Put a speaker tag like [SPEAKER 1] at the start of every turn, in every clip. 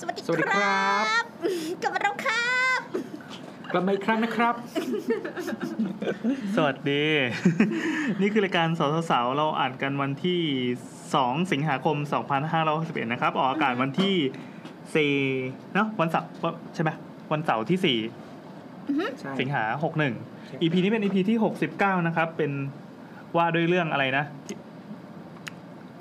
[SPEAKER 1] สวัสดีครับ
[SPEAKER 2] กลับมาแล้วครับ
[SPEAKER 1] กลับมาอีกครั้งนะครับ
[SPEAKER 3] สวัสดี นี่คือรายการสาวสาวๆเราอ่านกันวันที่ 2 สิงหาคม 2561นะครับ ออกอากาศวันที่4เนาะวันเสาร์ใช่ไหมวันเสาร์ที่
[SPEAKER 1] ใช่
[SPEAKER 3] 4 สิงหา
[SPEAKER 1] ช่
[SPEAKER 3] 61 EP นี้เป็น EP ที่ 69 นะครับ เป็นว่าด้วยเรื่องอะไรนะ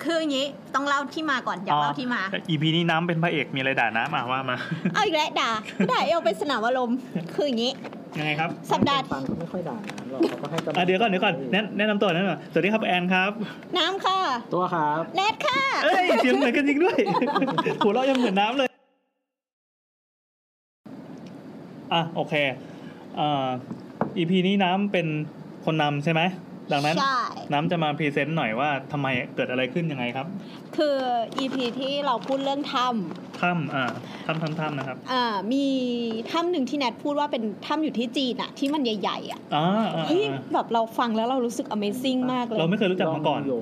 [SPEAKER 2] คืออย่างนี้ต้องเล่าที่มาก่อน อยากเล่าที่มา
[SPEAKER 3] แต่ EP นี้น้ำเป็นพระเอกมีอะไรด่าน้ำอ่ะว่า มา
[SPEAKER 2] เอาอีกแล้วด่าด่าเอาไปสนามอารมณ์คืออย่างนี้
[SPEAKER 3] ยังไงครับ
[SPEAKER 2] สัปดาห์
[SPEAKER 1] ฟังก็ไม่ค่อยด่านะเราเขาก็ให้กำลัง
[SPEAKER 3] อ่ะเดี๋ยวก่อนเดี๋ยวก่อนแนะแนะนำตัวแนะนำตัวสวัสดีครับแอนครับ
[SPEAKER 2] น้ำค่ะ
[SPEAKER 1] ตัวครับ
[SPEAKER 2] แนทค่ะ
[SPEAKER 3] เอ้ยเสียงเหมือนกันจริงด้วย หัวเราะยังเหมือนน้ำเลย อ่ะโอเคเอ่อ EP นี้น้ำเป็นคนนำใช่ไหม ดังนั้น
[SPEAKER 2] ใช่
[SPEAKER 3] น้ำจะมาพรีเซนต์หน่อยว่าทำไมเกิดอะไรขึ้นยังไงครับ
[SPEAKER 2] คือ EP ที่เราพูดเรื่องถ้ำ
[SPEAKER 3] ถ้ำอ่าถ้ำถ้ำถ้ำนะครับ
[SPEAKER 2] อ่ามีถ้ำหนึ่งที่แนทพูดว่าเป็นถ้ำอยู่ที่จีนอะที่มันใหญ่ๆอะ
[SPEAKER 3] อ่าอ่า
[SPEAKER 2] เฮ้ยแบบเราฟังแล้วเรารู้สึก Amazing มากเลย
[SPEAKER 3] เราไม่เคยรู้จักมาก่อน
[SPEAKER 1] ลงโย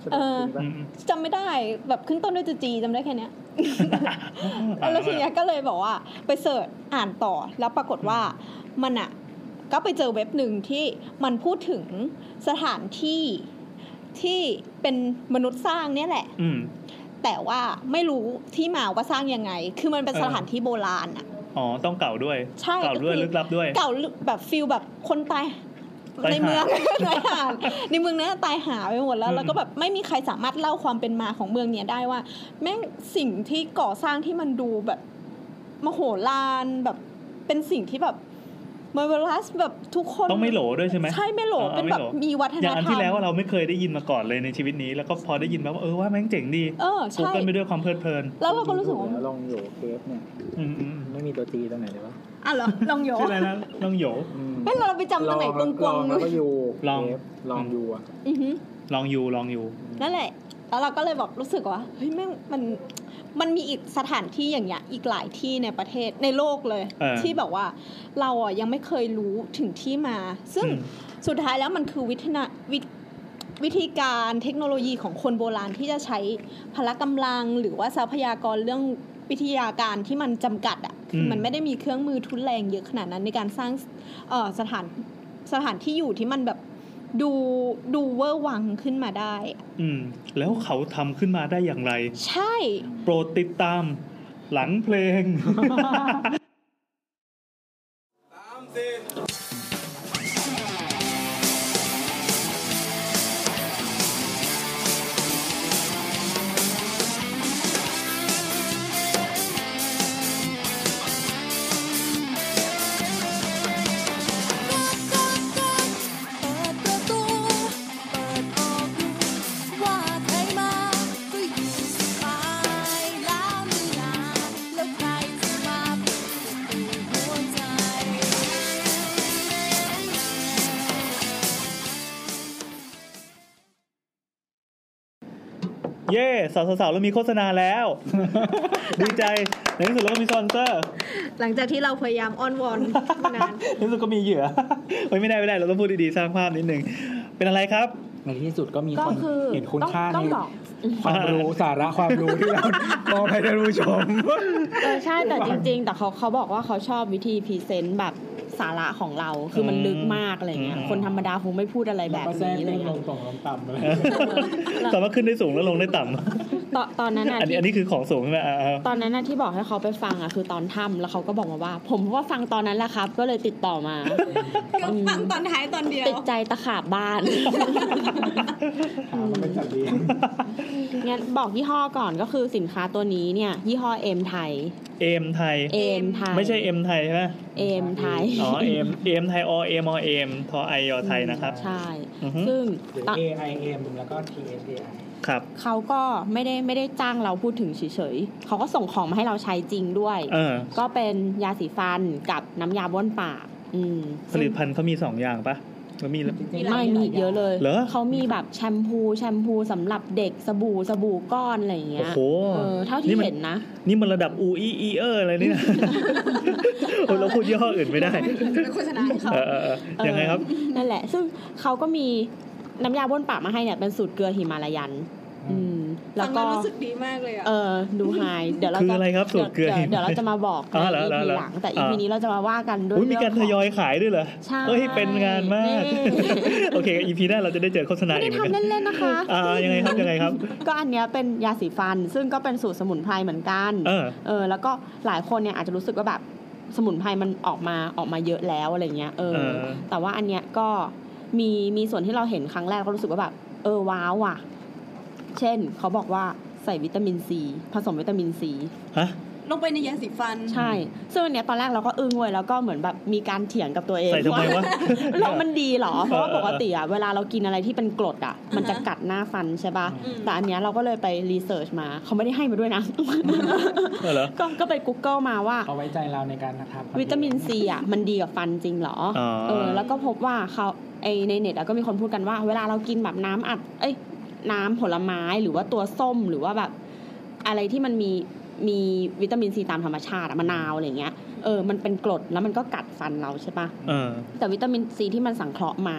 [SPEAKER 1] ใช่ไหม
[SPEAKER 2] เออ
[SPEAKER 1] จริงปะ
[SPEAKER 3] อื ม
[SPEAKER 2] จำไม่ได้แบบขึ้นต้นด้วยจจีจำได้แค่เนี้ย
[SPEAKER 3] ๆ
[SPEAKER 2] แล้วทีเนี้ยก็เลยบอกว่าไปเสิร์ชอ่านต่อแล้วปรากฏว่ามันอ่ะ ก็ไปเจอเว็บหนึ่งที่มันพูดถึงสถานที่ที่เป็นมนุษย์สร้างเนี่ยแหละ
[SPEAKER 3] อืม
[SPEAKER 2] แต่ว่าไม่รู้ที่มาว่าสร้างยังไง คือมันเป็น
[SPEAKER 3] เออ
[SPEAKER 2] สถานที่โบราณอ่ะ
[SPEAKER 3] อ๋อต้องเก่าด้วย
[SPEAKER 2] ใช่
[SPEAKER 3] เก่าด้วย
[SPEAKER 2] ก็คือ
[SPEAKER 3] ลึกลับด้วย
[SPEAKER 2] เก่าแบบฟิลแบบคนตาย
[SPEAKER 3] ตายหา
[SPEAKER 2] ในเมือง ตายหา ในเมืองเนี้ยตายหาไปหมดแล้ว
[SPEAKER 3] อืม
[SPEAKER 2] แล้วก็แบบไม่มีใครสามารถเล่าความเป็นมาของเมืองเนี้ยได้ว่า แม่งสิ่งที่ก่อสร้างที่มันดูแบบมโหฬารแบบเป็นสิ่งที่แบบมาเวลัสแบบทุกคน
[SPEAKER 3] ต้องไม่โหลด้วยใช่ไหม
[SPEAKER 2] ใช่ไม่โหล
[SPEAKER 3] อ๋อ
[SPEAKER 2] เป็นแบบ
[SPEAKER 3] ไม่โหล
[SPEAKER 2] มีวัฒ
[SPEAKER 3] อน ย่างอัน
[SPEAKER 2] ธรร
[SPEAKER 3] ที่แล้ว
[SPEAKER 2] ม
[SPEAKER 3] เราไม่เคยได้ยินมาก่อนเลยในชีวิตนี้ แล้วก็พอได้ยินมาว่าเออว่าแม่งเจ๋งดี
[SPEAKER 2] เออ
[SPEAKER 3] กู
[SPEAKER 2] ใช่
[SPEAKER 3] เกิลไปด้วยความเพลิดเพลิน
[SPEAKER 2] แล้วเราก็รู้สึกว่า
[SPEAKER 1] จงๆดูแลลองโยเคฟเนี่ย
[SPEAKER 3] อืมอืม
[SPEAKER 1] ไม่มีตัวจีตรงไหนเลยวะ
[SPEAKER 2] อ่ะเหรอลองโย
[SPEAKER 3] ชื่ออะไรนะลองโหย
[SPEAKER 1] อืม
[SPEAKER 2] เฮ้ยเราไปจำตรงไหนกลวง
[SPEAKER 1] ลอแล้วก็โย
[SPEAKER 3] ลอง
[SPEAKER 1] เคฟลองยูอ่ะ
[SPEAKER 2] ๆอือหือ
[SPEAKER 3] ลองยูลองยู
[SPEAKER 2] นั่นแหละ แล้วเราก็เลยบอกรู้สึกว่า เฮ้ยแม่งมัน มันมีอีกสถานที่อย่างเงี้ย อีกหลายที่ในประเทศ ในโลกเลย
[SPEAKER 3] เออ
[SPEAKER 2] ที่แบบว่า เราอ่ะยังไม่เคยรู้ถึงที่มา ซึ่ง
[SPEAKER 3] อืม
[SPEAKER 2] สุดท้ายแล้วมันคือวิทนาวิวิธีการเทคโนโลยีของคนโบราณที่จะใช้พละกำลังหรือว่าทรัพยากรเรื่องวิทยาการที่มันจำกัดอ่ะคือ
[SPEAKER 3] ม
[SPEAKER 2] มันไม่ได้มีเครื่องมือทุนแรงเยอะขนาดนั้นในการสร้างเอ่อสถานสถานที่อยู่ที่มันแบบดูดูเวอร์วังขึ้นมาได้
[SPEAKER 3] อืม แล้วเขาทำขึ้นมาได้อย่างไร
[SPEAKER 2] ใช่
[SPEAKER 3] โปรดติดตามหลังเพล ง
[SPEAKER 4] เปิดประตู เปิดออกดูว่าใครมาก็อยู่สบายแล้วไม่นานแล้วใครจะมาปิดประตูหัวใจ
[SPEAKER 3] เย่สาวสาวๆเรามีโฆษณาแล้ว ดีใจในที่สุดเราก็มีสปอนเซอร์
[SPEAKER 2] หลังจากที่เราพยายามอ้อนวอนมานาน
[SPEAKER 3] ในที่สุดก็มี เหยื่อเฮ้ยไม่ได้ไม่ได้เราต้องพูดดีๆสร้างภาพนิดนึงเป็นอะไรครับ
[SPEAKER 1] ในที่สุดก็มี
[SPEAKER 5] ก็
[SPEAKER 1] คน
[SPEAKER 5] คือ
[SPEAKER 1] เห็นคุณค่า
[SPEAKER 5] ต้
[SPEAKER 1] ใน
[SPEAKER 5] องต้องบอก
[SPEAKER 1] ความรู้สาระความรู้ที่เรามอบให้ท่านผู้ชม
[SPEAKER 5] เออใช่แต่จริง ๆ แต่เขาเขาบอกว่าเขาชอบวิธีพรีเซนต์แบบสาระของเราคือมันลึกมากอะไรเงี้ย
[SPEAKER 3] อืม
[SPEAKER 5] คนธรรมดาคงไม่พูดอะไรแบบนี้อะไร
[SPEAKER 1] ล
[SPEAKER 5] เงี้
[SPEAKER 1] ง
[SPEAKER 5] ย
[SPEAKER 1] ต่องลงต่ำเลย
[SPEAKER 3] สามารถขึ้นได้สูงแล้วลงได้ต่ำ
[SPEAKER 5] ตอนตอนนั้นอ่ะ
[SPEAKER 3] อันนี้
[SPEAKER 5] ที่
[SPEAKER 3] อันนี้คือของสูงใช่ไหมอ่า อ่า
[SPEAKER 5] ตอนนั้นน่ะที่บอกให้เขาไปฟังอ่ะคือตอนถ้ำแล้วเขาก็บอกมาว่า ผมว่าฟังตอนนั้นแหละครับ ก็เลยติดต่อมา
[SPEAKER 2] ฟังตอนท้ายตอนเดียว
[SPEAKER 5] ติดใจตะขาบบ้าน
[SPEAKER 1] ถามมันเป็นจัดดี
[SPEAKER 5] งั้นบอกยี่ห้อก่อนก็คือสินค้าตัวนี้เนี่ย ยี่ห้อเอ็มไทย
[SPEAKER 3] เอมไทย
[SPEAKER 5] เอ็มไทย
[SPEAKER 3] ไม่ใช่เอ็มไทยใช่ไหม
[SPEAKER 5] เอ็มไทย
[SPEAKER 3] อ๋อเอ็มเอ็มไทยอเอ็มอเอ็มทอไอยอไทยนะครับ
[SPEAKER 5] ใช่
[SPEAKER 3] อือฮึ
[SPEAKER 5] ซึ่ง
[SPEAKER 1] หรือ A I M แล้วก็ T S A I
[SPEAKER 3] ครับ
[SPEAKER 5] เขาก็ไม่ได้ไม่ได้จ้างเราพูดถึงเฉยๆ เขาก็ส่งของมาให้เราใช้จริงด้วย
[SPEAKER 3] เออ
[SPEAKER 5] ก็เป็นยาสีฟันกับน้ำยาบ้วนปาก อืม
[SPEAKER 3] ผลิตภัณฑ์เขามีสองอย่างปะแล้วมี
[SPEAKER 5] ไม่มีอีกเยอะเลย
[SPEAKER 3] เหรอ
[SPEAKER 5] เขามีแบบแชมพูแชมพูสำหรับเด็กสบู่สบู่ก้อนอะไรอย่าง
[SPEAKER 3] โอ้
[SPEAKER 5] เงี้ย
[SPEAKER 3] โห
[SPEAKER 5] เออเท่าที่
[SPEAKER 3] มั
[SPEAKER 5] เห็นนะ
[SPEAKER 3] นี่มันระดับอูอีอีเอออะไรเนี่ย โอ้ยเราพูดยี่ห้ออื่นไม่ได้
[SPEAKER 2] โฆษณาให้เขา
[SPEAKER 3] เออเออเออยังไงครับ
[SPEAKER 5] เออนั่นแหละ ซึ่งเขาก็มีน้ำยาบ้วนปากมาให้เนี่ยเป็นสูตรเกลือหิมาลายัน อืม แล้
[SPEAKER 2] ฟั
[SPEAKER 5] ว
[SPEAKER 2] ง
[SPEAKER 5] ก็
[SPEAKER 2] แล้วรู้สึกดีมากเลยอ่ะ
[SPEAKER 5] เออดูไฮเดี๋ยวเรา
[SPEAKER 3] คือ
[SPEAKER 5] จะ
[SPEAKER 3] อะไรครับสูตรเกลือ
[SPEAKER 5] ดี๋ยวเดี๋ยวเราจะมาบอกใน
[SPEAKER 3] อ๋อเหรอ
[SPEAKER 5] EP
[SPEAKER 3] เหรอเหรอ
[SPEAKER 5] หลังแต่
[SPEAKER 3] อ่า
[SPEAKER 5] EP นี้เราจะมาว่ากันด้วย
[SPEAKER 3] อุ้ยมีการทย
[SPEAKER 5] เงข
[SPEAKER 3] อง ยขายด้วยเหรอ
[SPEAKER 5] ใช่
[SPEAKER 3] เฮ้ยเป็นงานมาก
[SPEAKER 5] นี่
[SPEAKER 3] โอเคอีพีหน้าเราจะได้เจอโฆษณา
[SPEAKER 5] ไม่
[SPEAKER 3] อีก
[SPEAKER 5] ได้
[SPEAKER 3] เหมือน
[SPEAKER 5] ทำ
[SPEAKER 3] กัน
[SPEAKER 5] เล่นๆนะคะ
[SPEAKER 3] อ่ายังไงครับยังไงครับ
[SPEAKER 5] ก็อันเนี้ยเป็นยาสีฟัน ซึ่งก็เป็นสูตรสมุนไพรเหมือนกัน
[SPEAKER 3] เออ
[SPEAKER 5] เออ แล้วก็หลายคนเนี่ยอาจจะรู้สึกว่าแบบสมุนไพรมันออกมาออกมาเยอะแล้วอะไรเงี้ยเออ
[SPEAKER 3] เออ
[SPEAKER 5] แต่ว่าอันเนี้ยก็มีมีส่วนที่เราเห็นครั้งแรกก็รู้สึกว่าแบบเออว้าวว่ะ เช่นเขาบอกว่าใส่วิตามินซีผสมวิตามินซี
[SPEAKER 3] ฮะ
[SPEAKER 2] ลงไปในยาสีฟัน
[SPEAKER 5] ใช่ ซึ่งวันเนี้ยตอนแรกเราก็อึ้งเว้ยแล้วก็เหมือนแบบมีการเถียงกับตัวเอง
[SPEAKER 3] ใส่ทำไม วะ
[SPEAKER 5] เรามันดีเหรอ เพราะว่าปกติอะเวลาเรากินอะไรที่เป็นกรดอะมันจะกัดหน้าฟันใช่ปะ
[SPEAKER 2] อืม
[SPEAKER 5] แต่อันเนี้ยเราก็เลยไปรีเสิร์ชมา เขาไม่ได้ให้มาด้วยนะ
[SPEAKER 3] เออเหรอ
[SPEAKER 5] ก็ก็ไป Google มาว่า
[SPEAKER 1] เขาไว้ใจเราในการนะครับ
[SPEAKER 5] วิตามินซีอ่ะมันดีกับฟันจริงเหรอ
[SPEAKER 3] อ๋อ
[SPEAKER 5] เออ แล้วก็พบว่าเขาไอในเน็ตอะก็มีคนพูดกันว่า เวลาเรากินแบบน้ำอัด เอ้ยน้ำผลไม้หรือว่าตัวส้มหรือว่าแบบ อะไรที่มันมีมีวิตามินซีตามธรรมชาติอะมะนาวอะไรเงี้ยเออมันเป็นกรดแล้วมันก็กัดฟันเราใช่ปะ
[SPEAKER 3] เออ
[SPEAKER 5] แต่วิตามินซีที่มันสังเคราะห์มา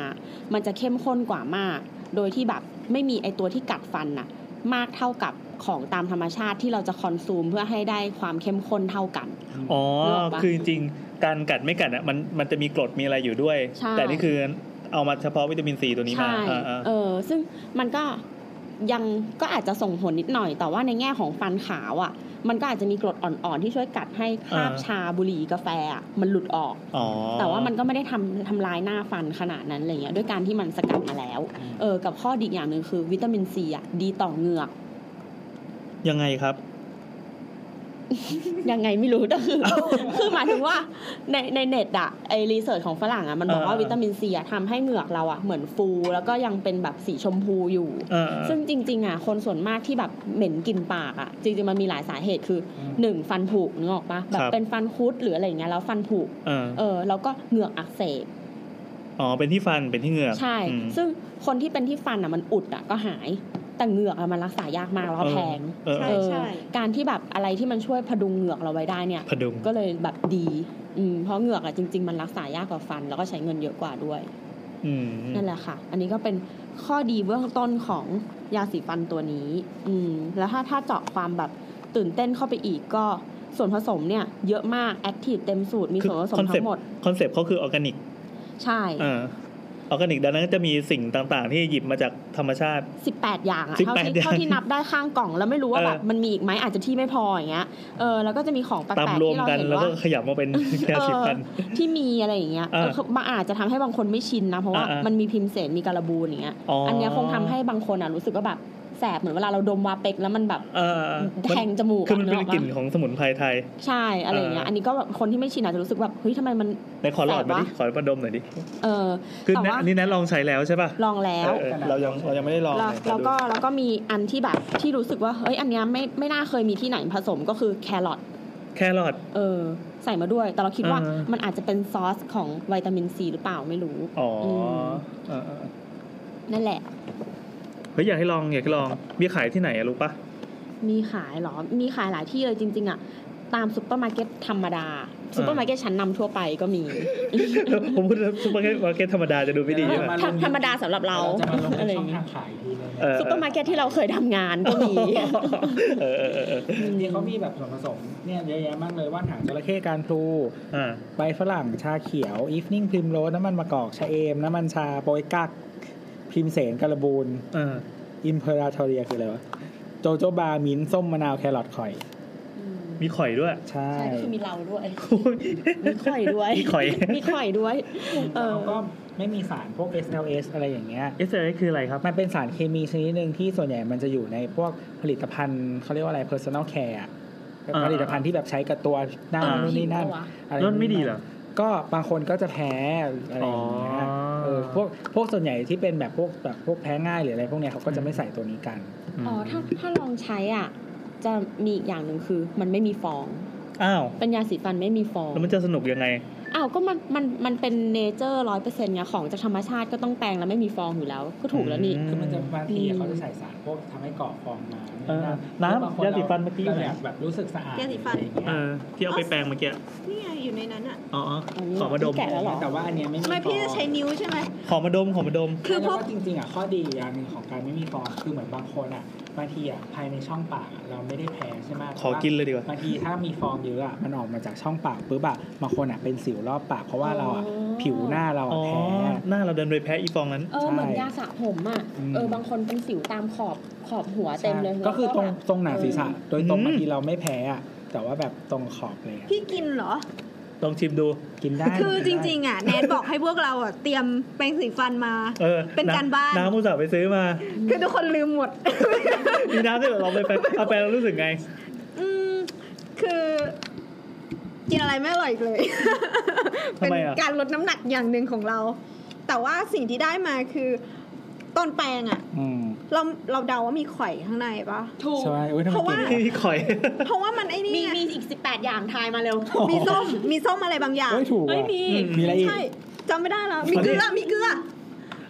[SPEAKER 5] มันจะเข้มข้นกว่ามาก โดยที่แบบไม่มีไอตัวที่กัดฟันน่ะ มากเท่ากับของตามธรรมชาติที่เราจะคอนซูมเพื่อให้ได้ความเข้มข้นเท่ากัน
[SPEAKER 3] อ๋อ
[SPEAKER 5] นึกออกปะ
[SPEAKER 3] คือจริงๆ การกัดไม่กัดอ่ะมันมันจะมีกรดมีอะไรอยู่ด้วย
[SPEAKER 5] ใช่
[SPEAKER 3] แต่นี่คือเอามาเฉพาะวิตามินซีตัวนี้มา
[SPEAKER 5] ใช่
[SPEAKER 3] อ่าอ่า
[SPEAKER 5] เออ ซึ่งมันก็ยังก็อาจจะส่งผลนิดหน่อย แต่ว่าในแง่ของฟันขาวอะ่ะ มันก็อาจจะมีกรดอ่อนๆ ที่ช่วยกัดให้คราบ
[SPEAKER 3] อ่า
[SPEAKER 5] ชาบุหรี่กาแฟอะมันหลุดออก
[SPEAKER 3] อ๋อ
[SPEAKER 5] แต่ว่ามันก็ไม่ได้ทำทำลายหน้าฟันขนาดนั้นอะไรเงี้ย ด้วยการที่มันสกัดมาแล้ว
[SPEAKER 1] อืม
[SPEAKER 5] เออ กับข้อดีอีกอย่างหนึ่งคือวิตามินซีอ่ะดีต่อเหงือก
[SPEAKER 3] ยังไงครับ
[SPEAKER 5] ยังไงไม่รู้ แต่คือ คือหมายถึงว่าในในเน็ตอะไอรีเสิร์ชของฝรั่งอะมันบอกว่า
[SPEAKER 3] เออ
[SPEAKER 5] วิตามินซีอะทำให้เหงือกเราอะเหมือนฟู แล้วก็ยังเป็นแบบสีชมพูอยู่
[SPEAKER 3] เออ
[SPEAKER 5] ซึ่งจริงๆอ่ะคนส่วนมากที่แบบเหม็นกลิ่นปากอ่ะจริงๆมันมีหลายสาเหตุคือ
[SPEAKER 1] อืม
[SPEAKER 5] หนึ่งฟันผุนึกออกปะแบบ
[SPEAKER 3] ครับ
[SPEAKER 5] เป็นฟันคุดหรืออะไรอย่างเงี้ยแล้วฟันผุ
[SPEAKER 3] เออ
[SPEAKER 5] เออแล้วก็เหงือกอักเสบ
[SPEAKER 3] อ๋อ เป็นที่ฟัน เป็นที่เหงือก
[SPEAKER 5] ใช่
[SPEAKER 3] อืม
[SPEAKER 5] ซึ่งคนที่เป็นที่ฟันอ่ะมันอุดอ่ะก็หายแต่เหงือกอ่ะมันรักษายากมากแล้วก็แพง
[SPEAKER 3] เออ
[SPEAKER 2] ใช่
[SPEAKER 3] เอ
[SPEAKER 5] เอ
[SPEAKER 3] อ
[SPEAKER 5] อ
[SPEAKER 2] ใช่
[SPEAKER 5] การที่แบบอะไรที่มันช่วยพดุงเหงือกเราไว้ได้เนี่ย
[SPEAKER 3] พดุง
[SPEAKER 5] ก็เลยแบบดีอืมเพราะเหงือกอ่ะจริง ๆ มันรักษายากกว่าฟัน แล้วก็ใช้เงินเยอะกว่าด้วย
[SPEAKER 3] อืม
[SPEAKER 5] นั่นแหละค่ะ อันนี้ก็เป็นข้อดีเบื้องต้นของยาสีฟันตัวนี้ อืม แล้วถ้าถ้าเจาะความแบบตื่นเต้นเข้าไปอีกก็ส่วนผสมเนี่ย เยอะมาก แอคทีฟเต็มสูตร มี
[SPEAKER 3] คือ
[SPEAKER 5] ส่วน
[SPEAKER 3] คอน
[SPEAKER 5] ผสม
[SPEAKER 3] เซ็ป
[SPEAKER 5] ทั้
[SPEAKER 3] ต์
[SPEAKER 5] งหมด
[SPEAKER 3] คอนเซปต์เขาคือออร์แกนิก
[SPEAKER 5] ใช่
[SPEAKER 3] เออออร์แกนิกดังนั้นก็จะมีสิ่งต่างๆ ที่หยิบมาจากธรรมชาติ
[SPEAKER 5] 18 อย่าง
[SPEAKER 3] 18
[SPEAKER 5] อะเท่าที่
[SPEAKER 3] อย่าง
[SPEAKER 5] เท่าที่นับได้ข้างกล่อง แล้วไม่รู้ว่า
[SPEAKER 3] เออ
[SPEAKER 5] แบบมันมีอีกไหมอาจจะที่ไม่พออย่างเงี้ย เออ แล้วก็จะมีของแปลก
[SPEAKER 3] ตาม
[SPEAKER 5] ๆ
[SPEAKER 3] รวม
[SPEAKER 5] ที่เรา
[SPEAKER 3] กัน
[SPEAKER 5] เห็น
[SPEAKER 3] แล้ว
[SPEAKER 5] ว่า
[SPEAKER 3] ก็ขยับมาเป็น ยาสีฟัน
[SPEAKER 5] เออที่มีอะไรอย่างเงี้ย
[SPEAKER 3] อ่า
[SPEAKER 5] เออคือบางอาจจะทำให้บางคนไม่ชินนะ เพราะว่า
[SPEAKER 3] อ่าๆ
[SPEAKER 5] มันมีพิมพ์เสนมีการบูนอย่างเงี้ย
[SPEAKER 3] อ๋ออั
[SPEAKER 5] นเนี้ยคงทำให้บางคนอ่ะรู้สึกว่าแบบแสบเหมือนเวลาเราดมวาเป็กแล้วมันแบบ
[SPEAKER 3] เออ
[SPEAKER 5] แทงจมูก
[SPEAKER 3] คือมัน
[SPEAKER 5] อะ
[SPEAKER 3] เป็น
[SPEAKER 5] นึกออกปะ
[SPEAKER 3] กลิ่นของสมุนไพรไทย
[SPEAKER 5] ใช่อะไรอย่างเงี้ย
[SPEAKER 3] อ่า
[SPEAKER 5] อันนี้ก็แบบคนที่ไม่ชินอาจจะรู้สึกแบบเฮ้ยทำไมมัน
[SPEAKER 3] ในขอหลอดมาดิข
[SPEAKER 5] แสบวะ
[SPEAKER 3] อมาดมหน่อยดิ
[SPEAKER 5] เออ
[SPEAKER 3] คือ
[SPEAKER 5] แต่
[SPEAKER 3] แนะ
[SPEAKER 5] ว่า
[SPEAKER 3] อันนี้แนะลองใช้แล้วใช่ป่ะ
[SPEAKER 5] ลองแล้ว
[SPEAKER 3] เออเออเรายังเรายังไม่ได้ลอง
[SPEAKER 5] แล้ว
[SPEAKER 3] เลย
[SPEAKER 5] แล้วก็
[SPEAKER 3] ขอดู
[SPEAKER 5] แล้วก็มีอันที่แบบที่รู้สึกว่าเฮ้ยอันเนี้ยไม่ไม่น่าเคยมีที่ไหนผสมก็คือแครอท
[SPEAKER 3] แครอท
[SPEAKER 5] เออ ใส่มาด้วย แต่เราคิดว่า
[SPEAKER 3] อ่ามั
[SPEAKER 5] มันอาจจะเป็นซอสของวิตามินซีหรือเปล่าไม่รู้
[SPEAKER 3] อ๋อ
[SPEAKER 5] ม
[SPEAKER 3] เออเออ
[SPEAKER 5] นั่นแหละ
[SPEAKER 3] เฮ้ยอยากให้ลองอยากให้ลองเบียร์ขายที่ไหนอะรู้ป่ะ
[SPEAKER 5] มีขายเหรอ มีขายหลายที่เลยจริง ๆอะตามซุปเปอร์มาร์เก็ตธรรมดาซุปเปอร์มาร์เก็ตชั้นนำทั่วไปก็มี
[SPEAKER 3] ผมพูดแล้วซุปเปอร์มาร์เก็ตธรรมดาจะดูไม่ดีใช่ไหม
[SPEAKER 5] ธรรธรรมดาสำหรับเรา
[SPEAKER 1] จะมาลงใน
[SPEAKER 5] อะไร
[SPEAKER 1] ช่
[SPEAKER 5] อ
[SPEAKER 1] อย่าง
[SPEAKER 5] งเงี้
[SPEAKER 1] ทาย งขายอีกทีเลย
[SPEAKER 3] เออ
[SPEAKER 5] ซุปเปอร์มาร์เก็ตที่เราเคยทำงานก็มี
[SPEAKER 3] เออเออเออเออ
[SPEAKER 1] นี่เขามีแบบส่วนผสมเนี่ยเยอะแยะมากเลยว่านหางจระเข้การพลู
[SPEAKER 3] อ่า
[SPEAKER 1] ใบฝรั่งชาเขียวอีฟนิ่งพริมโรสน้ำมันมะกอกชาเอม น้ำมันชาโปยกักพริมเสนการบูน
[SPEAKER 3] เออ
[SPEAKER 1] อิมเพอราทอเรียคืออะไรวะ โจโจบาร์มิ้นท์ส้มมะนาวแครอทข่อย
[SPEAKER 3] มีข่อย ด้วย
[SPEAKER 1] ใช่
[SPEAKER 5] ใช่ก็คือมีเราด้วย
[SPEAKER 3] โอ้ย
[SPEAKER 5] มีข่อยด้วย
[SPEAKER 3] มี ข่อย
[SPEAKER 5] มีข่อยด้วย เออ
[SPEAKER 1] แล้วก็ไม่มีสารพวก SLS อะไรอย่างเงี้ย
[SPEAKER 3] S L S คืออะไรครับ
[SPEAKER 1] มันเป็นสารเคมีชนิดหนึ่งที่ส่วนใหญ่มันจะอยู่ในพวกผลิตภัณฑ์เขาเรียกว่าอะไร personal care อะเป็นผลิตภัณฑ์ที่แบบใช้กับตัวหน้า
[SPEAKER 5] อ่า
[SPEAKER 1] นู่นนี่นั่น
[SPEAKER 5] ผิวปะวะ
[SPEAKER 1] อะไร
[SPEAKER 3] ร่นไม่ดีเหรอ
[SPEAKER 1] ก็บางคนก็จะแพ้อะไรอย่างเงี้
[SPEAKER 3] อ๋
[SPEAKER 1] ย
[SPEAKER 3] อ
[SPEAKER 1] เออพวกพวกส่วนใหญ่ที่เป็นแบบพวกแบบพวกแพ้ง่ายหรืออะไรพวกเนี้ยเขาก็จะไม่ใส่ตัวนี้กัน
[SPEAKER 5] อ๋อ ถ้าถ้าลองใช้อ่ะ จะมีอีกอย่างหนึ่งคือ มันไม่มีฟอง
[SPEAKER 3] อ้าว
[SPEAKER 5] เป็นยาสีฟันไม่มีฟอง
[SPEAKER 3] แล้วมันจะสนุกยังไง
[SPEAKER 5] อ้าว ก็มันมันมันเป็นเนเจอร์ร้อยเปอร์เซ็นต์ไงของจากธรรมชาติก็ต้องแปลงแล้วไม่มีฟองอยู่แล้ว ก็ถูกแล้วนี่
[SPEAKER 3] อืม
[SPEAKER 1] คือมันจะบางทีเขาจะใส่สารพวกทำให้ก่อฟองน้
[SPEAKER 3] เออ
[SPEAKER 1] ำ
[SPEAKER 3] น้ำ
[SPEAKER 1] บงคเร
[SPEAKER 3] ยาสีฟันเมื่อกี้อยู่ไหน
[SPEAKER 1] ราแบบรู้สึกสะอาด
[SPEAKER 2] ยาสีฟัน
[SPEAKER 1] อะไรอย่างเงี้ย
[SPEAKER 3] เออที่เอาไปแปลงเมื่อกี้
[SPEAKER 2] นี่ไงอยู่ในนั้นอ่ะ
[SPEAKER 3] อ๋อ
[SPEAKER 5] อันนี้
[SPEAKER 3] ขอมาดม
[SPEAKER 5] แกะแล้วเหรอ
[SPEAKER 1] แต่ว่าอันเนี้ยไม่มี
[SPEAKER 2] ไม่พี่
[SPEAKER 1] ฟอง
[SPEAKER 2] จะใช้นิ้วใช่ไหม
[SPEAKER 3] ขอมาดม ขอมาดม
[SPEAKER 2] คือ
[SPEAKER 1] แล้
[SPEAKER 2] พว
[SPEAKER 1] ว
[SPEAKER 2] ก
[SPEAKER 1] ก็จริงๆอ่ะข้อดีอย่างหนึ่งของการไม่มีฟองคือเหมือนบางคนอ่ะ บางทีอ่ะภายในช่องปากอะเราไม่ได้แพ้ใช่ไหม
[SPEAKER 3] ขอกินเลยดีกว่า
[SPEAKER 1] บางทีถ้ามีฟองเยอะอะมันออกมาจากช่องปากปุ๊บอะบางคนอะเป็นสิวรอบปาก เพราะว่าเราอะ
[SPEAKER 5] อ๋อ
[SPEAKER 1] ผิวหน้าเรา
[SPEAKER 3] อ๋
[SPEAKER 1] อะ
[SPEAKER 3] อ
[SPEAKER 1] แพ้
[SPEAKER 3] หน้าเราเดินไปแพ้อีฟองนั้น
[SPEAKER 5] เออ
[SPEAKER 1] ใช่
[SPEAKER 5] เหมือนยาสระผมอ่ะ
[SPEAKER 1] อืม
[SPEAKER 5] เออบางคนเป็นสิวตามขอบขอบหัวเต็มเลย
[SPEAKER 1] ก็คือตรง
[SPEAKER 5] แล้วแบบ
[SPEAKER 1] ตรงหนังศีรษะโดยตรง
[SPEAKER 3] อืม
[SPEAKER 1] บางทีเราไม่แพ้อะแต่ว่าแบบตรงขอบเลยอะ
[SPEAKER 2] พี่กินเหรอ
[SPEAKER 3] ลองชิมดู
[SPEAKER 1] กินได้
[SPEAKER 2] คือจริง
[SPEAKER 1] ๆ
[SPEAKER 2] ๆ อ่ะ แนนบอกให้พวกเราอ่ะ เตรียมแปรงสีฟันมา
[SPEAKER 3] เออ
[SPEAKER 2] เป็นการบ้าน
[SPEAKER 3] น้ำอุตส่าห์ไปซื้อมา
[SPEAKER 2] คือทุกคนลืมหมด
[SPEAKER 3] มีน้ำที่เราไปไปเอาไปเรารู้สึกไง
[SPEAKER 2] อืมคือ กินอะไรไม่อร่อยอีกเลย
[SPEAKER 3] ทำ
[SPEAKER 2] เป็น
[SPEAKER 3] ไมอ่ะ
[SPEAKER 2] การลดน้ำหนักอย่างหนึ่งของเรา แต่ว่าสิ่งที่ได้มาคือตอนแปรงอ่ะ เราเราเดาว่ามีข่อยข้างในปะ
[SPEAKER 5] ถูก
[SPEAKER 1] ใช่โอ้ยทำไม
[SPEAKER 2] เพราะ
[SPEAKER 1] กิ
[SPEAKER 2] ว่า
[SPEAKER 1] น
[SPEAKER 3] ที่ข่อย
[SPEAKER 2] เพราะว่ามันไอ้นี่
[SPEAKER 5] มี
[SPEAKER 2] ไง
[SPEAKER 5] มีอีกสิบแปดอย่างทายมาเร็ว
[SPEAKER 2] มีส้มมีส้มอะไรบางอย่าง
[SPEAKER 1] เฮ้ยถูก
[SPEAKER 5] เฮ้ย
[SPEAKER 1] อะ
[SPEAKER 5] มี
[SPEAKER 1] มีอะไรอีก
[SPEAKER 2] ใช่จำไม่ได้แล้วมีเกลือมีเกลือ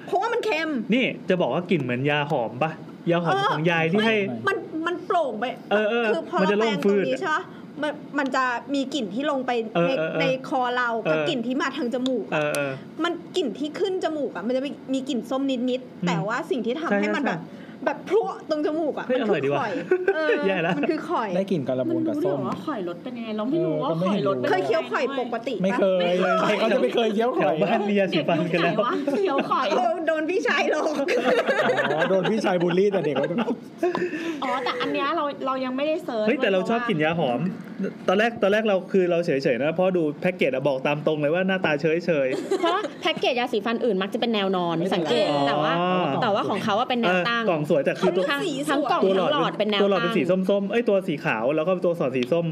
[SPEAKER 2] เพราะว่ามันเค็ม
[SPEAKER 3] นี่จะบอกว่ากลิ่นเหมือนยาหอมปะยาหอม
[SPEAKER 2] เออ
[SPEAKER 3] ของยายที่ให้
[SPEAKER 2] มันมันโปร่งไป
[SPEAKER 3] เออเออ
[SPEAKER 2] คือพอ
[SPEAKER 3] มัน
[SPEAKER 2] เรา
[SPEAKER 3] จะ
[SPEAKER 2] แป
[SPEAKER 3] โล่
[SPEAKER 2] รง ง
[SPEAKER 3] ฟื
[SPEAKER 2] ตรง
[SPEAKER 3] ด
[SPEAKER 2] นี้ใช่ปะมันมันจะมีกลิ่นที่ลงไป
[SPEAKER 3] เออ
[SPEAKER 2] ใน
[SPEAKER 3] เออเออ
[SPEAKER 2] ในคอเรา
[SPEAKER 3] เออ
[SPEAKER 2] กับกลิ่นที่มาทางจมูก
[SPEAKER 3] เอ
[SPEAKER 2] อะ
[SPEAKER 3] อเออ
[SPEAKER 2] มันกลิ่นที่ขึ้นจมูกอ่ะมันจะมีมีกลิ่นส้มนิดนิดๆแต่ว่าสิ่งที่ทำ
[SPEAKER 3] ใช่
[SPEAKER 2] ให้มัน
[SPEAKER 3] ใช่
[SPEAKER 2] แบบ แบบพรวตรงจมูกอ่ะ
[SPEAKER 3] เฮ้ย
[SPEAKER 2] มั
[SPEAKER 3] อ
[SPEAKER 2] คื
[SPEAKER 3] ร่อยดีว่ะ
[SPEAKER 2] ข่อยเออ
[SPEAKER 3] แย่แล้ว
[SPEAKER 2] มันคือข่อย
[SPEAKER 1] ได้กลิ่นกระ
[SPEAKER 5] มั
[SPEAKER 1] บูน
[SPEAKER 5] น
[SPEAKER 1] กับ
[SPEAKER 5] รู้เหร
[SPEAKER 1] ส้
[SPEAKER 5] อ
[SPEAKER 1] ม
[SPEAKER 5] ว่าข่อยรสเป็นยังไงเราไม่รู้
[SPEAKER 1] เออ
[SPEAKER 5] ว่า
[SPEAKER 1] ก็ไม่
[SPEAKER 5] ข่อยรสเป็น
[SPEAKER 1] รู้
[SPEAKER 2] เคยเคี้ยวข่อยปกติ
[SPEAKER 1] ไม่เคยเลยใครเขาจะไม่เคยเคี้ยว
[SPEAKER 3] แถ
[SPEAKER 1] ข่อ
[SPEAKER 3] วย บ้านเรียนสี
[SPEAKER 5] เด็ก
[SPEAKER 3] ฟัน
[SPEAKER 5] ยุค
[SPEAKER 3] กัน
[SPEAKER 5] ไหน
[SPEAKER 3] แล้ว
[SPEAKER 5] วะเคี้ยวข่อย
[SPEAKER 2] เออโดนพี่ชายหลอก
[SPEAKER 1] อ๋อโดนพี่ชายบูลลี่แต่เด็กว่า
[SPEAKER 5] อ๋อ แต่อันเนี้ยเราเรายังไม่ได้เซิร์ช
[SPEAKER 3] เฮ้ยแต่เราชอบกลิ่นยาหอม ตอนแรกตอนแรกเราคือเราเฉยๆนะเพราะดูแพ็กเกจอะบอกตามตรงเลยว่าหน้าตาเฉยเฉย
[SPEAKER 5] เพราะว่าแพ็กเกจยาสีฟันอื่นมักจะเป็นแนวนอน
[SPEAKER 1] ไม่
[SPEAKER 5] สังเกต
[SPEAKER 1] เป็นไร
[SPEAKER 5] แต่ว่า
[SPEAKER 3] อ๋อ
[SPEAKER 5] แต่ว่าของเขาว่าเป็น
[SPEAKER 3] ๆ
[SPEAKER 5] แน
[SPEAKER 3] เออ
[SPEAKER 5] วตั้ง
[SPEAKER 3] กล่องสวยแต่คือตัว
[SPEAKER 5] ทั้ง
[SPEAKER 2] สีสวย
[SPEAKER 5] ทั้งกล่อง
[SPEAKER 3] ตัวหล
[SPEAKER 5] ทั้งหล
[SPEAKER 3] อ
[SPEAKER 5] อ
[SPEAKER 3] ด
[SPEAKER 5] ดเป็นแนว
[SPEAKER 3] ตัวหลอดเป็
[SPEAKER 5] ตั้
[SPEAKER 3] น
[SPEAKER 5] ง
[SPEAKER 3] สีส้มๆเอ้ยตัวสีขาวแล้วก็ตัวสอดสีส้ม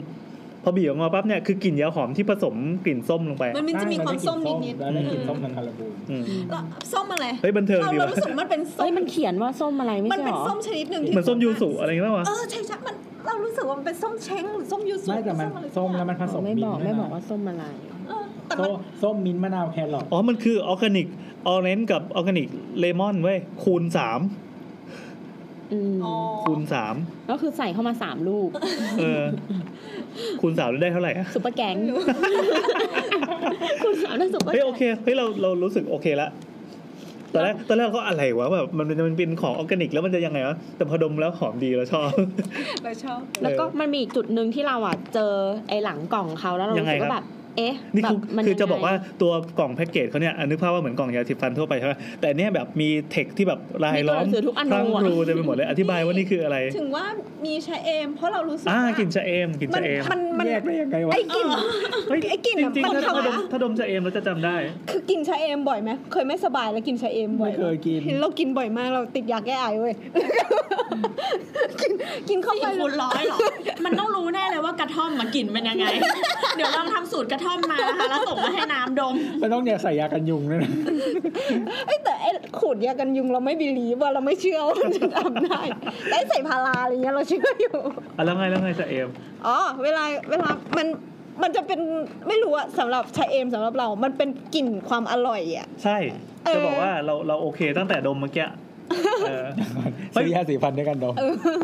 [SPEAKER 3] พอบีบออกมาปั๊บเนี่ยคือกลิ่นยาหอมที่ผสมกลิ่นส้มลงไป
[SPEAKER 2] มันจะมีความส้มนิดนิด
[SPEAKER 1] แล้วได้กลิ่นส้มกับกระบูน
[SPEAKER 3] อืม
[SPEAKER 2] แล้วส้มอะไร
[SPEAKER 3] เฮ้ยบันเทิง
[SPEAKER 2] เรา
[SPEAKER 3] ดี
[SPEAKER 2] เรา
[SPEAKER 3] ว่ะ
[SPEAKER 2] รู้สึกมันเป็นส้
[SPEAKER 5] เอ้ย
[SPEAKER 2] ม
[SPEAKER 5] มันเขียนว่าส้มอะไรไม่
[SPEAKER 2] มัน
[SPEAKER 5] ใช่
[SPEAKER 2] เป็
[SPEAKER 5] ห
[SPEAKER 2] น
[SPEAKER 5] รอ
[SPEAKER 2] ส้มชนิดหนึ่งที่
[SPEAKER 3] เหมือนส้มยูสุอะไรอย่างเงี้ยป่ะ
[SPEAKER 2] เออใช่ใช่มันเรารู้สึกว่ามันเป็นส้มเช้งหรือส้มยูสุ
[SPEAKER 1] ไม่แต่มัน
[SPEAKER 2] หรือ
[SPEAKER 1] ส้ม
[SPEAKER 2] อะ
[SPEAKER 1] แล้ว
[SPEAKER 2] ไร
[SPEAKER 1] มันผสม
[SPEAKER 5] ไม่
[SPEAKER 1] มิ้น
[SPEAKER 5] บอก
[SPEAKER 1] ท์ด้
[SPEAKER 5] ไม่
[SPEAKER 1] วย
[SPEAKER 5] บอก
[SPEAKER 1] นะ
[SPEAKER 5] ว่าส้มอะไร
[SPEAKER 2] เออแต่มั
[SPEAKER 1] ส้
[SPEAKER 2] น
[SPEAKER 1] มส้มมิ้นท์มะนาวแครอท
[SPEAKER 3] อ๋อมันคือออร์แกนิกออเรนจ์กับออร์แกนิกเลมอนเว้ยคูณสาม
[SPEAKER 5] อืม
[SPEAKER 2] อ๋อ
[SPEAKER 3] คูณสาม
[SPEAKER 5] ก็คือใส่เข้ามาสามลูก
[SPEAKER 3] เออ คูณสามแล้วได้เท่าไหร่อะ
[SPEAKER 5] ซุปเปอร์แกง คุณสาวน่าซุปเปอร์
[SPEAKER 3] เฮ้ย
[SPEAKER 5] แก
[SPEAKER 3] โองเคเฮ้ยเราเรารู้สึกโอเคละตอนแรกตอนแรกก็อะไรวะแบบมันเป็นมันเป็นของออร์แกนิกแล้วมันจะยังไงวะแต่พอดมแล้วหอมดีเราชอบ
[SPEAKER 2] เราชอบ
[SPEAKER 5] แล้วก็มันมีอีกจุดหนึ่งที่เราอ่ะเจอไอ้หลังกล่องเขาแล้วเรา
[SPEAKER 3] ยัง
[SPEAKER 5] รู้
[SPEAKER 3] ไง
[SPEAKER 5] สึ
[SPEAKER 3] ครั
[SPEAKER 5] ก
[SPEAKER 3] บ
[SPEAKER 5] ว่าแบบ เอ๊ะ
[SPEAKER 3] นี่คือ
[SPEAKER 5] แบบมัน
[SPEAKER 3] คือจะ
[SPEAKER 5] ยังไง
[SPEAKER 3] บอกว่าตัวกล่องแพ็กเกจเขาเนี่ยอ่ะนึกภาพว่าเหมือนกล่องยาสีฟันทั่วไปใช่ไหมแต่อันเนี่ยแบบมีเทคที่แบบรายล้อม
[SPEAKER 5] มีตัวหนังสือทุกอนุ
[SPEAKER 3] พ
[SPEAKER 5] อะ
[SPEAKER 3] รั่งพรูเต็มไปหมดเลยอธิบายว่านี่คืออะไร
[SPEAKER 2] ถึงว่ามีชาเอม เพราะเรารู้สึก
[SPEAKER 3] อ่า
[SPEAKER 2] ว่าก
[SPEAKER 3] ลินชะเอมกลิน
[SPEAKER 2] มั
[SPEAKER 3] ชะเอม
[SPEAKER 2] มันมัน
[SPEAKER 1] แยกได้ยังไงวะ
[SPEAKER 2] ไอ้กลิ่น
[SPEAKER 3] เฮ้ย
[SPEAKER 2] ไอ้กลิ่น
[SPEAKER 3] จ
[SPEAKER 2] อะ
[SPEAKER 3] ริง
[SPEAKER 2] มัน
[SPEAKER 3] ๆถ้า
[SPEAKER 2] ทำไม
[SPEAKER 3] ถ้าดม
[SPEAKER 2] อะ
[SPEAKER 3] ถ้าดมชะเอมเราจะจำได้
[SPEAKER 2] คือกินชาเอมบ่อยไหมเคยไม่สบายแล้วกินชาเอมบ่อย
[SPEAKER 1] ไม่เคยกิน
[SPEAKER 2] เห็นเรากินบ่อยมากเราติดยาแก้ไอเว้ย กินกินเข้า
[SPEAKER 5] สี่
[SPEAKER 2] ไป
[SPEAKER 5] คูณร้อยเหรอ มันต้องรู้แน่เลยว่ากระท่อมมากลิ่นเป็นยังไง เดี๋ยวลองทำสูตรกระท่อมมานะคะแล้วส่งมาให้น้ำดม
[SPEAKER 1] มันต้องเนี่ยใส่ยากันยุงด้วยนะ
[SPEAKER 2] ไอ้ยแต่ไอ้ขูดยากันยุงเราไม่บิลีว่าเราไม่เชื่อว่ามันจะทำ ได้แต่ไอ้ใส่พาราอะไรเงี้ยเราเชื่ออยู่
[SPEAKER 3] อ่ะแล้วไงแล้วไงชะเอม
[SPEAKER 2] อ๋อเวลาเวลามันมันจะเป็นไม่รู้อะสำหรับชาเอมสำหรับเรา มันเป็นกลิ่นความอร่อยอะ
[SPEAKER 3] ใช่
[SPEAKER 2] เออ
[SPEAKER 3] จะบอกว่าเราเราโอเคตั้งแต่ดมเมื่อกี้เออ
[SPEAKER 1] ซื้อยาสีฟันด้วยกันดม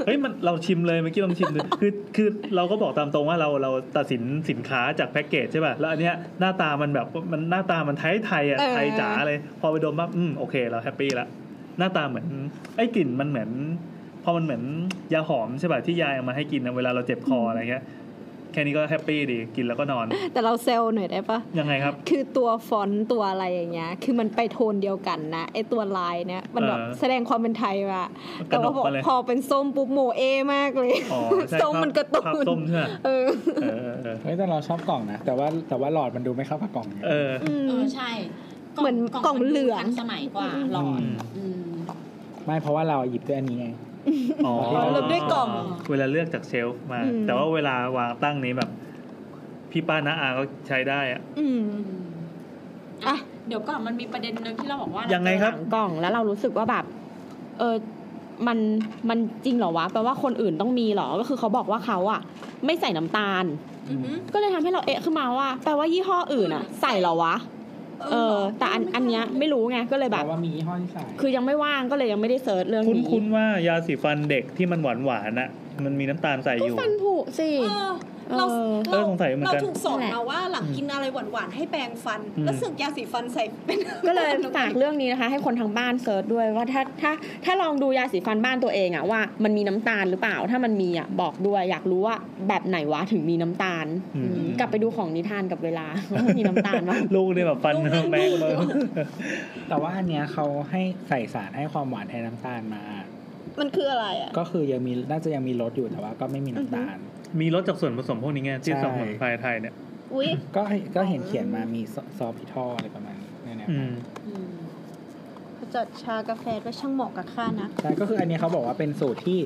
[SPEAKER 3] เฮ้ยมันเราชิมเลยเมื่อกี้ลองชิมดูคือคือเราก็บอกตามตรงว่าเราเราตัดสินสินค้าจากแพ็กเกจใช่ป่ะแล้วอันเนี้ยหน้าตามันแบบมันหน้าตามันไทยไทยๆอ่ะ
[SPEAKER 2] เออ
[SPEAKER 3] ไทยจ๋าเลย พอไปดมปั๊บอืมโอเคเราแฮปปี้ละหน้าตาเหมือนไอ้กลิ่นมันเหมือน พอมันเหมือนยาหอมใช่ป่ะที่ยายเอามาให้กินนะเวลาเราเจ็บคออะไรเงี้ยแค่นี้ก็แฮปปี้ดีกินแล้วก็นอน
[SPEAKER 2] แต่เราเซลล์หน่อยได้ปะ
[SPEAKER 3] ยังไงครับ
[SPEAKER 2] คือตัวฟอนต์ตัวอะไรอย่างเงี้ย คือมันไปโทนเดียวกันนะไอตัวลายเนี่ยมันแบบ
[SPEAKER 3] เออ
[SPEAKER 2] แสดงความเป็นไทยมา
[SPEAKER 3] มันก
[SPEAKER 2] แต่
[SPEAKER 3] ระด
[SPEAKER 2] ว่าก พอ
[SPEAKER 3] มาเลย
[SPEAKER 2] พอเป็นส้มปุ๊บโมเอมากเลย
[SPEAKER 3] อ๋อใช่
[SPEAKER 2] ส้มมันกระตุ
[SPEAKER 3] ภาพภาพ้ ส้มใช่ไหม
[SPEAKER 2] เออ
[SPEAKER 3] เออเออเออ
[SPEAKER 1] เฮ้ยแต่เราชอบกล่องนะ แต่ว่าแต่ว่าหลอดมันดูไม่เข้ากับกล่อง
[SPEAKER 3] เออ
[SPEAKER 2] อืม
[SPEAKER 5] เออใช่
[SPEAKER 2] เหมือนกล่องเหลือง
[SPEAKER 5] ทันสมัยกว่าหลอดอืม
[SPEAKER 1] ไม่เพราะว่าเราหยิบด้วยอันนี้ไง
[SPEAKER 3] อ๋อ
[SPEAKER 1] เราเลือกด้วยกล่อง
[SPEAKER 3] เวลาเลือกจากเชลฟ์มา
[SPEAKER 2] อืม
[SPEAKER 3] แต่ว่าเวลาวางตั้งนี้แบบ พี่ป้าน้าอาก็ใช้ได้อะ
[SPEAKER 2] อืม อ่ะ
[SPEAKER 5] อ่ะ เดี๋ยวก่อนมันมีประเด็นหนึงที่เราบอกว่า
[SPEAKER 3] ยั
[SPEAKER 5] ยัง
[SPEAKER 3] ไงครับ
[SPEAKER 5] กล่องแล้วเรารู้สึกว่าแบบ เออมันมันจริงเหรอวะแปลว่าคนอื่นต้องมีเหรอก็คือเขาบอกว่าเขาอ่ะ ไม่ใส่น้ำตาล ก็เลยทำให้เราเอะขึ้นมาว่า แปลว่ายี่ห้ออื่นอ่ะ ใส่เหรอวะ เออ แต่อันอันเนี้ยไม่รู้ไงก็เลยแบ
[SPEAKER 1] แต่
[SPEAKER 5] บ
[SPEAKER 1] ว่ามียี่ห้อที่ใส่
[SPEAKER 5] คือยังไม่ว่างก็เลยยังไม่ได้เซิร์ชเรื่อง
[SPEAKER 3] คุ้น
[SPEAKER 5] นี้
[SPEAKER 3] คุ้นๆว่ายาสีฟันเด็กที่มันหวานหวานๆอะ มันมีน้ำตาลใส่
[SPEAKER 5] ก็
[SPEAKER 3] อยู่
[SPEAKER 5] ฟันผุสิ
[SPEAKER 2] เออเรา
[SPEAKER 5] เออ
[SPEAKER 3] เออสงสัยเหมือนกัน
[SPEAKER 2] เราถูกสอนมาว่าหลังกินอะไรหวานๆให้แปรงฟัน แล้วสึกยาสีฟันใส่เป็น
[SPEAKER 5] ก็เลยฝากเรื่องนี้นะคะ ให้คนทางบ้านเซิร์ชด้วยว่าถ้าถ้าถ้าลองดูยาสีฟันบ้านตัวเองอะว่ามันมีน้ำตาลหรือเปล่า ถ้ามันมีอะบอกด้วยอยากรู้ว่าแบบไหนวะถึงมีน้ำตาล
[SPEAKER 3] อืม
[SPEAKER 5] อืมกลับไปดูของนิทานกับเวลาว่ามีน้ำตาลบ้าง
[SPEAKER 3] ลูกเนี่ยแบบฟันแมงเลย
[SPEAKER 1] แต่ว่าอันเนี้ยเขาให้ใส่สารให้ความหวานแทนน้ำตาลมา
[SPEAKER 2] มันคืออะไรอ่ะ
[SPEAKER 1] ก็คือยังมีน่าจะยังมีรสอยู่แต่ว่าก็ไม่มีน้ำตาล
[SPEAKER 3] มีรสจากส่วนผสมพวกนี้ไงที่
[SPEAKER 1] ใช่
[SPEAKER 3] สมุนไพรไทยเนี่ย
[SPEAKER 2] อุ้ย
[SPEAKER 1] ก็ก็เห็นเขียนมามีซอซอพิทอลอะไรประมาณนี้เนี่ยนะ
[SPEAKER 3] อืม
[SPEAKER 2] จัดชากาแฟไว้ช่างเหมาะกับข้านะ
[SPEAKER 1] ใช่ก็คืออันนี้เขาบอกว่าเป็นสูตรที่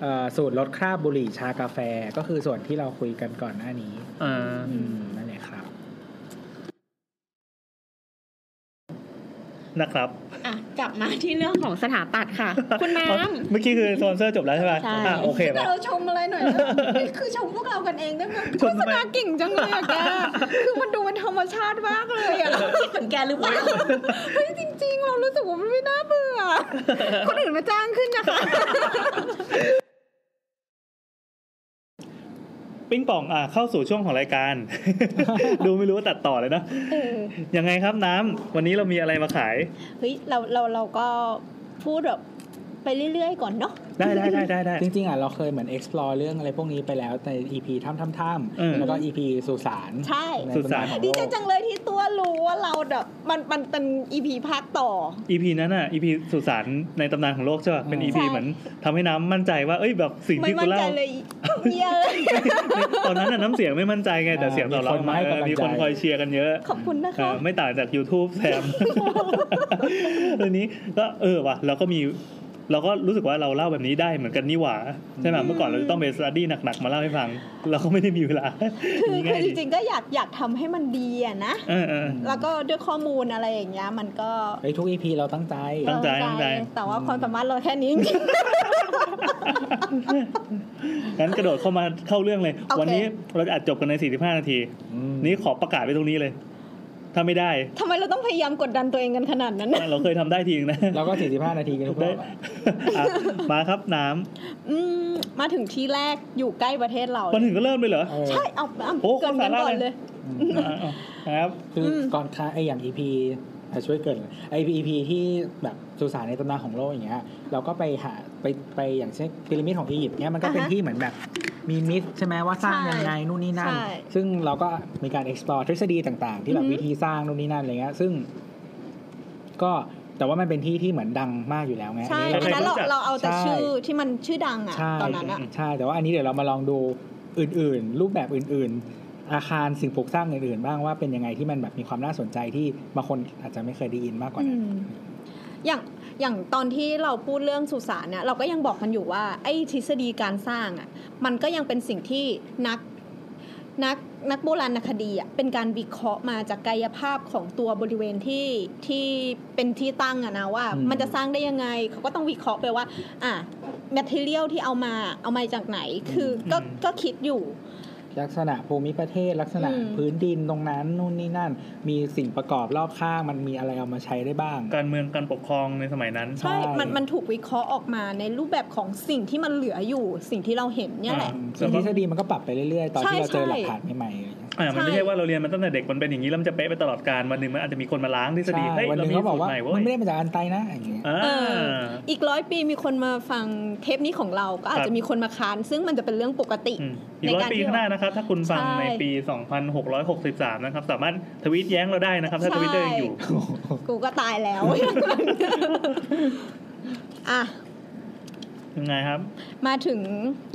[SPEAKER 1] เอ่อสูตรลดคราบบุหรี่ชากาแฟก็คือส่วนที่เราคุยกันก่อนหน้านี้
[SPEAKER 3] อ่า
[SPEAKER 1] อืมนั่นแหละครับ
[SPEAKER 3] นะครับ
[SPEAKER 5] อ่ะกลับมาที่เรื่องของสถาปัตย์ค่ะ คุณน้ำ
[SPEAKER 3] เมื่อกี้คือสปอนเซอร์จบแล้วใช่ไหม
[SPEAKER 5] ใช่
[SPEAKER 3] อ่ะโอเคป่ะ
[SPEAKER 2] เราชมอะไรหน่อย นะนี่คือชมพวกเรากันเองได้ไหม
[SPEAKER 3] ช
[SPEAKER 2] โฆษ
[SPEAKER 3] มทำไม
[SPEAKER 2] ณาเก่งจังเลยอะแก คือมันดูเป็นธรรมชาติมากเลยอะเราคิดเหมือนแกหรือเปล่าเฮ้ยจริง ๆ เรารู้สึกว่ามันไม่น่าเบื่อ คนอื่นมาจ้างขึ้นนะคะ
[SPEAKER 3] ปิ้งป่องอ่ะเข้าสู่ช่วงของรายการ ดูไม่รู้ว่าตัดต่อเลยนะยังไงครับน้ำวันนี้เรามีอะไรมาขาย
[SPEAKER 2] เฮ้ยเราเราเราก็พูดแบบไปเรื่อยๆ ก่อนเนาะ
[SPEAKER 3] ได้ได้ได้ได้ได้
[SPEAKER 1] จริงๆอ่ะเราเคยเหมือน explore เรื่องอะไรพวกนี้ไปแล้วใน EP ถ้ำถ้ำถ้
[SPEAKER 3] อืม
[SPEAKER 1] ำแล้วก็ EP สุสาน
[SPEAKER 2] ใช่
[SPEAKER 1] ใน
[SPEAKER 3] สุสาน
[SPEAKER 1] ตำนของ
[SPEAKER 2] ดี
[SPEAKER 1] โล
[SPEAKER 2] ใจ
[SPEAKER 1] ก
[SPEAKER 2] จังเลยที่ตัวรู้ว่าเราแบบมันมันเป็นอีพีภาคต่อ
[SPEAKER 3] EP นั้นอ่ะ EP สุสานในตำนานของโลกใช่ป่ะเป็น EP
[SPEAKER 2] ใช่
[SPEAKER 3] เหมือนทำให้น้ำมั่นใจว่าเอ้ยแบบสิ่ง
[SPEAKER 2] ไม่
[SPEAKER 3] ที่
[SPEAKER 2] มั่
[SPEAKER 3] กู
[SPEAKER 2] นใจ
[SPEAKER 3] เล่า
[SPEAKER 2] เลยเมียเลย
[SPEAKER 3] ตอนนั้นน่ะน้ำเสียงไม่มั่นใจไงแต่เสียงตอบรับมาเออมีคนคอยเชียร์กันเยอะ
[SPEAKER 2] ขอบคุณนะ
[SPEAKER 3] เอ
[SPEAKER 2] คะ
[SPEAKER 3] อไม่ต่างจาก YouTube แซม ทีนี้ก็เออว่ะเราก็มี เราก็รู้สึกว่าเราเล่าแบบนี้ได้เหมือนกันนี่หว่าใช่ไหมเมื่อก่อนเราจะต้องไปสต u d ดี้หนักๆ มาเล่าให้ฟัง เราก็ไม่ได้มีเวลา
[SPEAKER 2] คือ
[SPEAKER 3] นี่ไง
[SPEAKER 2] คือจริงๆก็อยากอยากทำให้มันดีอะนะ
[SPEAKER 3] เออเออ
[SPEAKER 2] แล้วก็ด้วยข้อมูลอะไรอย่างเงี้ยมันก็
[SPEAKER 1] ไอ้ยทุก EP เราตั้งใจ
[SPEAKER 3] ตั้งใจตั้งใจ
[SPEAKER 2] แต่ว่าความสามารถเราแค่นี้จริง
[SPEAKER 3] งั้นกระโดดเข้ามาเข้าเรื่องเลย
[SPEAKER 2] โอเค
[SPEAKER 3] วันนี้เราจะอัดจบกันใน 45 นาที
[SPEAKER 1] อืม
[SPEAKER 3] นี้ขอประกาศไว้ตรงนี้เลย ถ้าไม่ได้
[SPEAKER 2] ๆทำไมเราต้องพยายามกดดันตัวเองกันขนาดนั้น
[SPEAKER 3] เราเคยทำได้ทีนึงนะ
[SPEAKER 1] แล้วก็ 45 นาทีกันทุกร
[SPEAKER 3] ได้
[SPEAKER 1] อบอะ
[SPEAKER 3] อ่ะมาครับน้ำ
[SPEAKER 2] อืมมาถึงที่แรกอยู่ใกล้ประเทศเรา
[SPEAKER 3] วันถึงก็เริ่มเลยเหรอ
[SPEAKER 1] เออ
[SPEAKER 2] ใช่เอาเอา
[SPEAKER 3] โอ้
[SPEAKER 2] เกรินกัน
[SPEAKER 3] สาระ
[SPEAKER 2] ก่อน
[SPEAKER 3] เล
[SPEAKER 2] เลย ย
[SPEAKER 3] อ่ะอ่ะครับ
[SPEAKER 1] คือก่อนค่าไออย่าง EP อ่ะช่วยเกินไอ EP ที่แบบสุสานในตำนานของโลกอย่างเงี้ยเราก็ไปหาไปไปอย่างเช่นพีระมิดของอียิปต์เนี้ยมันก็เป็น
[SPEAKER 2] อ่าฮะ
[SPEAKER 1] ที่เหมือนแบบมีมิสใช่ไหมว่าสร้างยังไงนู่นนี่นั่น
[SPEAKER 2] ใช่
[SPEAKER 1] ซึ่งเราก็มีการ explore ทฤษฎีต่างๆ ที่แบบวิธีสร้างนู่นนี่นั่นอะไรเงี้ยซึ่ง ก็แต่ว่ามันเป็นที่ที่เหมือนดังมากอยู่แล้วไง
[SPEAKER 2] ใช่
[SPEAKER 1] อัน
[SPEAKER 2] อัน
[SPEAKER 1] นี้
[SPEAKER 2] นั้น
[SPEAKER 1] เรา
[SPEAKER 2] เราเราเอาแต่
[SPEAKER 1] ใช่
[SPEAKER 2] ชื่อที่มันชื่อดังอะ
[SPEAKER 1] ใช่
[SPEAKER 2] ตอนนั้นอะ
[SPEAKER 1] ใช่ แต่ว่าอันนี้เดี๋ยวเรามาลองดูอื่นๆ รูปแบบอื่นๆ อาคารสิ่งปลูกสร้างอื่นๆ บ้างว่าเป็นยังไงที่มันแบบมีความน่าสนใจที่บางคนอาจจะไม่เคยได้ยินมากกว่า
[SPEAKER 2] อื
[SPEAKER 1] นั้น
[SPEAKER 2] มอย่างอย่างตอนที่เราพูดเรื่องสุสานเนี่ยเราก็ยังบอกกันอยู่ว่า ไอ้ทฤษฎีการสร้างอะมันก็ยังเป็นสิ่งที่นักนักนักโบราณคดีอะเป็นการวิเคราะห์มาจากกายภาพของตัวบริเวณที่ที่เป็นที่ตั้งอะนะว่า มันจะสร้างได้ยังไงเขาก็ต้องวิเคราะห์ไปว่า อ่ะแมทเทียลที่เอามาเอามาจากไหน คืออก็
[SPEAKER 3] อืม
[SPEAKER 2] ก็คิดอยู่
[SPEAKER 1] ลักษณะภูมิประเทศลักษณะ
[SPEAKER 2] อืม
[SPEAKER 1] พื้นดินตรงนั้นนู่นนี่นั่น มีสิ่งประกอบรอบข้างมันมีอะไรเอามาใช้ได้บ้าง
[SPEAKER 3] การเมืองการปกครองในสมัยนั้น
[SPEAKER 1] ใช่
[SPEAKER 2] ใช่ มันมันถูกวิเคราะห์ออกมาในรูปแบบของสิ่งที่มันเหลืออยู่ สิ่งที่เราเห็นเนี่ยแหละ
[SPEAKER 3] อ่า
[SPEAKER 1] ซึ่งทฤษฎีมันก็ปรับไปเรื่อยๆ ตอนที่เรา
[SPEAKER 2] ใช่
[SPEAKER 1] เจอ
[SPEAKER 2] ใช่
[SPEAKER 1] หลักฐานใหม่ๆอะไรเงี้ย
[SPEAKER 3] อ่ามันไม่
[SPEAKER 2] ใช่
[SPEAKER 3] ใช่ว่าเราเรียนมาตั้งแต่เด็กมันเป็นอย่างนี้แล้วมันจะเป๊ะไปตลอดการวันหนึ่งมันอาจจะมีคนมาล้างทฤษ
[SPEAKER 1] ใช่
[SPEAKER 3] ฎีเฮ้ย
[SPEAKER 1] วันห
[SPEAKER 3] เรา
[SPEAKER 1] นึง
[SPEAKER 3] มี
[SPEAKER 1] เขาบอก
[SPEAKER 3] สูตร
[SPEAKER 1] ว่า
[SPEAKER 3] ใหม่เว้
[SPEAKER 1] มัน
[SPEAKER 3] ย
[SPEAKER 1] ไม่ได้มาจากอันไตนะอย่างเงี้ย
[SPEAKER 3] อ่า
[SPEAKER 2] เอออีกร้อยปีมีคนมาฟังเทปนี้ของเราก็อาจ
[SPEAKER 3] ครั
[SPEAKER 2] จะ
[SPEAKER 3] บ
[SPEAKER 2] มีคนมาค้าน ซึ่งมันจะเป็นเรื่องปกติ
[SPEAKER 3] มอีกร้อย
[SPEAKER 2] ในการ
[SPEAKER 3] ปี
[SPEAKER 2] ที่
[SPEAKER 3] ข้างหน้านะครับ ถ้าคุณฟัง
[SPEAKER 2] ใช่
[SPEAKER 3] ในปี 2663 นะครับ สามารถทวีตแย้งเราได้นะครับ ถ้าทวิตเตอร์ยังอยู่
[SPEAKER 2] กูก็ตายแล้ว อ่ะ
[SPEAKER 3] ยังไงครับ
[SPEAKER 2] มาถึง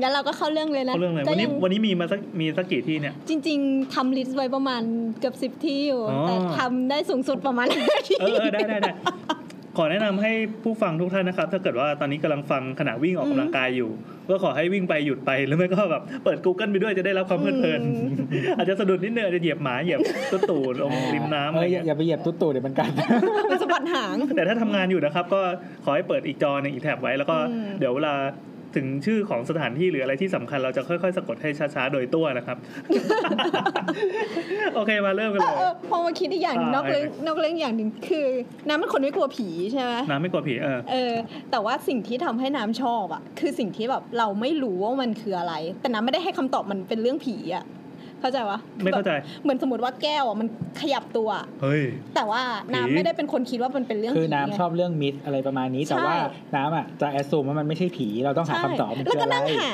[SPEAKER 2] งั้นเราก็เข้าเรื่องเลยนะ
[SPEAKER 3] เขาเรื่องอะไร
[SPEAKER 2] ก็
[SPEAKER 3] วั
[SPEAKER 2] ยั
[SPEAKER 3] นนี้
[SPEAKER 2] ง
[SPEAKER 3] วันนี้มีมาสักมีสักกี่ที่เนี่ย
[SPEAKER 2] จริง ๆทำลิสต์ไว้ประมาณเกือบสิบ10 ที่อยู่
[SPEAKER 3] อ๋อ
[SPEAKER 2] แต่ทำได้สูงสุดประมาณห้าที่
[SPEAKER 3] เออเออได้ได้ได้ ขอแนะนำให้ผู้ฟังทุกท่านนะครับ ถ้าเกิดว่าตอนนี้กำลังฟังขณะวิ่งออกกำลังกายอยู่ ก็ขอให้วิ่งไปหยุดไปหรือไม่ก็แบบเปิด Google ไปด้วยจะได้รับความเพลิดเพลิน
[SPEAKER 2] อืม
[SPEAKER 3] อาจจะสะดุดนิดนึงอาจจะเหยียบหมาเหยียบ ตุ๊ดตูดลงริมน้ำ
[SPEAKER 1] เอ
[SPEAKER 3] อะไร
[SPEAKER 1] ออย่า
[SPEAKER 3] เงี้ย
[SPEAKER 1] อย่าไปเหยียบตุ๊ดตูดเดี๋ยวมันกัด
[SPEAKER 2] มันสะบัดหาง
[SPEAKER 3] แต่ถ้าทำงานอยู่นะครับ ก็ขอให้เปิดอีกจอหนึงอีกแท็บไว้แล้วก็
[SPEAKER 2] อืม
[SPEAKER 3] เดี๋ยวเวลา ถึงชื่อของสถานที่หรืออะไรที่สำคัญเราจะค่อยๆ สะกดให้ช้าๆ โดยตัวนะครับ โอเคมาเริ่มกัน
[SPEAKER 2] เอ
[SPEAKER 3] เล
[SPEAKER 2] อย เออพอมาคิดอีกอย่างหนึ่งอ
[SPEAKER 3] อ่าน
[SPEAKER 2] กเรื่อง
[SPEAKER 3] ไอ้
[SPEAKER 2] นอกเรื่องอย่างหนึ่งคือน้ำเป็นคนไม่กลัวผีใช่ไหม
[SPEAKER 3] น้ำไม่กลัวผีเออ
[SPEAKER 2] เออ แต่ว่าสิ่งที่ทำให้น้ำชอบอะคือสิ่งที่แบบเราไม่รู้ว่ามันคืออะไร แต่น้ำไม่ได้ให้คำตอบมันเป็นเรื่องผีอะเข้าใจปะ
[SPEAKER 3] ไม่เข้าใจ
[SPEAKER 2] แบบเหมือนสมมติว่าแก้วอะมันขยับตัว
[SPEAKER 3] เฮ้ย
[SPEAKER 2] แต่ว่า
[SPEAKER 3] ผี
[SPEAKER 2] น้ำไม่ได้เป็นคนคิดว่ามันเป็นเรื่อง
[SPEAKER 1] คือ
[SPEAKER 2] ผี
[SPEAKER 1] น้ำ
[SPEAKER 2] ไง
[SPEAKER 1] ชอบเรื่องมิดอะไรประมาณนี้ แต่
[SPEAKER 2] ใช่
[SPEAKER 1] ว่าน้ำอ่ะจะแอสซูมว่ามันไม่ใช่ผี เราต้องหาคำตอบว่ามัน
[SPEAKER 2] แล้ว
[SPEAKER 1] คือ
[SPEAKER 2] ก็
[SPEAKER 1] อะไร
[SPEAKER 2] นั่งหา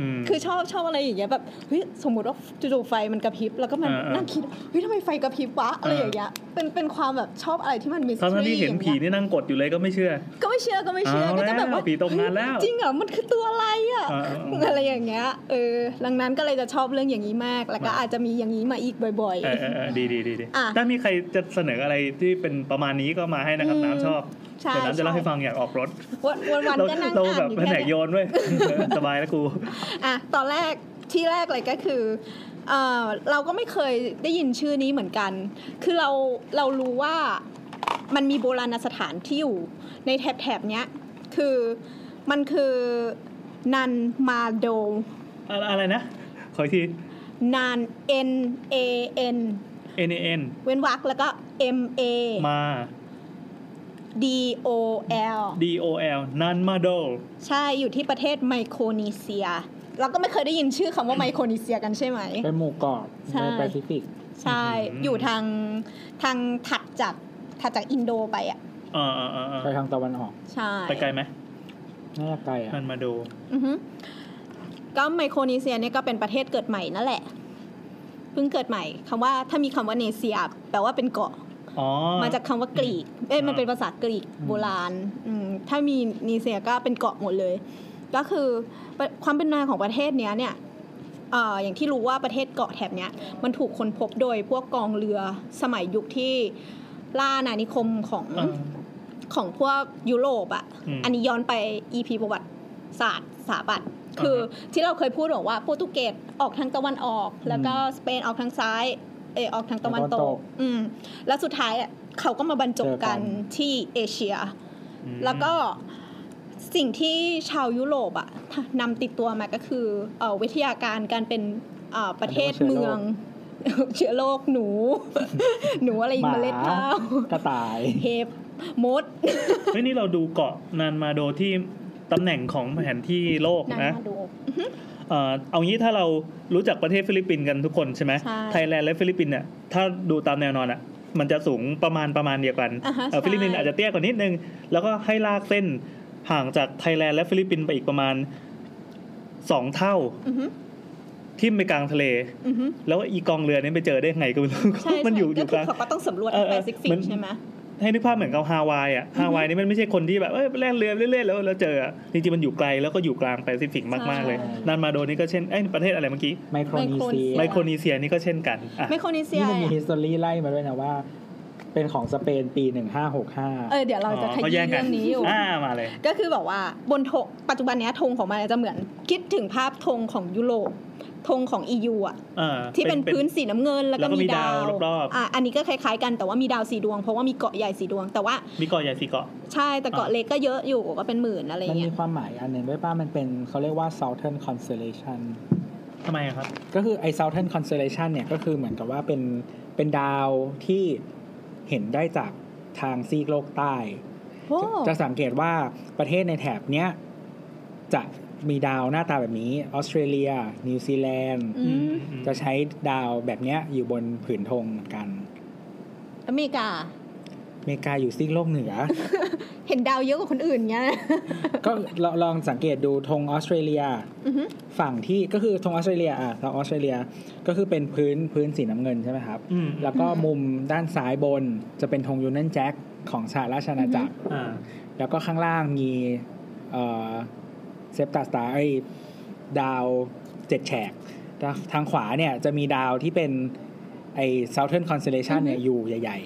[SPEAKER 3] อืม
[SPEAKER 2] คือชอบชอบอะไรอย่างเงี้ยแบบเฮ้ยสมมติว่าจู่ๆไฟมันกระพริบแล้วก็มัน
[SPEAKER 3] เออเออ
[SPEAKER 2] นั่งคิดเฮ้ยทำไมไฟกระพริบวะอะไร
[SPEAKER 3] เออ
[SPEAKER 2] อ
[SPEAKER 3] อ
[SPEAKER 2] ย่างเงี้ยเป็นเป็นความแบบชอบอะไรที่มันมิส
[SPEAKER 3] ตอน
[SPEAKER 2] ทรี
[SPEAKER 3] ที่เห็นผีนี่นั่งกดอยู่เลยก็ไม่ เชื่อ
[SPEAKER 2] ก็ไม่เชื่อก็ไม่เชื่อ
[SPEAKER 3] เอา
[SPEAKER 2] ก็จะแบบว่า
[SPEAKER 3] แล้วผีตกงานแล้ว
[SPEAKER 2] จริงเหรอมันคือตัวอะไรอ่ะ
[SPEAKER 3] เออเออ
[SPEAKER 2] อะไรอย่างเงี้ยเออดังนั้นก็เลยจะชอบเรื่องอย่างนี้มาก แล้วก็
[SPEAKER 3] มา
[SPEAKER 2] อาจจะมีอย่างนี้มาอีกบ่อย
[SPEAKER 3] เออเออเออดีดีดีดี
[SPEAKER 2] อ่ะ
[SPEAKER 3] ถ้ามีใครจะเสนออะไรที่เป็นประมาณนี้ก็มาให้นะครับ
[SPEAKER 2] อืม
[SPEAKER 3] น้ำชอบ
[SPEAKER 2] ใช่
[SPEAKER 3] เดี๋ยวน้ำจะเล่า
[SPEAKER 2] ใช่
[SPEAKER 3] ให้ฟังอยากออกรถ
[SPEAKER 2] ๆวันวัน
[SPEAKER 3] เรา
[SPEAKER 2] ๆก็นั่ง
[SPEAKER 3] เรา
[SPEAKER 2] อ่าน
[SPEAKER 3] แบบ
[SPEAKER 2] อยู่
[SPEAKER 3] แผน
[SPEAKER 2] แค่เนี้
[SPEAKER 3] ก
[SPEAKER 2] ย
[SPEAKER 3] โยนเว้ ยเออสบายแล้วกู
[SPEAKER 2] อ่ะตอนแรกที่แรกเลยก็คือเออเราก็ไม่เคยได้ยินชื่อนี้เหมือนกัน คือเราเรารู้ว่ามันมีโบราณสถานที่อยู่ในแถบแถบๆเนี้ย คือมันคือนันมาโด
[SPEAKER 3] อะอะไรนะ ขออีกที
[SPEAKER 2] นัน N A N
[SPEAKER 3] N A N
[SPEAKER 2] เว้นวรรคแล้วก็ M A
[SPEAKER 3] มา
[SPEAKER 2] D O L
[SPEAKER 3] D O L นันมาโด
[SPEAKER 2] ใช่อยู่ที่ประเทศไมโครนีเซีย เราก็ไม่เคยได้ยินชื่อคำว่าไมโครนีเซียกันใช่ไหม
[SPEAKER 1] เป็นหมู่เกาะ
[SPEAKER 2] ใช่
[SPEAKER 1] ในแปซิฟิก
[SPEAKER 2] ใช่
[SPEAKER 3] อืม
[SPEAKER 2] อยู่ทางทางถัดจากถัดจากอินโดไปอ่ะ
[SPEAKER 3] อ่าอ่าอ่าอ่า
[SPEAKER 1] ไปทางตะวันออก
[SPEAKER 2] ใช่
[SPEAKER 3] ไปไกลไหม
[SPEAKER 1] น่าจะไกลอ่ะ
[SPEAKER 3] นันมาโด
[SPEAKER 2] อือฮึก็ไมโครนีเซียเนี่ยก็เป็นประเทศเกิดใหม่นั่นแหละ เพิ่งเกิดใหม่คำว่าถ้ามีคำว่าเนเซีย แปลว่าเป็นเกาะ
[SPEAKER 3] อ๋อ
[SPEAKER 2] มาจากคำว่ากรีก เอ้ย มันเป็นภาษากรีกโบราณอืมถ้ามีนีเซียก็เป็นเกาะหมดเลย ก็คือประความเป็นมาของประเทศเนี้ยเนี่ยเอ่ออย่างที่รู้ว่าประเทศเกาะแถบเนี้ยมันถูกค้นพบโดยพวกกองเรือสมัยยุคที่ล่าอาณานิคมของ ของพวกยุโรปอะ
[SPEAKER 3] อืม
[SPEAKER 2] อันนี้ย้อนไป EP ประวัติศาสตร์สถาปัตย์คืออา
[SPEAKER 3] ฮ
[SPEAKER 2] ที่เราเคยพูดบอกว่าโปรตุเกสออกทางตะวันออก แล้วก็สเปนออกทางซ้ายเออออกทางตะวันต
[SPEAKER 1] ตะวันต
[SPEAKER 2] ก
[SPEAKER 1] ก
[SPEAKER 2] อืมแล้วสุดท้ายอะเขาก็มาบรรจบ
[SPEAKER 1] เจอกั
[SPEAKER 2] กัน
[SPEAKER 1] น
[SPEAKER 2] ที่เอเชีย
[SPEAKER 3] อืม
[SPEAKER 2] แล้วก็สิ่งที่ชาวยุโรปอะนำติดตัวมาก็คือเอ่อวิทยาการการเป็นเอ่อประเทศเมือง เชื้อโรคหนู หนูอะไรอีก
[SPEAKER 1] หมา
[SPEAKER 2] เมล็ดข้าว
[SPEAKER 1] กระต่าย
[SPEAKER 2] เห็บมด
[SPEAKER 3] เฮ้ยนี่เราดูเกาะนันมาโดที่ตำแหน่งของแผนที่โลก
[SPEAKER 2] นั่น
[SPEAKER 3] นะ
[SPEAKER 2] มาดู
[SPEAKER 3] เอ่อเอางี้ถ้าเรารู้จักประเทศฟิลิปปินส์กันทุกคนใช่ไหม
[SPEAKER 2] ใช่
[SPEAKER 3] ไทยแลนด์และฟิลิปปินส์เนี่ยถ้าดูตามแนวนอนอ่ะมันจะสูงประมาณประมาณเดียวกัน
[SPEAKER 2] อ่าฮะ
[SPEAKER 3] เอ่อ
[SPEAKER 2] ใช่
[SPEAKER 3] ฟิลิปปินส์อาจจะเตี้ยกว่านิดนึง แล้วก็ให้ลากเส้นห่างจากไทยแลนด์และฟิลิปปินส์ไปอีกประมาณสองเท่า
[SPEAKER 2] อือฮึ
[SPEAKER 3] ทิ่มไปกลางทะเล
[SPEAKER 2] อือฮึ
[SPEAKER 3] แล้วอีกองเรือนี้ไปเจอได้ไงก็ไม่รู้
[SPEAKER 2] ใช่
[SPEAKER 3] มันอยู่อ
[SPEAKER 2] ใช่
[SPEAKER 3] ยู่กลาง
[SPEAKER 2] ก็คืเขาก็ต้องสำรวจ
[SPEAKER 3] เออเอ
[SPEAKER 2] แป
[SPEAKER 3] อ
[SPEAKER 2] ซิฟิ
[SPEAKER 3] มั
[SPEAKER 2] ก
[SPEAKER 3] น
[SPEAKER 2] ใช่ไหม
[SPEAKER 3] ให้นึกภาพเหมือนกับฮาวายอ่ะฮาวายนี่มันไม่ใช่คนที่แบบเอ้ยแล่นเรือไปเรื่อยๆแล้วแล้วเจออะจริงๆมันอยู่ไกลแล้วก็อยู่กลางแปซิฟิกมากๆเลย
[SPEAKER 2] ใช่
[SPEAKER 3] นันมาโดนี่ก็เช่นเอ้ยประเทศอะไรเมื่อกี้
[SPEAKER 1] ไมโครนีเซีย
[SPEAKER 3] ไมโครนีเซียนี่ก็เช่นกันอ่ะ
[SPEAKER 2] ไมโครนีเซีย
[SPEAKER 1] นี่มันมีฮิสตอรี่ไล่มาด้วยนะว่า เป็นของสเปนปี
[SPEAKER 2] เอ
[SPEAKER 1] 1565
[SPEAKER 2] อเดี๋ยวเราจะข
[SPEAKER 3] อ๋อก็
[SPEAKER 2] ยี้
[SPEAKER 3] แย่งกั
[SPEAKER 2] เรื่องนี้อยู่
[SPEAKER 3] อ่ามาเลย
[SPEAKER 2] ก็คือแบบว่าบนธงปัจจุบันเนี้ยธงของมันจะเหมือนคิดถึงภาพธงของยุโรปธงของ EU อ่ะ
[SPEAKER 3] เออ
[SPEAKER 2] ที่เป็นพื้นสีน้ำเงินแล้ว
[SPEAKER 3] แล้ว
[SPEAKER 2] ก็
[SPEAKER 3] ก็มี
[SPEAKER 2] มี
[SPEAKER 3] ดา
[SPEAKER 2] ดาวว
[SPEAKER 3] รอบ
[SPEAKER 2] อ่ะอันนี้ก็คล้ายๆกันแต่ว่ามีดาวสีดวงเพราะว่ามีเกาะใหญ่สีดวง แต่ว่า
[SPEAKER 3] ๆมีเกาะใหญ่สี่เกาะ
[SPEAKER 2] ใช่แต่เกาะเล็กก็เยอะอยู่ก็เป็นหมื่นอะไร
[SPEAKER 1] มัน
[SPEAKER 2] เงี้
[SPEAKER 1] มี
[SPEAKER 2] ย
[SPEAKER 1] ความหมายอันหนึ่งด้วยป้ามันเป็นเขาเรียกว่า Southern Constellation
[SPEAKER 3] ทำไมอะครับ
[SPEAKER 1] ก็คือไอ้ Southern Constellation เนี่ยก็คือเหมือนกับว่าเป็นเป็นดาวที่เห็นได้จากทางซีกโลกใต้
[SPEAKER 2] โอ้
[SPEAKER 1] จะสังเกตว่าประเทศในแถบเนี้ยจะมีดาวหน้าตาแบบนี้ ออสเตรเลีย นิวซีแลนด์
[SPEAKER 2] อืม
[SPEAKER 1] จะใช้ดาวแบบเนี้ยอยู่บนผืนธงเหมือนกัน
[SPEAKER 2] อเมริกา
[SPEAKER 1] อเมริกาอยู่ซีกโลกเหนื อ
[SPEAKER 2] เห็นดาวเยอะกว่าคนอื่นเงี้ย
[SPEAKER 1] ก็ลองลองสังเกตดูธงออสเตรเลีย
[SPEAKER 2] อือฮึ
[SPEAKER 1] ฝั่งที่ก็คือธงออสเตรเลียอ่ะธงออสเตรเลียก็คือเป็นพื้นพื้นสีน้ำเงินใช่ไหมครับ
[SPEAKER 3] อืม
[SPEAKER 1] แล้วก็มุมด้านซ้ายบนจะเป็นธงยูเนียนแจ็คของสหราชอาณาจักร
[SPEAKER 3] อ่า
[SPEAKER 1] แล้วก็ข้างล่างมีเอ่อเซปตาสตาร์ไอยดาวเจ็ดแฉกทางทางขวาเนี่ยจะมีดาวที่เป็นไอ Southern Constellation เนี่ยอยู่ใหญ่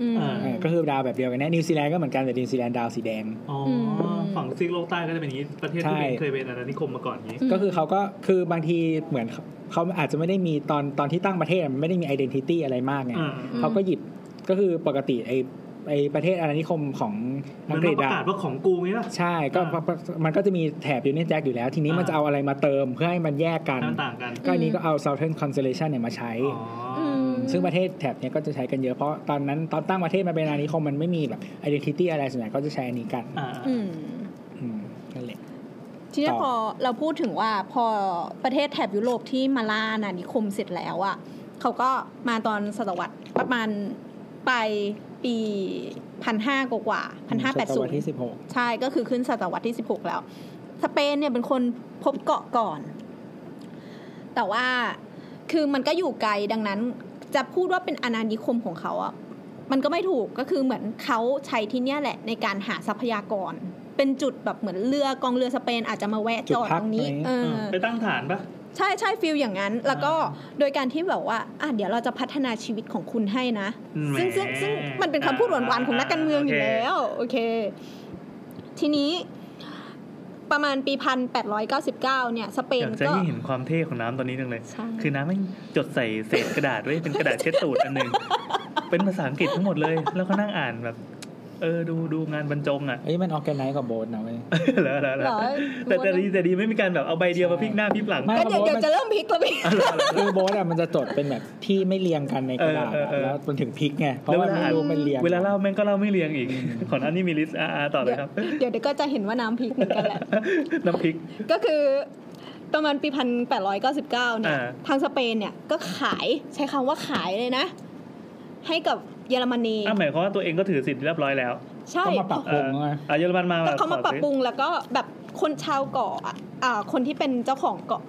[SPEAKER 2] อืม
[SPEAKER 1] ๆเออก็คือดาวแบบเดียวกันนะนิวซีแลนด์ก็เหมือนกันแต่นิวซีแลนด์ดาวสีแดง
[SPEAKER 3] อ๋ออ
[SPEAKER 2] ม
[SPEAKER 3] ฝั่งซีกโลกใต้ก็จะเป็นอย่างนี้ ประเทศ
[SPEAKER 1] ใช่
[SPEAKER 3] ที่เป็นเคยเป็นอาณานิคมมาก่อนอย่างนี้
[SPEAKER 1] ก็คือเขาก็คือบางทีเหมือนเขาเขาอาจจะไม่ได้มีตอนตอนที่ตั้งประเทศมันไม่ได้มี identity อะไรมากไง
[SPEAKER 3] อ่า
[SPEAKER 1] เขาก็หยิบก็คือปกติไอ ไอประเทศอาณานิคมของ
[SPEAKER 3] เหมั
[SPEAKER 1] อัง
[SPEAKER 3] น
[SPEAKER 1] ก
[SPEAKER 3] มา
[SPEAKER 1] ฤษ
[SPEAKER 3] ประ
[SPEAKER 1] อะ
[SPEAKER 3] กาศว่าของกูไงล่ะ
[SPEAKER 1] ใช่ก็
[SPEAKER 3] อ่า
[SPEAKER 1] มันก็จะมีแถบยูเนียนแจ็คอยู่แล้ว ทีนี้มัน
[SPEAKER 3] อ่า
[SPEAKER 1] จะเอาอะไรมาเติมเพื่อให้มันแยกกัน
[SPEAKER 3] หน้าต่างกัน
[SPEAKER 1] ก็อันนี้ก็เอา Southern Constellation เนี่ยมาใช้
[SPEAKER 3] อ๋ออ
[SPEAKER 1] ซึ่งประเทศแถบเนี้ยก็จะใช้กันเยอะเพราะตอนนั้นตอนตั้งประเทศมาเป็นอาณานิคมมันไม่มีแบบ identity อะไรส่วนใหญ่ก็จะใช้อันนี้กัน
[SPEAKER 3] อ่า
[SPEAKER 2] อืม
[SPEAKER 1] อืมนั่นแหละ
[SPEAKER 2] ทีนี้
[SPEAKER 1] ต่อ
[SPEAKER 2] พอเราพูดถึงว่าพอประเทศแถบยุโรปที่มาล่าอาณานิคมเสร็จแล้วอะ่ะเขาก็มาตอนศตวรรษประมาณไปลายปีพันห้ากว่าพันห้าแปด
[SPEAKER 1] ศ
[SPEAKER 2] ศู
[SPEAKER 1] ตวร
[SPEAKER 2] น
[SPEAKER 1] ร
[SPEAKER 2] ย์
[SPEAKER 1] ษที่สิบหก
[SPEAKER 2] ใช่ก็คือขึ้นศตวรรษที่สิบหกแล้ว สเปนเนี่ยเป็นคนพบเกาะก่อน แต่ว่าคือมันก็อยู่ไกลดังนั้น จะพูดว่าเป็นอาณานิคมของเขาอะมันก็ไม่ถูกก็คือเหมือนเขาใช้ที่เนี่ยแหละในการหาทรัพยากร เป็นจุดแบบเหมือนเรือกองเรือสเปนอาจจะมาแวะจอดตรงนี้เออ
[SPEAKER 3] ไปตั้งฐานปะ
[SPEAKER 2] ใช่ใช่ฟิลอย่างนั้น แล้วก็โดยการที่แบบว่าอ่ะเดี๋ยวเราจะพัฒนาชีวิตของคุณให้นะ
[SPEAKER 3] แหม
[SPEAKER 2] ซึ่งซึ่งซึ่งมันเป็นคำพูดหวานๆของนักการเมืองอยู่
[SPEAKER 3] โอเค
[SPEAKER 2] แล้ว โอเค ทีนี้ประมาณปี 1899 เนี่ยสเป
[SPEAKER 3] อนยากจะ
[SPEAKER 2] ก็
[SPEAKER 3] ให้เห็นความเท่ของน้ำตอนนี้จังเลย
[SPEAKER 2] ใช่
[SPEAKER 3] คือน้ำไม่งจดใส่เศษกระดาษไว้เป็นกระดาษเช็ดตูดอันหนึ่ง เป็นภาษาอังกฤษทั้งหมดเลย แล้วก็นั่งอ่านแบบ เออดูดูงานบรรจงอ่ะ
[SPEAKER 1] เอ้ยมันออแกไนซ์กับโบสนะเว้ย
[SPEAKER 3] เหรอเหรอเหร
[SPEAKER 2] เหร
[SPEAKER 3] อ
[SPEAKER 2] อ
[SPEAKER 3] แต่แต่ดีแต่ดีไม่มีการแบบเอาใบเดียวมาพลิกหน้าพลิกหลัง
[SPEAKER 1] ไม่
[SPEAKER 2] ก็เดี๋ยวเดี๋ยวจะเริ่มพลิกแล้วพี่
[SPEAKER 3] อ๋อเหรอเหรอ
[SPEAKER 1] คือโบสอะมันจะจดเป็นแบบที่ไม่เรียงกันในกระดาษอะ
[SPEAKER 3] เออเออเออ
[SPEAKER 1] แล้วมันถึงพลิกไงเพราะว่าไม่รู้มันเรียง
[SPEAKER 3] เวลาเล่าแม่งก็เล่าไม่เรียงอีก ของอันนี้มีลิสต์อาต่อเลยครับ
[SPEAKER 2] เดี๋ยวเดี๋ยวก็จะเห็นว่าน้ำพริกเหมือนกันแหละ
[SPEAKER 3] น้ำพริก
[SPEAKER 2] ก็คือประมาณปี 1899 เนี่ย
[SPEAKER 3] อ่า
[SPEAKER 2] ทางสเปนเนี่ยก็ขายใช้คำว่าขายเลยนะ ให้กับเยอรมนี
[SPEAKER 3] อ้าวหมายความว่าตัวเองก็ถือสิทธิ์เรียบร้อยแล้ว
[SPEAKER 2] ใช่
[SPEAKER 1] ก็มาปรับปรุงไง
[SPEAKER 3] อ่ะเยอรมันมา
[SPEAKER 2] แต่เขามาปรับ
[SPEAKER 3] ขอซื้อ
[SPEAKER 2] ปรุงแล้วก็แบบคนชาวเกาะอ่ะอ่าคนที่เป็นเจ้าของเกาะ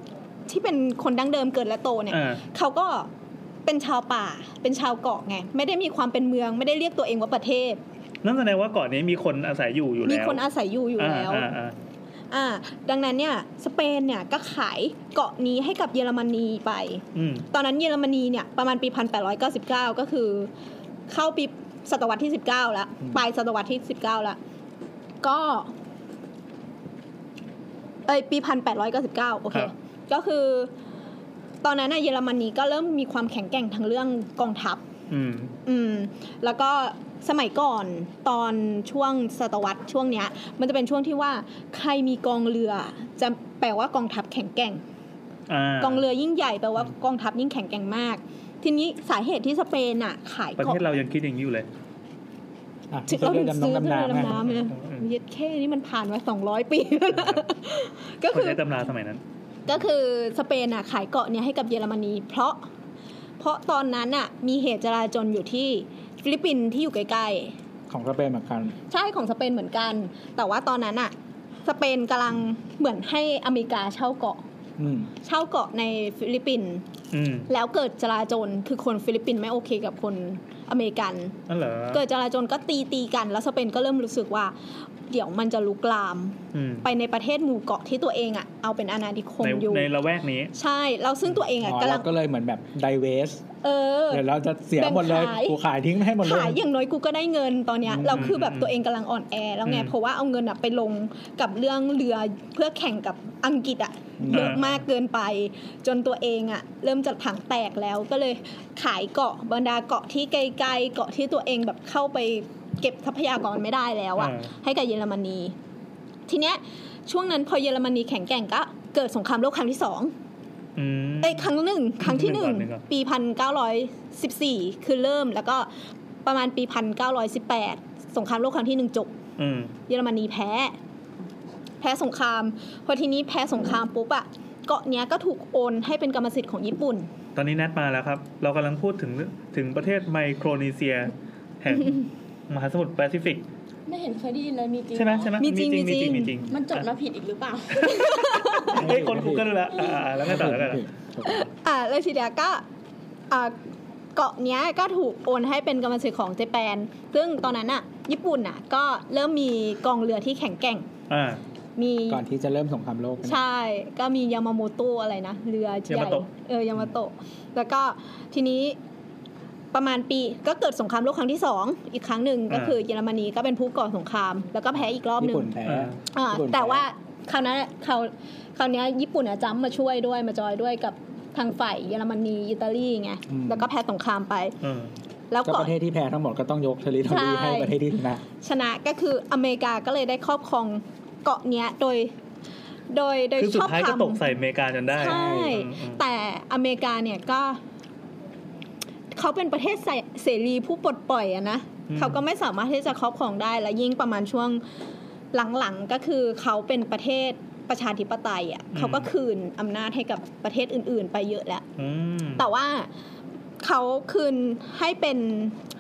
[SPEAKER 2] ที่เป็นคนดั้งเดิมเกิดและโตเนี่ย
[SPEAKER 3] อ่า
[SPEAKER 2] เขาก็เป็นชาวป่าเป็นชาวเกาะไง ไม่ได้มีความเป็นเมือง ไม่ได้เรียกตัวเองว่าประเทศ
[SPEAKER 3] นั่นแสดงว่าก่อนนี้มีคนอาศัยอยู่อยู่แล้ว
[SPEAKER 2] มีคนอาศัยอยู่อยู่แล้ว
[SPEAKER 3] าอ่า
[SPEAKER 2] อ่า ดังนั้นเนี่ยสเปนเนี่ยก็ขายเกาะนี้ให้กับเยอรมนีไป
[SPEAKER 3] อืม
[SPEAKER 2] ตอนนั้นเยอรมนีเนี่ยประมาณปี 1899 ก็คือเข้าปีศตวรรษที่ 19 แล้ว ปลายศตวรรษที่ 19 แล้ว ก็ เอ้ยปี 1899 โอเค ก็คือ ตอนนั้นน่ะเยอรมนีก็เริ่มมีความแข็งแกร่งทางเรื่องกองทัพ
[SPEAKER 3] อืม
[SPEAKER 2] อืมแล้วก็สมัยก่อนตอนช่วงศตวรรษช่วงเนี้ย มันจะเป็นช่วงที่ว่าใครมีกองเรือ จะแปลว่ากองทัพแข็งแกร่ง กองเรือยิ่งใหญ่แปลว่ากองทัพยิ่งแข็งแกร่งมาก ทีนี้สาเหตุที่สเปนอ่ะ ขาย
[SPEAKER 3] ประ
[SPEAKER 2] เกาะ
[SPEAKER 3] เทศเรายังคิดอย่างนี้อยู่เลย
[SPEAKER 1] อ่ะ
[SPEAKER 2] ถึงเราถึงซื้อเรือดำน้ำ
[SPEAKER 1] ไง
[SPEAKER 2] เนี่ย
[SPEAKER 3] อืม
[SPEAKER 2] ยึดแค่นี้มันผ่านมา200 ปีแล้วนะก็
[SPEAKER 3] คน
[SPEAKER 2] คือ
[SPEAKER 3] ใช้ตำราสมัยนั้น
[SPEAKER 2] ก็คือสเปนอ่ะขายเกาะเนี่ยให้กับเยอรมนี เพราะ เพราะตอนนั้นอ่ะมีเหตุจราจรอยู่ที่ฟิลิปปินส์ที่อยู่ใกล้ๆ
[SPEAKER 1] ของสเปนเหมือนกัน
[SPEAKER 2] ใช่ของสเปนเหมือนกัน แต่ว่าตอนนั้นอะสเปนกำลังเหมือนให้อเมริกาเช่าเกาะ
[SPEAKER 1] อืม
[SPEAKER 2] เช่าเกาะในฟิลิปปินส์
[SPEAKER 3] อืม
[SPEAKER 2] แล้วเกิดจลาจลคือคนฟิลิปปินส์ไม่โอเคกับคนอเมริกัน
[SPEAKER 3] นั่นเหรอ
[SPEAKER 2] เกิดจลาจลก็ตีตีกัน แล้วสเปนก็เริ่มรู้สึกว่า เดี๋ยวมันจะลุกลาม
[SPEAKER 3] อืม
[SPEAKER 2] ไปในประเทศหมู่เกาะที่ตัวเองอะเอาเป็นอาณานิคม
[SPEAKER 3] ใน
[SPEAKER 2] อยู่
[SPEAKER 3] ในละแวกนี้
[SPEAKER 2] ใช่แล้วซึ่งตัวเอง
[SPEAKER 1] อ๋อก
[SPEAKER 2] อะำลั
[SPEAKER 1] เรา
[SPEAKER 2] ง
[SPEAKER 1] ก็เลยเหมือนแบบไดเวส
[SPEAKER 2] เออ
[SPEAKER 1] เดี๋ยวเราจะเสีย
[SPEAKER 2] แบ่ง
[SPEAKER 1] หมดเลย
[SPEAKER 2] ขาย
[SPEAKER 1] กูขายทิ้งไม่ให้หมดเลย
[SPEAKER 2] ขายอย่างน้อยกูก็ได้เงินตอนเนี้ย
[SPEAKER 1] อืม
[SPEAKER 2] เราคือแบบ
[SPEAKER 3] อืม
[SPEAKER 2] ตัวเองกำลังอ่อนแอแล้วไง
[SPEAKER 3] อืม
[SPEAKER 2] เพราะว่าเอาเงินอะไปลงกับเรื่องเรือเพื่อแข่งกับอังกฤษอะเยอะ
[SPEAKER 3] อ่าม
[SPEAKER 2] มากเกินไป จนตัวเองอะเริ่มจะถังแตกแล้วก็เลยขายเกาะบรรดาเกาะที่ไกลๆเกาะที่ตัวเองแบบเข้าไปเก็บทรัพยากรไม่ได้แล้วอะ
[SPEAKER 3] อ่า
[SPEAKER 2] ให้กับเยอรมนี ทีเนี้ยช่วงนั้นพอเยอรมนีแข็งแกร่งก็เกิดสงครามโลกครั้งที่สอง
[SPEAKER 3] อืม
[SPEAKER 2] เอ้ยครั้งหนึ่งครั้งที่หนึ่ง
[SPEAKER 3] หนึ่งก่อน
[SPEAKER 2] ปีพันเก้าร้อยสิบสี่คือเริ่มแล้วก็ประมาณปีพันเก้าร้อยสิบแปดสงครามโลกครั้งที่หนึ่งจบ
[SPEAKER 3] อืม
[SPEAKER 2] เยอรมนีแพ้ แพ้สงครามพอทีนี้แพ้สงครามปุ๊บอะเกาะเนี้ยก็ถูกโอนให้เป็นกรรมสิทธิ์ของญี่ปุ่น
[SPEAKER 3] ตอนนี้แนทมาแล้วครับ เรากำลังพูดถึงถึงประเทศไมโครนีเซีย แห่งมหาสมุทรแปซิฟิก
[SPEAKER 5] ไม่เห็นเคยได้ยินเลยมีจริง
[SPEAKER 3] ใช่ไหมใช่ไหม
[SPEAKER 2] มีจริง
[SPEAKER 3] มีจริง
[SPEAKER 2] มี
[SPEAKER 3] มีจ
[SPEAKER 2] จริ
[SPEAKER 3] ริง
[SPEAKER 2] ง
[SPEAKER 5] มันจดมาผิดอีกหรือเปล่า
[SPEAKER 3] เอ้ยคนคุกก็รู้ละอ่าอ่าแล้วไงต่อแล้วไงต่อ
[SPEAKER 2] อ่าแล้วทีเดียก็อ่าเกาะเนี้ยก็ถูกโอนให้เป็นกรรมสิทธิ์ของเจแปน ซึ่งตอนนั้นอะญี่ปุ่นอะก็เริ่มมีกองเรือที่แข็งแกร่ง
[SPEAKER 3] อ่า
[SPEAKER 2] มี
[SPEAKER 1] ก่อนที่จะเริ่มสงครามโลกนะ
[SPEAKER 2] ใช่ ก็มียามาโมโตะอะไรนะ เรือใหญ่ เออ ยามาโตะ แล้วก็ทีนี้ประมาณปีก็เกิดสงครามโลกครั้งที่สองอีกครั้งหนึ่งก็คือเยอรมนีก็เป็นผู้ก่อสงคราม แล้วก็แพ้อีกรอบหนึ่
[SPEAKER 1] ญี่
[SPEAKER 2] ง
[SPEAKER 1] ปุ่นแพ้
[SPEAKER 3] อ่า
[SPEAKER 2] อ่า
[SPEAKER 1] ญี่ปุ่นพ้
[SPEAKER 2] แต่ว่าคราวนั้นคราวคราวเนี้ยญี่ปุ่นอะจ้ำมาช่วยด้วยมาจอยด้วยกับทางฝ่ายเยอรมนีอิตาลีไง แล้วก็แพ้สงครามไป
[SPEAKER 3] อืม
[SPEAKER 2] แล้ว
[SPEAKER 1] ก็
[SPEAKER 2] ก่อ
[SPEAKER 1] ป
[SPEAKER 2] น
[SPEAKER 1] ระเทศที่แพ้ทั้งหมดก็ต้องยกเทริทอรี
[SPEAKER 2] ใช่
[SPEAKER 1] ให้ประเทศที่ชนะ
[SPEAKER 2] ชนะก็คืออเมริกาก็เลยได้ครอบครองเกาะเนี้ยโดย โดยโดย
[SPEAKER 3] คือสุ
[SPEAKER 2] ช
[SPEAKER 3] ด
[SPEAKER 2] อบ
[SPEAKER 3] ท้ายก็ตก
[SPEAKER 2] ทำ
[SPEAKER 3] ใส่อเมริกาจนได้
[SPEAKER 2] ใช่
[SPEAKER 3] อืมอืม
[SPEAKER 2] แต่อเมริกาเนี่ยก็ เขาเป็นประเทศเสรีผู้ปลดปล่อยอะนะเขาก็ไม่สามารถที่จะครอบครองได้และยิ่งประมาณช่วงหลังๆก็คือเขาเป็นประเทศประชาธิปไตยอะเขาก็คืนอำนาจให้กับประเทศอื่น ๆ ไปเยอะแล้ว
[SPEAKER 3] อืม
[SPEAKER 2] แต่ว่าเขาคืนให้เป็น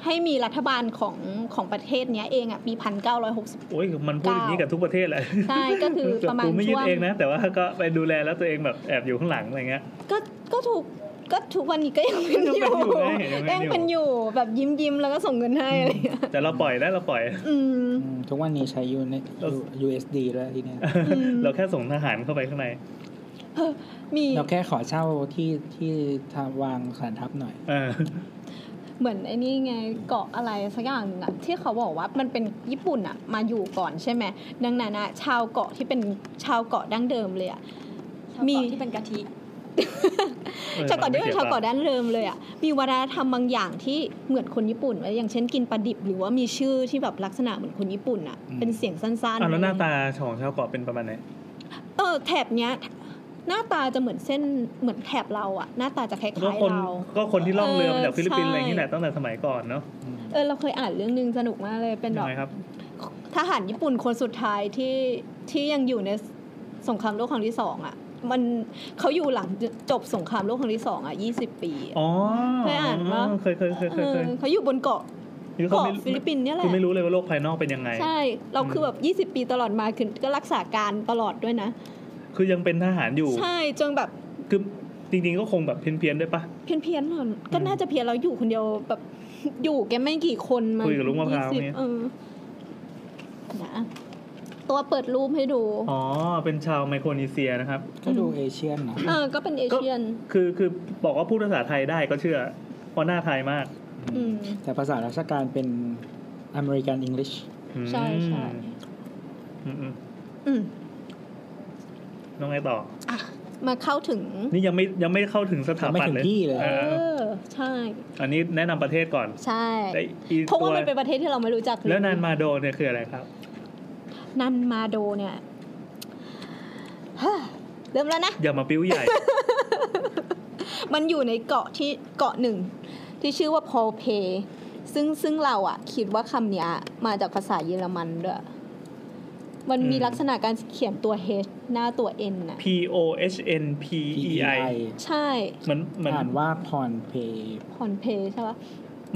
[SPEAKER 2] ให้มีรัฐบาลของของประเทศเนี้ยเองอ่ะปีพันเก้าร้อยหกสิบ
[SPEAKER 3] โอ้ยมันพูดอย่างนี้กับทุกประเทศแหละ
[SPEAKER 2] ใช่ก็คือประมาณ
[SPEAKER 3] กูไม่ยึด
[SPEAKER 2] ช่วง
[SPEAKER 3] เองนะ แต่ว่าก็ไปดูแลแล้วตัวเองแบบแอบอยู่ข้างหลังอะไรเงี้ย
[SPEAKER 2] ก็ก็ถูกก็ทุกวันนี้ก็ยังเป็น
[SPEAKER 3] ยั
[SPEAKER 2] อ
[SPEAKER 3] งเป็
[SPEAKER 2] ยู่
[SPEAKER 3] นอยู่นะยัง
[SPEAKER 2] ยัง
[SPEAKER 3] เป็นอยู่
[SPEAKER 2] เป็นอยู่แบบยิ้มยิ้มๆแล้วก็ส่งเงินให้อะไรอย่างเงี้ย
[SPEAKER 3] แต่เราปล่อยได้เราปล่อย
[SPEAKER 2] อืม
[SPEAKER 1] อืมทุกวันนี้ใช้ยูใน USD แล้วทีเนี้ย
[SPEAKER 2] ม
[SPEAKER 3] เราแค่ส่งทหารเข้าไปข้างใน
[SPEAKER 2] มี
[SPEAKER 1] เราแค่ขอเช่าที่ที่ทำวางฐานทัพหน่อย
[SPEAKER 3] เออ
[SPEAKER 2] เหมือนไอ้นี่ไงเกาะอะไรสักอย่างหนึ่งอะที่เขาบอกว่ามันเป็นญี่ปุ่นอะมาอยู่ก่อนใช่ไหมดังนั้นอะชาวเกาะที่เป็นชาวเกาะดั้งเดิมเลยอะ มี
[SPEAKER 6] มีที่เป็นกะทิ
[SPEAKER 3] ออ
[SPEAKER 2] ชาวเกาะที่เป็นชาวเกาะ
[SPEAKER 3] ไม่
[SPEAKER 2] ด้านเดิมเลยอ่ะ มีวัฒนธรรมบางอย่างที่เหมือนคนญี่ปุ่นไว้อย่างเช่นกินปลาดิบหรือว่ามีชื่อที่แบบลักษณะเหมือนคนญี่ปุ่นอ่ะ
[SPEAKER 1] อืม
[SPEAKER 2] เป็นเสียงสั้น
[SPEAKER 3] อ่ะ
[SPEAKER 2] ๆ
[SPEAKER 3] แล้วหน้าตาของชาวเกาะเป็นประมาณไหน
[SPEAKER 2] เออแถบเนี้ย หน้าตาจะเหมือนเส้นเหมือนแถบเราอ่ะ หน้าตาจะคล้าย
[SPEAKER 3] ก็ค
[SPEAKER 2] ๆ
[SPEAKER 3] น
[SPEAKER 2] เรา
[SPEAKER 3] ก็คนที่ล่องเรือมาจากฟิลิปปินส์
[SPEAKER 2] เออใช่
[SPEAKER 3] อะไรอย่างนี้แหละตั้งแต่สมัยก่อนเนาะ
[SPEAKER 1] อืม
[SPEAKER 2] เออเราเคยอ่านเรื่องนึงสนุกมากเลยเป็นแบ
[SPEAKER 3] ยั
[SPEAKER 2] บ
[SPEAKER 3] งไงครับ
[SPEAKER 2] ทหารญี่ปุ่นคนสุดท้ายที่ที่ยังอยู่ในสงครามโลกครั้งที่สองอ่ะ มันเขาอยู่หลังจบสงครามโลกครั้งที่สองอ่ะยี่สิบปีอะ
[SPEAKER 3] อ๋อ
[SPEAKER 2] เคยอ่านปะ
[SPEAKER 3] เคยเคยเคยเค
[SPEAKER 2] เอย
[SPEAKER 3] เค
[SPEAKER 2] อย เขาอยู่บนเกาะ
[SPEAKER 3] คือเขา
[SPEAKER 2] เกาะฟิ
[SPEAKER 3] ไม่
[SPEAKER 2] ลิปปินส์เนี่ยแหละ
[SPEAKER 3] คือไม่รู้เลยว่าโลกภายนอกเป็นยังไง
[SPEAKER 2] ใช่ เราคือแบบ 20 ปีตลอดมาคือก็รักษาการตลอดด้วยนะ
[SPEAKER 3] คือยังเป็นทหารอยู่
[SPEAKER 2] ใช่จนแบบ
[SPEAKER 3] คือจริงๆก็คงแบบเพี้ยนๆด้วยปะ
[SPEAKER 2] เพี้ยนๆหน่อยก็
[SPEAKER 3] อืม
[SPEAKER 2] น่าจะเพี้ยนเราอยู่คนเดียวแบบ อยู่แกไม่กี่คนมา
[SPEAKER 3] คุยกับลุงมะพร้าว
[SPEAKER 2] ยี่สิบ
[SPEAKER 3] เนี่ย
[SPEAKER 2] เออนะตัวเปิดรูปให้ดู
[SPEAKER 3] อ๋อ เป็นชาวไมโครนีเซียนะครับ
[SPEAKER 1] ก็ดูเอเชียนนะ
[SPEAKER 2] เออ ก็เป็นเอเชียน
[SPEAKER 3] คือคือบอกว่าพูดภาษาไทยได้ก็เชื่อเพราะหน้าไทยมาก
[SPEAKER 2] อืม
[SPEAKER 1] แต่ภาษาราชการเป็นอเมริกันอังกฤษ
[SPEAKER 3] อืม
[SPEAKER 2] ใช่ใช่
[SPEAKER 3] อืมอืม
[SPEAKER 2] อืม
[SPEAKER 3] น้องไงต่อ
[SPEAKER 2] มาเข้าถึง
[SPEAKER 3] นี่ยังไม่ยังไม่เข้าถึงสถา
[SPEAKER 1] ไม่
[SPEAKER 3] ปัต
[SPEAKER 1] ถึง
[SPEAKER 3] ย์เลย
[SPEAKER 1] ที่เลย
[SPEAKER 3] เอ
[SPEAKER 2] เอ
[SPEAKER 3] อ
[SPEAKER 2] อ ใช่
[SPEAKER 3] อันนี้แนะนำประเทศก่อน
[SPEAKER 2] ใช่
[SPEAKER 3] ได้อี
[SPEAKER 2] เพราะว่า
[SPEAKER 3] ตัว
[SPEAKER 2] มันเป็นประเทศที่เราไม่รู้จักเลย
[SPEAKER 3] แล้วนานมาโดเนี่ยคืออะไรครับ
[SPEAKER 2] นันมาโดเนี่ย เฮ้อเริ่มแล้วนะ
[SPEAKER 3] อย่ามาปิ้ว ใหญ่
[SPEAKER 2] มันอยู่ในเกาะที่เกาะหนึ่ง ที่ชื่อว่าพอลเพ ซึ่งซึ่งเราอะคิดว่าคำเนี้ย มาจากภาษาเยอรมันด้วยมันมี
[SPEAKER 3] อืม
[SPEAKER 2] ลักษณะการเขียนตัว H หน้าตัว N น่ะ
[SPEAKER 3] P O H N P E I
[SPEAKER 2] ใช่
[SPEAKER 3] เหมือนเหมือน
[SPEAKER 1] อ่านว่าพรเพย์
[SPEAKER 2] พอนเพใช่ปะ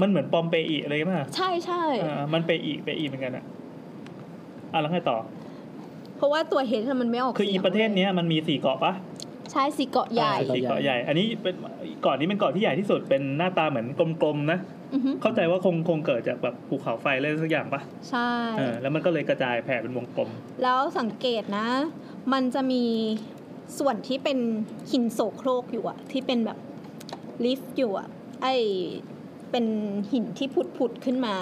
[SPEAKER 3] มันเหมือนปอมเปอีอะไรป่ะ
[SPEAKER 2] ใช่ใช่
[SPEAKER 3] อ่ามันเปอีเปอีเหมือนกันอะอ่ะแล้วไงต่อ
[SPEAKER 2] เพราะว่าตัว H มันไม่ออก
[SPEAKER 3] คืออี
[SPEAKER 2] สียง
[SPEAKER 3] ประเทศเนี้ยมันมีสี่เกาะปะ
[SPEAKER 2] ใช่สิเกาะใหญ่
[SPEAKER 3] อ่าสี่เกาะใหญ่ อันนี้เป็นเกาะนี้เป็นเกาะที่ใหญ่ที่สุดเป็นหน้าตาเหมือนกลมๆนะ
[SPEAKER 2] อือฮึ
[SPEAKER 3] เข้าใจว่าคงคงเกิดจากแบบภูเขาไฟอะไรสักอย่างปะ
[SPEAKER 2] ใช่
[SPEAKER 3] เออแล้วมันก็เลยกระจายแผ่เป็นวงกลม
[SPEAKER 2] แล้วสังเกตนะ มันจะมีส่วนที่เป็นหินโสโครกอยู่อะที่เป็นแบบลิฟต์อยู่อะไอเป็นหินที่ผุดผุดๆขึ้นมา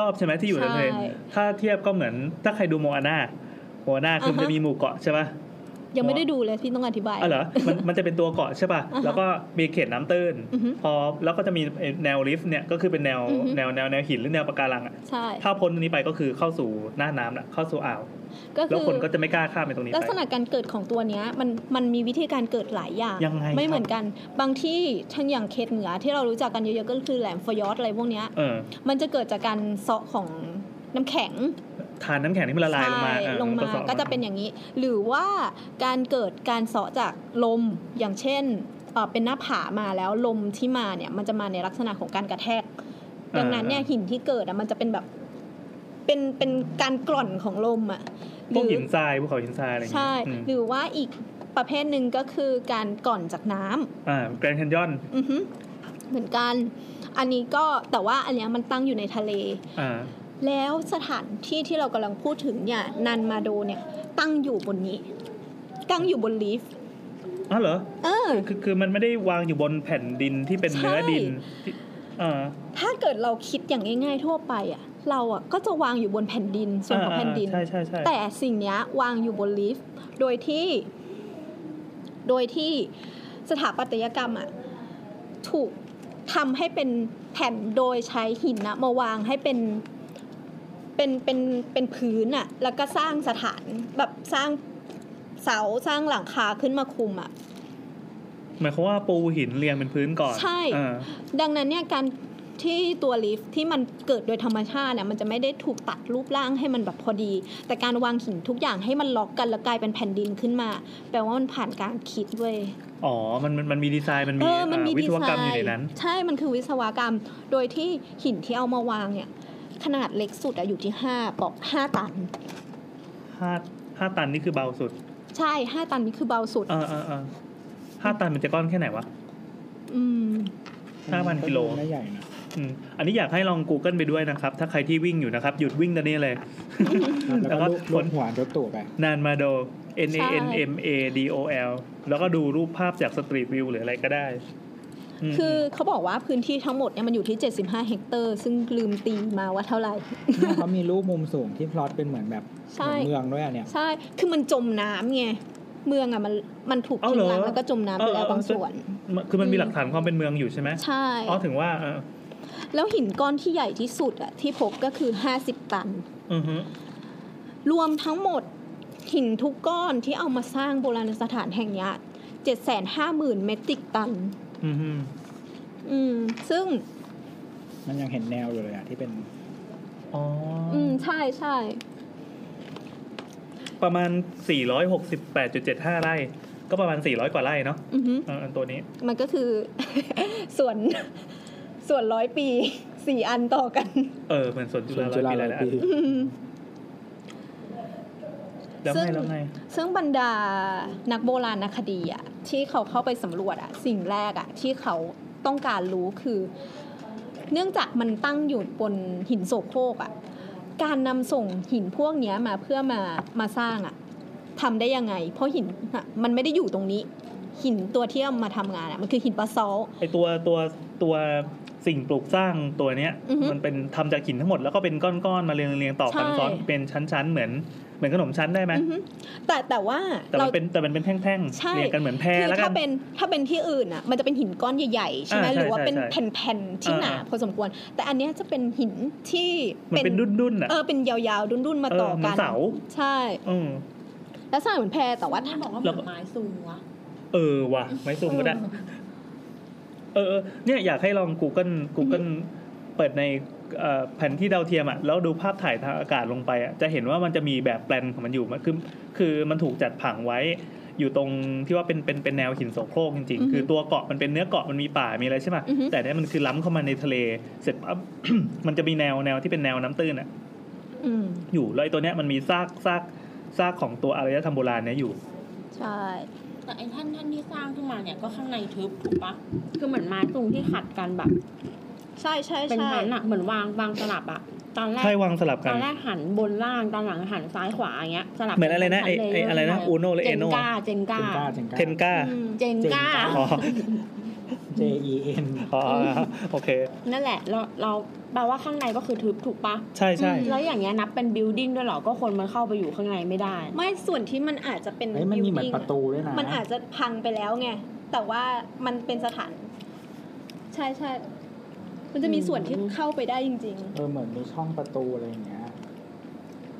[SPEAKER 3] รอบๆใช่ไหมที่อยู่ในทะเล
[SPEAKER 2] ใช่
[SPEAKER 3] ถ้าเทียบก็เหมือนถ้าใครดูโมอาน่าโมอาน่าคือมันจะมีหมู่เกาะใช่ปะ
[SPEAKER 2] ยังไม่
[SPEAKER 3] อ๋อ
[SPEAKER 2] ได้ดูเลยพี่ต้องอธิบาย
[SPEAKER 3] อ๋อเหรอมันมันจะเป็นตัวเกาะใช่ป่ะ
[SPEAKER 2] อ่าฮะ
[SPEAKER 3] แล้วก็มีเขตน้ำตื้น
[SPEAKER 2] อือฮึ
[SPEAKER 3] พอแล้วก็จะมีไอ้แนวลิฟต์เนี่ยก็คือเป็นแนว
[SPEAKER 2] อือฮึ
[SPEAKER 3] แนวแนวแนวหินหรือแนวปะการังอะ
[SPEAKER 2] ใช่
[SPEAKER 3] ถ้าพ้นตรงนี้ไปก็คือเข้าสู่หน้าน้ำละเข้าสู่อ่าว
[SPEAKER 2] ก็
[SPEAKER 3] แล้ว
[SPEAKER 2] คือ
[SPEAKER 3] คนก็จะไม่กล้าข้ามไปตรงนี้
[SPEAKER 2] ลัก
[SPEAKER 3] ไป
[SPEAKER 2] ษณะการเกิดของตัวเนี้ยมันมันมีวิธีการเกิดหลายอย่าง
[SPEAKER 3] ยังไง
[SPEAKER 2] ไม่
[SPEAKER 3] ครับ
[SPEAKER 2] เหมือนกัน บางที่ทั้งอย่างเขตเหนือที่เรารู้จักกันเยอะๆก็คือแหลมฟอยอสอะไรพวกเนี้ย
[SPEAKER 3] เออ
[SPEAKER 2] มันจะเกิดจากการเซาะของน้ำแข็ง
[SPEAKER 3] ทานน้ำแข็งที่มันละลายลงมา
[SPEAKER 2] ใช่
[SPEAKER 3] อ่
[SPEAKER 2] ลงมา
[SPEAKER 3] สอด
[SPEAKER 2] ก็จะเป็นอย่างนี้ หรือว่าการเกิดการเสาะจากลมอย่างเช่นเอ่อเป็นหน้าผามาแล้วลมที่มาเนี่ย มันจะมาในลักษณะของการกระแทก ดังนั้นเนี่ยหินที่เกิดอ่ะมันจะเป็นแบบเป็นเป็นการกร่อนของลมอ่ะห
[SPEAKER 3] พวก
[SPEAKER 2] รื
[SPEAKER 3] หินทรายภูเขาหินทรายอะไรอย่าง
[SPEAKER 2] ใช่
[SPEAKER 3] เงี้ยอืม
[SPEAKER 2] หรือว่าอีกประเภทหนึ่งก็คือการกร่อนจากน้ำ
[SPEAKER 3] อ่าแกรนด์แคนยอน
[SPEAKER 2] อือฮึเหมือนกัน อันนี้ก็แต่ว่าอันเนี้ยมันตั้งอยู่ในทะเล
[SPEAKER 3] อ่า
[SPEAKER 2] แล้วสถานที่ที่เรากำลังพูดถึงเนี่ยนันมาโดเนี่ย ตั้งอยู่บนนี้ ตั้งอยู่บนลีฟ
[SPEAKER 3] อ๋อเหรอ
[SPEAKER 2] เออ
[SPEAKER 3] คือคือมันไม่ได้วางอยู่บนแผ่นดินที่เป็น
[SPEAKER 2] ใช่
[SPEAKER 3] เนื้อดินที่อ่า
[SPEAKER 2] ถ้าเกิดเราคิดอย่างง่ายๆทั่วไปอ่ะ เราอ่ะก็จะวางอยู่บนแผ่นดินส่วนของแผ่นดิน
[SPEAKER 3] อ่าใช่ใช่ใช่
[SPEAKER 2] แต่สิ่งเนี้ยวางอยู่บนลีฟโดยที่ โดยที่สถาปัตยกรรมอ่ะถูก ทำให้เป็นแผ่นโดยใช้หินนะมาวางให้เป็นเป็นเป็นเป็นพื้นอะแล้วก็สร้างสถานแบบสร้างเสาสร้างหลังคาขึ้นมาคุมอะ
[SPEAKER 3] หมายความว่าปูหินเรียงเป็นพื้นก่อน
[SPEAKER 2] ใช่
[SPEAKER 3] อ่า
[SPEAKER 2] ดังนั้นเนี่ยการที่ตัวลิฟท์ที่มันเกิดโดยธรรมชาติเนี่ยมันจะไม่ได้ถูกตัดรูปร่างให้มันแบบพอดี แต่การวางหินทุกอย่างให้มันล็อกกันแล้วกลายเป็นแผ่นดินขึ้นมา แปลว่ามันผ่านการคิดเว้ย
[SPEAKER 3] อ๋อมันมันมันมีดีไซน์มันมี
[SPEAKER 2] เออมันมี
[SPEAKER 3] อ่าวิ
[SPEAKER 2] ดี
[SPEAKER 3] ศว
[SPEAKER 2] ไซ
[SPEAKER 3] กรรมอยู่ใน
[SPEAKER 2] น์
[SPEAKER 3] นั้น
[SPEAKER 2] ใช่มันคือวิศวกรรม โดยที่หินที่เอามาวางเนี่ย ขนาดเล็กสุดอะอยู่ที่5ปอก5ตัน
[SPEAKER 3] ห้าห้าตันนี่คือเบาสุด
[SPEAKER 2] ใช่ 5 ตันนี่คือเบาสุด
[SPEAKER 3] เออเออเออห้าตันมันจะก้อนแค่ไหนวะ
[SPEAKER 2] อืม
[SPEAKER 3] 5,000กิโล
[SPEAKER 1] ไม่ใหญ่นะ
[SPEAKER 3] อืมอันนี้อยากให้ลอง Google ไปด้วยนะครับ ถ้าใครที่วิ่งอยู่นะครับ หยุดวิ่งตอนนี้เลย
[SPEAKER 1] แล้วก็ลูบลูบหัวรถตู่ไป
[SPEAKER 3] นานมาโด N A
[SPEAKER 2] ใช่
[SPEAKER 3] N M A D O L แล้วก็ดูรูปภาพจากสตรีทวิวหรืออะไรก็ได้ม
[SPEAKER 2] คือเขาบอกว่าพื้นที่ทั้งหมดเนี่ยมันอยู่ที่ 75 เฮกเตอร์ ซึ่งลืมตีมาว่าเท่าไหร่
[SPEAKER 1] เนี่ยเขามีรูปมุมสูงที่พลอตเป็นเหมือนแบบ
[SPEAKER 2] ใช่
[SPEAKER 1] เหมือนเมืองด้วยอ่ะเนี่ย
[SPEAKER 2] ใช่ คือมันจมน้ำไง เมืองอ่ะมันมันถูก
[SPEAKER 3] เอา
[SPEAKER 2] ทิ้
[SPEAKER 3] เหรง อ
[SPEAKER 2] ร้างแล้วก็จมน้ำไปแล้วบางส่วน
[SPEAKER 3] เออเออคือมันมีหลักฐานความเป็นเมืองอยู่ใช่ไหม
[SPEAKER 2] ใช่
[SPEAKER 3] อ๋อถึงว่าเออ
[SPEAKER 2] แล้วหินก้อนที่ใหญ่ที่สุดอ่ะที่พบก็คือ 50 ตัน
[SPEAKER 3] อือฮึ
[SPEAKER 2] รวมทั้งหมดหินทุกก้อนที่เอามาสร้างโบราณสถานแห่งเนี้ย750,000 เมตริกตัน
[SPEAKER 3] อือฮึ
[SPEAKER 2] อืม ซึ่ง
[SPEAKER 1] มันยังเห็นแนวอยู่เลยอ่ะที่เป็น
[SPEAKER 3] อ๋ออ
[SPEAKER 2] อืม ใช่ใช่
[SPEAKER 3] ประมาณ 468.75 ไร่ ก็ประมาณ 400 กว่าไร่เนาะ
[SPEAKER 2] อือฮึ
[SPEAKER 3] เอออันตัวนี้
[SPEAKER 2] มันก็คือ ส่วน ส่วนร้อยปีสี่อันต่อกัน
[SPEAKER 3] เออเหมือนสวนจุ
[SPEAKER 1] ส่วน
[SPEAKER 3] ฬา
[SPEAKER 1] จุฬา
[SPEAKER 3] ห
[SPEAKER 1] ล
[SPEAKER 3] ลา
[SPEAKER 1] อย ย
[SPEAKER 3] ๆอัน
[SPEAKER 1] ปี
[SPEAKER 2] อืม
[SPEAKER 3] แล้ว
[SPEAKER 2] ซึ่
[SPEAKER 3] ไง
[SPEAKER 2] ง
[SPEAKER 3] แล้วไง
[SPEAKER 2] ซึ่งบรรดานักโบราณคดีอะที่เขาเข้าไปสำรวจอะสิ่งแรกอะที่เขาต้องการรู้คือ เนื่องจากมันตั้งอยู่บนหินโสโครกอะการนำส่งหินพวกเนี้ยมาเพื่อมามาสร้างอะทำได้ยังไง เพราะหินอะมันไม่ได้อยู่ตรงนี้ หินตัวที่เอามาทำงานอะมันคือหินปะซอลต์
[SPEAKER 3] ไอตัวตัวตัวสิ่งปลูกสร้างตัวเนี้ย
[SPEAKER 2] อือฮึ
[SPEAKER 3] มันเป็นทำจากหินทั้งหมดแล้วก็เป็นก้อนๆมาเรียงเรียงต่อกัน
[SPEAKER 2] ใช่
[SPEAKER 3] ซ้อนเป็นชั้นๆเหมือนเหมือนขนมชั้นได้ไหม
[SPEAKER 2] อือฮึแต่แต่ว่า
[SPEAKER 3] แต่
[SPEAKER 2] เรา
[SPEAKER 3] มันเป็นแต่มันเป็นแท่ง
[SPEAKER 2] ใช่
[SPEAKER 3] ๆเรียงกันเหมือนแพร
[SPEAKER 2] คือ
[SPEAKER 3] แล้วกั
[SPEAKER 2] ถ้าน เป็นถ้าเป็นที่อื่นอ่ะ มันจะเป็นหินก้อนใหญ่ๆใช่ไหม
[SPEAKER 3] อ่าใช่
[SPEAKER 2] หรือว่าเป็น
[SPEAKER 3] ใช่ใช่
[SPEAKER 2] แผ่นๆที่หนา
[SPEAKER 3] อ่า
[SPEAKER 2] พอสมควร แต่อันเนี้ยจะเป็นหินที่
[SPEAKER 3] มันเป็นดุ้นๆอ่ะ
[SPEAKER 2] เออเป็นยาวๆดุ้นๆมา
[SPEAKER 3] เอ
[SPEAKER 2] ต่อ
[SPEAKER 3] อเหมื
[SPEAKER 2] กั
[SPEAKER 3] อน
[SPEAKER 2] น
[SPEAKER 3] เสา
[SPEAKER 2] ใช่
[SPEAKER 3] อืม
[SPEAKER 2] ลักษณะเหมือนแพรแต่ว่า
[SPEAKER 4] ท่า
[SPEAKER 2] ถ้าน
[SPEAKER 4] บอกว่าเห
[SPEAKER 3] แล้
[SPEAKER 4] มื
[SPEAKER 3] วก็
[SPEAKER 4] อนไม้สูงวะ
[SPEAKER 3] เออว่ะไม่ซูมก็ได้ เออเออเนี่ยอยากให้ลอง Google Google เปิดในเอ่อแผนที่ดาวเทียมอ่ะแล้วดูภาพถ่ายทางอากาศลงไปอ่ะจะเห็นว่ามันจะมีแบบแปลนของมันอยู่มันคือคือมันถูกจัดผังไว้ อยู่ตรงที่ว่าเป็นเป็นเป็นแนวหินโสโครกจริง ๆ คือตัวเกาะมันเป็นเนื้อเกาะมันมีป่ามีอะไรใช่ไหมแต่เนี่ยมันคือล้ำเข้ามาในทะเลเสร็จปั๊บ มันจะมีแนวแนวที่เป็นแนวน้ำตื้นอ่ะ
[SPEAKER 2] อืม
[SPEAKER 3] อยู่แล้วไอ้ตัวเนี้ยมันมีซากซากซากของตัวอารยธรรมโบราณเนี้ยอยู่
[SPEAKER 2] ใช่
[SPEAKER 4] แต่ไอ้ท่านท่านที่สร้างขึ้นมาเนี่ยก็ข้างในทึบถูกปะ
[SPEAKER 5] คือเหมือนไม้สูงที่ขัดกันแบบ
[SPEAKER 2] ใช่ใช่
[SPEAKER 5] เป็น
[SPEAKER 2] ใช่
[SPEAKER 5] ชั้นอะเหมือนวางวางสลับอะตอนแรก
[SPEAKER 3] ใช่วางสลับ
[SPEAKER 5] ต
[SPEAKER 3] กั
[SPEAKER 5] อน นแรกหันบนล่างตอนหลังหันซ้ายขวาอย่างเงี้ยสลับ
[SPEAKER 3] เหมือนอะไรนะ
[SPEAKER 5] กั
[SPEAKER 3] ไอ้ไอ้อะไรนะ Uno หรือ Eno
[SPEAKER 5] เจนก้าเจนก้า
[SPEAKER 1] เจงก้าเจงก้า
[SPEAKER 3] เทนก้า
[SPEAKER 2] อืม
[SPEAKER 5] เจน
[SPEAKER 1] เจนก้า
[SPEAKER 5] ก้า
[SPEAKER 3] อ๋อ
[SPEAKER 1] J E N
[SPEAKER 3] อ๋อโอเค
[SPEAKER 5] นั่นแหละเราเราแปลว่าข้างในก็คือทึบถูกปะ
[SPEAKER 3] ใช่ใช่
[SPEAKER 5] แล้วอย่างเงี้ยนับเป็นบิลดิ้งด้วยเหรอ ก็คนมันเข้าไปอยู่ข้างในไม่ได้
[SPEAKER 2] ไม่ส่วนที่มันอาจจะเป็น
[SPEAKER 1] เฮ้ยมันมีเหมือน
[SPEAKER 2] building
[SPEAKER 1] ประตูด้วยนะ
[SPEAKER 2] มันอาจจะพังไปแล้วไงแต่ว่ามันเป็นสถาน ใช่ใช่มันจะมีส่วนที่เข้าไปได้จริง ๆ
[SPEAKER 1] เออเหมือนมีช่องประตูอะไรอย่างเงี้ย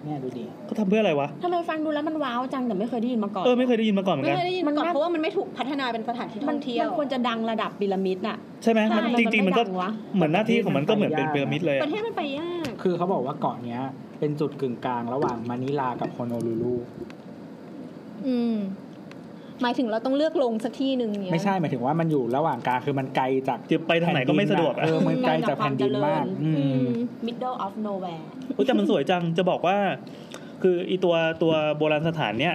[SPEAKER 1] เนี่ยดูดิ
[SPEAKER 3] เขาทำเพื่ออะไรวะ
[SPEAKER 5] ทำไมฟังดูแล้วมันว้าวจังแต่ไม่เคยได้ยินมาก่อน
[SPEAKER 3] เออ ไม่เคยได้ยินมาก่อนเหมือ
[SPEAKER 2] ไม่
[SPEAKER 3] นกัน
[SPEAKER 2] เคยได้ยิน
[SPEAKER 5] มั
[SPEAKER 2] มันนก่อน
[SPEAKER 5] น่า
[SPEAKER 2] เพราะว่ามันไม่ถูกพัฒนาเป็นสถานที่
[SPEAKER 5] มั
[SPEAKER 2] ท่อ
[SPEAKER 5] น
[SPEAKER 2] งเที่ยว
[SPEAKER 5] มันควรจะดังระดับพีระมิดน่ะ
[SPEAKER 3] ใช่ไหม
[SPEAKER 2] ใช่
[SPEAKER 3] มันจริง ๆ มันก็
[SPEAKER 5] มันไม่ดังวะ
[SPEAKER 3] เหมือนหน้าที่ของมันก็เหมือนเป็นพีระมิดเลย
[SPEAKER 2] ป
[SPEAKER 3] อะ
[SPEAKER 2] ระเทศมันไปยาก
[SPEAKER 1] คือเขาบอกว่าเกาะเนี้ย เป็นจุดกึ่งกลางระหว่างมะนิลากับโฮโนลูลู
[SPEAKER 2] อืม หมายถึงเราต้องเลือกลงสักที่หนึ่งเนี่ย
[SPEAKER 1] ไม่ใช่หมายถึงว่ามันอยู่ระหว่างกลางคือมันไกลจาก
[SPEAKER 3] จะไปทางไหนก็ไม่สะดวก
[SPEAKER 1] เอ
[SPEAKER 3] อ่ะ
[SPEAKER 1] อมันไกลจากแผ่นดินมาก
[SPEAKER 3] อื
[SPEAKER 2] อื
[SPEAKER 3] ม
[SPEAKER 2] ม
[SPEAKER 5] middle of nowhere
[SPEAKER 3] อุ๊ยแต่มันสวยจังจะบอกว่า คืออีตัวตัวโบราณสถานเนี่ย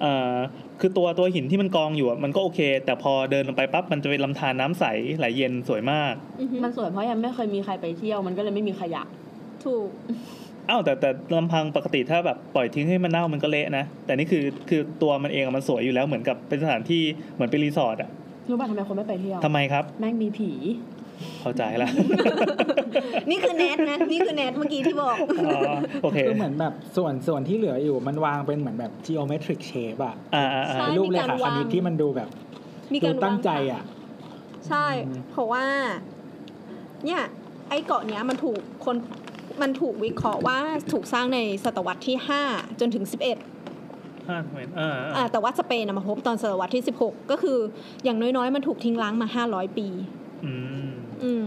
[SPEAKER 3] เอ่อคือตัวตัวหินที่มันกองอยู่อะมันก็โอเค แต่พอเดินลงไปปั๊บมันจะเป็นลำธารน้ำใสไหลเย็นสวยมาก
[SPEAKER 2] อือฮึ
[SPEAKER 5] มันสวยเพราะยังไม่เคยมีใครไปเที่ยวมันก็เลยไม่มีขยะ
[SPEAKER 2] ถูก
[SPEAKER 3] อ้าวแต่แต่ลำพังปกติถ้าแบบปล่อยทิ้งให้มันเน่ามันก็เละนะแต่นี่คือคือตัวมันเองอะมันสวยอยู่แล้วเหมือนกับเป็นสถานที่เหมือนเป็นรีสอร์ทอ่ะ
[SPEAKER 5] รู้ป่ะทำไมคนไม่ไปเที่ยว
[SPEAKER 3] ทำไมครับ
[SPEAKER 5] แม่งมีผี
[SPEAKER 3] เข้าใจละ
[SPEAKER 2] นี่คือแนทนะ นี่คือแนทเมื่อกี้ที่บอก
[SPEAKER 3] อ๋อโอเค
[SPEAKER 1] คือเหมือนแบบส่วนส่วนที่เหลืออยู่มันวางเป็นเหมือนแบบ geometric shape อะ
[SPEAKER 3] อ่าอ่า
[SPEAKER 2] ใช่
[SPEAKER 3] อ่า
[SPEAKER 1] เป็นรูปเลขา
[SPEAKER 2] มีกา
[SPEAKER 1] คว
[SPEAKER 2] ราง
[SPEAKER 1] ณิตที่มันดูแบบ
[SPEAKER 2] มี
[SPEAKER 1] ดู
[SPEAKER 2] การวา
[SPEAKER 1] ตั้งใจ
[SPEAKER 2] ผั
[SPEAKER 1] อะ
[SPEAKER 2] ใช่ เพราะว่า เนี่ย ไอ้เกาะเนี้ยมันถูกคนมันถูกวิเคราะห์ว่าถูกสร้างในศตวรรษที่ 5 จนถึง 11
[SPEAKER 3] ห้าเหมือนเออเออ
[SPEAKER 2] อ่าแต่ว่าสเปนนะมาพบตอนศตวรรษที่ 16 ก็คืออย่างน้อยๆ มันถูกทิ้งร้างมา 500 ปี
[SPEAKER 3] อืม
[SPEAKER 2] อืม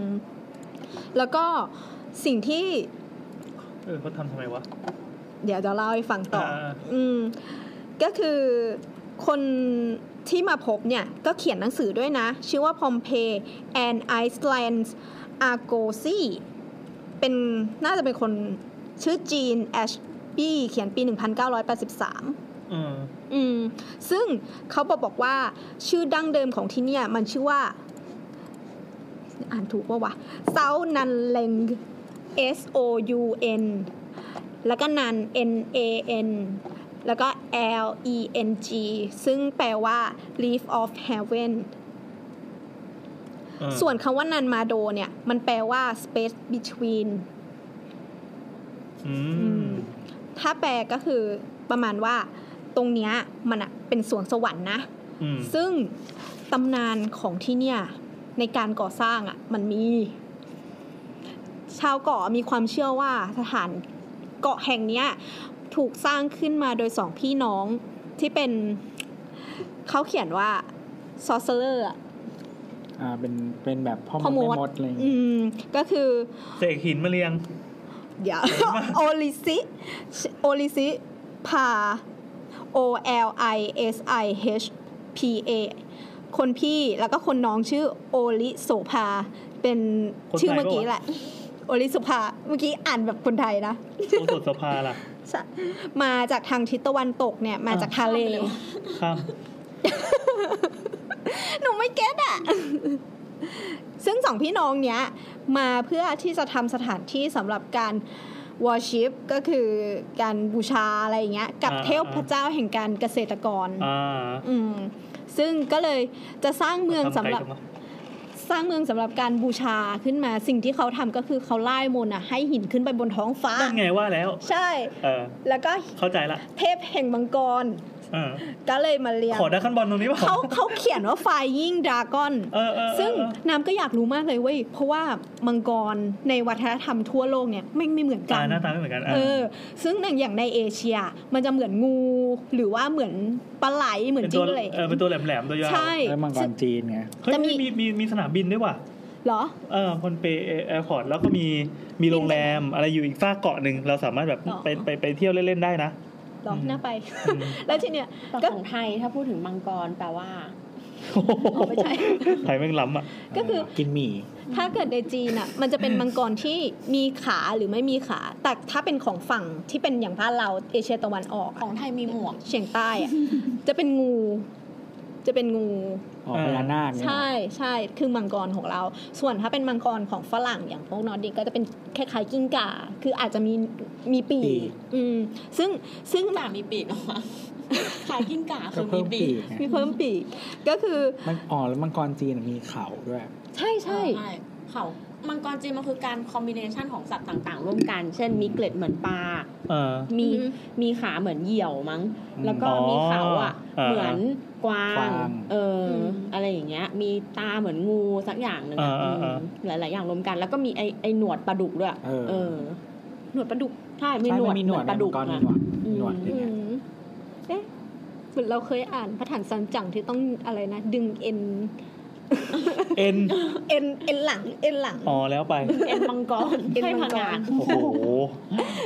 [SPEAKER 2] แล้วก็สิ่งที่
[SPEAKER 3] เออเขาทำทำไมวะ
[SPEAKER 2] เดี๋ยวจะเล่าให้ฟังต่อ
[SPEAKER 3] เออ
[SPEAKER 2] อืมก็คือคนที่มาพบเนี่ย ก็เขียนหนังสือด้วยนะ ชื่อว่า Pompeii and Iceland's Argosy เป็นน่าจะเป็นคนชื่อจีนแอชบี้เขียนปี 1983
[SPEAKER 3] เออ
[SPEAKER 2] อืมซึ่งเขาบอกบอกว่าชื่อดั้งเดิมของที่เนี่ย มันชื่อว่า อ่านถูกว่าวะเซานันเลง S O U N แล้วก็นัน N A N แล้วก็ L E N G ซึ่งแปลว่า leaf of heaven
[SPEAKER 3] เออ
[SPEAKER 2] ส่วนคำว่านันมาโดเนี่ย มันแปลว่า space between
[SPEAKER 3] อื
[SPEAKER 2] อื
[SPEAKER 3] ม
[SPEAKER 2] ม ถ้าแปลก็คือประมาณว่า ตรงเนี้ยมันอะเป็นสวงสวรรค์นะ
[SPEAKER 3] อืม
[SPEAKER 2] ซึ่งตำนานของที่เนี่ย ในการก่อสร้างอะ่ะ มันมี ชาวเกาะมีความเชื่อว่าสถานเกาะแห่งเนี้ย ถูกสร้างขึ้นมาโดยสองพี่น้องที่เป็น เขาเขียนว่าซอเซอร์
[SPEAKER 1] อ่าเป็นเป็นแบบพ่อม
[SPEAKER 2] พ่อ
[SPEAKER 1] ด
[SPEAKER 2] ม
[SPEAKER 1] แม่
[SPEAKER 2] ด
[SPEAKER 1] มดอะไรอย่าง
[SPEAKER 2] อื
[SPEAKER 1] เงี้ย
[SPEAKER 2] ม ก็คือ
[SPEAKER 3] เสกหินมาเรียง
[SPEAKER 2] เดี๋ยว โอลิซิโอลิซิพา O L I S I H P A คนพี่แล้วก็คนน้องชื่อโอลิโสภา เป็น
[SPEAKER 3] คนไทย
[SPEAKER 2] ชื่อเมื่อกี้
[SPEAKER 3] ปะวะ
[SPEAKER 2] แหละ โอลิโสภา เมื่อกี้อ่านแบบคนไทยนะ
[SPEAKER 3] โอสถสภาล่ะ
[SPEAKER 2] ใช่มาจากทางทิศตะวันตกเนี่ย มาจากทะเล
[SPEAKER 3] ข้าม
[SPEAKER 2] หนูไม่เก็ตอ่ะ ซึ่งสองพี่น้องเนี้ย มาเพื่อที่จะทำสถานที่สำหรับการ worship ก็คือการบูชาอะไรอย่างเงี้ย กับเทพเจ้าแห่งการเกษตรกร
[SPEAKER 3] อ่า
[SPEAKER 2] อืม ซึ่งก็เลยจะสร้างเมืองสำหรับ
[SPEAKER 3] ทำไกลจัวะ
[SPEAKER 2] สร้างเมืองสำหรับการบูชาขึ้นมา สิ่งที่เขาทำก็คือเขาไล่มนต์อ่ะ ให้หินขึ้นไปบนท้องฟ้า
[SPEAKER 3] นั่นไงว่าแล้ว
[SPEAKER 2] ใช่
[SPEAKER 3] เออ
[SPEAKER 2] แล้วก็
[SPEAKER 3] เข้าใจละ
[SPEAKER 2] เทพแห่งมังกร
[SPEAKER 3] อ่า
[SPEAKER 2] ก็เลยมาเรียง
[SPEAKER 3] ขอดักขั้นบอลตรงนี้ป่ะ
[SPEAKER 2] เขาเขาเขียนว่าไฟยิ่งดราก้อน
[SPEAKER 3] เออเออเออ
[SPEAKER 2] ซึ่งน้ำก็อยากรู้มากเลยเว้ย เพราะว่ามังกรในวัฒนธรรมทั่วโลกเนี่ยแม่งไม่เหมือนกั
[SPEAKER 3] ตาน หน้าตาไม่เหมือนกัน
[SPEAKER 2] เออ ซึ่งอย่างในเอเชีย มันจะเหมือนงู หรือว่าเหมือนปลาไหลเหมือน
[SPEAKER 3] เป็น
[SPEAKER 2] จิ้
[SPEAKER 3] ตั
[SPEAKER 2] ง
[SPEAKER 3] ว
[SPEAKER 2] เหลน
[SPEAKER 3] เออเป็นตัวแหลมๆตัวยาว
[SPEAKER 2] ใช่
[SPEAKER 1] แล้วมังกรจีนไง
[SPEAKER 3] เฮ้ย
[SPEAKER 2] จะมี
[SPEAKER 3] มีมีมีสนามบินด้วยว่ะ
[SPEAKER 2] เหรอ
[SPEAKER 3] เออคนไปแอร์พอร์ตแล้วก็มีมีโรงแรมอะไรอยู่อีกฝากเกาะหนึ่งเราสามารถแบบ
[SPEAKER 2] อ๋อ
[SPEAKER 3] ไปไปไปเที่ยวเล่นๆได้นะ
[SPEAKER 2] เหรอ
[SPEAKER 3] อืม
[SPEAKER 2] น่าไป
[SPEAKER 3] อืม
[SPEAKER 2] แล้วทีเนี้ย
[SPEAKER 5] แต่
[SPEAKER 2] ก็
[SPEAKER 5] ของไทยถ้าพูดถึงมังกรแปลว่า
[SPEAKER 2] ไม่ใช่
[SPEAKER 3] ไทยแม่งล้ำอ่ะ
[SPEAKER 2] ก็คือ
[SPEAKER 1] กินหมี่
[SPEAKER 2] ถ้าเกิดในจีนอ่ะ มันจะเป็นมังกรที่มีขาหรือไม่มีขา แต่ถ้าเป็นของฝั่งที่เป็นอย่างบ้านเราเอเชียตะวันออก
[SPEAKER 4] ข
[SPEAKER 2] อะ
[SPEAKER 4] องไทยมีหมวก
[SPEAKER 2] เฉียงใต้อะจะเป็นงู จะเป็นงู
[SPEAKER 1] ออกพญานาคเนี่ย
[SPEAKER 2] ใช่ใช่คือมังกรของเรา ส่วนถ้าเป็นมังกรของฝรั่งอย่างพวกนอร์ดิกก็จะเป็นคล้ายๆกิ้งก่า คืออาจจะมีมีปีกอืมซึ่งซึ่ง
[SPEAKER 4] กิ้ง
[SPEAKER 2] แบ
[SPEAKER 4] ก่า
[SPEAKER 2] บ
[SPEAKER 4] มีปีกเหรอ วะขายกิ้งก่า
[SPEAKER 1] ก็
[SPEAKER 4] คือ
[SPEAKER 1] เพิ่
[SPEAKER 4] มี
[SPEAKER 1] ม
[SPEAKER 4] ปี
[SPEAKER 1] ปี
[SPEAKER 4] ก
[SPEAKER 1] กไง
[SPEAKER 2] มีเพิ่มปีกก็คือ
[SPEAKER 1] มันอ๋อแล้วมังกรจีนมีเข่าด้วย
[SPEAKER 2] ใช่ใช่
[SPEAKER 4] ใช่เขามังกรจีนมันคือการคอมบิเนชันของสัตว์ต่าง ๆ ร่
[SPEAKER 5] ร่
[SPEAKER 4] ว
[SPEAKER 5] ว
[SPEAKER 4] ม
[SPEAKER 5] มกัน เช่นมีเกล็ดเหมือนปลา
[SPEAKER 3] เออ
[SPEAKER 5] มี
[SPEAKER 2] อือฮึ
[SPEAKER 5] มีขาเหมือนเหยี่ยวมั้ง
[SPEAKER 1] อืม
[SPEAKER 5] แล้วก็
[SPEAKER 3] อ๋อ
[SPEAKER 5] มีเขาอ่ะ
[SPEAKER 3] อ่า
[SPEAKER 5] เหมือนกวาก
[SPEAKER 1] วาง ง
[SPEAKER 5] เออออะไรอย่างเงี้ย มีตาเหมือนงูสักอย่างหนึ่ง
[SPEAKER 3] อ่า
[SPEAKER 5] อะ
[SPEAKER 3] อ่าอ่า
[SPEAKER 5] อืมหลาย ๆ อย่างรวมกัน แล้วก็มีไอไอหนวดปลาดุกด้วย
[SPEAKER 1] เออ
[SPEAKER 5] หนวดปลาดุกใช่มี
[SPEAKER 1] ใช่
[SPEAKER 5] หนว
[SPEAKER 1] มั
[SPEAKER 5] ด
[SPEAKER 1] นมีหนวด
[SPEAKER 5] เหมือ
[SPEAKER 1] ใน
[SPEAKER 5] ปลา
[SPEAKER 1] มั
[SPEAKER 5] ดุ
[SPEAKER 1] ง
[SPEAKER 5] ก
[SPEAKER 1] กรมีห
[SPEAKER 5] อะ
[SPEAKER 1] นวด
[SPEAKER 5] อื
[SPEAKER 1] หนวดอ
[SPEAKER 5] ม
[SPEAKER 1] ย่าง
[SPEAKER 2] อืม
[SPEAKER 1] เงี้ย
[SPEAKER 2] เอ๊ะเหมือนเราเคยอ่านพระถันซันจังที่ต้องอะไรนะ ดึงเอ็น
[SPEAKER 3] เอ็น
[SPEAKER 2] เอ็นเอ็นหลังเอ็นหลัง
[SPEAKER 3] อ๋อแล้วไป
[SPEAKER 5] เอ็นมังกร
[SPEAKER 2] เอ็น
[SPEAKER 5] ให้
[SPEAKER 2] มั
[SPEAKER 5] พั
[SPEAKER 2] ง
[SPEAKER 5] ง
[SPEAKER 2] กร
[SPEAKER 5] งาน
[SPEAKER 3] โอ้โห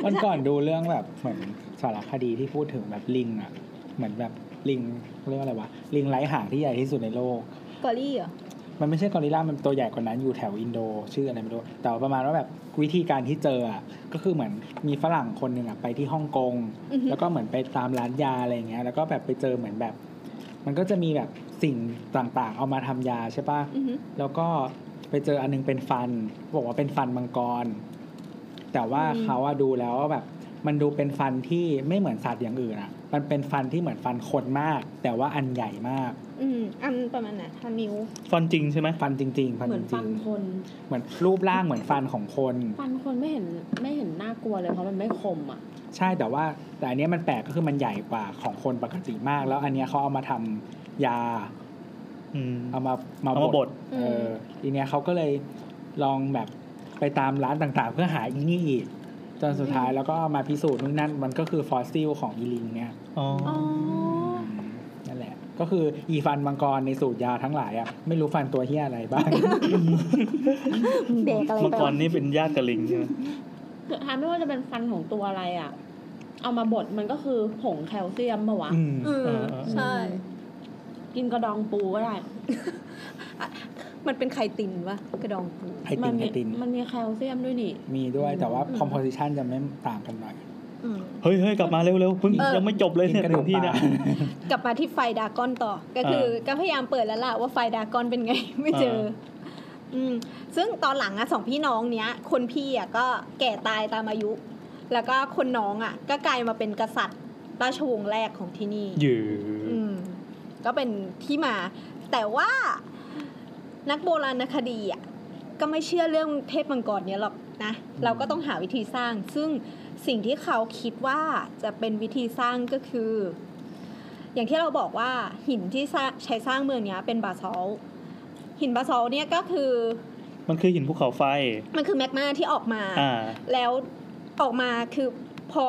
[SPEAKER 1] วันก่อนดูเรื่องแบบเหมือนสารคดีที่พูดถึงแบบลิงอ่ะ เหมือนแบบลิงเรียกว่าอะไรวะลิงไร้หางที่ใหญ่ที่สุดในโลก
[SPEAKER 2] กอรี่เหรอ
[SPEAKER 1] มันไม่ใช่กอริลลามันตัวใหญ่กว่านั้นอยู่แถวอินโด ชื่ออะไรไม่รู้ แต่ว่าประมาณว่าแบบวิธีการที่เจออ่ะก็คือเหมือนมีฝรั่งคนหนึ่งอ่ะไปที่ฮ่องกง
[SPEAKER 2] อือฮึ
[SPEAKER 1] แล้วก็เหมือนไปตามร้านยาอะไรอย่างเงี้ย แล้วก็แบบไปเจอเหมือนแบบ มันก็จะมีแบบสิ่งต่างๆ เอามาทำยาใช่ปะ
[SPEAKER 2] อือหือ
[SPEAKER 1] แล้วก็ไปเจออันนึงเป็นฟันบอกว่าเป็นฟันมังกร แต่ว่า
[SPEAKER 2] อืม
[SPEAKER 1] เขาอะดูแล้วว่าแบบ มันดูเป็นฟันที่ไม่เหมือนสัตว์อย่างอื่นอะมันเป็นฟันที่เหมือนฟันคนมาก แต่ว่าอันใหญ่มาก
[SPEAKER 2] อืมอันประมาณไหนห้านิ้ว
[SPEAKER 3] ฟันจริงใช่ไหม
[SPEAKER 1] ฟันจริง ๆ ฟัน
[SPEAKER 5] เหมื
[SPEAKER 1] จ
[SPEAKER 5] อนฟั
[SPEAKER 1] ริ
[SPEAKER 5] น
[SPEAKER 1] ง
[SPEAKER 5] คน
[SPEAKER 1] ๆเหมือนรูปร่างเหมือนฟันของคน
[SPEAKER 5] ฟันคนไม่เห็นไม่เห็นน่ากลัวเลยเพราะมันไม่คมอ่ะ
[SPEAKER 1] ใช่แต่ว่าแต่อันเนี้ยมันแปลกก็คือมันใหญ่กว่าของคนปกติมาก แล้วอันเนี้ยเขาเอามาทำยา
[SPEAKER 3] อืม
[SPEAKER 1] เอามามา
[SPEAKER 3] เอามาบด
[SPEAKER 1] เอออทีเนี้ยเขาก็เลยลองแบบไปตามร้านต่างๆ เพื่อหาอีนี่อีกจนสุดท้ายแล้วก็เอามาพิสูจน์นู่นนั่นมันก็คือฟอสซิลของอีลิงเนี่ย
[SPEAKER 3] อ๋ออ
[SPEAKER 1] นั่นแหละ ก็คืออีฟันมังกรในสูตรยาทั้งหลายอ่ะไม่รู้ฟันตัวเฮียอะไรบ้าง
[SPEAKER 7] เด็กอะไร
[SPEAKER 3] มัง
[SPEAKER 7] ไป
[SPEAKER 3] กรนี่เป็นญาติกับลิงใช่ไหม
[SPEAKER 4] คือทานไม่ว่าจะเป็นฟันของตัวอะไรอ่ะ เอามาบดมันก็คือผงแคลเซียมปะวะ
[SPEAKER 1] อืม
[SPEAKER 2] อืม
[SPEAKER 3] อ่าอ่า
[SPEAKER 2] ใช่
[SPEAKER 4] กินกระดองปูก็ได้
[SPEAKER 2] มันเป็นไข่ติ่นวะกระดองปู
[SPEAKER 1] ไฮตินไฮ
[SPEAKER 4] มี
[SPEAKER 1] ติน
[SPEAKER 4] มันมีแคลเซียมด้วยนี่
[SPEAKER 1] มีด้วยแต่ว่า
[SPEAKER 4] อืม
[SPEAKER 1] คอมโพสิชันจะไม่ต่างกันหน่อย
[SPEAKER 3] เฮ้ยเฮ้ยกลับมาเร็วๆเพิ่ง
[SPEAKER 2] เออ
[SPEAKER 3] ยังไม่จบเลยเนี่ย
[SPEAKER 1] กินกระดู
[SPEAKER 3] เต็
[SPEAKER 1] ก
[SPEAKER 3] มที่เนี่ย
[SPEAKER 1] ปลา
[SPEAKER 2] กลับมาที่ไฟดากอนต่อ ก็คือก็พยายามเปิดแล้วล่ะว่าไฟดากอนเป็นไง ไม่เจอ
[SPEAKER 3] อ่า
[SPEAKER 2] อืม ซึ่งตอนหลังอะสองพี่น้องเนี้ย คนพี่อะก็แก่ตายตามอายุ แล้วก็คนน้องอะก็กลายมาเป็นกษัตริย์ราชวงศ์แรกของที่นี่
[SPEAKER 3] หยือ
[SPEAKER 2] อืม ก็เป็นที่มา แต่ว่านักโบราณคดีอ่ะก็ไม่เชื่อเรื่องเทพมังกรเนี้ยหรอกนะ เราก็ต้องหาวิธีสร้าง ซึ่งสิ่งที่เขาคิดว่าจะเป็นวิธีสร้างก็คือ อย่างที่เราบอกว่าหินที่สร้างใช้สร้างเมืองเนี้ย เป็นบาซอลต์หินบาซอลต์เนี่ยก็คือ
[SPEAKER 3] มันคือหินภูเขาไฟ
[SPEAKER 2] มันคือแมกมาที่ออกมา
[SPEAKER 3] อ่า
[SPEAKER 2] แล้วออกมาคือพอ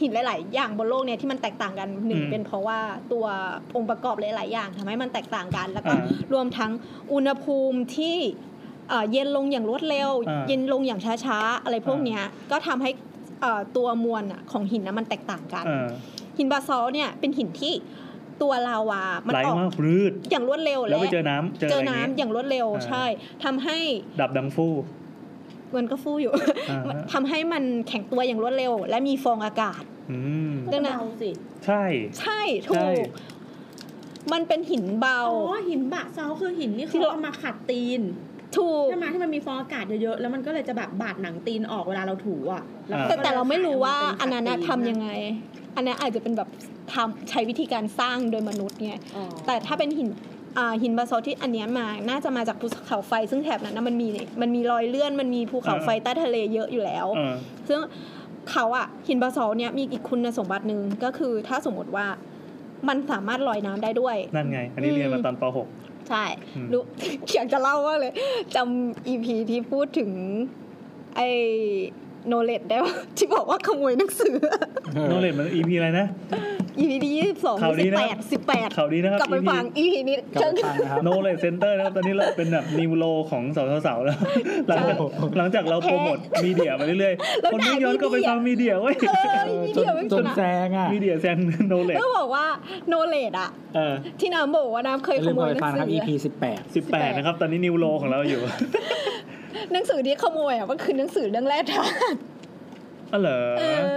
[SPEAKER 2] หินหลาย ๆ อย่างบนโลกเนี่ยที่มันแตกต่างกันหนึ่ง
[SPEAKER 3] อืม
[SPEAKER 2] เป็นเพราะว่าตัวองค์ประกอบหลาย ๆ อย่างทำให้มันแตกต่างกัน แล้วก็
[SPEAKER 3] อ่าร
[SPEAKER 2] วมทั้งอุณหภูมิที่เอ่อเย็นลงอย่างรวดเร็ว
[SPEAKER 3] อ่า
[SPEAKER 2] เย็นลงอย่างช้า ๆ อะไรพวก
[SPEAKER 3] อ่า
[SPEAKER 2] เนี้ยก็ทำให้เอ่อตัวมวลน่ะของหินนะมันแตกต่างกัน
[SPEAKER 3] อ่า
[SPEAKER 2] หินบาซอลต์เนี่ยเป็นหินที่ตัวลาวามัน
[SPEAKER 3] ไหล
[SPEAKER 2] ออก
[SPEAKER 3] มากรืด
[SPEAKER 2] อย่างรวดเร็ว
[SPEAKER 3] แล้ว
[SPEAKER 2] และ
[SPEAKER 3] ไปเจอน้ำเจอ
[SPEAKER 2] เจ
[SPEAKER 3] อะ
[SPEAKER 2] อ
[SPEAKER 3] ไร
[SPEAKER 2] น้ำ
[SPEAKER 3] นี้
[SPEAKER 2] อย่างรวดเร็ว
[SPEAKER 3] อ่า
[SPEAKER 2] ใช่ทำให้
[SPEAKER 3] ดับดังฟู่
[SPEAKER 2] มันก็ฟู่อยู่
[SPEAKER 3] อ่า
[SPEAKER 2] ทำให้มันแข็งตัวอย่างรวดเร็ว และมีฟองอากาศ
[SPEAKER 3] อืม
[SPEAKER 2] ดังนั้น
[SPEAKER 4] เบาสิ
[SPEAKER 3] ใช่
[SPEAKER 2] ใช่ถู
[SPEAKER 3] ใช่
[SPEAKER 2] ก มันเป็นหินเบา
[SPEAKER 4] อ๋อหินบะเซาคือหินที่เขาเอามาขัดตีน
[SPEAKER 2] ถูก
[SPEAKER 4] ใช่ไหมที่มันมีฟองอากาศเยอะๆแล้วมันก็เลยจะแบบบาดหนังตีนออกเวลาเราถูอ่ะล้วก็
[SPEAKER 2] แต่แต่เราไม่รู้ว่า
[SPEAKER 4] เป็
[SPEAKER 2] อันนั้นน่ะ
[SPEAKER 4] ขัดตี
[SPEAKER 2] ทำยังไง อันนั้นอาจจะเป็นแบบทำใช้วิธีการสร้างโดยมนุษย์ไง
[SPEAKER 4] อ๋อ
[SPEAKER 2] แต่ถ้าเป็นหินอ่าหินบาซอลต์ที่อันเนี้ยมา น่าจะมาจากภูเขาไฟ ซึ่งแถบนั้นนะมันมีมันมีรอยเลื่อน มันมีภูเขาไฟใต้ทะเลเยอะอยู่แล้ว
[SPEAKER 3] เออ
[SPEAKER 2] ซึ่งเขาอะหินบาซอลต์เนี่ยมีอีกคุณสมบัติหนึ่งก็คือ ถ้าสมมติว่ามันสามารถลอยน้ำได้ด้วย
[SPEAKER 3] นั่นไง อันนี้เรียนมาตอนป .6
[SPEAKER 2] ใช่
[SPEAKER 3] อืม
[SPEAKER 2] รู้ อยากจะเล่าว่าเลยจำอีพีที่พูดถึงไอ้โนเลดได้ว่า ที่บอกว่าขโมยหนังสือ
[SPEAKER 3] โนเลดมัน EP อะไรนะ
[SPEAKER 2] อีพีที่ยี่สิบสอง
[SPEAKER 3] ข่าวดี
[SPEAKER 2] สิบ
[SPEAKER 3] นะ
[SPEAKER 2] แป
[SPEAKER 3] ค
[SPEAKER 2] ด
[SPEAKER 3] รับ
[SPEAKER 2] สิบแปด
[SPEAKER 3] ข่าวดีนะครับ
[SPEAKER 2] กลับไป
[SPEAKER 3] EP
[SPEAKER 2] ฟังอีพีนี้
[SPEAKER 1] กลับ
[SPEAKER 2] เชิง
[SPEAKER 1] ไปฟังนะครับ
[SPEAKER 3] โนเลดเซ็นเตอร์นะครับ ตอนนี้เราเป็นแบบนิวโลของสาวสาวๆแล้ว หลังจากหลังจากเราโปรโมทมีเดียมาเรื่อย
[SPEAKER 2] เรา
[SPEAKER 3] ๆ คน
[SPEAKER 2] ด่า
[SPEAKER 3] นี้ย้อนก็ไป
[SPEAKER 2] มีเดีย
[SPEAKER 3] ฟังมีเดียเว้ย
[SPEAKER 2] เอ้ยมี
[SPEAKER 1] จ
[SPEAKER 2] เดีย
[SPEAKER 1] น
[SPEAKER 2] วไม่
[SPEAKER 1] จ
[SPEAKER 2] ช
[SPEAKER 1] น
[SPEAKER 2] นะ
[SPEAKER 1] แซงอ่ะ
[SPEAKER 3] มีเดียแซน โนเลด
[SPEAKER 2] ก็บอกว่าโนเลดอะ
[SPEAKER 3] เออ
[SPEAKER 2] ที่น้ำบอกว่าน้ำเคย
[SPEAKER 1] อย่า
[SPEAKER 2] ข
[SPEAKER 1] ลืม
[SPEAKER 2] โม
[SPEAKER 1] เอา
[SPEAKER 2] ยหนั
[SPEAKER 1] ไปฟัง
[SPEAKER 2] งสื
[SPEAKER 1] นะครับ
[SPEAKER 2] อ
[SPEAKER 1] EP สิบแปด
[SPEAKER 3] 18 นะครับ ตอนนี้นิวโลของเราอยู่
[SPEAKER 2] หนังสือที่ขโมยอะมันคือหนังสือเรื่องแรกทาส
[SPEAKER 3] อ๋อเหรอ
[SPEAKER 2] เออ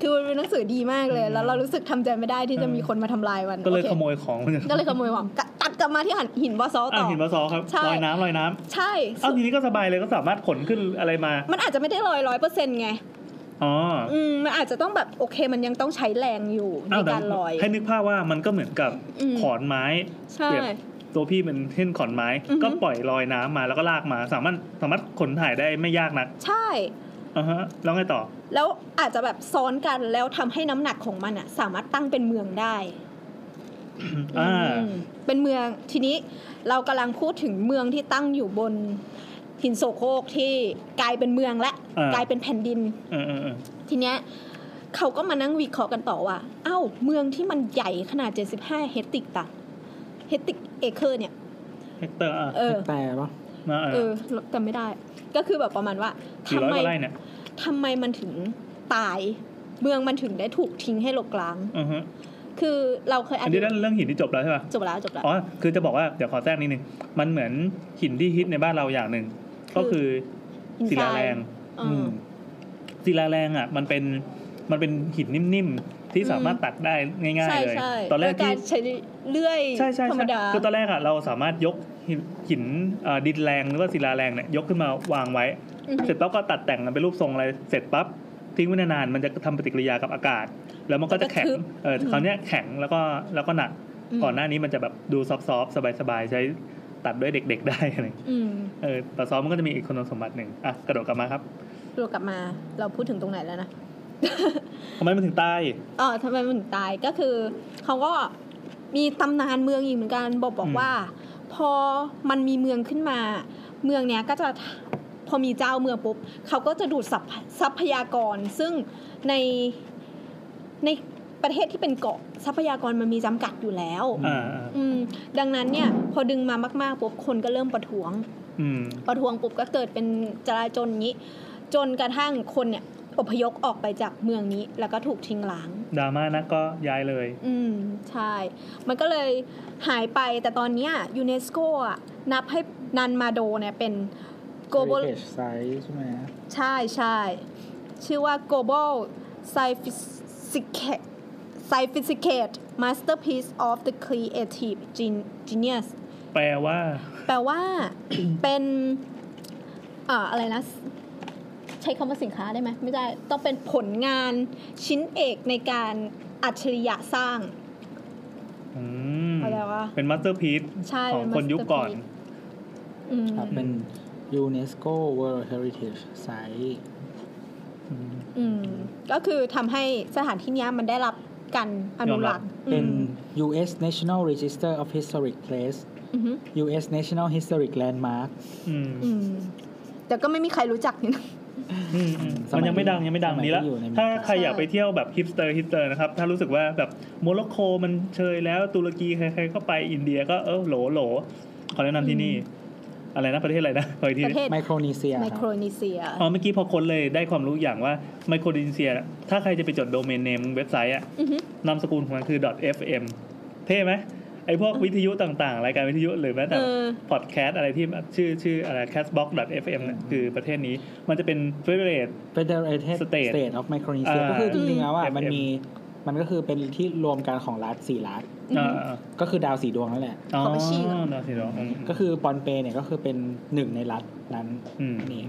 [SPEAKER 2] คือมันเป็นหนังสือดีมากเลย แล้วเรารู้สึกทำใจไม่ได้ที่จะ
[SPEAKER 3] เออ
[SPEAKER 2] มีคนมาทำลายมัน
[SPEAKER 3] ก็เลย
[SPEAKER 2] โอค
[SPEAKER 3] ขโมยของมัน
[SPEAKER 2] ก็เลยขโมยหวังกะตัดกลับมาที่หินบอซอ
[SPEAKER 3] อ่ะ
[SPEAKER 2] ต่อ
[SPEAKER 3] หินมาซอครับ
[SPEAKER 2] ใช่
[SPEAKER 3] ลอยน้ำลอยน้
[SPEAKER 2] ใช่
[SPEAKER 3] ำเอ้าทีนี้ก็สบายเลยก็สามารถขนขึ้นอะไรมา
[SPEAKER 2] มันอาจจะไม่ได้ลอยร้อยเปอร์เซ็นต์ไง
[SPEAKER 3] อ๋อ
[SPEAKER 2] อืม มันอาจจะต้องแบบโอเค มันยังต้องใช้แรงอยู่ใน
[SPEAKER 3] อ้าวแต่
[SPEAKER 2] การลอย
[SPEAKER 3] ให้นึกภาพว่ามันก็เหมือนกับ
[SPEAKER 2] อืม
[SPEAKER 3] ขอนไม้
[SPEAKER 2] ใช่
[SPEAKER 3] เปรียบตัวพี่เป็นเช่นขอนไม้
[SPEAKER 2] อือฮึ
[SPEAKER 3] ก็ปล่อยลอยน้ำมาแล้วก็ลากมา สามารถสามารถขนถ่ายได้ไม่ยากนัก
[SPEAKER 2] ใช่
[SPEAKER 3] อ่าฮะแล้วไงต่อ
[SPEAKER 2] แล้วอาจจะแบบซ้อนกันแล้วทำให้น้ำหนักของมันอะสามารถตั้งเป็นเมืองได้
[SPEAKER 3] อ่า
[SPEAKER 2] มเป็นเมือง ทีนี้เรากำลังพูดถึงเมืองที่ตั้งอยู่บนหินโศโครกที่กลายเป็นเมืองและ
[SPEAKER 3] อ่าก
[SPEAKER 2] กลายเป็นแผ่นดิน
[SPEAKER 3] เออเออเออ
[SPEAKER 2] ทีเนี้ยเขาก็มานั่งวิเคราะห์กันต่อว่า เอ้า เมืองที่มันใหญ่ขนาด 75 เฮกติกตันเฮกติกเอเคอร์เนี่ย
[SPEAKER 3] เฮกเตอร์อ่ะ
[SPEAKER 2] เออ
[SPEAKER 1] แต่ว่า
[SPEAKER 3] นะเอ
[SPEAKER 2] เอ
[SPEAKER 3] อ
[SPEAKER 2] อจำไม่ได้ ก็คือแบบประมาณว่า
[SPEAKER 3] กี่
[SPEAKER 2] ทำไม
[SPEAKER 3] ร้อยกว่าไร่เนี่ย
[SPEAKER 2] ทำไมมันถึงตาย เมืองมันถึงได้ถูกทิ้งให้รกร้าง
[SPEAKER 3] อือฮะ
[SPEAKER 2] คือเราเคย
[SPEAKER 3] อันนี้เรื่องเรื่องหินที่จบแล้วใช่ป่ะ
[SPEAKER 2] จบแล้วจบแล้ว
[SPEAKER 3] อ๋อคือจะบอกว่าเดี๋ยวขอแทรกนิดนึงมันเหมือนหินที่ฮิตในบ้านเราอย่างหนึ่ง
[SPEAKER 2] คือ
[SPEAKER 3] ก็คือศิลาแรง
[SPEAKER 2] เอออ
[SPEAKER 1] อืม
[SPEAKER 3] ศิลาแรงอ่ะ มันเป็นมันเป็นหินนิ่มๆที่สามารถตัดได้ง่าย
[SPEAKER 2] ใช่
[SPEAKER 3] ๆเลย
[SPEAKER 2] ใช่
[SPEAKER 3] ตอนแรก
[SPEAKER 2] โดย
[SPEAKER 3] ที่
[SPEAKER 2] การใช้เลื่อย
[SPEAKER 3] ใช่ใช่
[SPEAKER 2] ธรรม
[SPEAKER 3] ใช่
[SPEAKER 2] ดา
[SPEAKER 3] คือตอนแรกอ่ะเราสามารถยกหินหินเอ่อดินแรงหรือว่าศิลาแรงเนี่ยยกขึ้นมาวางไว้
[SPEAKER 2] อือฮึ
[SPEAKER 3] เสร็จปั๊บก็ตัดแต่งมันเป็นรูปทรงอะไรเสร็จปั๊บทิ้งไว้นานๆมันจะทำปฏิกิริยากับอากาศ แล้วมันก็จะแข็งเออคราวเนี้ยแข็งแล้วก็แล้วก็หนัก ก่อนหน้านี้มันจะแบบดูซอฟต์ๆสบายๆใช้ตัดด้วยเด็ก ๆ ได้อะไร
[SPEAKER 2] อืม
[SPEAKER 3] เออแต่ซ้อมมันก็จะมีอีกคุณสมบัติหนึ่งอ่ะกระโดดกลับมาครับ
[SPEAKER 2] เรากลับมาเราพูดถึงตรงไหนแล้วนะ
[SPEAKER 3] ทำไมมันถึงตาย
[SPEAKER 2] เออทำไมมันถึงตายก็คือเขาก็ มีตำนานเมืองอีกเหมือนกันบอกบอก
[SPEAKER 1] อืม
[SPEAKER 2] ว่า พอมันมีเมืองขึ้นมา เมืองเนี้ยก็จะพอมีเจ้าเมืองปุ๊บเขาก็จะดูดทรัพย์ทรัพยากร ซึ่งในในประเทศที่เป็นเกาะทรัพยากรมันมีจำกัดอยู่แล้ว
[SPEAKER 3] อ่าอ่า
[SPEAKER 2] อืมดังนั้นเนี่ยพอดึงมามากๆปุ๊บคนก็เริ่มประท้วง
[SPEAKER 3] อืม
[SPEAKER 2] ประท้วงปุ๊บก็เกิดเป็นจราจนนี้ จนกระทั่งคนเนี่ยอพยพออกไปจากเมืองนี้ แล้วก็ถูกทิ้งร้าง
[SPEAKER 3] ดราม่านะก็ย้ายเลย
[SPEAKER 2] อืม ใช่ มันก็เลยหายไปแต่ตอนเนี้ยยูเนสโกอ่ะนับให้นันมาโดเนี่ยเป็น global
[SPEAKER 1] Heritage Site ใช่ไหม
[SPEAKER 2] ใช่ใช่ชื่อว่า global scientific scientific masterpiece of the creative Gen- genius
[SPEAKER 3] แปลว่า
[SPEAKER 2] แปลว่า เป็นเอ่ออะไรนะ ใช้คำว่าสินค้าได้ไหมไม่ได้ต้องเป็นผลงานชิ้นเอกในการอัจฉริยะสร้าง
[SPEAKER 3] อืม
[SPEAKER 2] แปลว่า
[SPEAKER 3] เป็นมาสเตอร์พี e
[SPEAKER 2] ใช่
[SPEAKER 3] ของ
[SPEAKER 2] เป็น
[SPEAKER 3] คนยุคก่อน
[SPEAKER 2] masterpiece อืม
[SPEAKER 1] ครับเป็น UNESCO World Heritage Site
[SPEAKER 3] อืม
[SPEAKER 2] อืมก็คือทำให้สถานที่เนี้ยมันได้รับการอนุรักษ์
[SPEAKER 1] เป็น
[SPEAKER 2] อืม
[SPEAKER 1] U.S. National Register of Historic Place
[SPEAKER 2] อือฮึ
[SPEAKER 1] U.S. National Historic Landmark
[SPEAKER 3] อืม
[SPEAKER 2] อืมแต่ก็ไม่มีใครรู้จักนี่นะ
[SPEAKER 3] อืมอืมมันยังไม่ดังยังไม่ดัง
[SPEAKER 1] สมัย
[SPEAKER 3] ดีละ
[SPEAKER 1] ที่อยู่ในเมือง
[SPEAKER 3] ถ้าใครอยาก
[SPEAKER 2] ใช่
[SPEAKER 3] ไปเที่ยวแบบฮิปสเตอร์ฮิปสเตอร์นะครับ ถ้ารู้สึกว่าแบบโมร็อกโกมันเชยแล้วตุรกีใครๆก็ไปอินเดียก็เออโหลโหลขอแนะนำที่นี่ อะไรนะประเทศอะไรนะขออีกที
[SPEAKER 2] ประเทศ
[SPEAKER 1] ไมโครนีเซีย
[SPEAKER 2] ไม
[SPEAKER 1] ค
[SPEAKER 2] โค
[SPEAKER 1] รั
[SPEAKER 2] ร
[SPEAKER 1] บ
[SPEAKER 2] นีเซีย
[SPEAKER 3] อ๋อเมื่อกี้พอค้นเลยได้ความรู้อย่างว่าไมโครดินเซีย ถ้าใครจะไปจดโดเมนเนมเว็บไซต์อะ
[SPEAKER 2] อือฮึ
[SPEAKER 3] นามสกุลของมันคือ .fm เท่ไหมไอพวกวิทยุต่างๆ รายการวิทยุหรือแม้แต่
[SPEAKER 2] เออ
[SPEAKER 3] พอดแคสต์อะไรที่ชื่อชื่ออะไร castbox.fm เนี่ยคือประเทศนี้มันจะเป็น f e d e r a t e
[SPEAKER 1] Federated
[SPEAKER 3] State
[SPEAKER 1] State of Micronesia
[SPEAKER 3] อ่า
[SPEAKER 1] ก็คือจริงๆแล้วอ่ะ
[SPEAKER 3] อืม
[SPEAKER 1] มันมีมันก็คือเป็นที่รวมกันของรัฐสี่รัฐ
[SPEAKER 3] อ่า
[SPEAKER 1] ก็คือดาวสีดวงนั่นแหละ
[SPEAKER 3] อ๋อ
[SPEAKER 2] ขอไปฉี่ก่อน
[SPEAKER 3] นอนสิเนาะอืม
[SPEAKER 1] ก็คือปอนเปเนี่ยก็คือเป็นหนึ่งในรัฐนั้น
[SPEAKER 3] อืม
[SPEAKER 1] นี่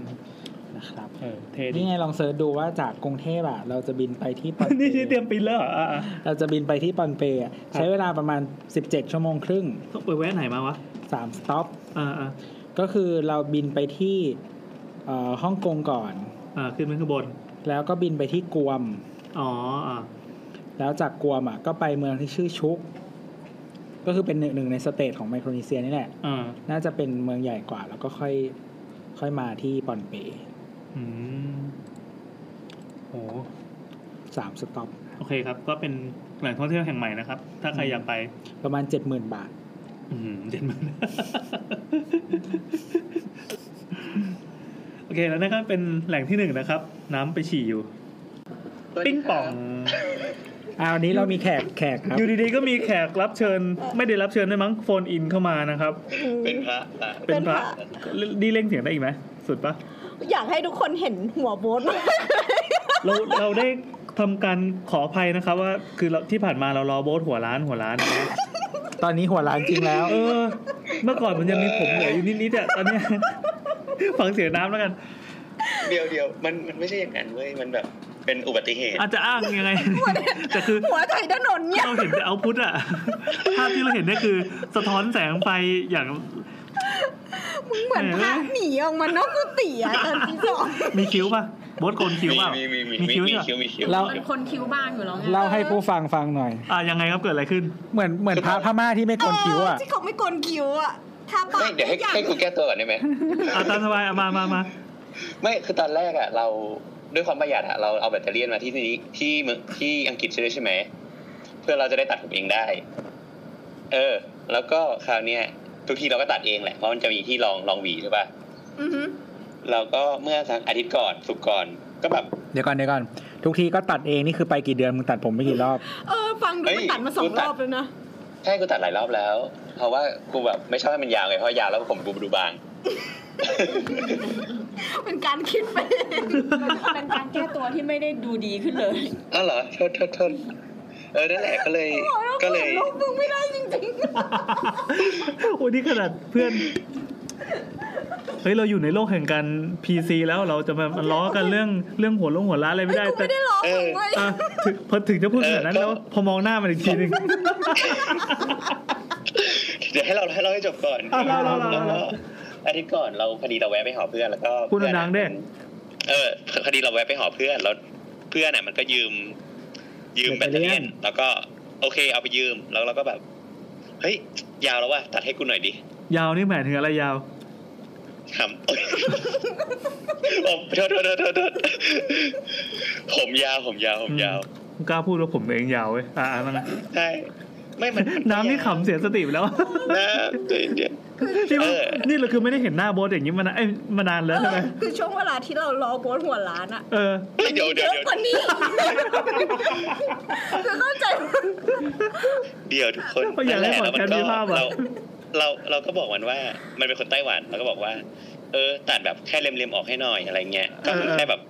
[SPEAKER 1] นะครับ
[SPEAKER 3] เออเท่ดี
[SPEAKER 1] นี่ไงลองเสิร์ชดูว่าจากกรุงเทพอะเราจะบินไปที่ปอน
[SPEAKER 3] นี่ชื่อ
[SPEAKER 1] เป
[SPEAKER 3] เตรียมปินแล้วเหรออ่า
[SPEAKER 1] เราจะบินไปที่ปอนเปอะใช้เวลาประมาณ 17 ชั่วโมงครึ่ง
[SPEAKER 3] ๆต้องไปแวะไหนมาวะ
[SPEAKER 1] 3 สต็อป
[SPEAKER 3] อ่าอ่า
[SPEAKER 1] ก็คือเราบินไปที่เอ่อฮ่องกงก่อน
[SPEAKER 3] อ่าขึ้นไปข้างบน
[SPEAKER 1] แล้วก็บินไปที่กวม
[SPEAKER 3] อ๋ออ่า
[SPEAKER 1] แล้วจากกวมอ่ะก็ไปเมืองที่ชื่อชุก ก็คือเป็นหนึ่งหนึ่งในสเตทของไมโครนีเซียนี่แหละ
[SPEAKER 3] อ่า
[SPEAKER 1] น่าจะเป็นเมืองใหญ่กว่า แล้วก็ค่อยค่อยมาที่ปอนเป
[SPEAKER 3] อืมโห
[SPEAKER 1] สามสต็อป
[SPEAKER 3] โอเคครับ ก็เป็นแหล่งท่องเที่ยวแห่งใหม่นะครับ ถ้าใครอยากไป
[SPEAKER 1] ประมาณเจ็ดหมื่นบาท
[SPEAKER 3] อืมเด่นมาก โอเคแล้วนั่นก็เป็นแหล่งที่หนึ่งนะครับ น้ำไปฉี่อยู่ ปิ้งป่อง
[SPEAKER 1] อ่าวันนี้เรามีแขกแขกครับ
[SPEAKER 3] อยู่ดีๆก็มีแขกรับเชิญ ไม่ได้รับเชิญด้วยมั้งโฟนอินเข้ามานะครับ
[SPEAKER 8] เป็นพระอ่ะ
[SPEAKER 3] เป็นพระดีเล่งเสียงได้อีกไหมสุดปะ
[SPEAKER 2] อยากให้ทุกคนเห็นหัวโบสมาก
[SPEAKER 3] เราเราได้ทำการขออภัยนะครับ ว่าคือเราที่ผ่านมาเรารอโบสหัวล้านหัวล้าน
[SPEAKER 1] ตอนนี้หัวล้านจริงแล้ว
[SPEAKER 3] เออ เมื่อก่อนมันยังมีผมเหลืออยู่นิดๆอ่ะตอนเนี้ย ฟังเสียงน้ำแล้วกัน
[SPEAKER 8] เดียวเดียวมันมันไม่ใช่อย่างนั้นเว้ย มันแบบเป็นอุบัติเหตุ
[SPEAKER 3] อาจจะอ้างยังไง แต่คือ
[SPEAKER 2] หัวไทยถนนเนี่ย
[SPEAKER 3] เราเห็นแต่เอาพุทอะภาพที่เราเห็นเนี่ยคือ สะท้อนแสงไฟอย่าง
[SPEAKER 2] เหมือนพระหนีออกมานอกกุฏิ อะตอนที่สอง
[SPEAKER 3] มีคิ้วป่ะโบดโกนคิ้ว
[SPEAKER 8] มี
[SPEAKER 3] เปล่า
[SPEAKER 8] มีมีมี
[SPEAKER 3] มี
[SPEAKER 8] มี
[SPEAKER 3] คิ้ว
[SPEAKER 8] มี
[SPEAKER 3] ใช่ปะ
[SPEAKER 8] คิ้วมีคิ้ว
[SPEAKER 1] เรา
[SPEAKER 5] มันคนคิ้วบางอยู่แล้วไง
[SPEAKER 1] เล่าให้ผู้ฟังฟังหน่อย
[SPEAKER 3] อ่ะยังไงครับเกิดอะไรขึ้น
[SPEAKER 1] เหมือนเหมือนพระพม่าที่ไม่โกนคิ้วอ่ะ
[SPEAKER 2] เที่เขาไม่โกนคิ้วอะถ้าบ้า
[SPEAKER 8] ไม่
[SPEAKER 2] น
[SPEAKER 8] เดี๋ยวให้
[SPEAKER 2] อยาก
[SPEAKER 8] ให้กูแก้ตัวก่อนได้ไหม
[SPEAKER 3] อ่ะตามสบายอ่ะมามา มา
[SPEAKER 8] ไม่คือตอนแรกอ่ะเราด้วยความประหยัดอ่ะเราเอาแบตเตอรี่มาที่นี่ที่เมืองที่อังกฤษใช่ไหมใช่ไหมเพื่อเราจะได้ตัดผมเองได้ เออ แล้วก็คราวเนี้ยทุกทีเราก็ตัดเองแหละเพราะมันจะมีที่ลองลองหวีใช่ป่ะ
[SPEAKER 2] อือหือ
[SPEAKER 8] เราก็เมื่อสักอาทิตย์ก่อนสุกร์ก่อน ก็แบบ
[SPEAKER 1] เดี๋ยวก่อนเดี๋ยวก่อน ทุกทีก็ตัดเองนี่คือไปกี่เดือนมึงตัดผมไปกี่รอบ
[SPEAKER 2] เออ ฟังดู
[SPEAKER 8] เฮ้
[SPEAKER 2] มั
[SPEAKER 8] ย
[SPEAKER 2] นตัดมาสอง
[SPEAKER 8] กูตั
[SPEAKER 2] ร
[SPEAKER 8] ด
[SPEAKER 2] อบแล้วนะ
[SPEAKER 8] ใช่กูตัดหลายรอบแล้ว เพราะว่ากูแบบไม่ชอบให้มันยาวไงเพราะยาวแล้วผมกูดูบาง
[SPEAKER 2] เป็นการคิด ไปเอง
[SPEAKER 5] เป็นการแก้ตัวที่ไม่ได้ดูดีขึ้นเลย
[SPEAKER 8] อ้าวเหรอโทษโทษโทษเออนั่นแหละก็เลยก็เลย
[SPEAKER 2] ลูกมึงไม่ได้จริง
[SPEAKER 3] โอ้ยนี่ขนาดเพื่อนเฮ้ยเราอยู่ในโลกแห่งการ PC แล้วเราจะมามาล้อกันเรื่องเรื่องหัวลงหัวล้านอะไรไม่ได้
[SPEAKER 2] ๆ
[SPEAKER 3] แต่
[SPEAKER 2] ไม่ได้ร้อง
[SPEAKER 8] เออ
[SPEAKER 2] เว้ย
[SPEAKER 3] อ่ะถึงพอถึงจะพูดขนาดนั้นแล้ว พอมองหน้ามันอีกทีหนึ่ง
[SPEAKER 8] เดี๋ยวให้เราให้เราให้จบก่อน
[SPEAKER 3] อ่ะเราเราเรา
[SPEAKER 8] แล้วก็อาทิตย์ก่อนเราพอดีเราแวะไปหอเพื่อนแล้วก็
[SPEAKER 3] พูดดังๆดิ
[SPEAKER 8] เออพอดีเราแวะไปหอเพื่อนแล้วเพื่อนน่ะมันก็ยืม ยืมแบตเตอ
[SPEAKER 1] แบตเตอ
[SPEAKER 8] รี่
[SPEAKER 1] เลี่ยน
[SPEAKER 8] แล้วก็โอเคเอาไปยืมแล้วเราก็แบบ เฮ้ย ยาวแล้วว่ะตัดให้กูหน่อยดิ
[SPEAKER 3] ยาวนี่หมายถึงอะไรยาว
[SPEAKER 8] ครับ โอ๊ยผมโทษโทษโทษโทษโทษผมยาวผมยาวผมยาว
[SPEAKER 3] อืมกล้าพูดว่าผมตัวเองยาวเว้ยอ่าอ่ามันนะ
[SPEAKER 8] ใช่ไม่มัน
[SPEAKER 3] น้ำนี่ขำเสียสติไปแล้ว
[SPEAKER 8] น้ำตัวเดียว
[SPEAKER 3] นี่เรา
[SPEAKER 8] เออ
[SPEAKER 3] นี่เราคือไม่ได้เห็นหน้าโบสอย่างนี้มานานเอ้ยมานานแล้วใช่ไหม
[SPEAKER 2] คือช่วงเวลาที่เรารอโบนหัวร้านอะ
[SPEAKER 3] เออ
[SPEAKER 8] เฮ้ยเดี๋ยวเดี๋ยวเดี๋ยว
[SPEAKER 2] คนนี้ คือเข้าใจ
[SPEAKER 8] เดี๋ยวทุกคน
[SPEAKER 3] อยากให้
[SPEAKER 8] นั่นแหละแล้วมั
[SPEAKER 3] พอดแคส
[SPEAKER 8] น
[SPEAKER 3] ต์มีภาพอะ
[SPEAKER 8] เราเราเราก็บอกมันว่า มันเป็นคนไต้หวันเราก็บอกว่า เออตัดแบบแค่เล็มๆออกให้หน่อยอะไรเงี้ยก็คือแค่แบบ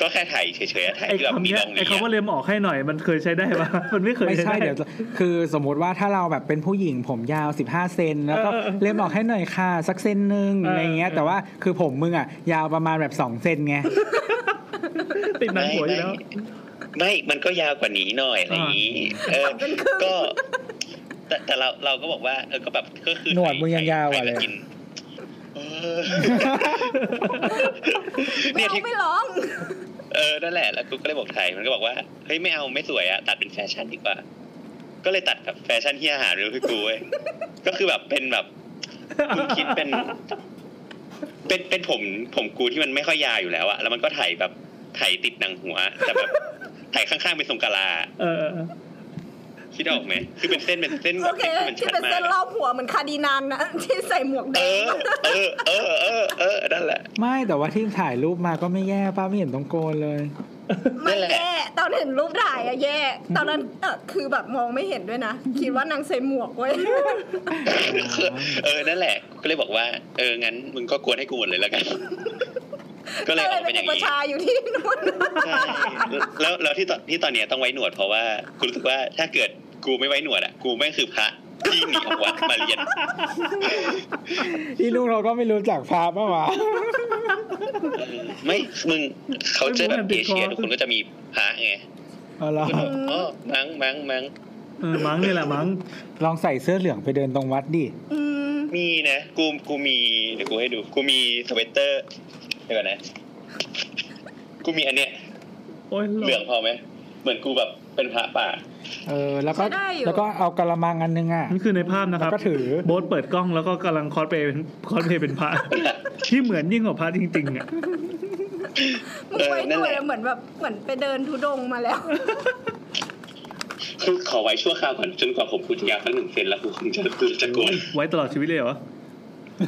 [SPEAKER 8] ก็แค่ถ่ายเฉยๆอะถ่าย
[SPEAKER 3] ไอ้
[SPEAKER 8] ที่แบบ
[SPEAKER 3] คำ
[SPEAKER 8] มี
[SPEAKER 3] เนี้
[SPEAKER 8] ด
[SPEAKER 3] ย
[SPEAKER 8] องมี
[SPEAKER 3] ไอ้
[SPEAKER 8] อะ
[SPEAKER 3] คำว่าเลมออกให้หน่อย มันเคยใช้ได้ปะมันไม่เคย
[SPEAKER 1] ไม่ใช่
[SPEAKER 3] ช้ด้
[SPEAKER 1] เดี๋ยวคือสมมติว่าถ้าเราแบบเป็นผู้หญิงผมยาว 15 เซนแล้วก็
[SPEAKER 3] เออเออเออ
[SPEAKER 1] เล็มออกให้หน่อยค่ะ สักเซนหนึ่ง
[SPEAKER 3] เอออ
[SPEAKER 1] อะไรเงี้ย
[SPEAKER 3] เออ
[SPEAKER 1] แต่ว่าคือผมมึงอ่ะ ยาวประมาณแบบ 2 เซน ไง
[SPEAKER 3] ติดหนังหัวอยู่แล้ว
[SPEAKER 8] ไม่ มันก็ยาวกว่านี้หน่อยอะไรอย่างนี้ เออก็ แต่แต่เราเราก็บอกว่าเออก็แบบก็คือ
[SPEAKER 1] หนวดมึงยังยาวอะ
[SPEAKER 8] ใคร
[SPEAKER 1] เลย
[SPEAKER 8] กินเออ เนี่ยที่
[SPEAKER 2] ไม่ร้อง
[SPEAKER 8] เออ นั่นแหละ แล้วกูก็เลยบอกไทย มันก็บอกว่า เฮ้ย ไม่เอา ไม่สวยอะตัดเป็นแฟชั่นดีกว่า ก็เลยตัดแบบแฟชั่นที่อาหารเลยคือกูเว้ย ก็คือแบบเป็นแบบมึงคิดเป็น เป็น เป็นผม ผมกูที่มันไม่ค่อยยาวอยู่แล้วอะแล้วมันก็ไถแบบไถติดหนังหัว แต่แบบไถข้างๆเป็นทรงกะลา
[SPEAKER 3] เออเออเออ
[SPEAKER 8] คิดออกไหม คือเป็นเส้น เป็นเส้นแบ
[SPEAKER 2] โอบ เค
[SPEAKER 8] ที่มัน
[SPEAKER 2] ที่
[SPEAKER 8] ชัด
[SPEAKER 2] เป็น
[SPEAKER 8] มา
[SPEAKER 2] เส้
[SPEAKER 8] ก
[SPEAKER 2] นรอบหัวเหมือนคาร์ดินานนะ ที่ใส่หมวกแด
[SPEAKER 8] เอง อ เออ เออ เออ เออ นั่นแหละ
[SPEAKER 1] ไม่แต่ว่าที่ถ่ายรูปมาก็ไม่แย่ป้าไม่เห็นต้องโกนเลย
[SPEAKER 2] ไม่แย่ตอนเห็นรูปถ่ายอะแย่ ตอนนั้นเออคือแบบมองไม่เห็นด้วยนะ คิดว่านางใส่หมวกไว้ย
[SPEAKER 8] เออ นั่นแหละ ก็เลยบอกว่า เออ งั้นมึงก็กวนให้กูหมดเลยแล้วกัน ก็เลยออก
[SPEAKER 2] เป็
[SPEAKER 8] เป็น นอย่าง
[SPEAKER 2] อุป
[SPEAKER 8] นี้
[SPEAKER 2] ชฌาย์อยู่ที่นู่น
[SPEAKER 8] ใช่แล้วแล้วที่ตอนที่ตอนเนี้ยต้องไว้หนวดเพราะว่ากูรู้สึกว่าถ้าเกิดกูไม่ไว้หนวดอ่ะ กูไม่งคือพระที่หนีออกวัดมาเรียน
[SPEAKER 1] อีลูกเราก็ไม่รู้จักพา ป้าวะ
[SPEAKER 8] ไม่มึงเขาเจอแบบเอเชียทุกคนก็จะมีพระไง
[SPEAKER 1] เอาล่ะ
[SPEAKER 8] ก็แบบอ๋อมั้งมั้งมั้ง
[SPEAKER 3] เออมั้งนี่แหละมั้ง
[SPEAKER 1] ลองใส่เสื้อเหลืองไปเดินตรงวัดดิ
[SPEAKER 2] อืม
[SPEAKER 8] มีนะกูกูมีเดี๋ยวกูให้ดู กูมีสเวตเตอร์เดี๋ยวก่อนนะ กูมีอันเนี้ย
[SPEAKER 3] โอ้ย
[SPEAKER 8] เหลืองพอไหมเหมือนกูแบบเป็นพระป่า
[SPEAKER 1] เออ แล้วก็แล้วก็เอากระมังอันนึงอ่ะ
[SPEAKER 3] นี่คือในภาพนะครับ
[SPEAKER 1] แล้วก็ถือ
[SPEAKER 3] โบสเปิดกล้องแล้วก็กำลังคอสเพลย์เป็นคอสเพลย์เป็นพระ ที่เหมือนยิ่งกว่าพระจริงๆอ่ะ
[SPEAKER 2] มึง
[SPEAKER 8] เออ
[SPEAKER 2] ไว้ห
[SPEAKER 8] นั่น
[SPEAKER 2] น่
[SPEAKER 8] แห
[SPEAKER 2] วย
[SPEAKER 8] ละ
[SPEAKER 2] เหมือนแบบเหมือนไปเดินทุดงค์มาแล้ว
[SPEAKER 8] คือขอไว้ชั่วคราวก่อนจนกว่าผมกูจะยาวสักหนึ่งเซนแล้วกูคงจะกูจะโกน
[SPEAKER 3] ไว้ตลอดชีวิตเลยเหรอ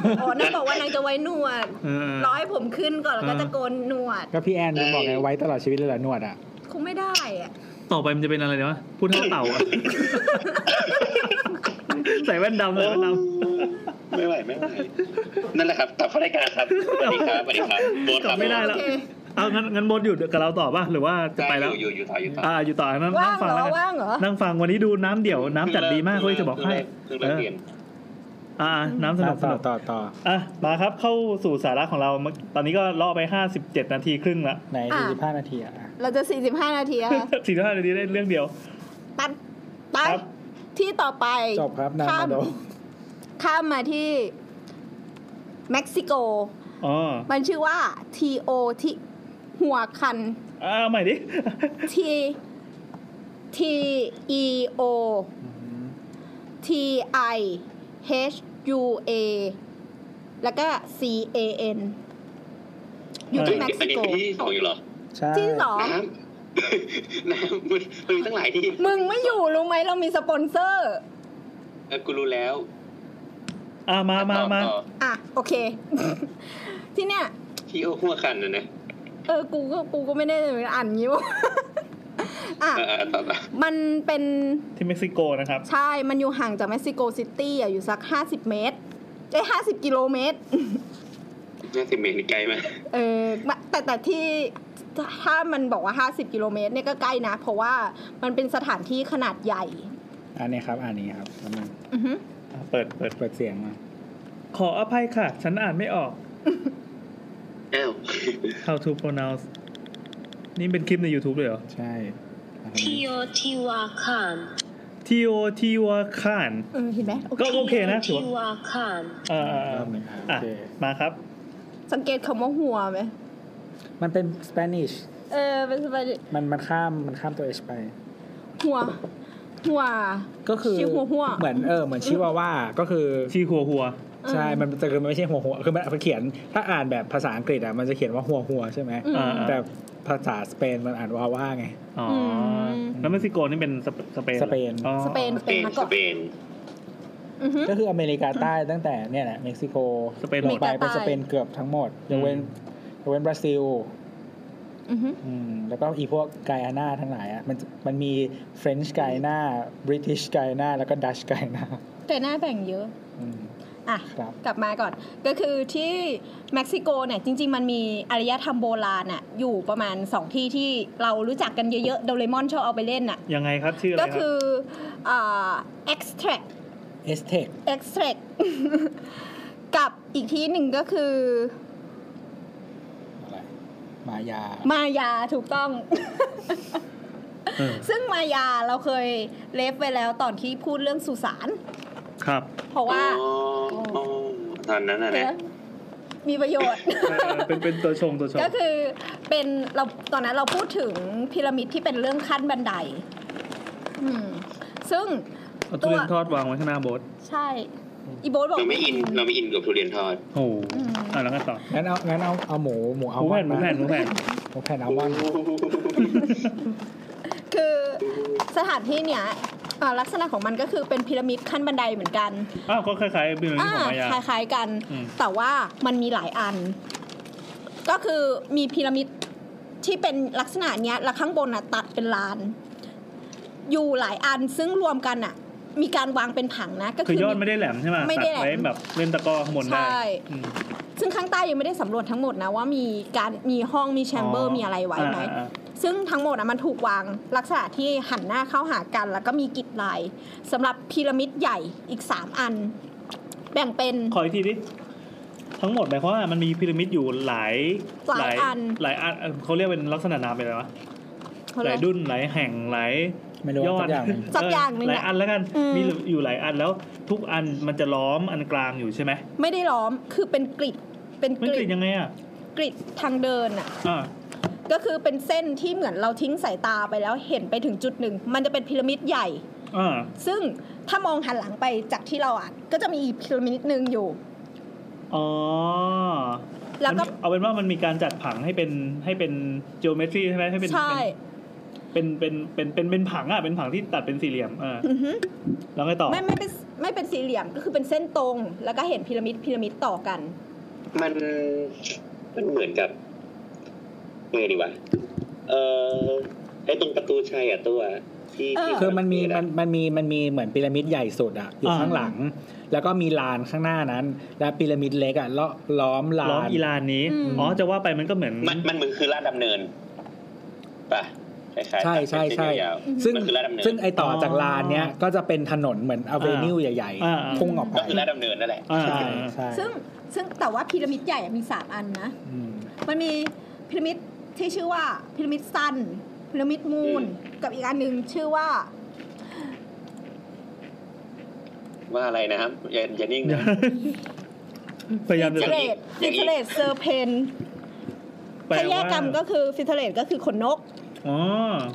[SPEAKER 2] อ๋อนางบอกว่านางจะไว้หนวด
[SPEAKER 3] เออ
[SPEAKER 2] ร้อยผมขึ้นก่อนแล้วก็
[SPEAKER 3] เออ
[SPEAKER 2] ตะโกนหนวด
[SPEAKER 1] ก็พี่แอนมันบอกไงไว้ตลอดชีวิตเลยเหรอหนวดอ่ะ
[SPEAKER 2] คงไม่ได้อะ
[SPEAKER 3] ต่อไปมันจะเป็นอะไรเนาะพูดเท่าเต่าอ่ะ ใส่แว่นดำใส่แว่นด
[SPEAKER 8] ไม่ไหวไม่ไหวนั่นแหละครับตับเข้ารายการครับสวัสดีครับสวัสดีครับโบน
[SPEAKER 3] ำกลั
[SPEAKER 8] ครั
[SPEAKER 3] บบ ไม่ได้แล้ว เอางั้นงั้นโบทอยู่กับเราต่อป่ะหรือว่าจะไปแล้ว
[SPEAKER 8] อยู่อยู่อยู่ต่ออยู่ต่อ
[SPEAKER 3] อ่าอยู่ต่อนั่งนั่
[SPEAKER 2] ว่าง ง
[SPEAKER 3] ฟัง
[SPEAKER 2] เหร
[SPEAKER 3] แล้ว
[SPEAKER 2] อ
[SPEAKER 3] กัน
[SPEAKER 2] ว่างเหรอ
[SPEAKER 3] นั่งฟังวันนี้ดูน้ำเดี่ยวน้ำจัดดีมากเว้ยจะบอกให้
[SPEAKER 8] เพิ่งเลิกเรียน
[SPEAKER 3] อ่า น้ำสนุกส
[SPEAKER 1] ต่อ
[SPEAKER 3] นุก
[SPEAKER 1] ต่อต่อ
[SPEAKER 3] อ่ะมาครับเข้าสู่สาระของเราเมื่อตอนนี้ก็ล่อไปห้าสิบเจ็ดนาทีครึ่งละ
[SPEAKER 1] ไหนสี่สิบห้านาทีอ่ะ
[SPEAKER 2] เราจะ 45 นาทีอะค่ะ
[SPEAKER 3] สี่ห้านาทีได้เรื่องเดียว
[SPEAKER 2] ตัดตัด
[SPEAKER 3] ครับ
[SPEAKER 2] ที่ต่อไป
[SPEAKER 1] จบครับนา
[SPEAKER 2] ข้าม
[SPEAKER 1] งามโด
[SPEAKER 2] ข้ามมาที่เม็กซิโก
[SPEAKER 3] อ๋อ
[SPEAKER 2] มันชื่อว่า T.O. ที่หัวคัน
[SPEAKER 3] อ่าเอาใหม่ดิ
[SPEAKER 2] T T E O T I H U A แล้วก็ C A N อยู่ที่เม็ก
[SPEAKER 8] อั
[SPEAKER 2] ซิ
[SPEAKER 8] นนี้
[SPEAKER 2] โก
[SPEAKER 8] ที่สองอยู่เหรอ
[SPEAKER 1] ใช่
[SPEAKER 2] ที่สอง
[SPEAKER 8] น้ำน้ำมันมันมีตั้งหลายที่
[SPEAKER 2] มึงไม่อยู่รู้ไหมเรามีสปอนเซอร์
[SPEAKER 8] เออกูรู้แล้ว
[SPEAKER 3] อ่ามามา
[SPEAKER 8] ต่อ
[SPEAKER 3] มา
[SPEAKER 8] ต่อ
[SPEAKER 2] อ่ะ โอเค ที่เนี่ย
[SPEAKER 8] ที่โอ้หัวคันนะนะ
[SPEAKER 2] เออ กูก็กูก็ไม่ได้อ่านงี้วะ อ่ะ
[SPEAKER 8] เออเออต่อต่อ
[SPEAKER 2] มันเป็น
[SPEAKER 3] ที่เม็กซิโกนะครับ
[SPEAKER 2] ใช่ มันอยู่ห่างจากเม็กซิโกซิตี้อ่ะอยู่สัก 50 เมตรไอ้ห้าสิบกิโลเมตร
[SPEAKER 8] ห้าสิบเมตรนี่ไกลมาก
[SPEAKER 2] เออมะแต่แต่ที่ถ้ามันบอกว่า 50 กิโลเมตรเนี่ยก็ใกล้นะ เพราะว่ามันเป็นสถานที่ขนาดใหญ่
[SPEAKER 1] อันนี้ครับ อันนี้ครับแป๊บนึง
[SPEAKER 2] อือฮึ
[SPEAKER 3] เปิดเปิด
[SPEAKER 1] เปิดเสียงมา
[SPEAKER 3] ขออภัยค่ะ ฉันอ่านไม่ออก
[SPEAKER 8] อ้าว
[SPEAKER 3] how to pronounce นี่เป็นคลิปใน YouTube เลยเหรอ
[SPEAKER 1] ใช่อันนี้
[SPEAKER 9] Teotihuacan.
[SPEAKER 3] t o t w a k a n
[SPEAKER 2] เออเห็นไหมโอเค
[SPEAKER 3] ก็โอเคนะถือว่า
[SPEAKER 9] Teotihuacan.
[SPEAKER 3] เอ่าอ่
[SPEAKER 1] รอบหนึ่ง
[SPEAKER 3] อ่ะ
[SPEAKER 1] อ่ะโอเค
[SPEAKER 3] มาครับ
[SPEAKER 2] สังเกตคำว่าหัวไหม
[SPEAKER 1] มันเป็นสเปนิช
[SPEAKER 2] เออเป็นสบาย
[SPEAKER 1] มันมันข้ามมันข้ามตัวเอชไป
[SPEAKER 2] หัว หัว
[SPEAKER 1] ก็คือ
[SPEAKER 2] ชิวหัวๆ
[SPEAKER 1] เหมือนเออเหมือนชิวาว่าก็คือ
[SPEAKER 3] ชีหัวหัว
[SPEAKER 1] ใช่ มันแต่คือมันไม่ใช่หัวหัว คือมันเขียน ถ้าอ่านแบบภาษาอังกฤษอ่ะ มันจะเขียนว่าหัวหัวใช่ไหม
[SPEAKER 3] อืม
[SPEAKER 1] แต่ภาษาสเปนมันอ่านว่าว่าไง
[SPEAKER 3] อ๋ออแล้วเม็กซิโกนี่เป็นสเปสเปนหรอ
[SPEAKER 1] สเปน
[SPEAKER 3] อ๋อ
[SPEAKER 2] สเปน
[SPEAKER 8] ส
[SPEAKER 2] เป็
[SPEAKER 8] เป
[SPEAKER 2] น
[SPEAKER 8] น
[SPEAKER 2] มา
[SPEAKER 8] ส
[SPEAKER 2] ก่อน
[SPEAKER 8] เปน
[SPEAKER 2] อือฮึ
[SPEAKER 1] ก็คืออเมริกาใต้ตั้งแต่เนี่ยแหละเม็กซิโก
[SPEAKER 3] สเปน
[SPEAKER 1] ล
[SPEAKER 3] หม
[SPEAKER 1] ง
[SPEAKER 3] ด
[SPEAKER 1] ไปเป็นสเปนเกือบทั้งหมดยกเว้นยกเว้นบราซิล
[SPEAKER 2] อือฮึ
[SPEAKER 1] อืมแล้วก็อีพวกไกอาน่าทั้งหลายอ่ะ มันมันมีเฟรนช์ไกอาน่าบริติชไกอาน่าแล้วก็ดัชไกอาน่า
[SPEAKER 2] แต่หน้าแบ่งเยอะ
[SPEAKER 1] อืม
[SPEAKER 2] อ่ะ
[SPEAKER 1] ครับ
[SPEAKER 2] กลับมาก่อน ก็คือที่เม็กซิโกเนี่ยจริง ๆ มันมีอารยธรรมโบราณอะอยู่ประมาณ 2 ที่ที่เรารู้จักกันเยอะๆโดเรมอนชอบเอาไปเล่นอะ
[SPEAKER 3] ยังไงครับชื่ออะไร
[SPEAKER 2] ก็
[SPEAKER 3] ครั
[SPEAKER 2] คื
[SPEAKER 3] บ
[SPEAKER 2] ออ่า extract
[SPEAKER 1] เอสเทค
[SPEAKER 2] extract กับอีกที่หนึ่งก็คือ
[SPEAKER 1] อะไร มายา
[SPEAKER 2] มายาถูกต้อง
[SPEAKER 3] เออ
[SPEAKER 2] ซึ่งมายาเราเคยเลฟไว้แล้วตอนที่พูดเรื่องสุสาน
[SPEAKER 3] ครับ
[SPEAKER 2] เพราะว่า
[SPEAKER 8] อ๋ออ๋อตอนนั้นน่ะนะ
[SPEAKER 2] มีประโยชน์
[SPEAKER 3] เออเป็นเป็นตัวชงตัวชง
[SPEAKER 2] ก็คือเป็นเราตอนนั้นเราพูดถึงพีระมิดที่เป็นเรื่องขั้นบันได อืม ซึ่ง
[SPEAKER 3] เอาทุเรียน
[SPEAKER 2] ตัว
[SPEAKER 3] ทอดวางไว้ข้างหน้าโบส
[SPEAKER 2] ใช่ อีโบ๊ทบอก
[SPEAKER 8] เราไม่อินเราไม่อินกับทุเรียนทอด
[SPEAKER 3] โอ้โหอ่ะแล้วก็ต่อ
[SPEAKER 1] งั้นเอางั้นเอาเอาหมูหมู
[SPEAKER 3] ห
[SPEAKER 1] เอา
[SPEAKER 3] มู
[SPEAKER 1] มอ
[SPEAKER 3] แผ่
[SPEAKER 1] น
[SPEAKER 3] นห
[SPEAKER 1] ด์
[SPEAKER 3] มู
[SPEAKER 1] มา
[SPEAKER 3] แผ่นหมูแผ่น
[SPEAKER 1] หมูแผ่นเอามอนด์
[SPEAKER 2] คือสถานที่เนี้ยเอ่อลักษณะของมันก็คือเป็นพีระมิดขั้นบันไดเหมือนกัน
[SPEAKER 3] อ้าวก็คล้ายๆเป็นเรื่อง
[SPEAKER 2] อ่า
[SPEAKER 3] ของมายา
[SPEAKER 2] คล้ายๆกัน
[SPEAKER 3] อืม
[SPEAKER 2] แต่ว่ามันมีหลายอัน ก็คือมีพีระมิดที่เป็นลักษณะเนี้ยแล้วข้างบนน่ะตัดเป็นลาน อยู่หลายอันซึ่งรวมกันอ่ะ มีการวางเป็นผังนะ ก็
[SPEAKER 3] คื
[SPEAKER 2] คือ อ
[SPEAKER 3] ยอดไม่ได้แหลมใช่ไหม
[SPEAKER 2] ไม่ได้แหลม
[SPEAKER 3] ตัไว้แบบเล่นตะกร้อข้างบนได้
[SPEAKER 2] ใช่
[SPEAKER 3] อืม
[SPEAKER 2] ซึ่งข้างใต้ยังไม่ได้สำรวจทั้งหมดนะว่ามีการมีห้องมีแชมเบอร์มีอะไรไว้ไหม
[SPEAKER 3] อ่า
[SPEAKER 2] ซึ่งทั้งหมดอะมันถูกวางลักษณะที่หันหน้าเข้าหากัน แล้วก็มีกิจลายสำหรับพีระมิดใหญ่อีก 3 อัน แบ่งเป็น
[SPEAKER 3] ๆๆขออีกทีดิทั้งหมดหมายความว่ามันมีพีระมิดอยู่หลาย
[SPEAKER 2] หลายอัน
[SPEAKER 3] หลายอันเขาเรียกเป็นลักษณะนามเป็นอะไรวะ
[SPEAKER 2] เขา
[SPEAKER 3] ห
[SPEAKER 2] เรี
[SPEAKER 3] ลาย ย
[SPEAKER 2] ก
[SPEAKER 3] ดุนหลายแห่งหลาย
[SPEAKER 1] ไม่รู้
[SPEAKER 3] ยอด
[SPEAKER 1] สักอย่างหนึ่ง
[SPEAKER 2] สักอย่างหนึ่ง
[SPEAKER 3] เหลายอันแล้วกัน
[SPEAKER 2] อืม
[SPEAKER 3] มีอยู่หลายอันแล้วทุกอันมันจะล้อมอันกลางอยู่ใช่ไหม
[SPEAKER 2] ไม่ได้ล้อมคือเป็นกริดเป็น
[SPEAKER 3] มัน
[SPEAKER 2] กริ
[SPEAKER 3] เกิ
[SPEAKER 2] ด
[SPEAKER 3] ดยังไงอ่ะ
[SPEAKER 2] กริดทางเดินอ่ะ
[SPEAKER 3] อ่า
[SPEAKER 2] ก็คือเป็นเส้นที่เหมือนเราทิ้งสายตาไปแล้วเห็นไปถึงจุดหนึ่ง มันจะเป็นพีระมิดใหญ่
[SPEAKER 3] อ่า
[SPEAKER 2] ซึ่งถ้ามองหันหลังไปจากที่เราอ่ะก็จะมีอีกพีระมิดหนึ่งอยู่
[SPEAKER 3] อ๋อ
[SPEAKER 2] แล้วก็
[SPEAKER 3] มันเอาเป็นว่ามันมีการจัดผังให้เป็นให้เป็น geometry ใช่ไหมให้เป็น
[SPEAKER 2] ใช่
[SPEAKER 3] เป็นเป็นเป็นเป็นเป็นผังอ่ะเป็นผังที่ตัดเป็นสี่เหลี่ยมอ่า
[SPEAKER 2] อือฮึ
[SPEAKER 3] แล้วไงต่อ
[SPEAKER 2] ไม่ไม่เป็นไม่เป็นสี่เหลี่ยมก็คือเป็นเส้นตรง แล้วก็เห็นพีระมิดพีระมิดต่อกัน
[SPEAKER 8] มันมันเหมือนกับเมื่อดีวะเออไอตรงประตูชัยอ่ะตัวที่ที่
[SPEAKER 1] คือมันมี
[SPEAKER 8] ฝ
[SPEAKER 1] มั
[SPEAKER 8] รั่
[SPEAKER 1] น
[SPEAKER 8] งเศสอะ
[SPEAKER 1] มันมีมันมีเหมือนพีระมิดใหญ่สุดอ่ะอยู่
[SPEAKER 3] อ่า
[SPEAKER 1] ข้างหลัง แล้วก็มีลานข้างหน้านั้น และพีระมิดเล็กอ่ะล้อล้อมลา
[SPEAKER 3] ล้อม
[SPEAKER 1] น
[SPEAKER 3] อีลานนี้
[SPEAKER 2] อืม
[SPEAKER 3] อ๋อ จะว่าไปมันก็เหมือน
[SPEAKER 8] มันมันเหมือนคือลาดดำเนินป่ะคล้ายๆ
[SPEAKER 1] ใช่ใช่ใช่
[SPEAKER 8] ยาวๆ
[SPEAKER 1] ซึ่ง
[SPEAKER 8] มันคือลาดดำเนิน
[SPEAKER 1] ซึ่งไอต่อจาก
[SPEAKER 3] อ๋อ
[SPEAKER 1] ลานเนี้ยก็จะเป็นถนนเหมือนอเวนิวใหญ่
[SPEAKER 3] อ่า
[SPEAKER 1] ๆพุ่งออกไป
[SPEAKER 8] ก็คือลาดดำเนินนั่นแหละ
[SPEAKER 3] อ่า
[SPEAKER 1] ใช่ใช่
[SPEAKER 2] ซึ่งซึ่งแต่ว่าพีระมิดใหญ่อะมี 3 อันนะ
[SPEAKER 1] อืม
[SPEAKER 2] มันมีพีระมิดที่ชื่อว่าพีระมิดซันพีระมิดมูนกับอีกอันหนึ่งชื่อว่า
[SPEAKER 8] ว่าอะไรนะครับอย่าอย่านิ่ง นะ
[SPEAKER 3] พยายาม
[SPEAKER 2] ฟิ
[SPEAKER 3] จะ
[SPEAKER 2] เทเลต
[SPEAKER 8] อ
[SPEAKER 2] ฟิ
[SPEAKER 8] ย่างนี้
[SPEAKER 2] เทเลตเซอร์เพน
[SPEAKER 3] แปลว่า
[SPEAKER 2] ถ้าแยกกันก็คือฟิเทเลตก็คือขนนก
[SPEAKER 3] อ๋อ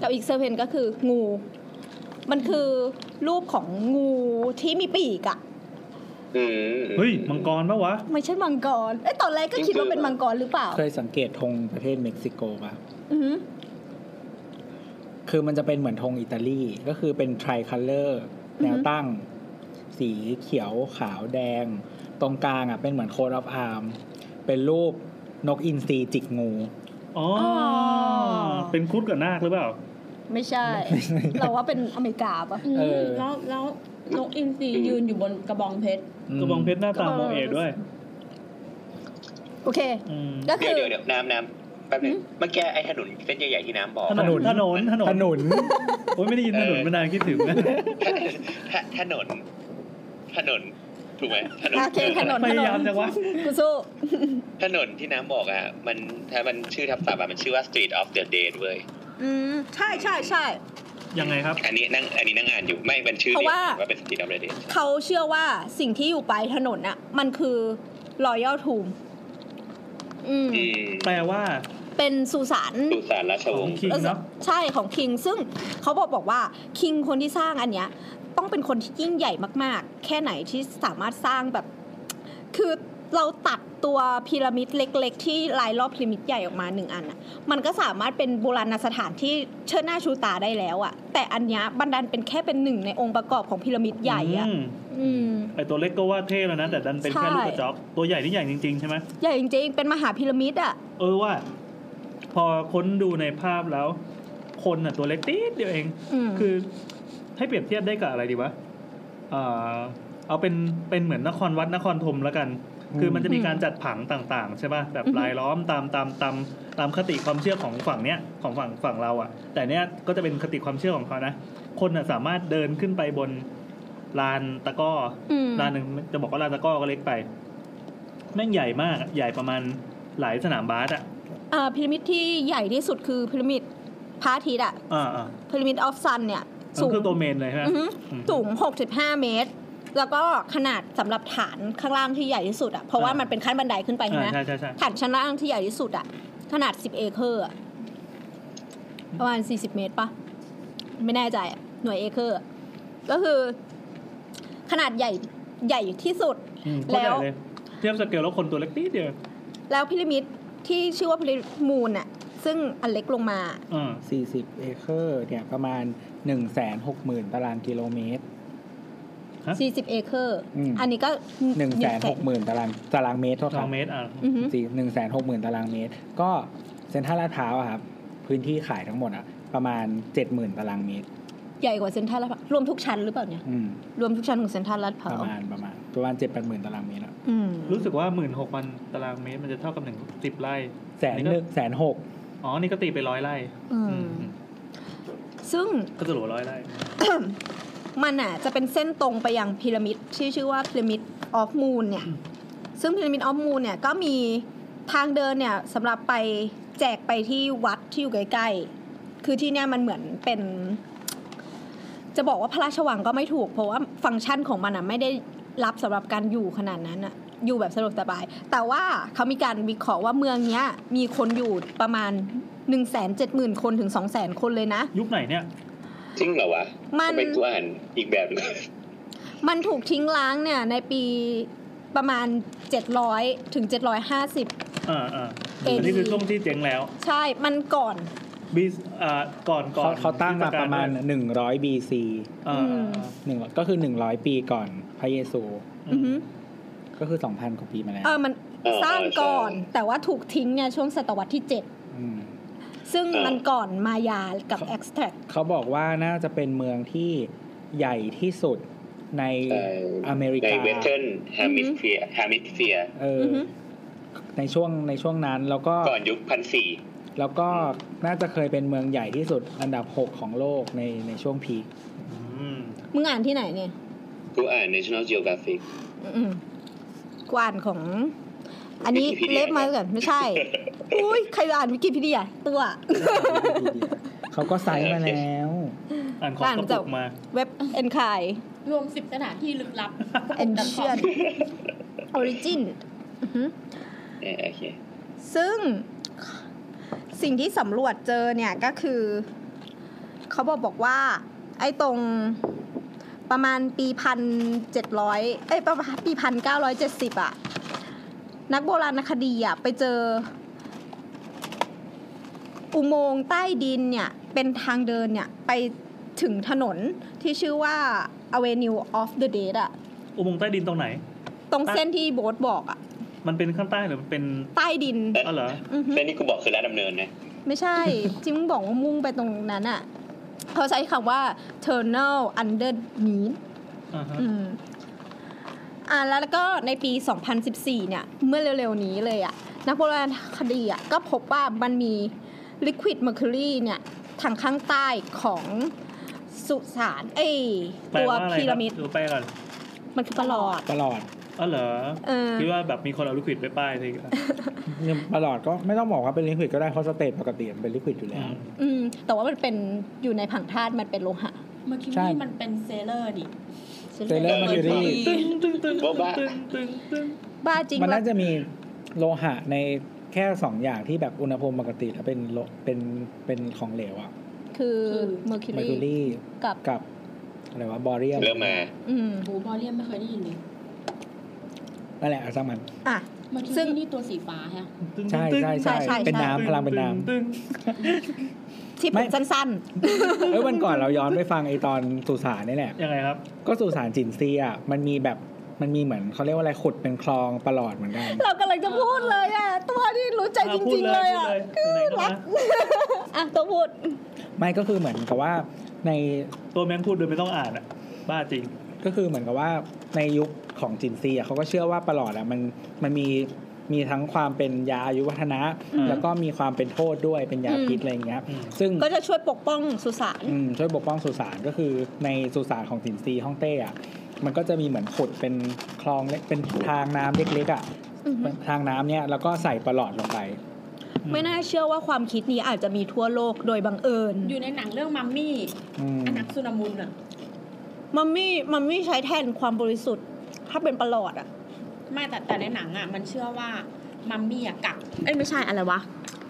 [SPEAKER 2] กับอีกเซอร์เพนก็คืองู มันคือรูปของงูที่มีปีกอะ
[SPEAKER 8] อืม
[SPEAKER 3] เฮ้ย มังกรปะวะ
[SPEAKER 2] ไม่ใช่มังกรเอ้ยตอนแรกก็คิดว่าเป็นมังกรหรือเปล่า
[SPEAKER 1] เคยสังเกตธงประเทศเม็กซิโกป่ะ
[SPEAKER 2] อือหือ
[SPEAKER 1] คือมันจะเป็นเหมือนธงอิตาลี ก็คือเป็นทริคัลเลอร์แนวตั้ง สีเขียวขาวแดง ตรงกลางอ่ะเป็นเหมือนโค a อ of อาร์มเป็นรูปนกอินทรีจิกงู
[SPEAKER 3] อ๋ออ
[SPEAKER 2] อ
[SPEAKER 3] เป็นครุฑกับนาคหรือเปล่า
[SPEAKER 2] ไม่ใช่ เราว่าเป็นอเมริกาปะ
[SPEAKER 1] เออ
[SPEAKER 4] แล้วแล้วนกอินทรียืนอยู่บนกระบองเพชร
[SPEAKER 3] กระบองเพชรหน้าตา
[SPEAKER 2] ก็
[SPEAKER 3] โมเอะด้วย
[SPEAKER 2] โอเค
[SPEAKER 3] อืม
[SPEAKER 2] ก็
[SPEAKER 8] เดี๋
[SPEAKER 2] คื
[SPEAKER 8] ยว
[SPEAKER 2] อ
[SPEAKER 8] เดี๋ยวเดี๋ยวน้ำน้ำแป๊บนึงเมื่อกี้ไอ้ถนนเส้นใหญ่ๆที่น้ำบอก
[SPEAKER 3] ถนน ถนน ถน
[SPEAKER 1] ถ
[SPEAKER 3] น
[SPEAKER 1] นน
[SPEAKER 3] โอ้ยไม่ได้ยินถนน
[SPEAKER 8] เออ
[SPEAKER 3] มานานคิดถึงนะ
[SPEAKER 8] ถถนน ถนน ถูกไหมถนน
[SPEAKER 2] โอเคถนน
[SPEAKER 3] พ
[SPEAKER 2] ถน
[SPEAKER 3] ยายาม
[SPEAKER 2] น
[SPEAKER 3] จังวะ
[SPEAKER 2] กูสู้
[SPEAKER 8] ถนนที่น้ำบอกอ่ะ มันถ้ามันชื่อทับศัพท์อ่ะ มันชื่อว่า Street of the Dead เว้ย
[SPEAKER 2] อืมใช่ใช่ใช่
[SPEAKER 3] ยังไงครับ
[SPEAKER 8] อันนี้นั่ง อันนี้นั่งอ่านอยู่ ไม่มันชื่อ
[SPEAKER 2] เพราะว่า
[SPEAKER 8] ว่าเป็น Street of the Dead
[SPEAKER 2] เขาเชื่อว่าสิ่งที่อยู่ปลายถนนน่ะ มันคือรอยย่อทูมอืม
[SPEAKER 8] อืม
[SPEAKER 3] แปลว่า
[SPEAKER 2] เป็นสุสาน
[SPEAKER 8] สุสานรา
[SPEAKER 3] ข
[SPEAKER 8] ชว
[SPEAKER 3] อง
[SPEAKER 8] งศ์
[SPEAKER 3] คิงเนาะ
[SPEAKER 2] ใช่ของคิงซึ่งเขาบอกบอกว่าคิงคนที่สร้างอันเนี้ยต้องเป็นคนที่ยิ่งใหญ่มากๆ แค่ไหนที่สามารถสร้างแบบ คือเราตัดตัวพีระมิดเล็ก ๆ ที่ลายรอบพีระมิดใหญ่ออกมาหนึ่งอันอ่ะมันก็สามารถเป็นโบราณสถานที่เชิดหน้าชูตาได้แล้วอ่ะ แต่อันเนี้ยบันดันเป็นแค่เป็นหนึ่งในองค์ประกอบของพีระมิดใหญ่อ่ะ
[SPEAKER 3] ม
[SPEAKER 2] อืม
[SPEAKER 3] ไอตัวเล็กก็ว่าเท่แล้วนะแต่ดันเป็นแค่
[SPEAKER 2] ใช่
[SPEAKER 3] ลูกกระจอกตัวใหญ่นี่ใหญ่จริงๆใช่ไหม
[SPEAKER 2] ใหญ่จริงๆเป็นมหาพีระมิดอ่ะ
[SPEAKER 3] เออว่า พอค้นดูในภาพแล้ว คนอ่ะตัวเล็กติดเดียวเอง
[SPEAKER 2] อืม
[SPEAKER 3] คือให้เปรียบเทียบได้กับอะไรดีวะเอ่อเอาเป็นเป็นเหมือนนครวัดนครธมแล้วกัน คือมันจะมีการจัดผังต่าง ๆ ใช่ป่ะแบบรายล้อมตามตามตามตามคติความเชื่อของฝั่งเนี้ยของฝั่งฝั่งเราอะ่ะ แต่เนี้ยก็จะเป็นคติความเชื่อของเขานะ คนน่ะสามารถเดินขึ้นไปบนลานตะกร้ออ
[SPEAKER 2] ม
[SPEAKER 3] ลานหนึ่งจะบอกว่าลานตะกร้อก็เล็กไป แม่งใหญ่มากอะใหญ่ประมาณหลายสนามบาสอ่ะ
[SPEAKER 2] อ่าพีระมิดที่ใหญ่ที่สุดคือพีระมิดพระอาทิตย์อ่ะ
[SPEAKER 3] อ่าอ่า
[SPEAKER 2] พีระมิดออฟซันเนี่ย
[SPEAKER 3] มัน
[SPEAKER 2] สูง
[SPEAKER 3] คือตัวเมนเลยใช่ไหม
[SPEAKER 2] อือฮึ
[SPEAKER 3] อืม
[SPEAKER 2] สูง 65 เมตร แล้วก็ขนาดสำหรับฐานข้างล่างที่ใหญ่ที่สุดอ่ะ เพราะว่า
[SPEAKER 3] อ่ามั
[SPEAKER 2] มันเป็นขั้นบันไดขึ้นไปใช่ไหม
[SPEAKER 3] อ่าใช่ใช่ใช่
[SPEAKER 2] ฐานชั้นล่างที่ใหญ่ที่สุดอ่ะ ขนาด 10 เอเคอร์อะประมาณ 40 เมตรปะไม่แน่ใจอะหน่วยเอเคอร์อะก็คือ ขนาดใหญ่ใหญ่ที่สุด
[SPEAKER 3] อืม
[SPEAKER 2] แล้ว
[SPEAKER 3] เข้าใจเยเทียบสเกลแล้วคนตัวเล็กนิดเดียว
[SPEAKER 2] แล้วพีระมิดที่ชื่อว่าพีระมิดมูนอ่ะ ซึ่งอันเล็กลงมา
[SPEAKER 3] อ่า
[SPEAKER 1] สี่สิบเอเคอร์เนี่ยประมาณหนึ่งแสนหกหมื่นตารางกิโลเมตร
[SPEAKER 2] 40 เอเคอร์
[SPEAKER 1] อืม
[SPEAKER 2] อันนี้ก็
[SPEAKER 1] หนึ่งแสนหกหมื่นตารางตารางเมตรเท่า
[SPEAKER 3] ส
[SPEAKER 1] กั
[SPEAKER 3] อน งเมตรอ่ะ
[SPEAKER 2] อือฮึ
[SPEAKER 1] สี่หนึ่งแสนหกหมื่นตารางเมตร ก็เซ็นทรัลลาดพร้าวอะครับ พื้นที่ขายทั้งหมดอะประมาณเจ็ดหมื่นตารางเมตร
[SPEAKER 2] ใหญ่กว่าเซ็นทรัลลาดพร้าวรวมทุกชั้นหรือเปล่าเนี่ย
[SPEAKER 1] อืม
[SPEAKER 2] รวมทุกชั้นของเซ็นทรัลลาดพ
[SPEAKER 1] ป
[SPEAKER 2] ร้าว
[SPEAKER 1] ระมาณประมาณประมาณเจ็ดแปดหมื่นตารางเมตรอะ
[SPEAKER 2] อืม
[SPEAKER 3] รู้สึกว่าหมื่นหกพันตารางเมตรมันจะเท่ากับหนึ่งสิบไร่
[SPEAKER 1] แสนหนึ่งแสนหก
[SPEAKER 3] อ๋อ นี่ก็ตีไปร้อยไร่
[SPEAKER 2] อื
[SPEAKER 3] อื
[SPEAKER 2] ม
[SPEAKER 3] ม
[SPEAKER 2] ซึ่ง
[SPEAKER 3] ก็จะเหลือร้อยไร่
[SPEAKER 2] มันอ่ะจะเป็นเส้นตรงไปยังพีระมิดที่ชื่อว่าพีระมิดออฟมูนเนี่ย ซึ่งพีระมิดออฟมูนเนี่ยก็มีทางเดินเนี่ยสำหรับไปแจกไปที่วัดที่อยู่ใกล้ๆ คือที่เนี่ยมันเหมือนเป็น จะบอกว่าพระราชวังก็ไม่ถูก เพราะว่าฟังก์ชันของมันอ่ะไม่ได้รับสำหรับการอยู่ขนาดนั้นอ่ะ อยู่แบบสะดวกสบาย แต่ว่าเขามีการวิเคราะห์ว่าเมืองเนี้ย มีคนอยู่ประมาณ 1 7 0 0 0 0 คนถึง 2 0 0 0 0 0 คนเลยนะ
[SPEAKER 3] ยุคไหนเนี่ย
[SPEAKER 8] จริงเหรอวะ
[SPEAKER 2] มัน
[SPEAKER 8] ทำไมกูอ่านอีกแบบหนึง
[SPEAKER 2] มันถูกทิ้งล้างเนี่ยในปีประมาณ 700 ถึง 750
[SPEAKER 3] อ่าอ่า
[SPEAKER 2] เอ็น
[SPEAKER 3] อันนี้คือช่วงที่เจ๊งแล้ว
[SPEAKER 2] ใช่ มันก่อน
[SPEAKER 3] บีอ่าก่อนก่อ
[SPEAKER 1] เขา
[SPEAKER 3] น
[SPEAKER 1] เขาตั้งมาประมาณหนึ่งร้อยบีซี
[SPEAKER 3] อ่าอ่าอ่า
[SPEAKER 1] หนึ่งก็คือหนึ่งร้อยปีก่อนพระเยซู
[SPEAKER 2] อือหือ
[SPEAKER 1] ก็คือสองพันกว่าปีมาแล้ว
[SPEAKER 2] เออมันสร้างก่อน แต่ว่าถูกทิ้งเนี่ยช่วงศตวรรษที่
[SPEAKER 1] ม
[SPEAKER 2] 7 ซึ่งมันก่อนมายากับ e x t r a c t
[SPEAKER 1] เขาบอกว่าน่าจะเป็นเมืองที่ใหญ่ที่สุดใน
[SPEAKER 8] เอ่อ
[SPEAKER 1] อเมริ
[SPEAKER 8] ใน
[SPEAKER 1] กา
[SPEAKER 8] เวสเทิร์นแฮมิสเฟียร์แฮมิสเฟียร์
[SPEAKER 1] เออ
[SPEAKER 2] อฮึ
[SPEAKER 1] ในช่วงในช่วงนั้นแล้วก็
[SPEAKER 8] ก่อนยุคพันสี่
[SPEAKER 1] แล้วก็น่าจะเคยเป็นเมืองใหญ่ที่สุดอันดับ 6 ของโลกในในช่วงพีค
[SPEAKER 3] อืม
[SPEAKER 2] มึงอ่านที่ไหนเนี่ย
[SPEAKER 8] กูอ่าน National Geographic
[SPEAKER 2] อืมกอ่านของ อันนี้
[SPEAKER 8] Wikipedia
[SPEAKER 2] เล็บมาก่อนไม่ใช่ อุ้ยใครอ่านวิกิพีเดียตัว
[SPEAKER 1] เขาก็ไซส์มาแล้ว
[SPEAKER 3] อ่านของ
[SPEAKER 2] อ่าน
[SPEAKER 3] กระ
[SPEAKER 2] จ
[SPEAKER 3] ปุ
[SPEAKER 2] บ
[SPEAKER 3] กมา
[SPEAKER 2] เว็บเอ็นคาย
[SPEAKER 4] รวมสิบสถานที่ลึกลับ
[SPEAKER 2] Ancient Origin อือหือ
[SPEAKER 8] เออโอเค
[SPEAKER 2] ซึ่ง สิ่งที่สำรวจเจอเนี่ยก็คือเขาบอกบอกว่า ไอ้ตรงประมาณปีพันเจ็ดร้อยเอ้ยประมาณปีพันเก้าร้อยเจ็ดสิบอะนักโบราณคดีอะไปเจอ อุโมงค์ใต้ดินเนี่ย เป็นทางเดินเนี่ย ไปถึงถนนที่ชื่อว่า Avenue of the Dead อะ
[SPEAKER 3] อุโมงค์ใต้ดินตรงไหน
[SPEAKER 2] ตรงเส้นที่โบทบอกอะ
[SPEAKER 3] มันเป็นข้างใต้หรือมันเป็น
[SPEAKER 2] ใต้ดิน
[SPEAKER 3] อ๋อเหรอ
[SPEAKER 2] อือฮึ
[SPEAKER 8] และนี่กูบอกคือร้านดำเนินนะ
[SPEAKER 2] ไม่ใช่ จิมบอกว่ามุ่งไปตรงนั้นอ่ะ เขาใช้คำว่า tunnel underneath
[SPEAKER 3] อ่าฮะ
[SPEAKER 2] อืมอ่าแล้วก็ในปี 2014 เนี่ย เมื่อเร็วๆนี้เลยอ่ะ นักโบราณคดีอ่ะ ก็พบว่ามันมี liquid mercury เนี่ย ทางข้างใต้ของสุสานเอ้ย
[SPEAKER 3] แปล
[SPEAKER 2] ตัว
[SPEAKER 3] ว่าอะไร
[SPEAKER 2] พี
[SPEAKER 3] ครั
[SPEAKER 2] ระ
[SPEAKER 3] บ
[SPEAKER 2] มิด
[SPEAKER 3] ดูแปลก่อน
[SPEAKER 2] มันคือประหลอด
[SPEAKER 1] ประหลอด
[SPEAKER 3] อ๋อเหรอ
[SPEAKER 2] เออ
[SPEAKER 3] คิดว่าแบบมีคนเอาลูกขิดไปป้ายทีอ่ะ
[SPEAKER 1] เนี่ยประหลอดก็ไม่ต้องบอกว่าเป็นลิควิดก็ได้เพราะสเตทปกติมันเป็นลิควิดอยู่
[SPEAKER 3] อื
[SPEAKER 1] แล้ว
[SPEAKER 3] ม
[SPEAKER 2] อืม แต่ว่ามันเป็นอยู่ในผังธาตุมันเป็นโลหะ
[SPEAKER 4] เมื่อกี้
[SPEAKER 1] ใช่
[SPEAKER 4] นี่มันเป็นเซเลอร์นี่
[SPEAKER 1] เซเลอร์มันอยู่ที่
[SPEAKER 3] ตึ้งตึ้งตึ้งตึ้งตึ้งตึ้งตึ้ง
[SPEAKER 2] บ้าจริง
[SPEAKER 1] มัน
[SPEAKER 2] แล้
[SPEAKER 1] น่าว จะมีโลหะใน แค่สองอย่างที่แบบอุณหภูมิปกติแล้วเป็นโลเป็นเป็นของเหลวอะ
[SPEAKER 2] คือ
[SPEAKER 4] คือ
[SPEAKER 2] เมอร์คิว
[SPEAKER 1] ไมโคร
[SPEAKER 2] รี
[SPEAKER 1] ลี
[SPEAKER 2] กับ
[SPEAKER 1] กับอะไรวะบอเรียม
[SPEAKER 8] เริ่มมา
[SPEAKER 4] โหบอเรียมไม่เคยได้ยินเลย
[SPEAKER 1] นั่นแหละเอาสมัน
[SPEAKER 2] อ่ะ
[SPEAKER 4] มัน
[SPEAKER 2] ซึ่
[SPEAKER 4] ซึ่
[SPEAKER 2] ง
[SPEAKER 4] งนี่ตัวสีฟ้าฮะ
[SPEAKER 1] ใช่ใช่ใช่
[SPEAKER 2] ใช่ใช่
[SPEAKER 1] เป็นน้ำพลังเป็นน้
[SPEAKER 2] ที่
[SPEAKER 1] ไม่
[SPEAKER 2] เป็นสั้น
[SPEAKER 1] ำเอ้ยวันก่อนเราย้อนไปฟังไอตอนสุสานนี่แหละ
[SPEAKER 3] ยังไงครับ
[SPEAKER 1] ก็สุสานจินเซียอะมันมีแบบมันมีเหมือนเขาเรียกว่าอะไรขุดเป็นคลองประหลอดเหมือนกัน
[SPEAKER 2] ๆ เรากำลังจะพูดเลยอ่ะ ตัวนี่รู้ใจจริง ๆ เลยอ่ะ
[SPEAKER 3] พูดเลยพูดเลยไหนๆก็มา
[SPEAKER 2] อ่ะ ตัวพูด
[SPEAKER 1] ไม่ก็คือเหมือนกับว่าใน
[SPEAKER 3] ตัวแม่งพูดโดยไม่ต้องอ่านอ่ะ บ้าจริง
[SPEAKER 1] ก็คือเหมือนกับว่าในยุคของจินซีอ่ะเขาก็เชื่อว่าประหลอดอ่ะมันมันมีมีทั้งความเป็นยาอายุวัฒนะ
[SPEAKER 3] อืม
[SPEAKER 1] แล้วก็มีความเป็นโทษด้วยเป็นยาพิษอะไรอย่างเงี้ย
[SPEAKER 3] อืม
[SPEAKER 1] ซึ่ง
[SPEAKER 2] ก็จะช่วยปกป้องสุสาน
[SPEAKER 1] อืมช่วยปกป้องสุสานก็คือในสุสานของจินซีฮ่องเต้อ่ะมันก็จะมีเหมือนขุดเป็นคลองเล็กเป็นทางน้ำเล็กๆอ่ะ
[SPEAKER 2] อือฮึ
[SPEAKER 1] ทางน้ำเนี่ยแล้วก็ใส่ประหลอดลงไป
[SPEAKER 2] ไม่น่าเชื่อว่าความคิดนี้อาจจะมีทั่วโลกโดยบังเอิญ
[SPEAKER 4] อยู่ในหนังเรื่องมัมมี่
[SPEAKER 1] อืม
[SPEAKER 4] อันนักสุนามุนอ่ะ
[SPEAKER 2] มัมมี่มัมมี่ใช้แทนความบริสุทธิ์ ถ้าเป็นประหลอดอ่ะ
[SPEAKER 4] ไม่แต่แต่ในหนังอ่ะมันเชื่อว่ามัมมี่อ่ะกักเอ้ยไม่ใช่อะไรวะ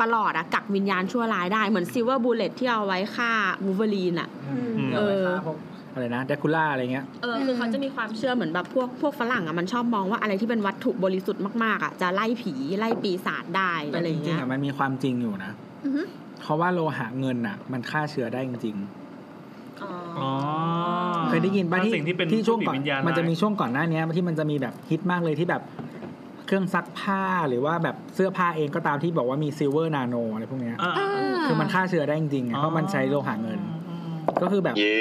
[SPEAKER 4] ประหลอดอ่ะกักวิญญาณชั่วร้ายได้เหมือนซิลเวอร์บูเลตที่เอาไว้ฆ่าบูเวอรีนอ่ะ
[SPEAKER 3] อืม
[SPEAKER 1] เอออะไรนะเดคูล่าอะไรเงี้ย
[SPEAKER 5] เออคือเขาจะมีความเชื่อเหมือนแบบพวกพวกฝรั่งอ่ะมันชอบมองว่าอะไรที่เป็นวัตถุบริสุทธิ์มากๆอ่ะจะไล่ผีไล่ปีศาจได้
[SPEAKER 1] แต่
[SPEAKER 5] อะไร
[SPEAKER 1] จ
[SPEAKER 5] อย่า
[SPEAKER 1] ริ
[SPEAKER 5] งเงี้
[SPEAKER 1] งๆ
[SPEAKER 5] ย
[SPEAKER 1] อ่ะมันมีความจริงอยู่นะ
[SPEAKER 2] อือฮึ
[SPEAKER 1] เพราะว่าโลหะเงินอ่ะ มันฆ่าเชื้อได้จริง
[SPEAKER 3] อ๋อ
[SPEAKER 1] ๆเคยได้ยินป่ะที่
[SPEAKER 3] สิ่งที่เป็น
[SPEAKER 1] ที่ช่วงก่อน
[SPEAKER 3] ผู้มีวิญญาณร้าย
[SPEAKER 1] มันจะมีช่วงก่อนหน้าเนี้ยที่มันจะมีแบบฮิตมากเลยที่แบบเครื่องซักผ้าหรือว่าแบบเสื้อผ้าเองก็ตามที่บอกว่ามีซิลเวอร์นาโนอะไรพวกเนี้ย
[SPEAKER 3] อ่า
[SPEAKER 1] คือมันฆ่าเชื้อได้จริงๆอ่ะเพราะมันใช้โลหะเงิน ก็คือแบบ
[SPEAKER 8] เย้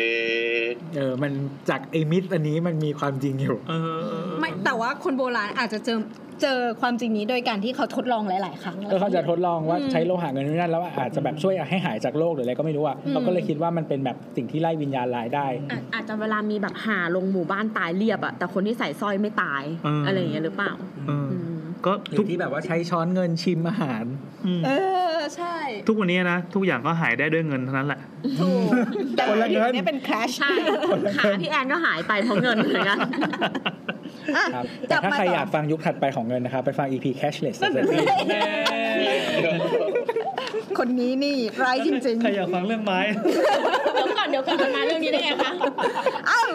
[SPEAKER 1] เออมันจากไอมิสอันนี้มันมีความจริงอยู่
[SPEAKER 3] เออเออ
[SPEAKER 2] ไม่แต่ว่าคนโบราณอาจจะเจอเจอความจริงนี้โดยการที่เขาทดลองหลาย ๆ ครั้ง
[SPEAKER 1] ก็เขาจะทดลองว่าใช้โลหะเงินนู่นนั่นแล้วอาจจะแบบช่วยให้หายจากโรคหรืออะไรก็ไม่รู้อ่ะเราก็เลยคิดว่ามันเป็นแบบสิ่งที่ไล่วิญญาณร้ายได้
[SPEAKER 5] อาจอาจจะเวลามีแบบหาลงหมู่บ้านตายเรียบอะแต่คนที่ใส่สร้อยไม่ตายอะไรอย่างเงี้ยหรือเปล่า
[SPEAKER 3] เออ
[SPEAKER 5] อืม
[SPEAKER 3] ก็
[SPEAKER 1] หรื
[SPEAKER 3] ทุ
[SPEAKER 1] อก ที่แบบว่าใช้ช้อนเงินชิมอาหาร
[SPEAKER 3] อืม
[SPEAKER 2] เออ ใช่
[SPEAKER 3] ทุกวันนี้นะ ทุกอย่างก็หายได้ด้วยเงินเท่านั้นแหละ
[SPEAKER 2] ถูกแต่
[SPEAKER 1] คนละเงิน
[SPEAKER 2] นี่เป็นแคช
[SPEAKER 5] ใช่ ขาพี่แอนก็หายไปเพราะเงินเหมือนกัน
[SPEAKER 1] ครับแต่ถ้าใครอยากฟังยุคถัดไปของเงินนะครับ ไปฟัง EP cashless
[SPEAKER 2] คนนี้นี่ร้ายจริง
[SPEAKER 3] ใครอยากฟังเรื่องไม้
[SPEAKER 4] เดี๋ยวก่อนเดี๋ยวก่อนมันมาเรื่องนี้ได้ไงคะ
[SPEAKER 2] ๆ อ้าว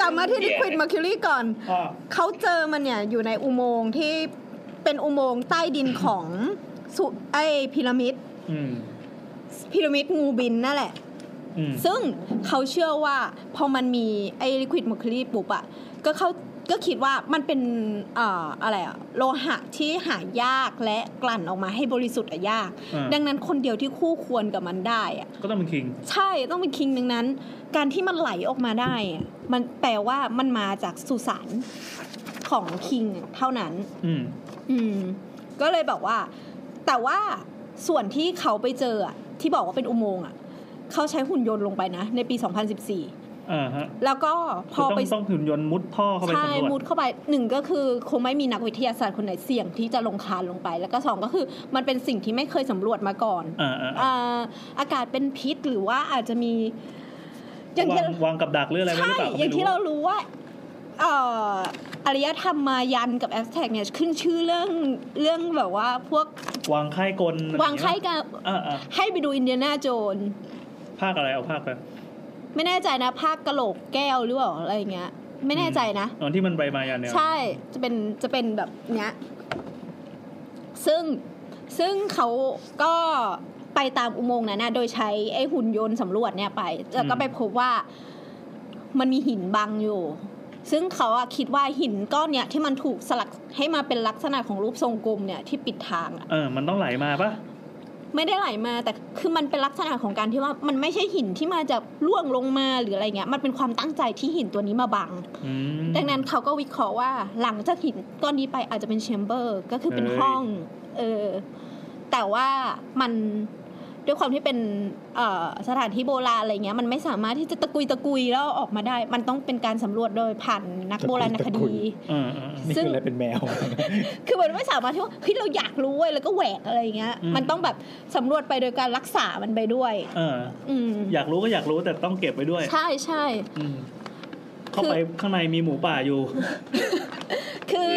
[SPEAKER 2] กลับมาที่ Liquid Mercury ก่อน
[SPEAKER 3] อ่ะ
[SPEAKER 2] เขาเจอมันเนี่ย อยู่ในอุโมงค์ที่เป็นอุโมงค์ใต้ดินของสุไอพีระมิด
[SPEAKER 3] อืม
[SPEAKER 2] พีระมิดงูบินนั่นแหละ
[SPEAKER 3] อืม
[SPEAKER 2] ซึ่งเขาเชื่อว่าพอมันมีไอ้ Liquid Mercury ปุ๊บอะก็เขาก็คิดว่ามันเป็นเอ่ออะไรอะโลหะที่หายากและกลั่นออกมาให้บริสุทธิ์อะยาก
[SPEAKER 3] อ่ะ
[SPEAKER 2] ดังนั้นคนเดียวที่คู่ควรกับมันได้อะ
[SPEAKER 3] ก็ต้องเป็นคิง
[SPEAKER 2] ใช่ต้องเป็นคิงดังนั้น การที่มันไหลออกมาได้อะมันแปลว่ามันมาจากสุสานของคิงเท่านั้น
[SPEAKER 3] อืม
[SPEAKER 2] อืม ก็เลยบอกว่า แต่ว่าส่วนที่เขาไปเจออะที่บอกว่าเป็นอุโมงค์อะเขาใช้หุ่นยนต์ลงไปนะ ในปี 2014
[SPEAKER 3] อ่าฮะ
[SPEAKER 2] แล้วก็พอ
[SPEAKER 3] คือต้
[SPEAKER 2] ไป
[SPEAKER 3] องต้องหุ่นยนต์มุดท่อเข้าไป
[SPEAKER 2] ใช่
[SPEAKER 3] สำรวจ
[SPEAKER 2] มุดเข้าไปหนึ่งก็คือคงไม่มีนักวิทยาศาสตร์คนไหนเสี่ยงที่จะลงคานลงไป แล้วก็สองก็คือมันเป็นสิ่งที่ไม่เคยสำรวจมาก่อน
[SPEAKER 3] อ่าอ่าอ่า
[SPEAKER 2] อ่าอากาศเป็นพิษหรือว่าอาจจะมีอย่าง
[SPEAKER 3] วา
[SPEAKER 2] ที่
[SPEAKER 3] งวางกับดักหรืออะไรไว้ห
[SPEAKER 2] ใช่
[SPEAKER 3] รือเปล่า
[SPEAKER 2] อย่างที่เรา
[SPEAKER 3] ไม่
[SPEAKER 2] รู้ว่าเอ่ออารยธรรมมายันกับแอสแท็กเนี่ยขึ้นชื่อเรื่องเรื่องแบบว่าพวก
[SPEAKER 3] วางไข่กลอะร
[SPEAKER 2] วางไข่กับ
[SPEAKER 3] อ่าอ่า
[SPEAKER 2] ให้ไปดูอินเดียนาโจน
[SPEAKER 3] ภาคอะไรเอาภาคไป
[SPEAKER 2] ไม่แน่ใจนะภาคกะโหลกแก้วหรือเปล่าอะไรอย่างเงี้ย ไม่แน่ใจนะ
[SPEAKER 3] ตอนที่มันไปมายันเนี่ย
[SPEAKER 2] ใช่จะเป็นจะเป็นแบบเนี้ยซึ่งซึ่งเขาก็ไปตามอุโมงค์นั้นนะโดยใช้ไอ้หุ่นยนต์สำรวจเนี่ยไปแล้วก็ไปพบว่ามันมีหินบังอยู่ ซึ่งเขาอะคิดว่าหินก้อนเนี่ยที่มันถูกสลักให้มาเป็นลักษณะของรูปทรงกลมเนี่ยที่ปิดทางอะ
[SPEAKER 3] เออ มันต้องไหลมาปะ
[SPEAKER 2] ไม่ได้ไหลมาแต่คือมันเป็นลักษณะของการที่ว่ามันไม่ใช่หินที่มาจากล่วงลงมาหรืออะไรเงี้ยมันเป็นความตั้งใจที่หินตัวนี้มาบัง
[SPEAKER 3] อืม
[SPEAKER 2] ดังนั้นเขาก็วิเคราะห์ว่าหลังจากหินก้อนนี้ไปอาจจะเป็นแชมเบอร์ก็คือเป็นห้อง เออ แต่ว่ามันด้วยความที่เป็นเอ่อสถานที่โบราณอะไรเงี้ย มันไม่สามารถที่จะตะกุยตะกุยแล้วเอาออกมาได้ มันต้องเป็นการสำรวจโดยผ่านนักโบราณค
[SPEAKER 1] ตะกุ
[SPEAKER 2] ดี
[SPEAKER 1] ย
[SPEAKER 3] อ่าอ่า
[SPEAKER 1] นี่คืออะไรเป็นแมว
[SPEAKER 2] คือมันไม่สามารถที่ว่าเฮ้ยเราอยากรู้เว้ยแล้วก็แหวกอะไรเงี้ย
[SPEAKER 3] อืม
[SPEAKER 2] มันต้องแบบสำรวจไปโดยการรักษามันไปด้วย
[SPEAKER 3] อ่า
[SPEAKER 2] อืม
[SPEAKER 3] อยากรู้ก็อยากรู้แต่ต้องเก็บไว้ด้วย
[SPEAKER 2] ใช่ใช่
[SPEAKER 3] อืม เข้าไปข้างในมีหมูป่าอยู่
[SPEAKER 2] คือ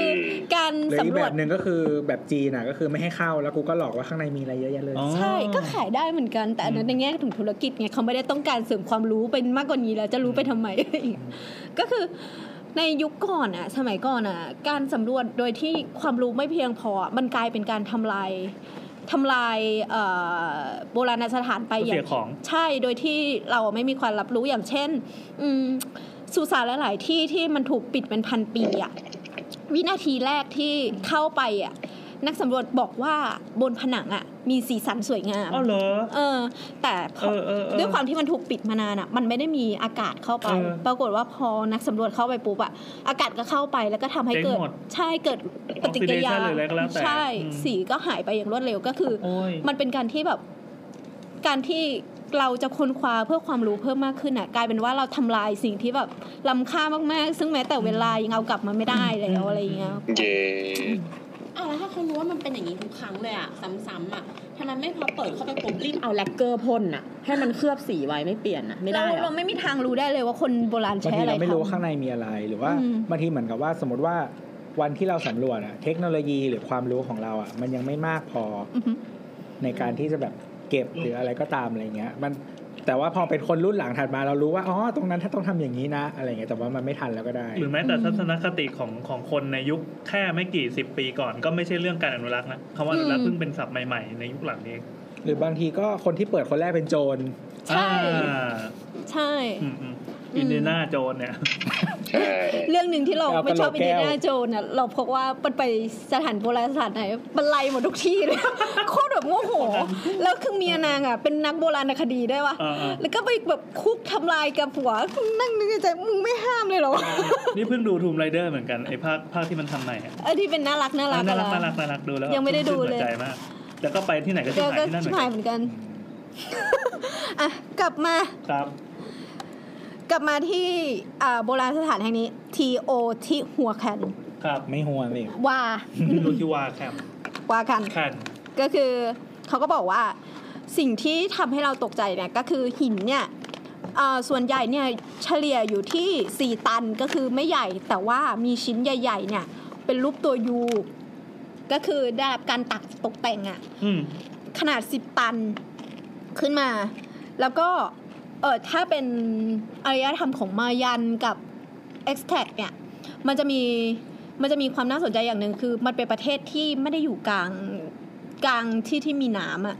[SPEAKER 2] การ
[SPEAKER 1] หรืออีก
[SPEAKER 2] สำร
[SPEAKER 1] แบ
[SPEAKER 2] วจ
[SPEAKER 1] บหนึ่งก็คือแบบจีนอ่ะก็คือไม่ให้เข้าแล้วกูก็หลอกว่าข้างในมีอะไรเยอะแยะเลย
[SPEAKER 3] อ๋อ
[SPEAKER 2] ใช่ก็ขายได้เหมือนกันแต่อันนั้นในแง่ถึงธุรกิจไงเขาไม่ได้ต้องการเสริมความรู้เป็นมากกว่านี้แล้วจะรู้ไปทำไม ก็คือในยุคก่อนอะสมัยก่อนอะการสำรวจโดยที่ความรู้ไม่เพียงพออะมันกลายเป็นการทำลายทำลายเอ่อโบราณสถานไปอย่า
[SPEAKER 3] เสี
[SPEAKER 2] ง
[SPEAKER 3] ยของ
[SPEAKER 2] ใช่โดยที่เราไม่มีความรับรู้อย่างเช่น อืมสุสานหลายๆที่ที่มันถูกปิดเป็นพันปีอะวินาทีแรกที่เข้าไปอะนักสำรวจบอกว่าบนผนังอะมีสีสันสวยงาม
[SPEAKER 3] อ้าวเหรอ
[SPEAKER 2] เออ แต่พ
[SPEAKER 3] เอ
[SPEAKER 2] อ
[SPEAKER 3] อเออเออ
[SPEAKER 2] ด้วยความที่มันถูกปิดมานานอะมันไม่ได้มีอากาศเข้าไป
[SPEAKER 3] เออ
[SPEAKER 2] ปรากฏว่าพอนักสำรวจเข้าไปปุ๊บอะอากาศก็เข้าไปแล้วก็ทำให้เกิด
[SPEAKER 3] เจ๊งหมด
[SPEAKER 2] ใช่เกิดปฏิกิริยา
[SPEAKER 3] Oxidation หรืออะไรก็แล้วแต่
[SPEAKER 2] ใช่
[SPEAKER 3] อืม
[SPEAKER 2] สีก็หายไปอย่างรวดเร็วก็คือ
[SPEAKER 3] โอ้ย
[SPEAKER 2] มันเป็นการที่แบบ การที่เราจะค้นคว้าเพื่อความรู้เพิ่มมากขึ้นอ่ะ กลายเป็นว่าเราทำลายสิ่งที่แบบล้ำค่ามากๆ ซึ่งแม้แต่เวลายังเอากลับมาไม่ได้แล้วอะไรอย่างเงี้ย
[SPEAKER 8] เย่
[SPEAKER 4] อ้าวแล้วถ้าเขารู้ว่ามันเป็นอย่างนี้ทุกครั้งเลยอะซ้ำๆอะทำไมไม่พอเปิดเข้าไปปุ๊บรีบเอาแลกเกอร์พ่นอะให้มันเคลือบสีไว้ไม่เปลี่ยนอะไม่
[SPEAKER 2] เรา
[SPEAKER 4] ได้เหร
[SPEAKER 2] เรา
[SPEAKER 4] อ
[SPEAKER 2] ไม่มีทางรู้ได้เลยว่าคนโบราณ
[SPEAKER 1] บาง
[SPEAKER 2] ใช้
[SPEAKER 1] ที
[SPEAKER 2] อะไร
[SPEAKER 1] เราไม่รู้ว่า
[SPEAKER 2] ทำ
[SPEAKER 1] ข้างในมีอะไร หรือว่า
[SPEAKER 2] อืม
[SPEAKER 1] บางทีเหมือนกับว่าสมมติว่าวันที่เราสำรวจอะเทคโนโลยีหรือความรู้ของเราอะมันยังไม่มากพออ
[SPEAKER 2] อือฮึ
[SPEAKER 1] ในการที่จะแบบเก็บหรืออะไรก็ตามอะไรเงี้ย มันแต่ว่าพอเป็นคนรุ่นหลังถัดมาเรารู้ว่าอ๋อตรงนั้นถ้าต้องทำอย่างนี้นะ อะไรเงี้ยแต่ว่ามันไม่ทันแล้วก็ได้
[SPEAKER 3] หรือแม้แต่ทัศนคติของของคนในยุคแค่ไม่กี่สิบปีก่อน ก็ไม่ใช่เรื่องการอนุรักษ์นะคำว่าอนุรักษ์เพิ่งเป็นศัพท์ใหม่ๆในยุคหลังนี้เอง
[SPEAKER 1] หรือบางทีก็คนที่เปิดคนแรกเป็นโจร
[SPEAKER 2] ใช่
[SPEAKER 3] อ่า
[SPEAKER 2] ใช่
[SPEAKER 3] อืมอืมอินเดียนาโจนเนี่ย
[SPEAKER 8] ใช่
[SPEAKER 2] เรื่องหนึ่งที่เราไม่ชอบอินเดียนาโจนส์อ่ะเราพบว่ามันไปสถานโบราณสถานไหนมันไล่หมดทุกที่เลย โคตรแบบโมโห แล้วคือเมียนางอ่ะเป็นนักโบราณคดีได้วยวะ
[SPEAKER 3] เออเออ
[SPEAKER 2] แล้วก็ไปแบบคุกทำลายกับผัวนั่งนึกในใจมึงไม่ห้าม เลยเหรอวะ
[SPEAKER 3] นี่เพิ่งดูทูมไรเดอร์เหมือนกันไอ้ภาคภาคที่มันทำใหม่อะ
[SPEAKER 2] เออที่เป็นน่ารักน่ารัก
[SPEAKER 3] น่ารัก
[SPEAKER 2] อะ
[SPEAKER 3] น่ารักน่ารักดูแล้ว
[SPEAKER 2] ยังไม่ได้ดูเลย
[SPEAKER 3] ชื่นหัวใจมากแต่ก็ไปที่ไหนก็ที่
[SPEAKER 2] เรา
[SPEAKER 3] ไหน
[SPEAKER 2] ก็
[SPEAKER 3] ที่นั่นเห
[SPEAKER 2] ชิ
[SPEAKER 3] มื
[SPEAKER 2] บ
[SPEAKER 3] อ
[SPEAKER 2] หาย
[SPEAKER 3] นกัน
[SPEAKER 2] เหมือนกัน อ่ะกลับมา
[SPEAKER 3] ครับ
[SPEAKER 2] กลับมาที่อ่าโบราณสถานแห่งนี้ ทีโอที่หัวแคน
[SPEAKER 3] ครับ
[SPEAKER 1] ไม่ห่วงเลย
[SPEAKER 2] ว่า
[SPEAKER 3] ดูที่ว่าครับ
[SPEAKER 2] ว่ากัน
[SPEAKER 3] คัน
[SPEAKER 2] ก็คือเขาก็บอกว่าสิ่งที่ทำให้เราตกใจเนี่ยก็คือหินเนี่ยเอ่อส่วนใหญ่เนี่ยเฉลี่ยอยู่ที่ 4 ตันก็คือไม่ใหญ่แต่ว่ามีชิ้นใหญ่ ๆ เนี่ยเป็นรูปตัวยูก็คือได้รับการตักตกแต่งอะ
[SPEAKER 3] อืม
[SPEAKER 2] ขนาด 10 ตันขึ้นมา แล้วก็เออถ้าเป็นอารยธรรมของมายันกับ e x t a c เนี่ยมันจะมีมันจะมีความน่าสนใจอย่างหนึ่งคือ มันเป็นประเทศที่ไม่ได้อยู่กลางกลางที่ที่มีน้ำอะ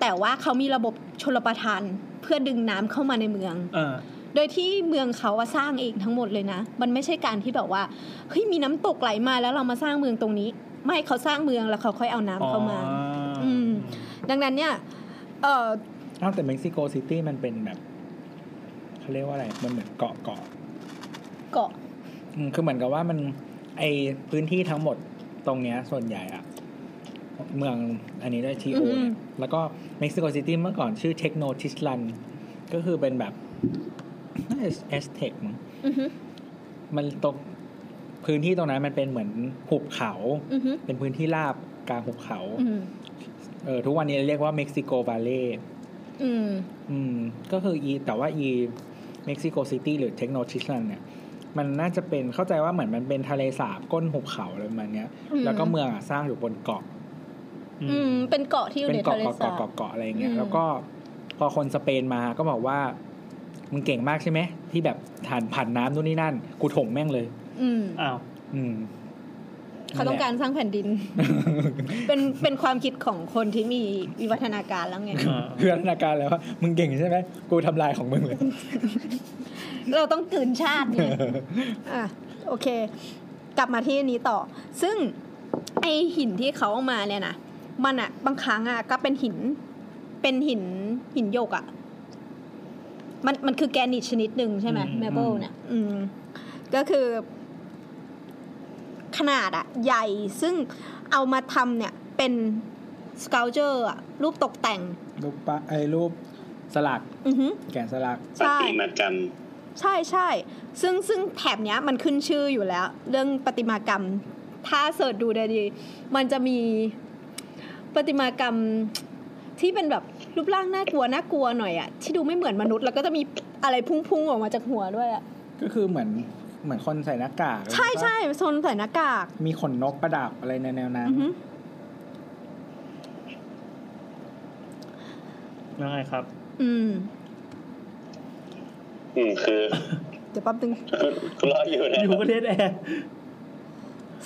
[SPEAKER 2] แต่ว่าเขามีระบบชลประทานเพื่อดึงน้ำเข้ามาในเมือง
[SPEAKER 3] เออ
[SPEAKER 2] โดยที่เมืองเขาอะสร้างเองทั้งหมดเลยนะ มันไม่ใช่การที่แบบว่าเฮ้ยมีน้ำตกไหลมาแล้วเรามาสร้างเมืองตรงนี้ ไม่เขาสร้างเมืองแล้วเขาค่อยเอาน้ำเข้ามา อืม ดังนั้นเนี่ยเออ
[SPEAKER 1] อ้าวแต่เม็กซิโกซิตี้มันเป็นแบบเขาเรียกว่าอะไรมันเหมือนเกาะเกาะ
[SPEAKER 2] เกาะ
[SPEAKER 1] อืมคือเหมือนกับว่ามันไอพื้นที่ทั้งหมดตรงเนี้ยส่วนใหญ่อะเมืองอันนี้ด้วยทีโอเนี่ยแล้วก็เม็กซิโกซิตี้เมื่อก่อนชื่อเทคโนทิสลันก็คือเป็นแบบน่าจะแอสเทคมั้ง
[SPEAKER 2] อือฮึ
[SPEAKER 1] มันตรงพื้นที่ตรงนั้นมันเป็นเหมือนหุบเขา
[SPEAKER 2] อือฮึ
[SPEAKER 1] เป็นพื้นที่ราบกลางหุบเขา
[SPEAKER 2] อืม
[SPEAKER 1] เออทุกวันนี้เรียกว่าเม็กซิโกวาเล่
[SPEAKER 2] อืม
[SPEAKER 1] อืมก็คืออีแต่ว่าอีเม็กซิโกซิตี้หรือเทคโนทิสลันเนี่ย มันน่าจะเป็นเข้าใจว่าเหมือนมันเป็นทะเลสาบก้นหุบเขาอะไรประมาณเนี้ย
[SPEAKER 2] อืม
[SPEAKER 1] แล้วก็เมืองอ่ะสร้างอยู่บนเกาะ
[SPEAKER 2] อืมเป็นเกาะที่อยู่
[SPEAKER 1] เป็น
[SPEAKER 2] ใน
[SPEAKER 1] เกาะ
[SPEAKER 2] ทะเล
[SPEAKER 1] เกาะ
[SPEAKER 2] สา
[SPEAKER 1] เกาะ
[SPEAKER 2] บ
[SPEAKER 1] เกาะเกาะอะไรอย่างเงี้ย
[SPEAKER 2] อืม
[SPEAKER 1] แล้วก็พอคนสเปนมาก็บอกว่ามึงเก่งมากใช่ไหมที่แบบผ่านผ่านน้ำนู่นนี่นั่น กูถมแม่งเลย
[SPEAKER 2] อืม
[SPEAKER 3] อ้าว
[SPEAKER 1] อืม
[SPEAKER 2] เขาต้องการ
[SPEAKER 1] นั่น
[SPEAKER 2] ส
[SPEAKER 1] แหล
[SPEAKER 2] ร้างแผ่นดิน
[SPEAKER 1] ะ
[SPEAKER 2] เป็นเป็นความคิดของคนที่มีวิวัฒนาการแล้วไง
[SPEAKER 1] เพื่อนนาการแล้วว่ามึงเก่งใช่ไหมกูทำลายของมึงเลย
[SPEAKER 2] เราต้องกลืนชาติไงอ่ะโอเค กลับมาที่อันนี้ต่อ ซึ่งไอหินที่เขาเอามาเนี่ยนะมันอะบางครั้งอะก็เป็นหิน เป็นหินหินโยกอะมันมันคือแกรนิตชนิดหนึ่งใช่ไหม
[SPEAKER 3] อืม
[SPEAKER 2] เมเปิลเนี่ยอืม ก็คือ ขนาดอะใหญ่ซึ่งเอามาทำเนี่ยเป็นส c u l เจอร์อะรูปตกแต่ง
[SPEAKER 1] รูปปะไอ้รูปสลัก
[SPEAKER 2] อือฮึ
[SPEAKER 1] แกนสลัก
[SPEAKER 8] ป
[SPEAKER 2] ใช่
[SPEAKER 8] ฏิมากรรม
[SPEAKER 2] ใช่ใช่ ซึ่งซึ่งแถบเนี้ยมันขึ้นชื่ออยู่แล้ว เรื่องประติมากรรม ถ้าเสิร์ชดูได้ดี มันจะมีประติมากรรมที่เป็นแบบรูปร่างน่ากลัวน่ากลัวหน่อยอะที่ดูไม่เหมือนมนุษย์แล้วก็จะมีอะไรพุ่งๆออกมาจากหัวด้วยอะ
[SPEAKER 1] ก็คือเหมือนเหมือนคนใส่หน้ากาก
[SPEAKER 2] ใช่
[SPEAKER 1] แล้วก็
[SPEAKER 2] ใช่โซนใส่หน้ากาก
[SPEAKER 1] มีขนนกประดับอะไรในแนวนั้น
[SPEAKER 2] อือฮึ
[SPEAKER 3] นั่นไงครับ
[SPEAKER 2] อืม
[SPEAKER 8] อืมคือ
[SPEAKER 2] เดี๋ยวแป๊บนึง
[SPEAKER 8] กูรออยู่นะ
[SPEAKER 3] อยู่ประเทศแอร์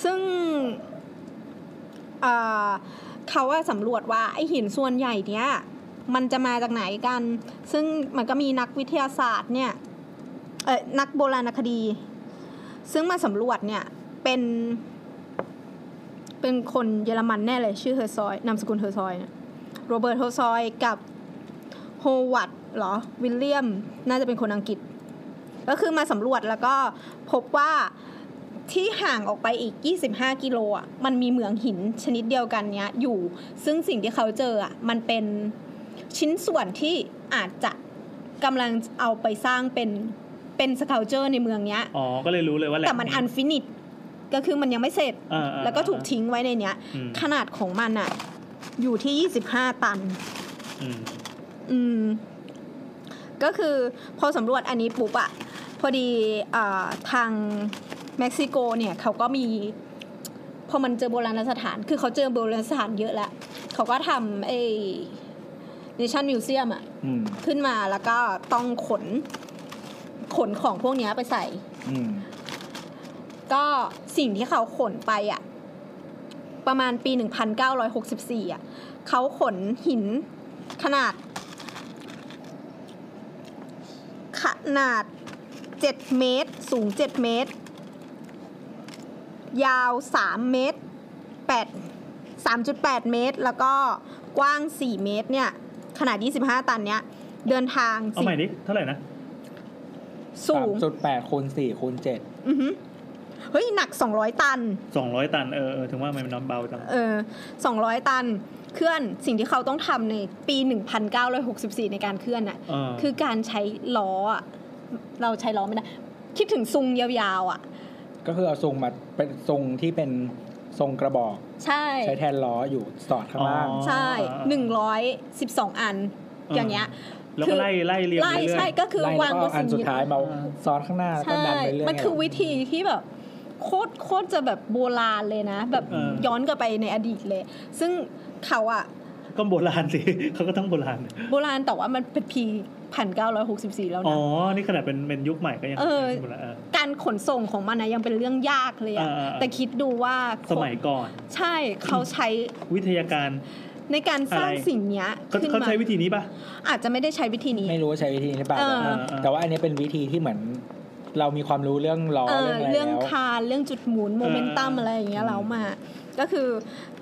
[SPEAKER 2] ซึ่งเอ่อเขาว่าสำรวจว่าไอหินส่วนใหญ่เนี้ยมันจะมาจากไหนกัน ซึ่งมันก็มีนักวิทยาศาสตร์เนี่ยเออนักโบราณคดี ซึ่งมาสำรวจเนี่ยเป็น เป็นคนเยอรมันแน่เลย ชื่อเฮอร์ซอยนามสกุลเฮอร์ซอยเนี่ยโรเบิร์ตเฮอร์ซอยกับโฮวัตเหรอ วิลเลียม น่าจะเป็นคนอังกฤษ ก็คือมาสำรวจแล้วก็พบว่า ที่ห่างออกไปอีก 25 กิโลอ่ะ มันมีเหมืองหินชนิดเดียวกันเนี้ยอยู่ ซึ่งสิ่งที่เขาเจออ่ะ มันเป็นชิ้นส่วนที่อาจจะกำลังเอาไปสร้างเป็น เป็นสเคาเจอร์ในเมืองเนี้ย
[SPEAKER 3] อ๋อ ก็เลยรู้เลยว่าแหละ
[SPEAKER 2] แต่มันอันฟินิต ก็คือมันยังไม่เสร็จ
[SPEAKER 3] อ่าๆ
[SPEAKER 2] แล้วก็ถูกทิ้งไว้ในเนี้ย
[SPEAKER 3] อืม
[SPEAKER 2] ขนาดของมันอ่ะ อยู่ที่ 25 ตัน
[SPEAKER 3] อืม
[SPEAKER 2] อืม ก็คือพอสำรวจอันนี้ปุ๊บอะพอดีเออทางเม็กซิโกเนี่ยเขาก็มี พอมันเจอโบราณสถาน คือเขาเจอโบราณสถานเยอะแล้ว เขาก็ทำไอ้เนชั่นมิวเซียมอะ
[SPEAKER 1] อืม
[SPEAKER 2] ขึ้นมาแล้วก็ต้องขน ขนของพวกเนี้ยไปใส่
[SPEAKER 1] อืม
[SPEAKER 2] ก็สิ่งที่เขาขนไปอะประมาณปี 1964อะเขาขนหินขนาด ขนาด 7 เมตร สูง 7 เมตร ยาว 3 เมตร 8 3.8 เมตร แล้วก็กว้าง 4 เมตรเนี่ย ขนาด 25 ตันเนี้ย เดินทาง
[SPEAKER 3] เอาใหม่ดิ เท่าไหร่นะ
[SPEAKER 2] สู
[SPEAKER 1] สาม
[SPEAKER 2] ง
[SPEAKER 1] จุดแปดคูณสี่คูณเจ็ด
[SPEAKER 2] อือหือเฮ้ย หนัก 200 ตัน
[SPEAKER 3] สองร้อยตัน เออเออถึงว่ามันน้ำเบาจัง
[SPEAKER 2] เออ200 ตัน เคลื่อน สิ่งที่เขาต้องทำในปี 1964 ในการเคลื่อนน่ะ
[SPEAKER 3] เออ
[SPEAKER 2] คือการใช้ล้ออะเราใช้ล้อไม่ได้ คิดถึงซุงยาวๆอ่ะ
[SPEAKER 1] ก็คือเอาทรงมาเป็นทรงที่เป็นทรงกระบอก
[SPEAKER 2] ใช่
[SPEAKER 1] ใช้แทนล้ออยู่สอดข้างล่าง
[SPEAKER 3] อ๋อ
[SPEAKER 2] ใช่
[SPEAKER 3] หนึ่
[SPEAKER 2] หนึ่
[SPEAKER 3] ง
[SPEAKER 2] ง
[SPEAKER 3] ร้
[SPEAKER 2] ร้
[SPEAKER 3] อ
[SPEAKER 2] อย ยสิบสองอัน อย่างเงี้ย
[SPEAKER 3] แล้วก็ไล่ไล่เรียง
[SPEAKER 2] ไล่
[SPEAKER 3] ไปเรื่
[SPEAKER 2] ใช่
[SPEAKER 3] อย
[SPEAKER 2] ก็คือ
[SPEAKER 1] ไล่
[SPEAKER 2] วางบ
[SPEAKER 1] แล้วก็
[SPEAKER 2] น
[SPEAKER 1] อันสุดท้ายมา
[SPEAKER 3] อ่า
[SPEAKER 1] ซ้อนข้างหน้าแล้วก็
[SPEAKER 2] ใช่
[SPEAKER 1] ดันไปเรื่อย
[SPEAKER 2] มันคือวิธีที่แบบ โคตรโคตรจะแบบโบราณเลยนะ แบบ
[SPEAKER 3] เออ
[SPEAKER 2] ย้อนกลับไปในอดีตเลย ซึ่งเขาอะ
[SPEAKER 3] ก็โบราณสิ เขาก็ต้องโบราณ
[SPEAKER 2] โบราณแต่ว่ามันเป็นพีพันเก้าร้อยหกสิบสี่แล้ว
[SPEAKER 3] อ๋อ
[SPEAKER 2] นะ
[SPEAKER 3] นี่ขนาดเป็นเป็นยุคใหม่ก็ยัง
[SPEAKER 2] เออ
[SPEAKER 3] เป็นโบราณเออ
[SPEAKER 2] การขนส่งของมันนะยังเป็นเรื่องยากเลยอะ
[SPEAKER 3] อ่าๆ
[SPEAKER 2] แต่คิดดูว่าคน
[SPEAKER 3] สมัยก่อน
[SPEAKER 2] ใช่เขาใช้
[SPEAKER 3] วิทยาการ
[SPEAKER 2] ในการสร้าง
[SPEAKER 3] อะไร
[SPEAKER 2] สิ่งเนี้ย
[SPEAKER 3] เขา
[SPEAKER 2] ขึ้น
[SPEAKER 3] เขา
[SPEAKER 2] มา
[SPEAKER 3] ใช้วิธีนี้ปะ
[SPEAKER 2] อาจจะไม่ได้ใช้วิธีนี้
[SPEAKER 1] ไม่รู้ว่าใช้วิธีนี้หรือเปล่า
[SPEAKER 2] เออ
[SPEAKER 1] แต่ว่าแต่ว่าอันนี้เป็นวิธีที่เหมือน เรามีความรู้เรื่องล้อ
[SPEAKER 2] เออ
[SPEAKER 1] เรื่องอะไร
[SPEAKER 2] เรื่อง
[SPEAKER 1] แล้ว
[SPEAKER 2] คานเรื่องจุดหมุนโมเมนตัม
[SPEAKER 3] เอออ
[SPEAKER 2] อะไรอย่างเงี้
[SPEAKER 1] อื
[SPEAKER 2] ย
[SPEAKER 1] ม
[SPEAKER 2] แล้วมา ก็คือ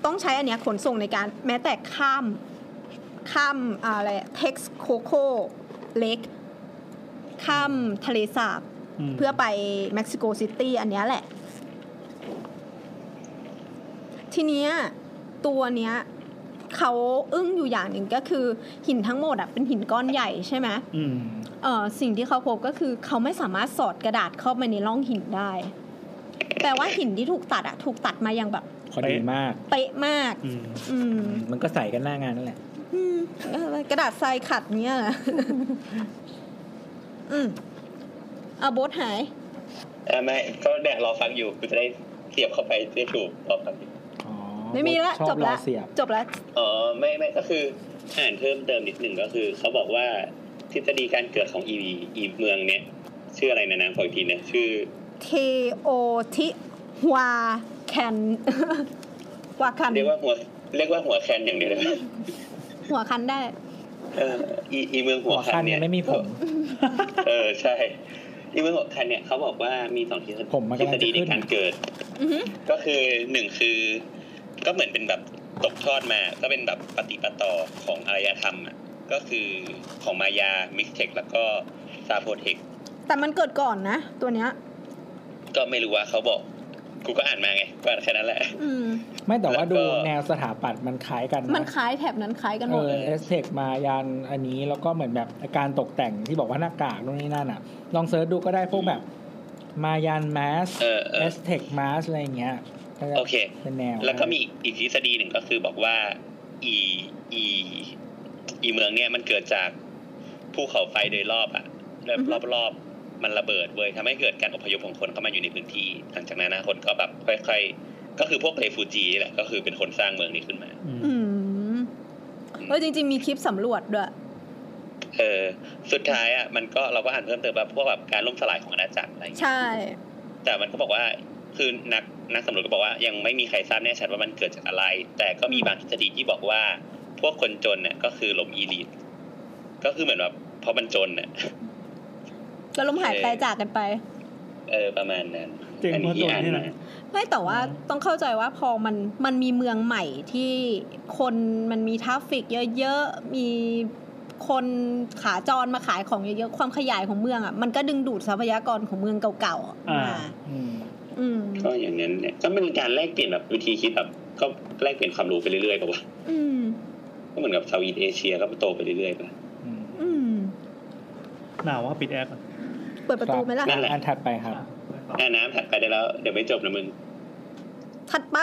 [SPEAKER 2] ต้องใช้อันเนี้ยขนส่งในการแม้แต่ข้ามข้ามอะไรเท็กซ์โคโคเล็กข้ามทะเลสาบ
[SPEAKER 3] ม
[SPEAKER 2] เพื่อไปเม็กซิโกซิตี้อันเนี้ยแหละ ทีเนี้ยตัวเนี้ยเขาอึ้งอยู่อย่างหนึ่งก็คือหินทั้งหมดอะเป็นหินก้อนใหญ่ใช่ไหม
[SPEAKER 3] อืม
[SPEAKER 2] เออสิ่งที่เขาพบก็คือเขาไม่สามารถสอดกระดาษเข้าไปในร่องหินได้ แปลว่าหินที่ถูกตัดอะถูกตัดมาอย่างแบบ
[SPEAKER 1] พอดีมาก
[SPEAKER 2] เป๊ะมาก
[SPEAKER 3] อืม
[SPEAKER 2] อืม
[SPEAKER 1] มันก็ใส่กันหน้างานนั่นแหละ
[SPEAKER 2] อืมกระดาษทรายขัดเนี้ยเหรอ อืมเอาโบทหาย
[SPEAKER 8] อ่ะไม่ก็แดกรอฟังอยู่กูจะได้เสียบเข้าไปได้ถูกรอฟังอยู่
[SPEAKER 1] อ๋อ
[SPEAKER 2] ไม่มีละ
[SPEAKER 1] ชอ
[SPEAKER 2] จบละ
[SPEAKER 1] รอเสียบ
[SPEAKER 2] จบละ
[SPEAKER 8] อ๋อไม่ไม่ก็คืออ่านเพิ่มเติมนิดหนึ่งก็คือ เขาบอกว่าทฤษฎีการเกิดของอีอีเมืองเนี้ยชื่ออะไรนะนะขออีกทีนะชื่อ
[SPEAKER 2] เทโอทิวาแคน วาคัน
[SPEAKER 8] เรียกว่าหัวเรียกว่าหัวแคนอย่างเดียวเลย
[SPEAKER 2] หัวคันได้
[SPEAKER 8] เอออีอีเมืองหั
[SPEAKER 1] หั
[SPEAKER 8] ว
[SPEAKER 1] ว
[SPEAKER 8] คั
[SPEAKER 1] คั
[SPEAKER 8] น
[SPEAKER 1] น
[SPEAKER 8] เนี่
[SPEAKER 1] เนี่ย ยไม่มีผม
[SPEAKER 8] เออใช่ อีเมืองหัวคันเนี่ยเขาบอกว่ามีสองทฤษฎี
[SPEAKER 1] ผมมัน
[SPEAKER 8] ทฤ
[SPEAKER 1] กำลัง
[SPEAKER 8] ษ
[SPEAKER 1] จะ
[SPEAKER 8] ฎีใน
[SPEAKER 1] ขึ้น
[SPEAKER 8] การเกิด
[SPEAKER 2] อือหือ
[SPEAKER 8] ก็คือหนึ่งคือ ก็เหมือนเป็นแบบตกทอดมา ก็เป็นแบบปฏิปต่อของอารยธรรมอ่ะก็คือของมายามิกเทคแล้วก็ซาโพเทค
[SPEAKER 2] แต่มันเกิดก่อนนะ ตัวเนี้ย
[SPEAKER 8] ก็ไม่รู้ว่าเขาบอก กูก็อ่านมาไงก็อ่านแค่นั้นแหละ
[SPEAKER 2] อืม
[SPEAKER 1] ไม่แต่ว่า
[SPEAKER 8] แล้วก็
[SPEAKER 1] ดูแนวสถาปัตย์มันคล้ายกันะ
[SPEAKER 2] มันคล้ายแถบนั้นคล้ายกันหม
[SPEAKER 1] เอ
[SPEAKER 2] ด
[SPEAKER 1] อ
[SPEAKER 2] เลย
[SPEAKER 1] เอสเทคมายานอันนี้แล้วก็เหมือนแบบการตกแต่งที่บอกว่าหน้ากากนู่นนี่นั่นอ่ะ ลองเซิร์ชดูก็ได้พวกแบบ มายานมาส
[SPEAKER 8] เออเอ
[SPEAKER 1] เอ
[SPEAKER 8] อ
[SPEAKER 1] สเทคมาสอะไรอย่างเงี้ยก็จะ
[SPEAKER 8] โอเค
[SPEAKER 1] เป็นแนว
[SPEAKER 8] แล้วก็มีอีกอีกทฤษฎีหนึ่งก็คือบอกว่า อีอีอีเมืองเนี่ยมันเกิดจากภูเขาไฟโดยรอบอะรอบรอบรอบ มันระเบิดเว้ยทำให้เกิดการอพยพของคนเข้ามาอยู่ในพื้นที่ หลังจากนั้นนะคนก็แบบค่อยๆ ก็คือพวกเรฟูจีแหละก็คือเป็นคนสร้างเมืองนี้ขึ้นมา
[SPEAKER 2] อืมเฮ้ยจริง ๆ มีคลิปสำรวจด้วย
[SPEAKER 8] เออสุดท้ายอ่ะมันก็เราก็อ่านเพิ่มเติมแบบพวกแบบการล่มสลายของอาณาจักรอะไรอย่างเงี้ย
[SPEAKER 2] ใช่
[SPEAKER 8] แต่มันก็บอกว่าคือนักนักสำรวจก็บอกว่ายังไม่มีใครทราบแน่ชัดว่ามันเกิดจากอะไร แต่ก็มีบางทฤษฎีที่บอกว่า พวกคนจนเนี่ยก็คือหลมอีลีทก็คือเหมือนแบบเพราะมันจนเนี่ย
[SPEAKER 2] ก็ล้มหาย
[SPEAKER 8] เอ่อ
[SPEAKER 2] ตายจากกันไป
[SPEAKER 8] เออประมาณนั้น
[SPEAKER 3] เจ๋ง
[SPEAKER 8] อั
[SPEAKER 3] เพราะจน
[SPEAKER 8] อ่าน
[SPEAKER 3] นี่แห
[SPEAKER 8] มา
[SPEAKER 3] ละ
[SPEAKER 2] ไม่แต่ว่า
[SPEAKER 3] อืม
[SPEAKER 2] ต้องเข้าใจว่าพอมันมันมีเมืองใหม่ที่คนมันมีทราฟฟิกเยอะๆ มีคนขาจรมาขายของเยอะๆ ความขยายของเมืองอ่ะมันก็ดึงดูดทรัพยากรของเมืองเก่าๆ
[SPEAKER 3] อ่า
[SPEAKER 2] มา
[SPEAKER 1] อืม
[SPEAKER 2] อืม
[SPEAKER 8] ก็อย่างนั้นเนี่ยก็เป็นการแลกเปลี่ยนแบบวิธีคิดแบบก็แลกเปลี่ยนความรู้ไปเรื่อยๆกับว่า
[SPEAKER 2] อืม
[SPEAKER 8] ก็เหมือนกับชาวอีสเอเชียก็โตไปเรื่อยๆป่ะ
[SPEAKER 1] อืม
[SPEAKER 2] อืม
[SPEAKER 3] หนาวว่าปิดแอร์ก่อน
[SPEAKER 2] เปิดประตูไหมล่ะ
[SPEAKER 8] นั่นแหละ
[SPEAKER 1] อันถัดไปครับ
[SPEAKER 8] หน้าน้ำถัดไปได้แล้ว เดี๋ยวไม่จบนะมึง
[SPEAKER 2] ถัดไป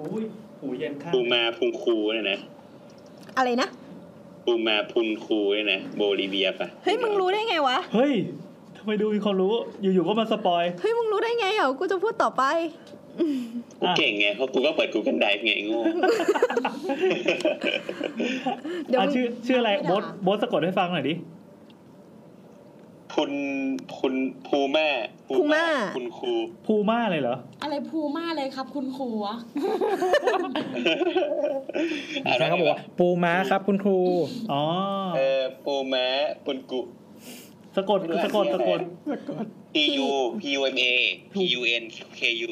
[SPEAKER 3] อุ้ยหูเย็นข้าง
[SPEAKER 8] ภูมาพุงคูเนี่ยนะ
[SPEAKER 2] อะไรนะ
[SPEAKER 8] ภูมาพุนคูเนี่ยนะโบลิเวียป่ะ
[SPEAKER 2] เฮ้ย มึงรู้ได้ไงวะ
[SPEAKER 3] เฮ้ยทำไมดูมีความรู้ อยู่ๆก็มาสปอย
[SPEAKER 2] เฮ้ย มึงรู้ได้ไงอ่ะกูจะพูดต่อไป
[SPEAKER 8] กูเก่งไงเพราะกูก็เปิดกูกันไดฟ์ไงไอ้โง่
[SPEAKER 2] เดี๋ยว
[SPEAKER 3] อ่ะ
[SPEAKER 2] มึง
[SPEAKER 3] ชื่อชื่ออะไรโบทโบทสะกดให้ฟังหน่อยดิ
[SPEAKER 8] คุณคุณภูแม่
[SPEAKER 2] ภูมา
[SPEAKER 8] คุณครู
[SPEAKER 3] ภูมาเลยเหรอ
[SPEAKER 4] อะไรภูมาเลยครับคุณครูอะ
[SPEAKER 1] ใช่เขาบอกว่า ปูม้าครับคุณครู
[SPEAKER 3] อ๋อ
[SPEAKER 8] เออปูแม่ปุนกุ
[SPEAKER 3] สะกดสะกดสะกด
[SPEAKER 8] P U P U M A P U N K U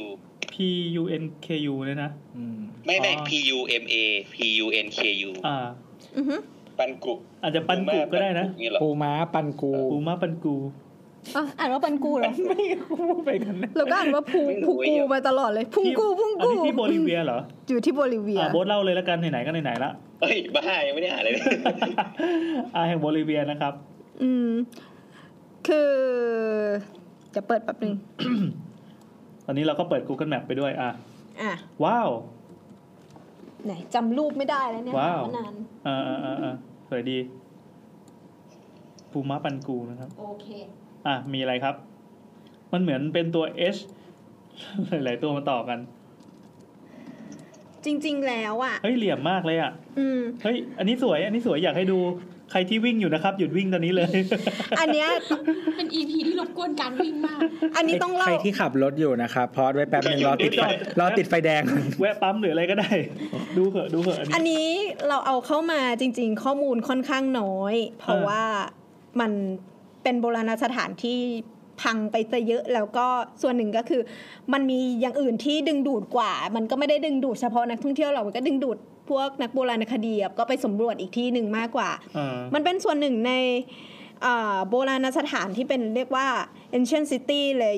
[SPEAKER 3] P U N K U เนี่ยนะ
[SPEAKER 1] อืม
[SPEAKER 8] ไม่ไม่
[SPEAKER 3] อ๋อ
[SPEAKER 8] P U M A P U N K U
[SPEAKER 3] อ่า
[SPEAKER 2] อือฮึ
[SPEAKER 8] ปันกุ
[SPEAKER 3] อาจจะปันกูก็ได้นะ
[SPEAKER 8] นี่เหรอ
[SPEAKER 1] ปูม้าปันกู
[SPEAKER 3] ปูมาปันกู
[SPEAKER 2] อ่ะอ่านว่าปันกูเหรอ
[SPEAKER 1] ไม่พูดไปกันนะ
[SPEAKER 2] เราก็อ่านว่าพุงพุงกูมาตลอดเลยพุงกูพุง
[SPEAKER 3] อัน
[SPEAKER 2] กู
[SPEAKER 3] นี้ที่โบลิเวียเหรอ
[SPEAKER 2] อยู่ที่โบลิเวีย
[SPEAKER 3] อ่าโบทเล่าเลยละกันไหนๆก็ไหนๆละ
[SPEAKER 8] เฮ้ยบ้ายังไม่ได้อ่านเลย
[SPEAKER 3] อาแห่งโบลิเวียนะครับ
[SPEAKER 2] อืม คือจะเปิดแป๊บนึง
[SPEAKER 3] ตอนนี้เราก็เปิด Google Map ไปด้วยอ่ะ
[SPEAKER 2] อ่ะ
[SPEAKER 3] ว้าว
[SPEAKER 2] ไหนจำรูปไม่ได้แล้วเนี่ย
[SPEAKER 3] ว้าว
[SPEAKER 2] มานาน
[SPEAKER 3] อ่าอ่าอ่าอ่าสวยดีภูมะปันกูนะครับ
[SPEAKER 4] โอเค
[SPEAKER 3] อ่ะ มีอะไรครับ มันเหมือนเป็นตัว H หลายๆตัวมาต่อกัน
[SPEAKER 2] จริง ๆ แล้วอ่ะ
[SPEAKER 3] เฮ้ย เหลี่ยมมากเลยอ่ะ
[SPEAKER 2] อืม
[SPEAKER 3] เฮ้ย อันนี้สวย อันนี้สวย อยากให้ดู ใครที่วิ่งอยู่นะครับ หยุดวิ่งตอนนี้เลย
[SPEAKER 2] อันเนี้ย
[SPEAKER 4] เป็นอีพีที่รบกวนการวิ่งมาก
[SPEAKER 2] อันนี้ต้องเล่า
[SPEAKER 1] ใครที่ขับรถอยู่นะครับพอดไว้แป๊บหนึงรอติดไฟ
[SPEAKER 3] จอด
[SPEAKER 1] รอติดไฟแดง
[SPEAKER 3] แวะปั๊มหรืออะไรก็ได้ ดูเถอะ ดูเถอะ อัน
[SPEAKER 2] อัน
[SPEAKER 3] นี้
[SPEAKER 2] นี้เราเอาเข้ามาจริง ๆ ข้อมูลค่อนข้างน้อย เพราะ
[SPEAKER 3] เออ
[SPEAKER 2] ว่ามันเป็นโบราณสถานที่พังไปซะเยอะแล้วก็ส่วนหนึ่งก็คือ มันมีอย่างอื่นที่ดึงดูดกว่า มันก็ไม่ได้ดึงดูดเฉพาะนักท่องเที่ยวหรอกมันก็ดึงดูดพวกนักโบราณคดีอะก็ไปสำรวจอีกที่หนึ่งมากกว่า
[SPEAKER 3] อ่า
[SPEAKER 2] มันเป็นส่วนหนึ่งในเอ่อโบราณสถานที่เป็นเรียกว่า ancient city เลย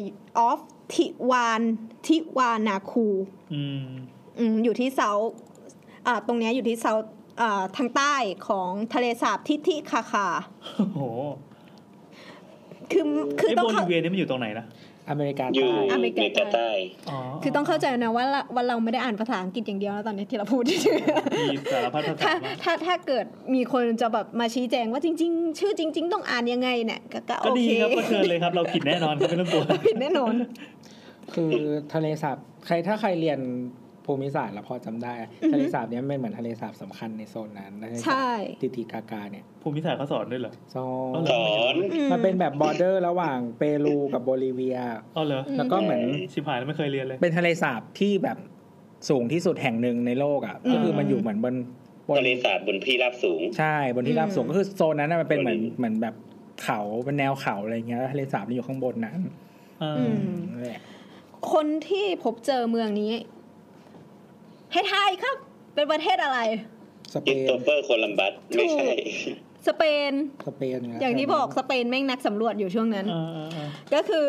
[SPEAKER 2] of ทิวานทิวานาคู
[SPEAKER 3] อืม
[SPEAKER 2] อืมอยู่ที่เซาท์อ่าตรงเนี้ยอยู่ที่เซาท์อ่าทางใต้ของทะเลสาบทิทิคาคา
[SPEAKER 3] โอ้โห
[SPEAKER 2] คือคือ
[SPEAKER 3] ไอ้
[SPEAKER 2] ต้อง
[SPEAKER 3] โบ
[SPEAKER 2] เข้า
[SPEAKER 3] ลิเวียนี่มันอยู่ตรงไหนนะ
[SPEAKER 1] อเมริกา
[SPEAKER 8] อยู่
[SPEAKER 1] ใต้
[SPEAKER 8] อ
[SPEAKER 2] อ
[SPEAKER 8] เม
[SPEAKER 2] เม
[SPEAKER 8] ริ
[SPEAKER 2] ริกา
[SPEAKER 8] กาใต้
[SPEAKER 3] อ๋อ
[SPEAKER 2] คือต้องเข้าใจนะว่าเราว่าเราไม่ได้อ่านภาษาอังกฤษอย่างเดียวแล้วตอนนี้ที่เรา พูด
[SPEAKER 3] มีสารพัดภา
[SPEAKER 2] ถ้าม
[SPEAKER 3] ษาาก
[SPEAKER 2] ถ้าถ้าเกิดมีคนจะแบบมาชี้แจงว่าจริง ๆ ชื่อจริง ๆ ต้องอ่านยังไงเนี่ยก็ก็
[SPEAKER 3] ก็
[SPEAKER 2] โอ
[SPEAKER 3] ดี
[SPEAKER 2] เค
[SPEAKER 3] ครับก็เชิญเลยครับ เราผิดแน่นอนครับไม่ต้องกลัว
[SPEAKER 2] ผิดแน่นอน
[SPEAKER 1] คือทะเลสาบใครถ้าใครเรียนภูมิศาสตร์แล้วพอจำได้อะ
[SPEAKER 2] อือฮึ
[SPEAKER 1] ทะเลสาบเนี้ยมันเป็นเหมือนทะเลสาบสำคัญในโซนนั้นทะเลสาบ
[SPEAKER 2] ใช่
[SPEAKER 1] ติติกากาเนี่ย
[SPEAKER 3] ภูมิศาสตร์เขาสอนด้วยเหรอ
[SPEAKER 1] โซน
[SPEAKER 8] สอน
[SPEAKER 2] อื
[SPEAKER 1] มันเป็นแบบบอร์เดอร์ระหว่างเปรูกับโบลิเวีย
[SPEAKER 3] อ๋อเหรอ
[SPEAKER 1] แล้วก็เหมือน
[SPEAKER 3] ชิบหายแล้วไม่เคยเรียนเลย
[SPEAKER 1] เป็นทะเลสาบที่แบบสูงที่สุดแห่งหนึ่งในโลกอ่ะก็คือมันอยู่เหมือนบนบน
[SPEAKER 8] ทะเลสาบบนพี่ราบสูง
[SPEAKER 1] ใช่บนที่ราบสูงก็คือโซนนั้นน่ะมันเป็นเหมือน
[SPEAKER 8] บน
[SPEAKER 1] เหมือนแบบเขาเป็นแนวเขาอะไรเงี้ยแล้วทะเลสาบมันอยู่ข้างบนนั้น
[SPEAKER 3] อ่า
[SPEAKER 2] อืม
[SPEAKER 1] นั่นแหละ
[SPEAKER 2] คนที่พบเจอเมืองนี้ ให้ทายครับ เป็นประเทศอะไร
[SPEAKER 1] สเป
[SPEAKER 8] ยิส
[SPEAKER 1] น
[SPEAKER 8] โตเฟอร์โคลัมบัสไม่ใช่
[SPEAKER 2] สเปน
[SPEAKER 1] สเปนนะ
[SPEAKER 2] อย่างที่บอกสเปนแม่งนักสำรวจอยู่ช่วงนั้น
[SPEAKER 3] อ่าอ่าอ่า
[SPEAKER 2] ก็คือ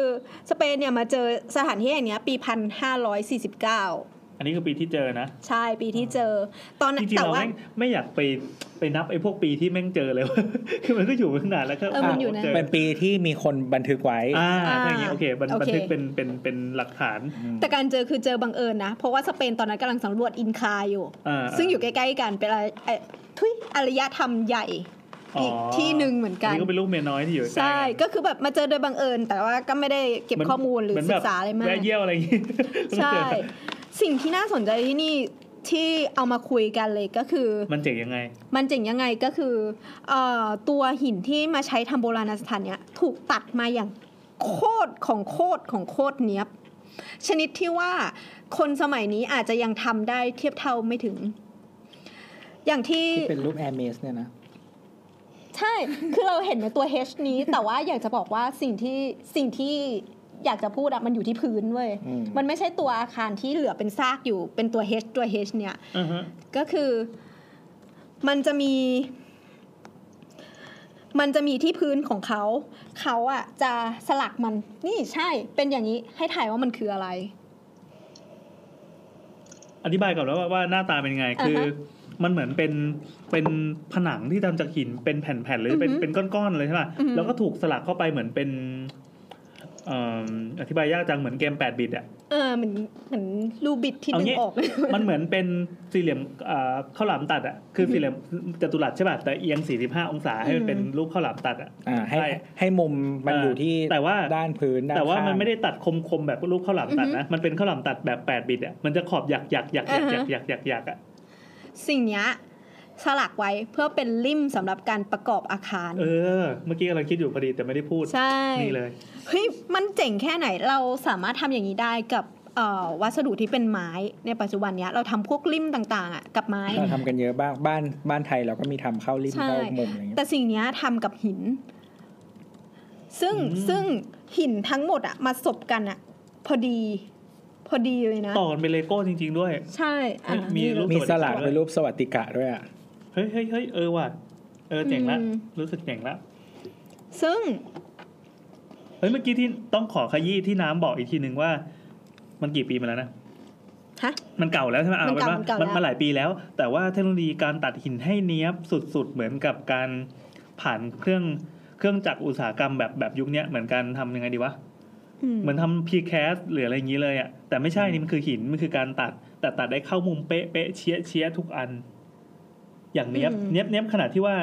[SPEAKER 2] สเปนเนี่ยมาเจอสถานที่แห่งเนี้ยปี 1549
[SPEAKER 3] อันนี้คือปีที่เจอนะ
[SPEAKER 2] ใช่ปีที่เจอ ตอนนั้
[SPEAKER 3] จ
[SPEAKER 2] น
[SPEAKER 3] ริงๆ
[SPEAKER 2] แต่
[SPEAKER 3] เรา
[SPEAKER 2] ว่า
[SPEAKER 3] แม่งไม่อยากไปไปนับไอ้พวกปีที่แม่งเจอเลย ว่า คือมันก็อยู่มาตั้งนานแล้วก็
[SPEAKER 2] เออมันอยู่นะ
[SPEAKER 3] เจ
[SPEAKER 1] เป็นปีที่มีคนบันทึกไว้
[SPEAKER 3] อ่าถ้าอย่างงี้โอเคบัน
[SPEAKER 2] โอเค
[SPEAKER 3] บันทึกเป็นเป็นเป็นหลักฐาน
[SPEAKER 2] แต่การเจอคือเจอบังเอิญนะ เพราะว่าสเปนตอนนั้นกำลังสำรวจอินคาอยู่
[SPEAKER 3] อ่า
[SPEAKER 2] ซึ่งอยู่ใกล้ๆกันเป็นอะไรเอ่อทุยอารยธรรมใหญ่
[SPEAKER 3] อ๋อ
[SPEAKER 2] อีกที่หนึ่งเหมือนกัน
[SPEAKER 3] นี่ก็เป็นลูกเมียน้อยที่อยู่
[SPEAKER 2] ใช่
[SPEAKER 3] ก็
[SPEAKER 2] ก็คือแบบมาเจอโดยบังเอิญ แต่ว่าก็ไม่ได้เก็บข้อมูลหรือศึกษาอะไรมาก
[SPEAKER 3] แวะเยี่ยวอะไรอย่างงี้
[SPEAKER 2] ใช่ สิ่งที่น่าสนใจที่นี่ที่เอามาคุยกันเลยก็คือ
[SPEAKER 3] มันเจ๋งยังไง
[SPEAKER 2] มันเจ๋งยังไงก็คือเอ่อตัวหินที่มาใช้ทำโบราณสถานเนี่ยถูกตัดมาอย่างโคตรของโคตรของโคตรเนี้ยบ ชนิดที่ว่าคนสมัยนี้อาจจะยังทำได้เทียบเท่าไม่ถึง อย่างที่
[SPEAKER 1] ที่เป็นรูปแอร์เมสเนี่ยนะ
[SPEAKER 2] ใช่ คือเราเห็นในตัว H นี้ แต่ว่าอยากจะบอกว่าสิ่งที่สิ่งที่อยากจะพูดอะมันอยู่ที่พื้นเว้ย
[SPEAKER 1] อืม
[SPEAKER 2] มันไม่ใช่ตัวอาคารที่เหลือเป็นซากอยู่ เป็นตัว H ตัว H เนี่ย
[SPEAKER 3] อือฮะ
[SPEAKER 2] ก็คือมันจะมี มันจะมีที่พื้นของเขา เขาอะจะสลักมัน นี่ใช่ เป็นอย่างนี้ให้ถ่ายว่ามันคืออะไร
[SPEAKER 3] อธิบายก่อนแล้วว่าว่าหน้าตาเป็นไง คือ
[SPEAKER 2] อ่าฮะ
[SPEAKER 3] มันเหมือนเป็นเป็นผนังที่ทำจากหินเป็นแผ่นๆหรืออ
[SPEAKER 2] อฮึ
[SPEAKER 3] เป็นเป็นก้อนๆเลยใช่ป่ะ
[SPEAKER 2] อือฮึ
[SPEAKER 3] แล้วก็ถูกสลักเข้าไปเหมือนเป็นเอิ่มอธิบายยากจังเหมือนเกม8บิตอ่ะ
[SPEAKER 2] เออเหมือนเหมือนรูบิดที่
[SPEAKER 3] เอา
[SPEAKER 2] ดึง
[SPEAKER 3] งี้
[SPEAKER 2] ออก
[SPEAKER 3] มันเหมือนเป็นสี่เหลี่ยมอ่าข้าวหลามตัดอ่ะคือสี่เหลี่ยมจัตุรัสใช่ป่ะแต่เอียง 45 องศาให้มันเป็นรูปข้าวหลามตัดอ่ะ
[SPEAKER 1] อ่าให้
[SPEAKER 3] ใช่
[SPEAKER 1] ให้มุมมัน
[SPEAKER 3] อ่า
[SPEAKER 1] อยู่ที่
[SPEAKER 3] แต่ว่า
[SPEAKER 1] ด้านพื้นด้
[SPEAKER 3] แต่ว่า
[SPEAKER 1] ข้ง
[SPEAKER 3] มันไม่ได้ตัดคมๆแบบรูปข้าวหลามตัดนะ มันเป็นข้าวหลามตัดแบบ8บิตอ่ะมันจะขอบหยักหยักหยักหยักหยักหยักหยักหยักอ่ะ
[SPEAKER 2] สิ่งเนี้ยสลักไว้เพื่อเป็นริมสำหรับการประกอบอาคาร
[SPEAKER 3] เออ เมื่อกี้กำลังคิดอยู่พอดีแต่ไม่ได้พูด
[SPEAKER 2] ใช่
[SPEAKER 3] นี่เลย
[SPEAKER 2] เฮ้ย มันเจ๋งแค่ไหน เราสามารถทำอย่างนี้ได้กับเอ่อวัสดุที่เป็นไม้ในปัจจุบันเนี้ย เราทำพวกริมต่างๆอ่ะกับไม้
[SPEAKER 1] เราทำกันเยอะบ้างบ้านบ้านไทยเราก็มีทำเข้าริม
[SPEAKER 2] ใช่
[SPEAKER 1] เข้ามุมอะไรเงี้ย
[SPEAKER 2] แต่สิ่งเนี้ยทำกับหิน ซึ่ง
[SPEAKER 3] อืม
[SPEAKER 2] ซึ่งหินทั้งหมดอ่ะมาสบกันอ่ะ พอดี พอดีเลยนะ
[SPEAKER 3] ต่อกันเป็นเลโก้จริง ๆ ด้วย
[SPEAKER 2] ใช่อ่ะ
[SPEAKER 3] มีรูป
[SPEAKER 1] มีสลักเป็นรูปสวัสดิกะด้วยอ่ะ
[SPEAKER 3] เฮ้ยเฮ้ยเฮ้ยเออว่ะเออเจ๋งละรู้สึกเจ๋งละ
[SPEAKER 2] ซึ่ง
[SPEAKER 3] เฮ้ยเมื่อกี้ที่ต้องขอขยี้ที่น้ำบอกอีกทีหนึ่งว่า มันกี่ปีมาแล้วนะ
[SPEAKER 2] ฮะ
[SPEAKER 3] มันเก่าแล้วใช่ไหมอ่ะ
[SPEAKER 2] มันเก่า
[SPEAKER 3] เอา
[SPEAKER 2] มัน
[SPEAKER 3] เป็น
[SPEAKER 2] เก่าแล้ว
[SPEAKER 3] ว่ามันมาหลายปีแล้ว แต่ว่าเทคโนโลยีการตัดหินให้เนี้ยบสุดๆ เหมือนกับการผ่านเครื่องเครื่องจักรอุตสาหกรรมแบบแบบยุคเนี้ยเหมือนกันทำยังไงดีวะ
[SPEAKER 2] อืม
[SPEAKER 3] เหมือนทำพีแคสหรืออะไรอย่างนี้เลยอ่ะแต่ไม่ใช่นี่มันคือหิน มันคือการตัด แต่ตัดได้เข้ามุมเป๊ะเป๊ะเชี้ยเชี้ยทุกอัน อย่างเนี้ยบเนี้ยบเนี้ยบขนาดที่ว่า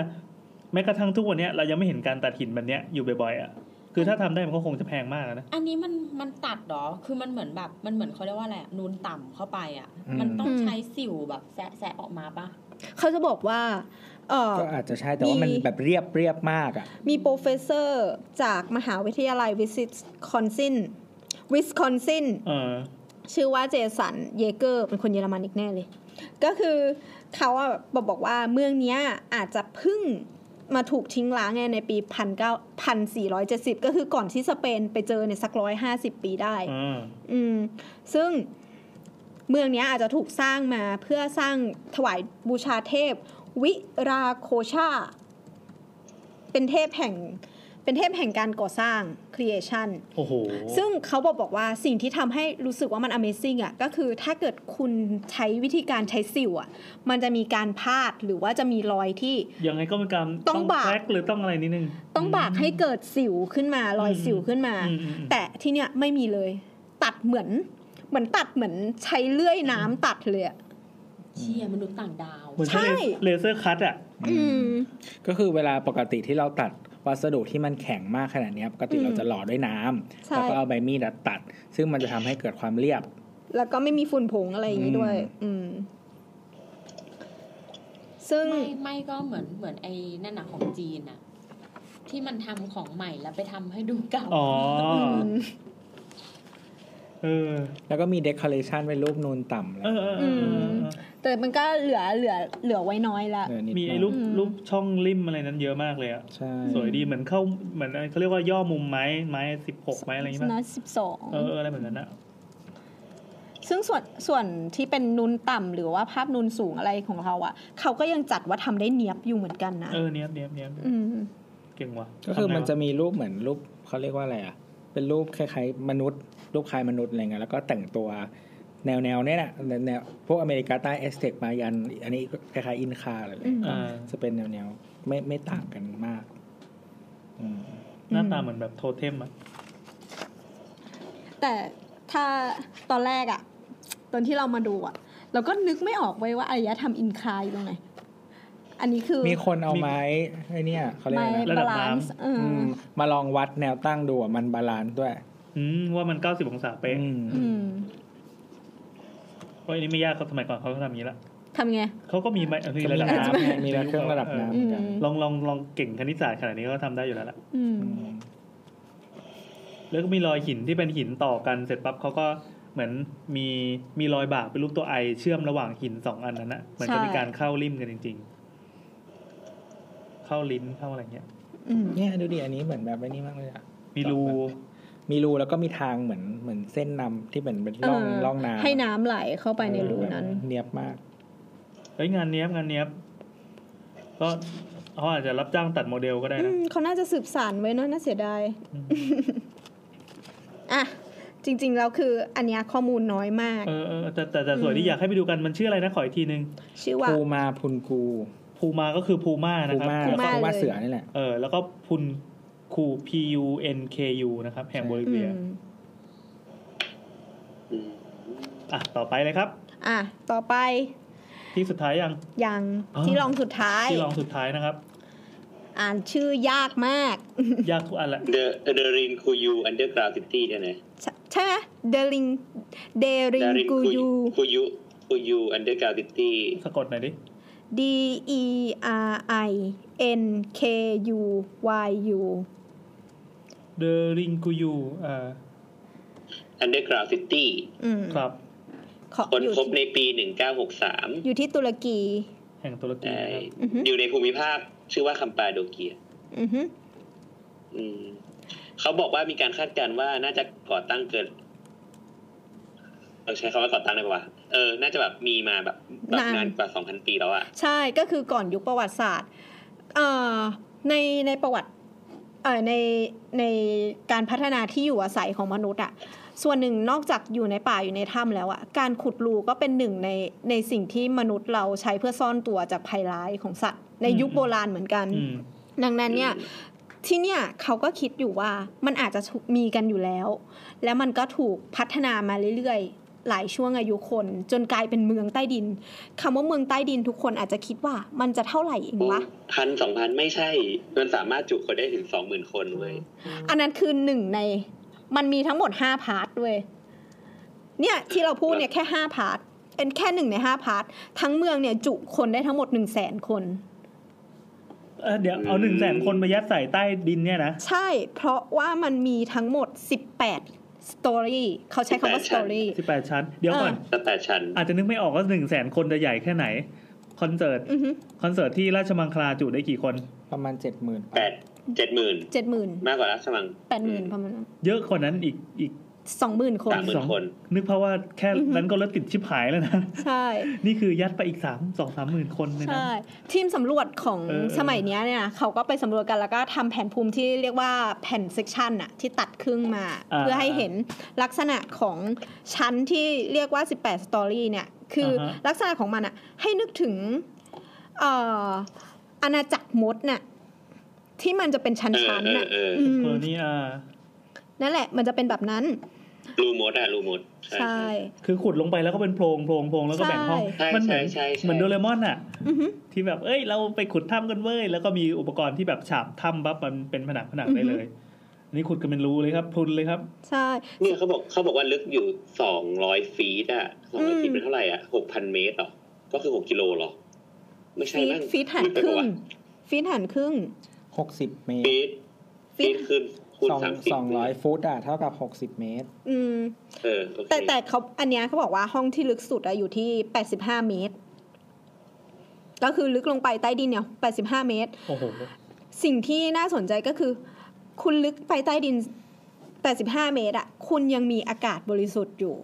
[SPEAKER 3] แม้กระทั่งทุกวันเนี้ยเรายังไม่เห็นการตัดหินแบบเนี้ยอยู่บ่อยๆอ่ะคือถ้าทำได้มันก็คงจะแพงมากอะนะ
[SPEAKER 4] อันนี้มันมันตัดเหรอ คือมันเหมือนแบบมันเหมือนเขาเรียกว่าอะไรอะนูนต่ำเข้าไปอ่ะ มันต้องใช้สิวแบบแซะแซะออกมาปะ
[SPEAKER 2] เขาจะบอกว่า เอ่อ
[SPEAKER 1] ก็อาจจะใช่แต่ว่ามัน
[SPEAKER 2] มี
[SPEAKER 1] แบบเรียบเรียบมากอ่ะ
[SPEAKER 2] มีโปรเฟสเซอร์จากมหาวิทยาลัยวิสคอนซินวิสคอนซิน
[SPEAKER 3] เออ
[SPEAKER 2] ชื่อว่าเจสันเยเกอร์เป็นคนเยอรมันอีกแน่เลย ก็คือเขาอะบอกบอกว่าเมืองเนี้ยอาจจะเพึ่งมาถูกทิ้งล้างไงในปี 1470 ก็คือก่อนที่สเปนไปเจอเนี่ยสักร้อยห้าสิบปีได้
[SPEAKER 3] เออ
[SPEAKER 2] อืมซึ่งเมืองเนี้ยอาจจะถูกสร้างมาเพื่อสร้างถวายบูชาเทพ วิราโคชา เป็นเทพแห่งเป็นเทพแห่งการก่อสร้าง creation
[SPEAKER 3] โอ้โห
[SPEAKER 2] ซึ่งเขาบอกบอกว่าสิ่งที่ทำให้รู้สึกว่ามัน Amazing อ่ะก็คือถ้าเกิดคุณใช้วิธีการใช้สิวอ่ะ มันจะมีการพาดหรือว่าจะมีรอยที่
[SPEAKER 3] ยังไงก็เป็นการ
[SPEAKER 2] ต้องบาก
[SPEAKER 3] แพ็คหรือต้องอะไรนิดนึง
[SPEAKER 2] ต้องบากให้เกิดสิวขึ้นมารอย
[SPEAKER 3] อืม
[SPEAKER 2] สิวขึ้นมา
[SPEAKER 3] อืมอืมอืม
[SPEAKER 2] แต่ที่เนี้ยไม่มีเลย ตัดเหมือน เหมือนตัดเหมือนใช้เลื่อยน้ำตัดเลยอะ
[SPEAKER 4] เชี่ยมนุษย์ต่างดาว
[SPEAKER 3] เหมือน
[SPEAKER 2] ใช่
[SPEAKER 3] เลเซอร์เลเซอร์คัตอ่ะ
[SPEAKER 2] อืม
[SPEAKER 1] ก็คือเวลาปกติที่เราตัดวัสดุที่มันแข็งมากขนาดเนี้ยปกติเราจะหล่อด้วยน้ำ
[SPEAKER 2] ใช่
[SPEAKER 1] แล้วก็เอาใบมีดอะตัด ซึ่งมันจะทำให้เกิดความเรียบ
[SPEAKER 2] แล้วก็ไม่มีฝุ่นผงอะไรอย่างนี้ด้วย อืม ซึ่ง
[SPEAKER 4] ไม่ไม่ก็เหมือนเหมือนไอ้นั่นน่ะของจีนอ่ะ ที่มันทำของใหม่แล้วไปทำให้ดูเก่า
[SPEAKER 3] อ๋อเออ
[SPEAKER 1] แล้วก็มีเดคอเรชันเป็นรูปนูนต่ำแล้ว
[SPEAKER 3] เออเออเออเออ
[SPEAKER 2] ม แต่มันก็เหลือเหลือเหลือไว้น้อยละ
[SPEAKER 1] เออนิด
[SPEAKER 3] มีไอ้
[SPEAKER 1] หน่อย
[SPEAKER 3] รูป
[SPEAKER 2] อืม
[SPEAKER 3] รูปช่องริมอะไรนั้นเยอะมากเลยอ่ะ
[SPEAKER 1] ใช่
[SPEAKER 3] สวยดีเหมือนเข้าเหมือนเขาเรียกว่าย่อมุมไม้ไม้สิบหกไม้อะไรอย่างเงี้ย
[SPEAKER 2] นะสิบสอง
[SPEAKER 3] เออเอออะไรแบบนั้นอ่ะ
[SPEAKER 2] ซึ่งส่วนส่วนที่เป็นนูนต่ำหรือว่าภาพนูนสูงอะไรของเราอะ่ะ เขาก็ยังจัดว่าทำได้เนียบอยู่เหมือนกันนะ
[SPEAKER 3] เออเนี้ยบเนี้ยบเนี้ยบ
[SPEAKER 2] ม
[SPEAKER 3] เก่งว่ะ
[SPEAKER 1] ก็คือ
[SPEAKER 3] ทำไงว
[SPEAKER 1] มันจะมีรูปเหมือนรูปเขาเรียกว่าอะไรอ่ะ เป็นรูปคล้ายๆมนุษย์ รูปคล้ายมนุษย์อะไรเงี้ยแล้วก็แต่งตัวแนวแนวๆเนี้ยแหละแนวพวกอเมริกาใต้เอสเทคมายัน อันนี้คล้ายๆอินคาอะไรเลย
[SPEAKER 3] อ่า
[SPEAKER 1] จะเป็นแนวแนวๆไม่ไม่ต่างกันมากอืม
[SPEAKER 3] หน้าตาเหมือนแบบโทเทมอ่ะ
[SPEAKER 2] แต่ถ้าตอนแรกอะ่ะ ตอนที่เรามาดูอะ่ะ เราก็นึกไม่ออกไว้ยว่าอารยธรรมอินคาอยู่ตรงไหน อันนี้คือ
[SPEAKER 1] มีคนเอาไม้ไอ้เนี่ยเขาเรียก
[SPEAKER 2] ไม้
[SPEAKER 1] อะไรนะ
[SPEAKER 3] ระดั
[SPEAKER 2] บา
[SPEAKER 3] บ
[SPEAKER 2] ลา
[SPEAKER 3] น้ำ
[SPEAKER 2] นซ์เออ
[SPEAKER 1] อืม
[SPEAKER 2] อ
[SPEAKER 1] มาลองวัดแนวตั้งดูอ่ะมันบาลานซ์ด้วย
[SPEAKER 3] อืมว่ามัน 90 องศาเป๊ะ
[SPEAKER 1] อืม
[SPEAKER 2] อืม
[SPEAKER 3] เพราะอันนี้ไม่ยากเขาสมัยก่อนเขาก็ทำอย่างนี้ละ
[SPEAKER 2] ทำไง
[SPEAKER 3] เขาก็มีไม้เออมี
[SPEAKER 1] ก็
[SPEAKER 3] ระ
[SPEAKER 1] มี
[SPEAKER 3] ดับ
[SPEAKER 1] น้ำ
[SPEAKER 3] น้ำ
[SPEAKER 1] ไงมีเครื่องระดับน้ำเห
[SPEAKER 2] อื
[SPEAKER 1] มือน
[SPEAKER 2] ม
[SPEAKER 1] กัน
[SPEAKER 3] ลองลองลองเก่งคณิตศาสตร์ขนาดนี้ก็ทำได้อยู่แล้วล่ะ
[SPEAKER 2] อืม
[SPEAKER 1] อืม
[SPEAKER 3] แล้วก็มีรอยหินที่เป็นหินต่อกันเสร็จปั๊บเขาก็เหมือนมีมีรอยบากเป็นรูปตัวไอเชื่อมระหว่างหินสองอันนั้นนะเหมือนจะมี
[SPEAKER 2] ใช่
[SPEAKER 3] การเข้าริมกันจริง ๆ เข้าลิ้นเข้าอะไรเงี้ย
[SPEAKER 2] อืม
[SPEAKER 1] เนี่ยดูดิอันนี้เหมือนแบบไอ้นี่มากเลยอะ
[SPEAKER 3] มีรู
[SPEAKER 1] มีรูแล้วก็มีทางเหมือนเหมือนเส้นนำที่เหมือนเป็นร่อง
[SPEAKER 2] เ
[SPEAKER 1] ร่องน้ำ
[SPEAKER 2] ให้น้ำไหลเข้าไปในรูนั้น
[SPEAKER 1] เนียบมาก
[SPEAKER 3] เฮ้ยงานเนี้ยบงานเนี้ยบก็เขาอาจจะรับจ้างตัดโมเดลก็ได้
[SPEAKER 2] อื
[SPEAKER 3] นะ
[SPEAKER 2] มเขาน่าจะสืบสารไว้เนอะน่าเสียดาย อ่ะ จริงๆแล้วคืออันเนี้ยข้อมูลน้อยมาก
[SPEAKER 3] เออเออแต่แต่แต่สวยที่อยากให้ไปดูกันมันชื่ออะไรนะขออีกทีนึง
[SPEAKER 2] ชื่อว่า
[SPEAKER 1] ภูมาพุนกู
[SPEAKER 3] ภูมาก็คือภูมานะ
[SPEAKER 1] ภู
[SPEAKER 3] ครับ
[SPEAKER 1] มา
[SPEAKER 2] ภู
[SPEAKER 1] แล้วก็
[SPEAKER 2] มา
[SPEAKER 1] ภูมา
[SPEAKER 2] เลย
[SPEAKER 1] เสือนี่แหละ
[SPEAKER 3] เออแล้วก็พุนคู P U N K U นะครับ แห่งโบลิ
[SPEAKER 2] อื
[SPEAKER 3] เวีย
[SPEAKER 2] ม
[SPEAKER 8] อืม
[SPEAKER 3] อ่ะต่อไปเลยครับ
[SPEAKER 2] อ่ะ ต่อไป
[SPEAKER 3] ที่สุดท้ายยัง
[SPEAKER 2] ยัง
[SPEAKER 3] อ่า
[SPEAKER 2] ที่รองสุดท้าย
[SPEAKER 3] ที่ลองสุดท้ายนะครับ
[SPEAKER 2] อ่านชื่อยากมาก
[SPEAKER 3] ยากทุกอันแหละ
[SPEAKER 8] เดอะเดอะรินคูยูอันเดอร์กราวด์ซิตี้เนี่ยนะ
[SPEAKER 2] ใช่ใช่ไหมเดลิงเดริงกูยู
[SPEAKER 8] คูยูคูยูอันเดอร์กราวด์ซิตี้
[SPEAKER 3] สะกดหน่อยดิ
[SPEAKER 2] D E R I N K U Y U
[SPEAKER 3] The Ring k u y u อ่า
[SPEAKER 8] อันเดอร์กราวด์ซิตี้
[SPEAKER 2] อืม
[SPEAKER 3] ครับ
[SPEAKER 2] ขอ
[SPEAKER 8] ค้น
[SPEAKER 2] อยู่
[SPEAKER 8] พบ
[SPEAKER 2] ที่
[SPEAKER 8] ในปี 1963
[SPEAKER 2] อยู่ที่ตุรกี
[SPEAKER 3] แห่งตุรกี
[SPEAKER 8] ใช่
[SPEAKER 3] นะครับ
[SPEAKER 2] อือฮึ
[SPEAKER 8] อยู่ในภูมิภาคชื่อว่าคัมปาโดเกีย
[SPEAKER 2] อือฮึ
[SPEAKER 8] อืมเขาบอกว่ามีการคาดการณ์ว่าน่าจะก่อตั้งเกินเออใช้คำว่าก่อตั้งได้ปะวะเออ น่าจะแบบมีมาแบบแบบนานกว่าสองพันปีแล้วอะ
[SPEAKER 2] ใช่ก็คือก่อนยุคประวัติศาสตร์เอ่อในในประวัติเอ่อในในการพัฒนาที่อยู่อาศัยของมนุษย์อะส่วนหนึ่งนอกจากอยู่ในป่าอยู่ในถ้ำแล้วอะการขุดรูก็เป็นหนึ่งในในสิ่งที่มนุษย์เราใช้เพื่อซ่อนตัวจากภัยร้ายของสัตว์ ในยุคโบราณเหมือนกัน
[SPEAKER 3] อืม
[SPEAKER 2] ดังนั้นเนี่ยที่เนี่ยเขาก็คิดอยู่ว่ามันอาจจะถูกมีกันอยู่แล้ว แล้วมันก็ถูกพัฒนามาเรื่อยๆ หลายช่วงอายุคน จนกลายเป็นเมืองใต้ดินคำว่าเมืองใต้ดินทุกคนอาจจะคิดว่ามันจะเท่าไหร่เองวะ
[SPEAKER 8] พันสองพันไม่ใช่ มันสามารถจุคนได้ถึงสองหมื่นคนเว้ย
[SPEAKER 2] อันนั้นคือหนึ่งใน มันมีทั้งหมด 5 พาร์ทด้วยเนี่ยที่เราพูดเนี่ยแค่ 5 พาร์ทเป็นแค่หนึ่งใน 5 พาร์ททั้งเมืองเนี่ยจุคนได้ทั้งหมด 1 0 0 0 0แสนคน
[SPEAKER 3] เออเดี๋ยวเอาหนึ่งแสนคนมายัดใส่ใต้ดินเนี่ยนะ
[SPEAKER 2] ใช่เพราะว่ามันมีทั้งหมด 18 story เขาใช้คำว่า story
[SPEAKER 3] 18 ชั้น เดี๋ยวก่อน
[SPEAKER 8] ตั้งแต่ชั้น
[SPEAKER 3] อาจจะนึกไม่ออกว่าหนึ่งแสนคนจะใหญ่แค่ไหน คอนเสิร์ต
[SPEAKER 2] อือฮึ
[SPEAKER 3] คอนเสิร์ตที่ราชมังคลาจุได้กี่คน
[SPEAKER 1] ประมาณเจ็ดหมื่น
[SPEAKER 8] แปดเจ็ดหมื่น
[SPEAKER 2] เจ็ดหมื่น
[SPEAKER 8] มากกว่ารัชมัง
[SPEAKER 2] แปดหมื่นประมาณ
[SPEAKER 3] เยอะกว่านั้นอีกอีก
[SPEAKER 2] สองหมื่นคน
[SPEAKER 8] สามหมื่
[SPEAKER 3] ส
[SPEAKER 8] น
[SPEAKER 3] อง
[SPEAKER 8] คน
[SPEAKER 3] นึกเพราะว่าแค่
[SPEAKER 2] อือฮึ
[SPEAKER 3] นั้นก็รถติดชิบหายแล้วนะ
[SPEAKER 2] ใช่
[SPEAKER 3] นี่คือยัดไปอีกสามสองสามหมื่นคนเลยนะ
[SPEAKER 2] ใช่ ทีมสำรวจของ
[SPEAKER 3] เออ
[SPEAKER 2] สมัยเนี้ยเนี่ยเขาก็ไปสำรวจกันแล้วก็ทำแผนภูมิที่เรียกว่าแผ่นเซกชันอะที่ตัดครึ่งมา เพื่อให้เห็นลักษณะของชั้นที่เรียกว่า 18 สตอรี่เนี่ย คืออา
[SPEAKER 3] ฮะ
[SPEAKER 2] ลักษณะของมันอะให้นึกถึงเอ่ออาณาจักรมดน่ะที่มันจะเป็นชั้น
[SPEAKER 8] เออ
[SPEAKER 2] ชั้น
[SPEAKER 8] เออ
[SPEAKER 2] น่ะ
[SPEAKER 8] เออ
[SPEAKER 2] อืม
[SPEAKER 3] โคโลนี่อ่า
[SPEAKER 2] นั่นแหละ มันจะเป็นแบบนั้น
[SPEAKER 8] รูมดอะรูมดใช่
[SPEAKER 2] ใช่
[SPEAKER 3] คือขุดลงไปแล้วก็เป็นโพรงโพรงโพรงแล้วก็แบ่งห้อง
[SPEAKER 8] ใช่
[SPEAKER 3] มันเหมื
[SPEAKER 8] ใช่
[SPEAKER 3] อน
[SPEAKER 8] ใช่ใช่
[SPEAKER 3] เหมือนโดเรมอนอะ
[SPEAKER 2] อือฮึ
[SPEAKER 3] ที่แบบ เอ้ย เราไปขุดถ้ำกันเว้ย แล้วก็มีอุปกรณ์ที่แบบฉาบถ้ำปั๊บมันเป็นผนังผนังได้เลย อันนี้ขุดกันเป็นรูเลยครับพรุนเลยครับ
[SPEAKER 2] ใช่
[SPEAKER 8] เนี่ยเขาบอกเขาบอกว่าลึกอยู่สองร้อยฟีตอะสองร้อยฟีตเป็นเท่าไหร่อะหกพันเมตรเหรอก็คือหกกิโลเหรอ ไม่ใช่
[SPEAKER 2] ฟีด
[SPEAKER 8] มั้ง
[SPEAKER 2] ฟีดหัน
[SPEAKER 8] ไป
[SPEAKER 2] ค
[SPEAKER 8] ปะ
[SPEAKER 2] รึ่ง
[SPEAKER 8] วะ
[SPEAKER 2] ฟีดหันครึ่ง
[SPEAKER 1] หกสิบเมตร
[SPEAKER 8] ฟีดฟีดคือคูณ
[SPEAKER 1] สอง
[SPEAKER 8] สามสิบ
[SPEAKER 1] สองร้อยฟุตอ่ะเท่ากับหกสิบเมตร
[SPEAKER 2] อืม
[SPEAKER 8] เออโอเค
[SPEAKER 2] แต่แต่เขาอันเนี้ยเขาบอกว่าห้องที่ลึกสุดอะอยู่ที่ 85 เมตร ก็คือลึกลงไปใต้ดินเนี่ย 85 เมตร
[SPEAKER 3] โอ้โห
[SPEAKER 2] สิ่งที่น่าสนใจก็คือ คุณลึกไปใต้ดิน 85 เมตรอะคุณยังมีอากาศบริสุทธิ์อยู่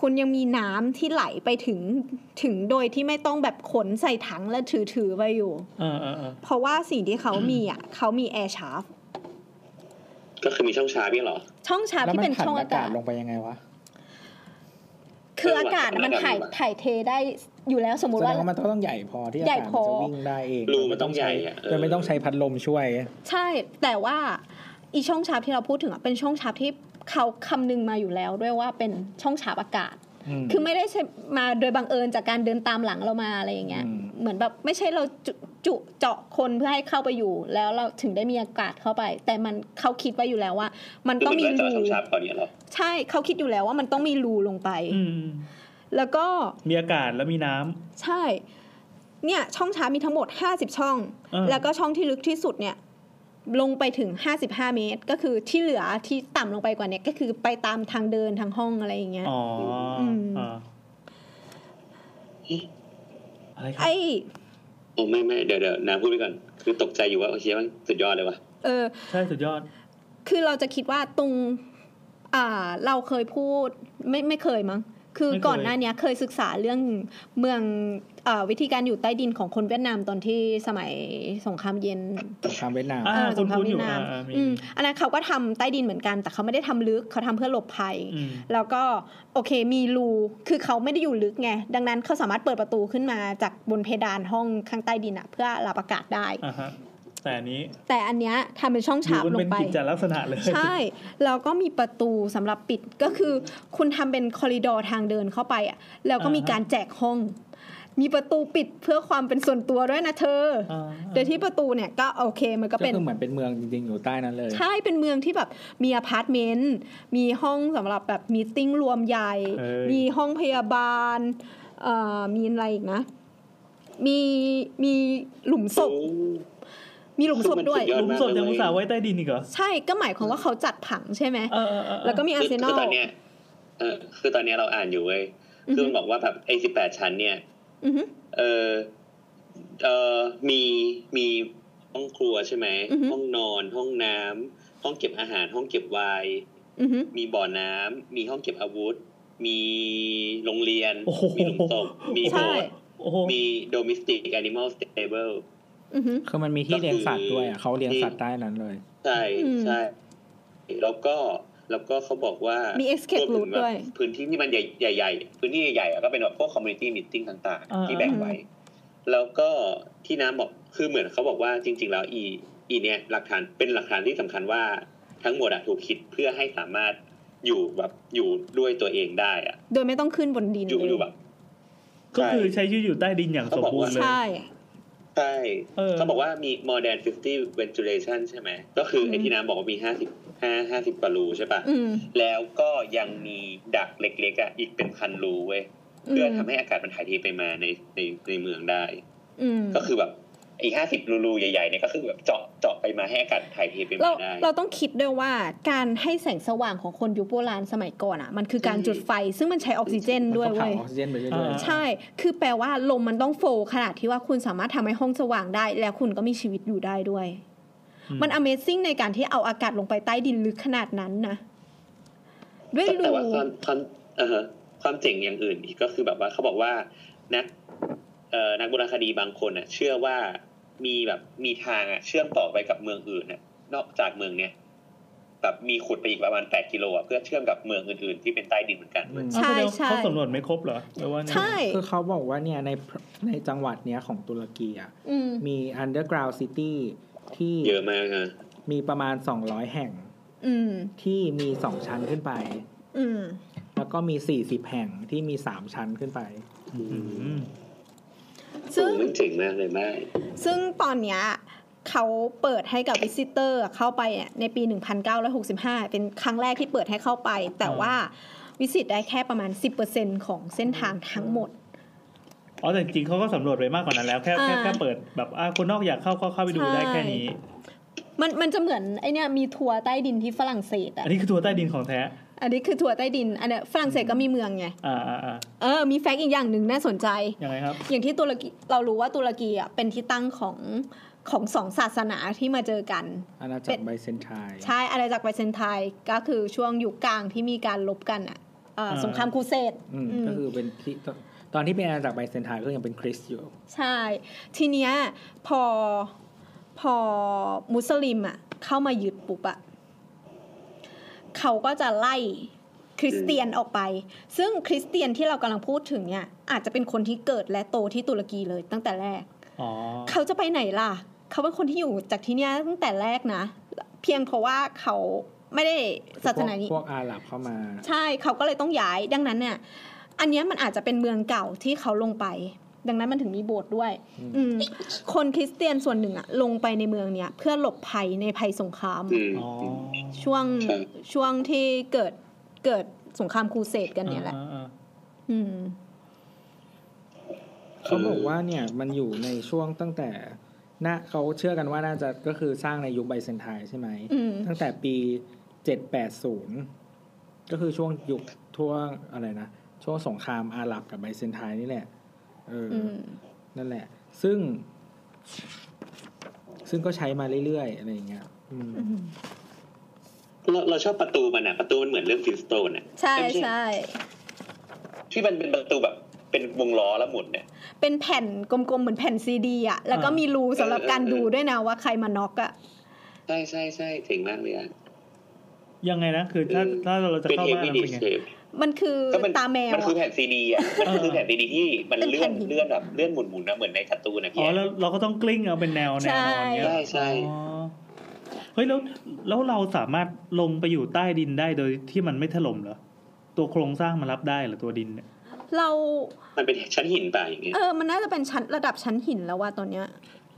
[SPEAKER 2] คุณยังมีน้ำที่ไหลไปถึงถึงโดยที่ไม่ต้องแบบขนใส่ถังและถือถือๆไปอยู่
[SPEAKER 3] เออเออเออ
[SPEAKER 2] เพราะว่าสิ่งที่เขามีอะเขามีแอร์ชาร์ฟ
[SPEAKER 8] ก็คือมีช่องชาร์ปเนี่ยเหรอ
[SPEAKER 2] ช่องชาร์ฟ
[SPEAKER 1] แล้ว
[SPEAKER 2] ที่
[SPEAKER 1] มั
[SPEAKER 2] เป็น น
[SPEAKER 1] ผ่าน
[SPEAKER 2] ช่องอา
[SPEAKER 1] อาาก
[SPEAKER 2] กา
[SPEAKER 1] ศ
[SPEAKER 2] ศ
[SPEAKER 1] ลงไปยังไงวะ
[SPEAKER 2] คืออากาศอะมันถ่ายถ่ายเทได้อยู่แล้วสมมติ
[SPEAKER 1] แสด
[SPEAKER 2] ว่า
[SPEAKER 1] งว่ามันต้องใหญ่พอที่อา
[SPEAKER 2] ใหญ่
[SPEAKER 1] กาศ
[SPEAKER 2] พอ
[SPEAKER 1] มันจะวิ่งได้เอง
[SPEAKER 8] รูมันต้องใหญ่อะเออ
[SPEAKER 1] โดยไม่ต้องใช้พัดลมช่วย
[SPEAKER 2] ใช่ แต่ว่าอีช่องชาร์ปที่เราพูดถึงอะเป็นช่องชาร์ปที่เขาคำนึงมาอยู่แล้วด้วยว่าเป็นช่องชาร์ปอากาศ
[SPEAKER 1] อืม
[SPEAKER 2] คือไม่ได้ใช่มาโดยบังเอิญจากการเดินตามหลังเรามาอะไรอย่างเงี้ย
[SPEAKER 1] อืม
[SPEAKER 2] เหมือนแบบไม่ใช่เราจ จุเจาะคนเพื่อให้เข้าไปอยู่ แล้วเราถึงได้มีอากาศเข้าไป แต่มันเขาคิดไว้อยู่แล้วว่า มัน
[SPEAKER 8] คือ
[SPEAKER 2] ต้อง
[SPEAKER 8] เห
[SPEAKER 2] มี
[SPEAKER 8] มือน
[SPEAKER 2] รู
[SPEAKER 8] ว่าจะมาทำชาร์ปตอนนี้ยเหรอ
[SPEAKER 2] ใช่เขาคิดอยู่แล้วว่ามันต้องมีรูลงไป
[SPEAKER 3] อืม
[SPEAKER 2] แล้วก็
[SPEAKER 3] มีอากาศแล้วมีน้ำ
[SPEAKER 2] ใช่ เนี่ยช่องช้ามีทั้งหมด 50 ช่อง
[SPEAKER 3] เออ
[SPEAKER 2] แล้วก็ช่องที่ลึกที่สุดเนี่ย ลงไปถึง 55 เมตร ก็คือที่เหลือที่ต่ำลงไปกว่าเนี้ก็คือไปตามทางเดินทางห้องอะไรอย่างเงี้ย
[SPEAKER 3] อ๋ออ
[SPEAKER 2] ม
[SPEAKER 3] อ่าอะไรครับ
[SPEAKER 2] ไอ้
[SPEAKER 8] โอ้ไม่ไม่เดี๋ยวเดี๋ยวน้ำพูดไปก่อน คือตกใจอยู่ว่าโอเคมันสุดยอดเลยว่ะ
[SPEAKER 2] เออ
[SPEAKER 3] ใช่สุดยอด
[SPEAKER 2] คือเราจะคิดว่าตรง อ่า เราเคยพูดไม่ไม่เคยมั้ง คือ
[SPEAKER 3] ไม่เคย
[SPEAKER 2] ก่อนหน้าเนี้ยเคยศึกษาเรื่องเมืองอาวิธีการอยู่ใต้ดินของคนเวียดนามตอนที่สมัยสงครามเย็น
[SPEAKER 1] สงครามเวียดนาม
[SPEAKER 3] อ่า
[SPEAKER 2] เออ
[SPEAKER 3] คุณพูดอยู่
[SPEAKER 2] สงคา
[SPEAKER 3] อ่าร
[SPEAKER 2] ม
[SPEAKER 3] อ่ามี
[SPEAKER 2] เวียดนามอืมอันนั้นเขาก็ทำใต้ดินเหมือนกัน แต่เขาไม่ได้ทำลึกเขาทำเพื่อหลบภัย
[SPEAKER 3] อืม
[SPEAKER 2] แล้วก็โอเคมีรู คือเขาไม่ได้อยู่ลึกไง ดังนั้นเขาสามารถเปิดประตูขึ้นมาจากบนเพดานห้องข้างใต้ดินอะเพื่อรับอากาศได้
[SPEAKER 3] อ่าฮะแต่อันนี้
[SPEAKER 2] แต่อันเนี้ยทำเป็นช่อง
[SPEAKER 3] อยู่
[SPEAKER 2] ฉาบ
[SPEAKER 3] มัน
[SPEAKER 2] ล
[SPEAKER 3] เป็
[SPEAKER 2] ง
[SPEAKER 3] น
[SPEAKER 2] ไป
[SPEAKER 3] กิจจลักษณะเลย
[SPEAKER 2] ใช่ แล้วก็มีประตูสำหรับปิดก็คือ คุณทำเป็นคอริดอร์ทางเดินเข้าไปอ่ะ แล้วก็มีการแจกห้อง มีประตูปิดเพื่อความเป็นส่วนตัวด้วยนะเธอ
[SPEAKER 3] อ่า
[SPEAKER 2] โดยที่ประตูเนี่ยก็โอเคมันก็
[SPEAKER 1] ก็
[SPEAKER 2] เป็น
[SPEAKER 1] คือเหมือนเป็นเมืองจริงๆ อยู่ใต้นั้นเลย
[SPEAKER 2] ใช่ เป็นเมืองที่แบบมีอพาร์ตเมนต์ มีห้องสำหรับแบบมีตติ้งรวมใหญ่
[SPEAKER 3] เอ้ย
[SPEAKER 2] มีห้องพยาบาลเอ่อมีอะไรอีกนะ มีมีหลุมศพ มีหลุมศพด้วย
[SPEAKER 8] คือ
[SPEAKER 3] หลุม
[SPEAKER 8] น
[SPEAKER 3] ศ
[SPEAKER 8] สุ
[SPEAKER 3] พ
[SPEAKER 8] ยอดากเล
[SPEAKER 3] ยังอุตส่าห์ไว้ใต้ดินอีกเหรอ
[SPEAKER 2] ใช่ ก็หมายความว่าเขาจัดผังใช่ไหม
[SPEAKER 3] เออเออเออ
[SPEAKER 2] แล้วก็มีอา
[SPEAKER 8] คื
[SPEAKER 2] ร์เซนอ
[SPEAKER 8] คื
[SPEAKER 2] ล
[SPEAKER 8] ตอนเนี้ยเออคือตอนเนี้ยเราอ่านอยู่เว้ยคือมันบอกว่าแบบไอ้สิบแปดชั้นเนี่ย
[SPEAKER 2] อือฮึ
[SPEAKER 8] เออเออมีมีห้องครัวใช่ไหม
[SPEAKER 2] อือฮึ
[SPEAKER 8] ห้องนอนห้องน้ำห้องเก็บอาหาร ห้องเก็บไวน์
[SPEAKER 2] อือฮึ
[SPEAKER 8] มีบ่อน้ำมีห้องเก็บอาวุธ มีโรงเรียน
[SPEAKER 3] โอ้โห
[SPEAKER 8] มีหลุมศพมีโบ
[SPEAKER 2] ใช่
[SPEAKER 8] สถ์
[SPEAKER 3] โอ้โห
[SPEAKER 8] มีโดมิสติกแอนิมอลสเตเบิล
[SPEAKER 2] อือฮึ
[SPEAKER 1] คือมันมีที่เลี้ยงสัตว์ด้วยอ่ะเขาเลี้ยงสัตว์ใต้นั้นเลย
[SPEAKER 8] ใช่
[SPEAKER 2] อืม
[SPEAKER 8] ใช่แล้วก็แล้วก็เขาบอกว่า
[SPEAKER 2] มี
[SPEAKER 8] มี
[SPEAKER 2] escape route ด้วย
[SPEAKER 8] พื้นที่ที่มันใหญ่ใหญ่ๆพื้นที่ใหญ่ๆอะก็เป็นแบบพวกคอมมูนิตี้มิ g ต่างๆ ที่แบ่งไว้ แล้วก็ที่น้ำบอกคือเหมือนเขาบอกว่าจริง ๆ แล้วอีอีเนี่ยหลักฐานเป็นหลักฐานที่สำคัญว่าทั้งหมดอะถูกคิดเพื่อให้สามารถอยู่แบบอยู่ด้วยตัวเองได้อะ
[SPEAKER 2] โดยไม่ต้องขึ้นบนดิน
[SPEAKER 8] อยู่
[SPEAKER 2] เล
[SPEAKER 8] อยยู่แบบ
[SPEAKER 3] ก็คือใช้ชีวิตอยู่ใต้ดินอย่างสมบูรณ์เลย
[SPEAKER 2] ใช่
[SPEAKER 8] ใช่
[SPEAKER 3] เออ
[SPEAKER 8] เขาบอกว่ามี more than 50 ventilation ใช่ไหม ก็คือไอ้ที่น้ำบอกว่ามี 50 5 50กว่ารูใช่ปะ
[SPEAKER 2] อืม
[SPEAKER 8] แล้วก็ยังมีดักเล็กๆอ่ะอีกเป็นพันรูเว้ย
[SPEAKER 2] อืม
[SPEAKER 8] เพื่อทำให้อากาศมันถ่ายเทไปมาในในในเมืองได้
[SPEAKER 2] อืม
[SPEAKER 8] ก็คือแบบไอีห้าสิบรูๆใหญ่ๆเนี่ยก็คือแบบเจาะเจาะไปมาให้อากาศถ่ายเทไป
[SPEAKER 2] เรา
[SPEAKER 8] มาได้
[SPEAKER 2] เราต้องคิดด้วยว่าการให้แสงสว่างของคนยุคโบราณสมัยก่อนอ่ะ มันคือการ
[SPEAKER 8] อืม
[SPEAKER 2] จุดไฟซึ่งมันใช้ออกซิเจน
[SPEAKER 1] มัน
[SPEAKER 2] ด้วย
[SPEAKER 1] ก็เผา
[SPEAKER 2] เว้ย
[SPEAKER 1] ออกซิเจนไปเรื่อย
[SPEAKER 3] อ่า
[SPEAKER 2] ใช่ คือแปลว่าลมมันต้องโฟล์ขนาดที่ว่าคุณสามารถทำให้ห้องสว่างได้ แล้วคุณก็มีชีวิตอยู่ได้ด้วย มัน Amazing ในการที่เอาอากาศลงไปใต้ดินลึกขนาดนั้นนะด้วย
[SPEAKER 8] แต่
[SPEAKER 2] รู
[SPEAKER 8] แต่ว่าความความเออความเจ๋งอย่างอื่นอีกก็คือแบบว่าเขาบอกว่านักเอ่อนักโบราณคดีบางคนอ่ะ เชื่อว่ามีแบบมีทางอ่ะ เชื่อมต่อไปกับเมืองอื่นอ่ะ นอกจากเมืองเนี้ยแบบมีขุดไปอีกประมาณแปดกิโลอ่ะเพื่อเชื่อมกับเมืองอื่นๆที่เป็นใต้ดินเหมือนกันเว้ย
[SPEAKER 3] อืม
[SPEAKER 2] ใช่
[SPEAKER 3] อ้าวแสดงว่า
[SPEAKER 2] ใช่
[SPEAKER 3] เขาสำรวจไม่ครบเหรอหรือว่าไง
[SPEAKER 2] ใช่
[SPEAKER 1] ๆคือเขาบอกว่าเนี่ยในในจังหวัดเนี้ยของตุรกีอ่ะ
[SPEAKER 2] อืม
[SPEAKER 1] มี underground city ที่
[SPEAKER 8] เยอะมากนะ
[SPEAKER 1] มีประมาณ 200 แห่ง
[SPEAKER 2] อืม
[SPEAKER 1] ที่มี 2 ชั้นขึ้นไป
[SPEAKER 2] อืม
[SPEAKER 1] แล้วก็มี 40 แห่งที่มี 3 ชั้นขึ้นไป
[SPEAKER 3] อืม
[SPEAKER 8] ซึ่
[SPEAKER 2] ซึ่
[SPEAKER 8] ง
[SPEAKER 2] ง
[SPEAKER 8] มันเจ๋งมากเลยมาก
[SPEAKER 2] ซึ่งตอนเนี้ยเขาเปิดให้กับวิซิเตอร์เข้าไปเนี่ยในปี 1965 เป็นครั้งแรกที่เปิดให้เข้าไป แต่ว่าวิสิตได้แค่ประมาณ 10%ของเส้นทางทั้งหมด
[SPEAKER 3] อ๋อแต่จริงๆเขาก็สำรวจไปมากกว่านั้นแล้วแค่แค่
[SPEAKER 2] อ่า
[SPEAKER 3] แค่เปิดแบบอ่าคนนอกอยากเข้าก็เข้าไปดู
[SPEAKER 2] ใช่
[SPEAKER 3] ได้แค่นี้
[SPEAKER 2] มันมันจะเหมือนไอเนี่ยมีทัวร์ใต้ดินที่ฝรั่งเศสอ่ะ
[SPEAKER 3] อันนี้คือทัวร์ใต้ดินของแท้
[SPEAKER 2] อันนี้คือทัวร์ใต้ดิน อันเนี้ยฝรั่งเศสก็มีเมืองไง
[SPEAKER 3] อ่าอ่าอ่า
[SPEAKER 2] เออ มีแฟกต์อีกอย่างหนึ่งน่าสนใจ
[SPEAKER 3] ยังไงครับ
[SPEAKER 2] อย่างที่ตุรกี เรารู้ว่าตุรกีอ่ะเป็นที่ตั้งของของสองศาสนาที่มาเจอกัน
[SPEAKER 1] อาณาจักรไบเซนไทน์
[SPEAKER 2] ใช่อาณาจักรไบเซนไทน์ก็คือช่วงยุคกลางที่มีการลบกันอ่ะเอ่อ
[SPEAKER 3] อ่า
[SPEAKER 2] สงครามครูเสด
[SPEAKER 1] อืม
[SPEAKER 2] อืม
[SPEAKER 1] ก็คือเป็นที่ตตอนที่เป็นอาณาจักรไบเซนไทน์ก็ยังเป็นคริสต์อยู่
[SPEAKER 2] ใช่ ทีเนี้ยพอพอมุสลิมอ่ะเข้ามายึดปุ๊บอ่ะเขาก็จะไล่คริสเตียนออกไป ซึ่งคริสเตียนที่เรากำลังพูดถึงเนี่ยอาจจะเป็นคนที่เกิดและโตที่ตุรกีเลยตั้งแต่แรก
[SPEAKER 3] อ๋อ
[SPEAKER 2] เขาจะไปไหนล่ะ เขาเป็นคนที่อยู่จากที่เนี้ยตั้งแต่แรกนะ เพียงเพราะว่าเขาไม่ได้ศาสนานี้
[SPEAKER 1] พวกพวกอาหรับเข้ามา
[SPEAKER 2] ใช่เขาก็เลยต้องย้ายดังนั้นเนี่ยอันเนี้ยมันอาจจะเป็นเมืองเก่าที่เขาลงไป ดังนั้นมันถึงมีโบสถ์ด้วย
[SPEAKER 10] อืม
[SPEAKER 2] อืมคนคริสเตียนส่วนหนึ่งอะลงไปในเมืองเนี้ยเพื่อหลบภัยในภัยสงคราม
[SPEAKER 8] อืม
[SPEAKER 3] อ๋อ
[SPEAKER 2] ช่วง
[SPEAKER 8] ใช่
[SPEAKER 2] ช่วงที่เกิดเกิดสงครามครูเสดกันเนี่ยแหละ
[SPEAKER 3] อ่าอ่าอ่า
[SPEAKER 2] อืม
[SPEAKER 1] เขาบอกว่าเนี่ยมันอยู่ในช่วงตั้งแต่น่าเขาเชื่อกันว่าน่าจะก็คือสร้างในยุคไบเซนไทน์ใช่ไหม
[SPEAKER 2] อืม
[SPEAKER 1] ตั้งแต่ปีเจ็ดแปดศูนย์ก็คือช่วงยุคทั่วอะไรนะ ช่วงสงครามอาหรับกับไบเซนไทน์นี่แหละ เอออ
[SPEAKER 2] อืม
[SPEAKER 1] นั่นแหละ ซึ่ง ซึ่งก็ใช้มาเรื่อยๆ อะไรอย่างเงี้ยอืม
[SPEAKER 8] เราเราชอบประตูมันอ่ะ ประตูมันเหมือนเรื่องฟินสโตนอ่ะ
[SPEAKER 2] ใช่
[SPEAKER 8] ไม่
[SPEAKER 2] ใช่
[SPEAKER 8] ที่มันเป็นประตูแบบเป็นวงล้อแล้วหมุนเนี่ย
[SPEAKER 2] เป็นแผ่นกลมๆ เหมือนแผ่นซีดีอะแล้วก็มีรูสำหรับการดูด้วยนะว่าใครมาน็อกอะ
[SPEAKER 8] ใช่ใช่ใช่เจ๋งมากเลยอ่ะ
[SPEAKER 3] ยังไงนะ คือถ้า
[SPEAKER 8] เออ
[SPEAKER 3] ถ้าเราจะ
[SPEAKER 8] เป็น
[SPEAKER 3] เข้า
[SPEAKER 8] เอ
[SPEAKER 3] บ้านเรา
[SPEAKER 8] วีดี
[SPEAKER 3] เป็นไง
[SPEAKER 8] เชฟ
[SPEAKER 2] มันคือ
[SPEAKER 8] ก็มัน
[SPEAKER 2] ตาแมว
[SPEAKER 8] มันคือ
[SPEAKER 2] อะ
[SPEAKER 8] แผ่นซีดีอ่ะมันคือแผ่นซีดีที่มัน
[SPEAKER 2] เป็น
[SPEAKER 8] เลื่
[SPEAKER 2] แผ่
[SPEAKER 8] อน
[SPEAKER 2] นหิน
[SPEAKER 8] เลื่อนแบบเลื่อนหมุนหมุนนะเหมือนในการ์ตูนนะ
[SPEAKER 3] อ๋
[SPEAKER 8] พี่
[SPEAKER 3] อ
[SPEAKER 8] แอน
[SPEAKER 3] แล้วเราก็ต้องกลิ้งเอาเป็นแนวแนวนอนเงี้ย
[SPEAKER 8] ใช่ใช่
[SPEAKER 3] อ๋อเฮ้ยแล้วแล้วเราสามารถลงไปอยู่ใต้ดินได้โดยที่มันไม่ถล่มเหรอ ตัวโครงสร้างมันรับได้เหรอตัวดินเนี่ย
[SPEAKER 2] เรา
[SPEAKER 8] มันเป็นชั้นหินไปอย่างเงี้ย
[SPEAKER 2] เออมันน่าจะเป็นชั้นระดับชั้นหินแล้วว่าตอนเนี้ย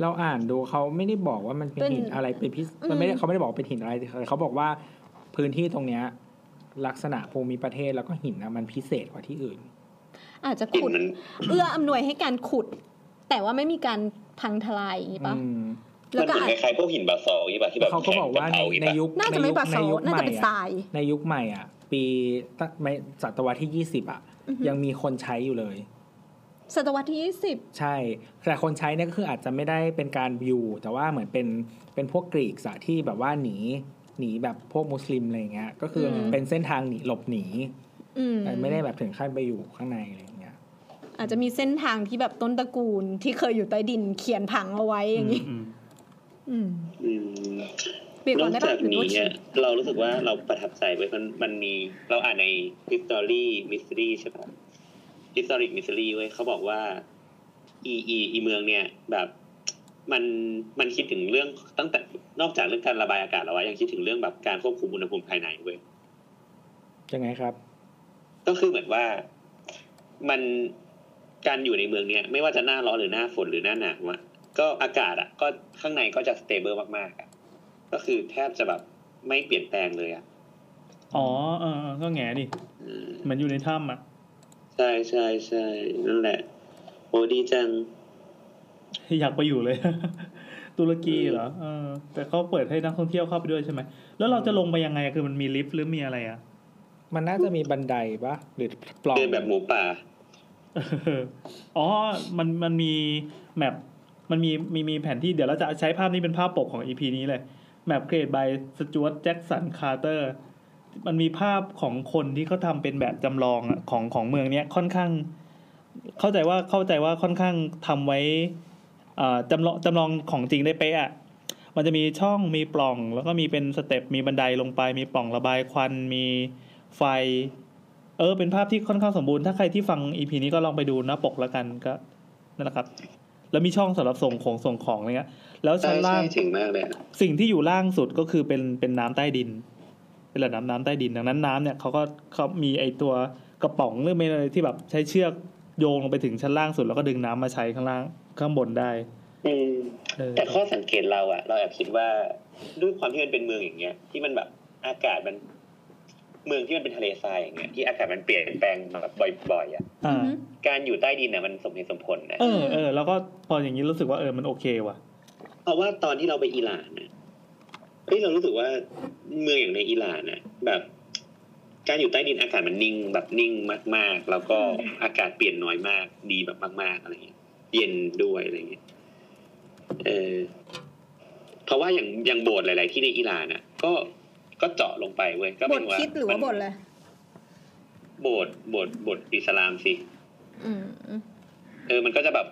[SPEAKER 1] เราอ่านดูเขาไม่ได้บอกว่ามันเป็น
[SPEAKER 2] เป็น
[SPEAKER 1] หินอะไรเป็นพิเศษ
[SPEAKER 2] อืม
[SPEAKER 1] มันไม่ได้เขาไม่ได้บอกว่าเป็นหินอะไรแต่เขาบอกว่าพื้นที่ตรงเนี้ย ลักษณะภูมิประเทศแล้วก็หินนะมันพิเศษกว่าที่อื่น
[SPEAKER 2] อาจจะ
[SPEAKER 8] หิน
[SPEAKER 2] ขุด
[SPEAKER 8] มัน
[SPEAKER 2] เอื้ออำนวยให้การขุด แต่ว่าไม่มีการพังทลายอย่างนี้ปะ
[SPEAKER 1] อืม
[SPEAKER 2] แล้ว
[SPEAKER 8] มัน
[SPEAKER 2] ก็
[SPEAKER 8] เหมื
[SPEAKER 2] อา
[SPEAKER 8] อ
[SPEAKER 2] น จ
[SPEAKER 8] คล้ายๆพวกหินบาซอลอย่างงี้ป่ะที่แบบ
[SPEAKER 1] เขาก็บอกว่าใน
[SPEAKER 8] แข็งเป็นเต
[SPEAKER 1] ในยุค
[SPEAKER 2] น่าจะ
[SPEAKER 1] ใน
[SPEAKER 2] ไม่
[SPEAKER 1] ยุค
[SPEAKER 2] บา
[SPEAKER 1] ใน
[SPEAKER 2] โซ
[SPEAKER 1] ยุค
[SPEAKER 2] น่า
[SPEAKER 1] ใหม่
[SPEAKER 2] จะเป็นท
[SPEAKER 1] อะ
[SPEAKER 2] ราย
[SPEAKER 1] ในยุคใหม่อ่ะ ปีตั้งในศตวรรษที่ยี่สิบอ่ะ
[SPEAKER 2] อือหือ
[SPEAKER 1] ยังมีคนใช้อยู่เลย
[SPEAKER 2] ศตวรรษที่ยี่สิบ
[SPEAKER 1] ใช่แต่คนใช้เนี่ยก็คืออาจจะไม่ได้เป็นการวิวแต่ว่าเหมือนเป็นเป็นพวกกรีกสะที่แบบว่าหนีหนีแบบพวกมุสลิมอะไรอย่างเงี้ย ก็คืออ
[SPEAKER 3] ม
[SPEAKER 1] เป็นเส้นทางหนีหลบหนี
[SPEAKER 2] อืม
[SPEAKER 1] แต่ไม่ได้แบบถึงขั้นไปอยู่ข้างในอะไรอย่างเงี้ย
[SPEAKER 2] อาจจะมีเส้นทางที่แบบต้นตระกูลที่เคยอยู่ใต้ดินเขียนผังเอาไว้อย่างนี้
[SPEAKER 3] อืม
[SPEAKER 2] อืม
[SPEAKER 8] อืม
[SPEAKER 2] เปลี่ยน
[SPEAKER 8] น
[SPEAKER 2] ก่อ
[SPEAKER 8] อน ก
[SPEAKER 2] ได้
[SPEAKER 8] จา
[SPEAKER 2] ปะ
[SPEAKER 8] ก
[SPEAKER 2] หรือ
[SPEAKER 8] นี้
[SPEAKER 2] ว่า
[SPEAKER 8] เนี่ยเรารู้สึกว่าเราประทับใจไว้ยมันมันมีเราอ่านใน history mystery ใช่ปะ historic mystery เว้ยเขาบอกว่า อีอีอีเมืองเนี่ยแบบมันมันคิดถึงเรื่องตั้งแต่นอกจากเรื่องการระบายอากาศแล้วว่ายังคิดถึงเรื่องแบบการควบคุมอุณหภูมิภายในเว้ย
[SPEAKER 1] ยังไงครับ
[SPEAKER 8] ก็คือเหมือนว่ามันการอยู่ในเมืองเนี้ย ไม่ว่าจะหน้าร้อนหรือหน้าฝนหรือหน้าหนาวอะก็อากาศอะก็ข้างในก็จะสเตเบิลมากๆอะก็คือแทบจะแบบไม่เปลี่ยนแปลงเลยอะ
[SPEAKER 3] อ๋อเออเออก็แง่ดิ
[SPEAKER 8] อืม
[SPEAKER 3] เหมันอยู่ในถ้ำอ่ะ
[SPEAKER 8] ใช่ใช่ใช่นั่นแหละ โอ้ดีจัง
[SPEAKER 3] อยากไปอยู่ เลย ตุรกีเหรอเออแต่เขาเปิดให้นักท่องเที่ยวเข้าไปด้วยใช่ไหมแล้วเราจะลงไปยังไงอะคือมันมีลิฟต์หรือมีอะไรอ่ะ
[SPEAKER 1] มันน่าจะมีบันไดปะหรือปล่อง
[SPEAKER 8] เดินแบบหมูป่า
[SPEAKER 3] เอออ๋อ มัน มันมีแมปมันมี มี มีแผนที่ เดี๋ยวเราจะใช้ภาพนี้เป็นภาพปกของ EP นี้เลย แมป Create by Stuart Jackson Carter มันมีภาพของคนที่เขาทำเป็นแบบจำลองอะของของเมืองเนี้ยค่อนข้าง เข้าใจว่า เข้าใจว่าค่อนข้างทำไว้เอ่อจำลองจำลองของจริงได้เป๊ะอะมันจะมีช่อง มีปล่อง แล้วก็มีเป็นสเต็ป มีบันไดลงไป มีปล่องระบายควัน มีไฟ เออเป็นภาพที่ค่อนข้างสมบูรณ์ ถ้าใครที่ฟังอีพีนี้ก็ลองไปดูหน้าปกแล้วกันก็นั่นแหละครับ แล้วมีช่องสำหรับส่งของส่งของอะไรเงี้ยแล้วชั้
[SPEAKER 8] ใช่
[SPEAKER 3] น
[SPEAKER 8] ใช่
[SPEAKER 3] ล่าง
[SPEAKER 8] เจ๋งมากเลยอะ
[SPEAKER 3] สิ่งที่อยู่ล่างสุดก็คือเป็นเป็นน้ำใต้ดิน เป็นระดับน้ำใต้ดินดังนั้นน้ำเนี่ยเขาก็เขามีไอตัวกระป๋องหรือไม่อะไรที่แบบใช้เชือกโยงลงไปถึงชั้นล่างสุด แล้วก็ดึงน้ำมาใช้ข้างล่างข้างบนได้
[SPEAKER 8] อืม
[SPEAKER 3] เออ
[SPEAKER 8] แต่ข้อสังเกตเราอะเราแอบคิดว่าด้วยความที่มันเป็นเมืองอย่างเงี้ย ที่มันแบบอากาศมัน เมืองที่มันเป็นทะเลทรายอย่างเงี้ยที่อากาศมันเปลี่ยนแปลงแบบบ่อยๆอะ
[SPEAKER 3] อ่า
[SPEAKER 8] การอยู่ใต้ดินเนี่ยมันสมเหตุสมผลนะ
[SPEAKER 3] เออเออแล้วก็พออย่างนี้รู้สึกว่าเออมันโอเคว่ะ
[SPEAKER 8] เพราะว่าตอนที่เราไปอิหร่านนะเฮ้ยเรารู้สึกว่าเมืองอย่างในอิหร่านนะแบบ การอยู่ใต้ดินอากาศมันนิ่งแบบนิ่งมาก ๆ แล้วก็อากาศเปลี่ยนน้อยมาก ดีแบบมาก ๆอะไรเงี้ยเย็นด้วยอะไรเงี้ยเออเพราะว่าอย่างอย่างโบสถ์หลาย ๆ ที่ในอิหร่านนะก็ก็เจาะลงไปเว้ยก็
[SPEAKER 2] บ
[SPEAKER 8] เป็
[SPEAKER 2] ท
[SPEAKER 8] นว่า
[SPEAKER 2] คิดหรือว่าบทอะไร
[SPEAKER 8] โบสถ์โบสถ์โบสถ์อิสลามสิ
[SPEAKER 2] อืม
[SPEAKER 8] เออ มันก็จะแบบ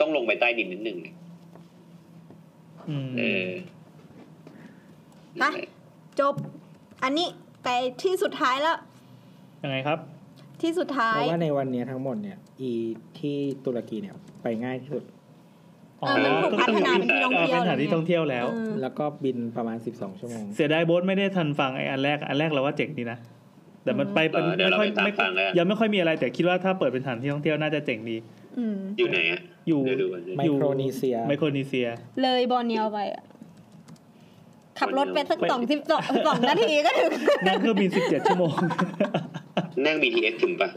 [SPEAKER 8] ต้องลงไปใต้ดินนิดนึงนะ
[SPEAKER 3] อืม
[SPEAKER 8] เออ
[SPEAKER 2] ไปจบ อันนี้ไปที่สุดท้ายแล้ว
[SPEAKER 3] ยังไงครับ
[SPEAKER 2] ที่สุดท้า
[SPEAKER 1] เพ
[SPEAKER 2] ย
[SPEAKER 1] ราะว่าในวันเนี้ยทั้งหมดเนี่ย อีที่ตุรกีเนี่ยไปง่ายที่สุด
[SPEAKER 3] อ๋อ
[SPEAKER 2] เออมันถูกพัฒนาเป็นที่ท่อง
[SPEAKER 3] เออ
[SPEAKER 2] เที่ยว
[SPEAKER 3] เป็นสถานที่ท่องเที่ยวแล้ว
[SPEAKER 2] อืม
[SPEAKER 1] แล้วก็บินประมาณ 12 ชั่วโมง
[SPEAKER 3] เสียดายโบ๊ทไม่ได้ทันฟังไอ้อันแรกอันแรกเราว่าเจ๋งดีนะ แต่มันไป
[SPEAKER 8] เออเดี๋ยวเรา
[SPEAKER 3] ค่
[SPEAKER 8] ไปตาม
[SPEAKER 3] ไม่
[SPEAKER 8] ฟังแล้ว
[SPEAKER 3] ยังไม่ค่อยมีอะไรแต่คิดว่าถ้าเปิดเป็นสถานที่ท่องเที่ยวน่าจะเจ๋งดี
[SPEAKER 2] อืม
[SPEAKER 8] อยู่ไหนอะ
[SPEAKER 3] อยู่
[SPEAKER 8] เดี๋ยวดูก่อนดิ
[SPEAKER 1] ไมโครนีเซีย
[SPEAKER 3] ไมโครนีเซีย
[SPEAKER 2] เลยบอร์เนียวไปอะขับรถไปสัก
[SPEAKER 8] ไป
[SPEAKER 2] สองสิบสองสองนาทีก็ถึง
[SPEAKER 3] นั่งเครื่องบิน 17 ชั่วโมง
[SPEAKER 8] นั่ง BTS ถึงปะ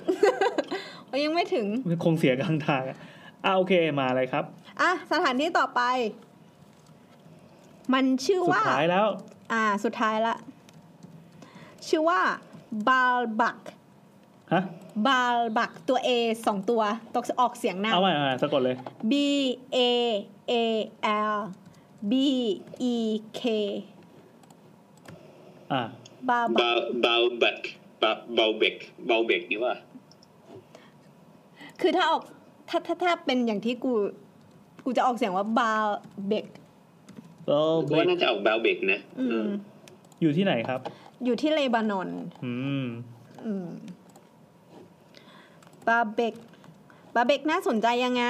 [SPEAKER 2] ยังไม่ถึง
[SPEAKER 3] คงเสียกลางทางอะอ่ะโอเคมาเลยครับ
[SPEAKER 2] อ่ะ สถานที่ต่อไป มันชื่อ
[SPEAKER 3] สุด
[SPEAKER 2] ว่า
[SPEAKER 3] ท้ายแล้ว
[SPEAKER 2] อ่า สุดท้ายละ ชื่อว่าบาลบัก
[SPEAKER 3] ฮะ
[SPEAKER 2] บาลบักตัว A สองตัวตกออกเสียงหน้า
[SPEAKER 3] เอาใหม่เอาใหม่สะกดเลย
[SPEAKER 2] B A A L B E K
[SPEAKER 3] อ่ะ
[SPEAKER 2] บาลบัก
[SPEAKER 8] บาบาเบกบาเบกบาเบกนี่ว่า
[SPEAKER 2] คือถ้าออกถ้าถ้าถ้าเป็นอย่างที่กู กูจะออกเสียงว่าบาลเบก
[SPEAKER 8] ก็ว่าน่าจะออกบาเบกนะ
[SPEAKER 2] อื
[SPEAKER 8] เอ
[SPEAKER 2] ม
[SPEAKER 8] อ
[SPEAKER 3] อยู่ที่ไหนครับ
[SPEAKER 2] อยู่ที่เลบานอน
[SPEAKER 3] อืม
[SPEAKER 2] อืมบาเบกบาเบกน่าสนใจยังไง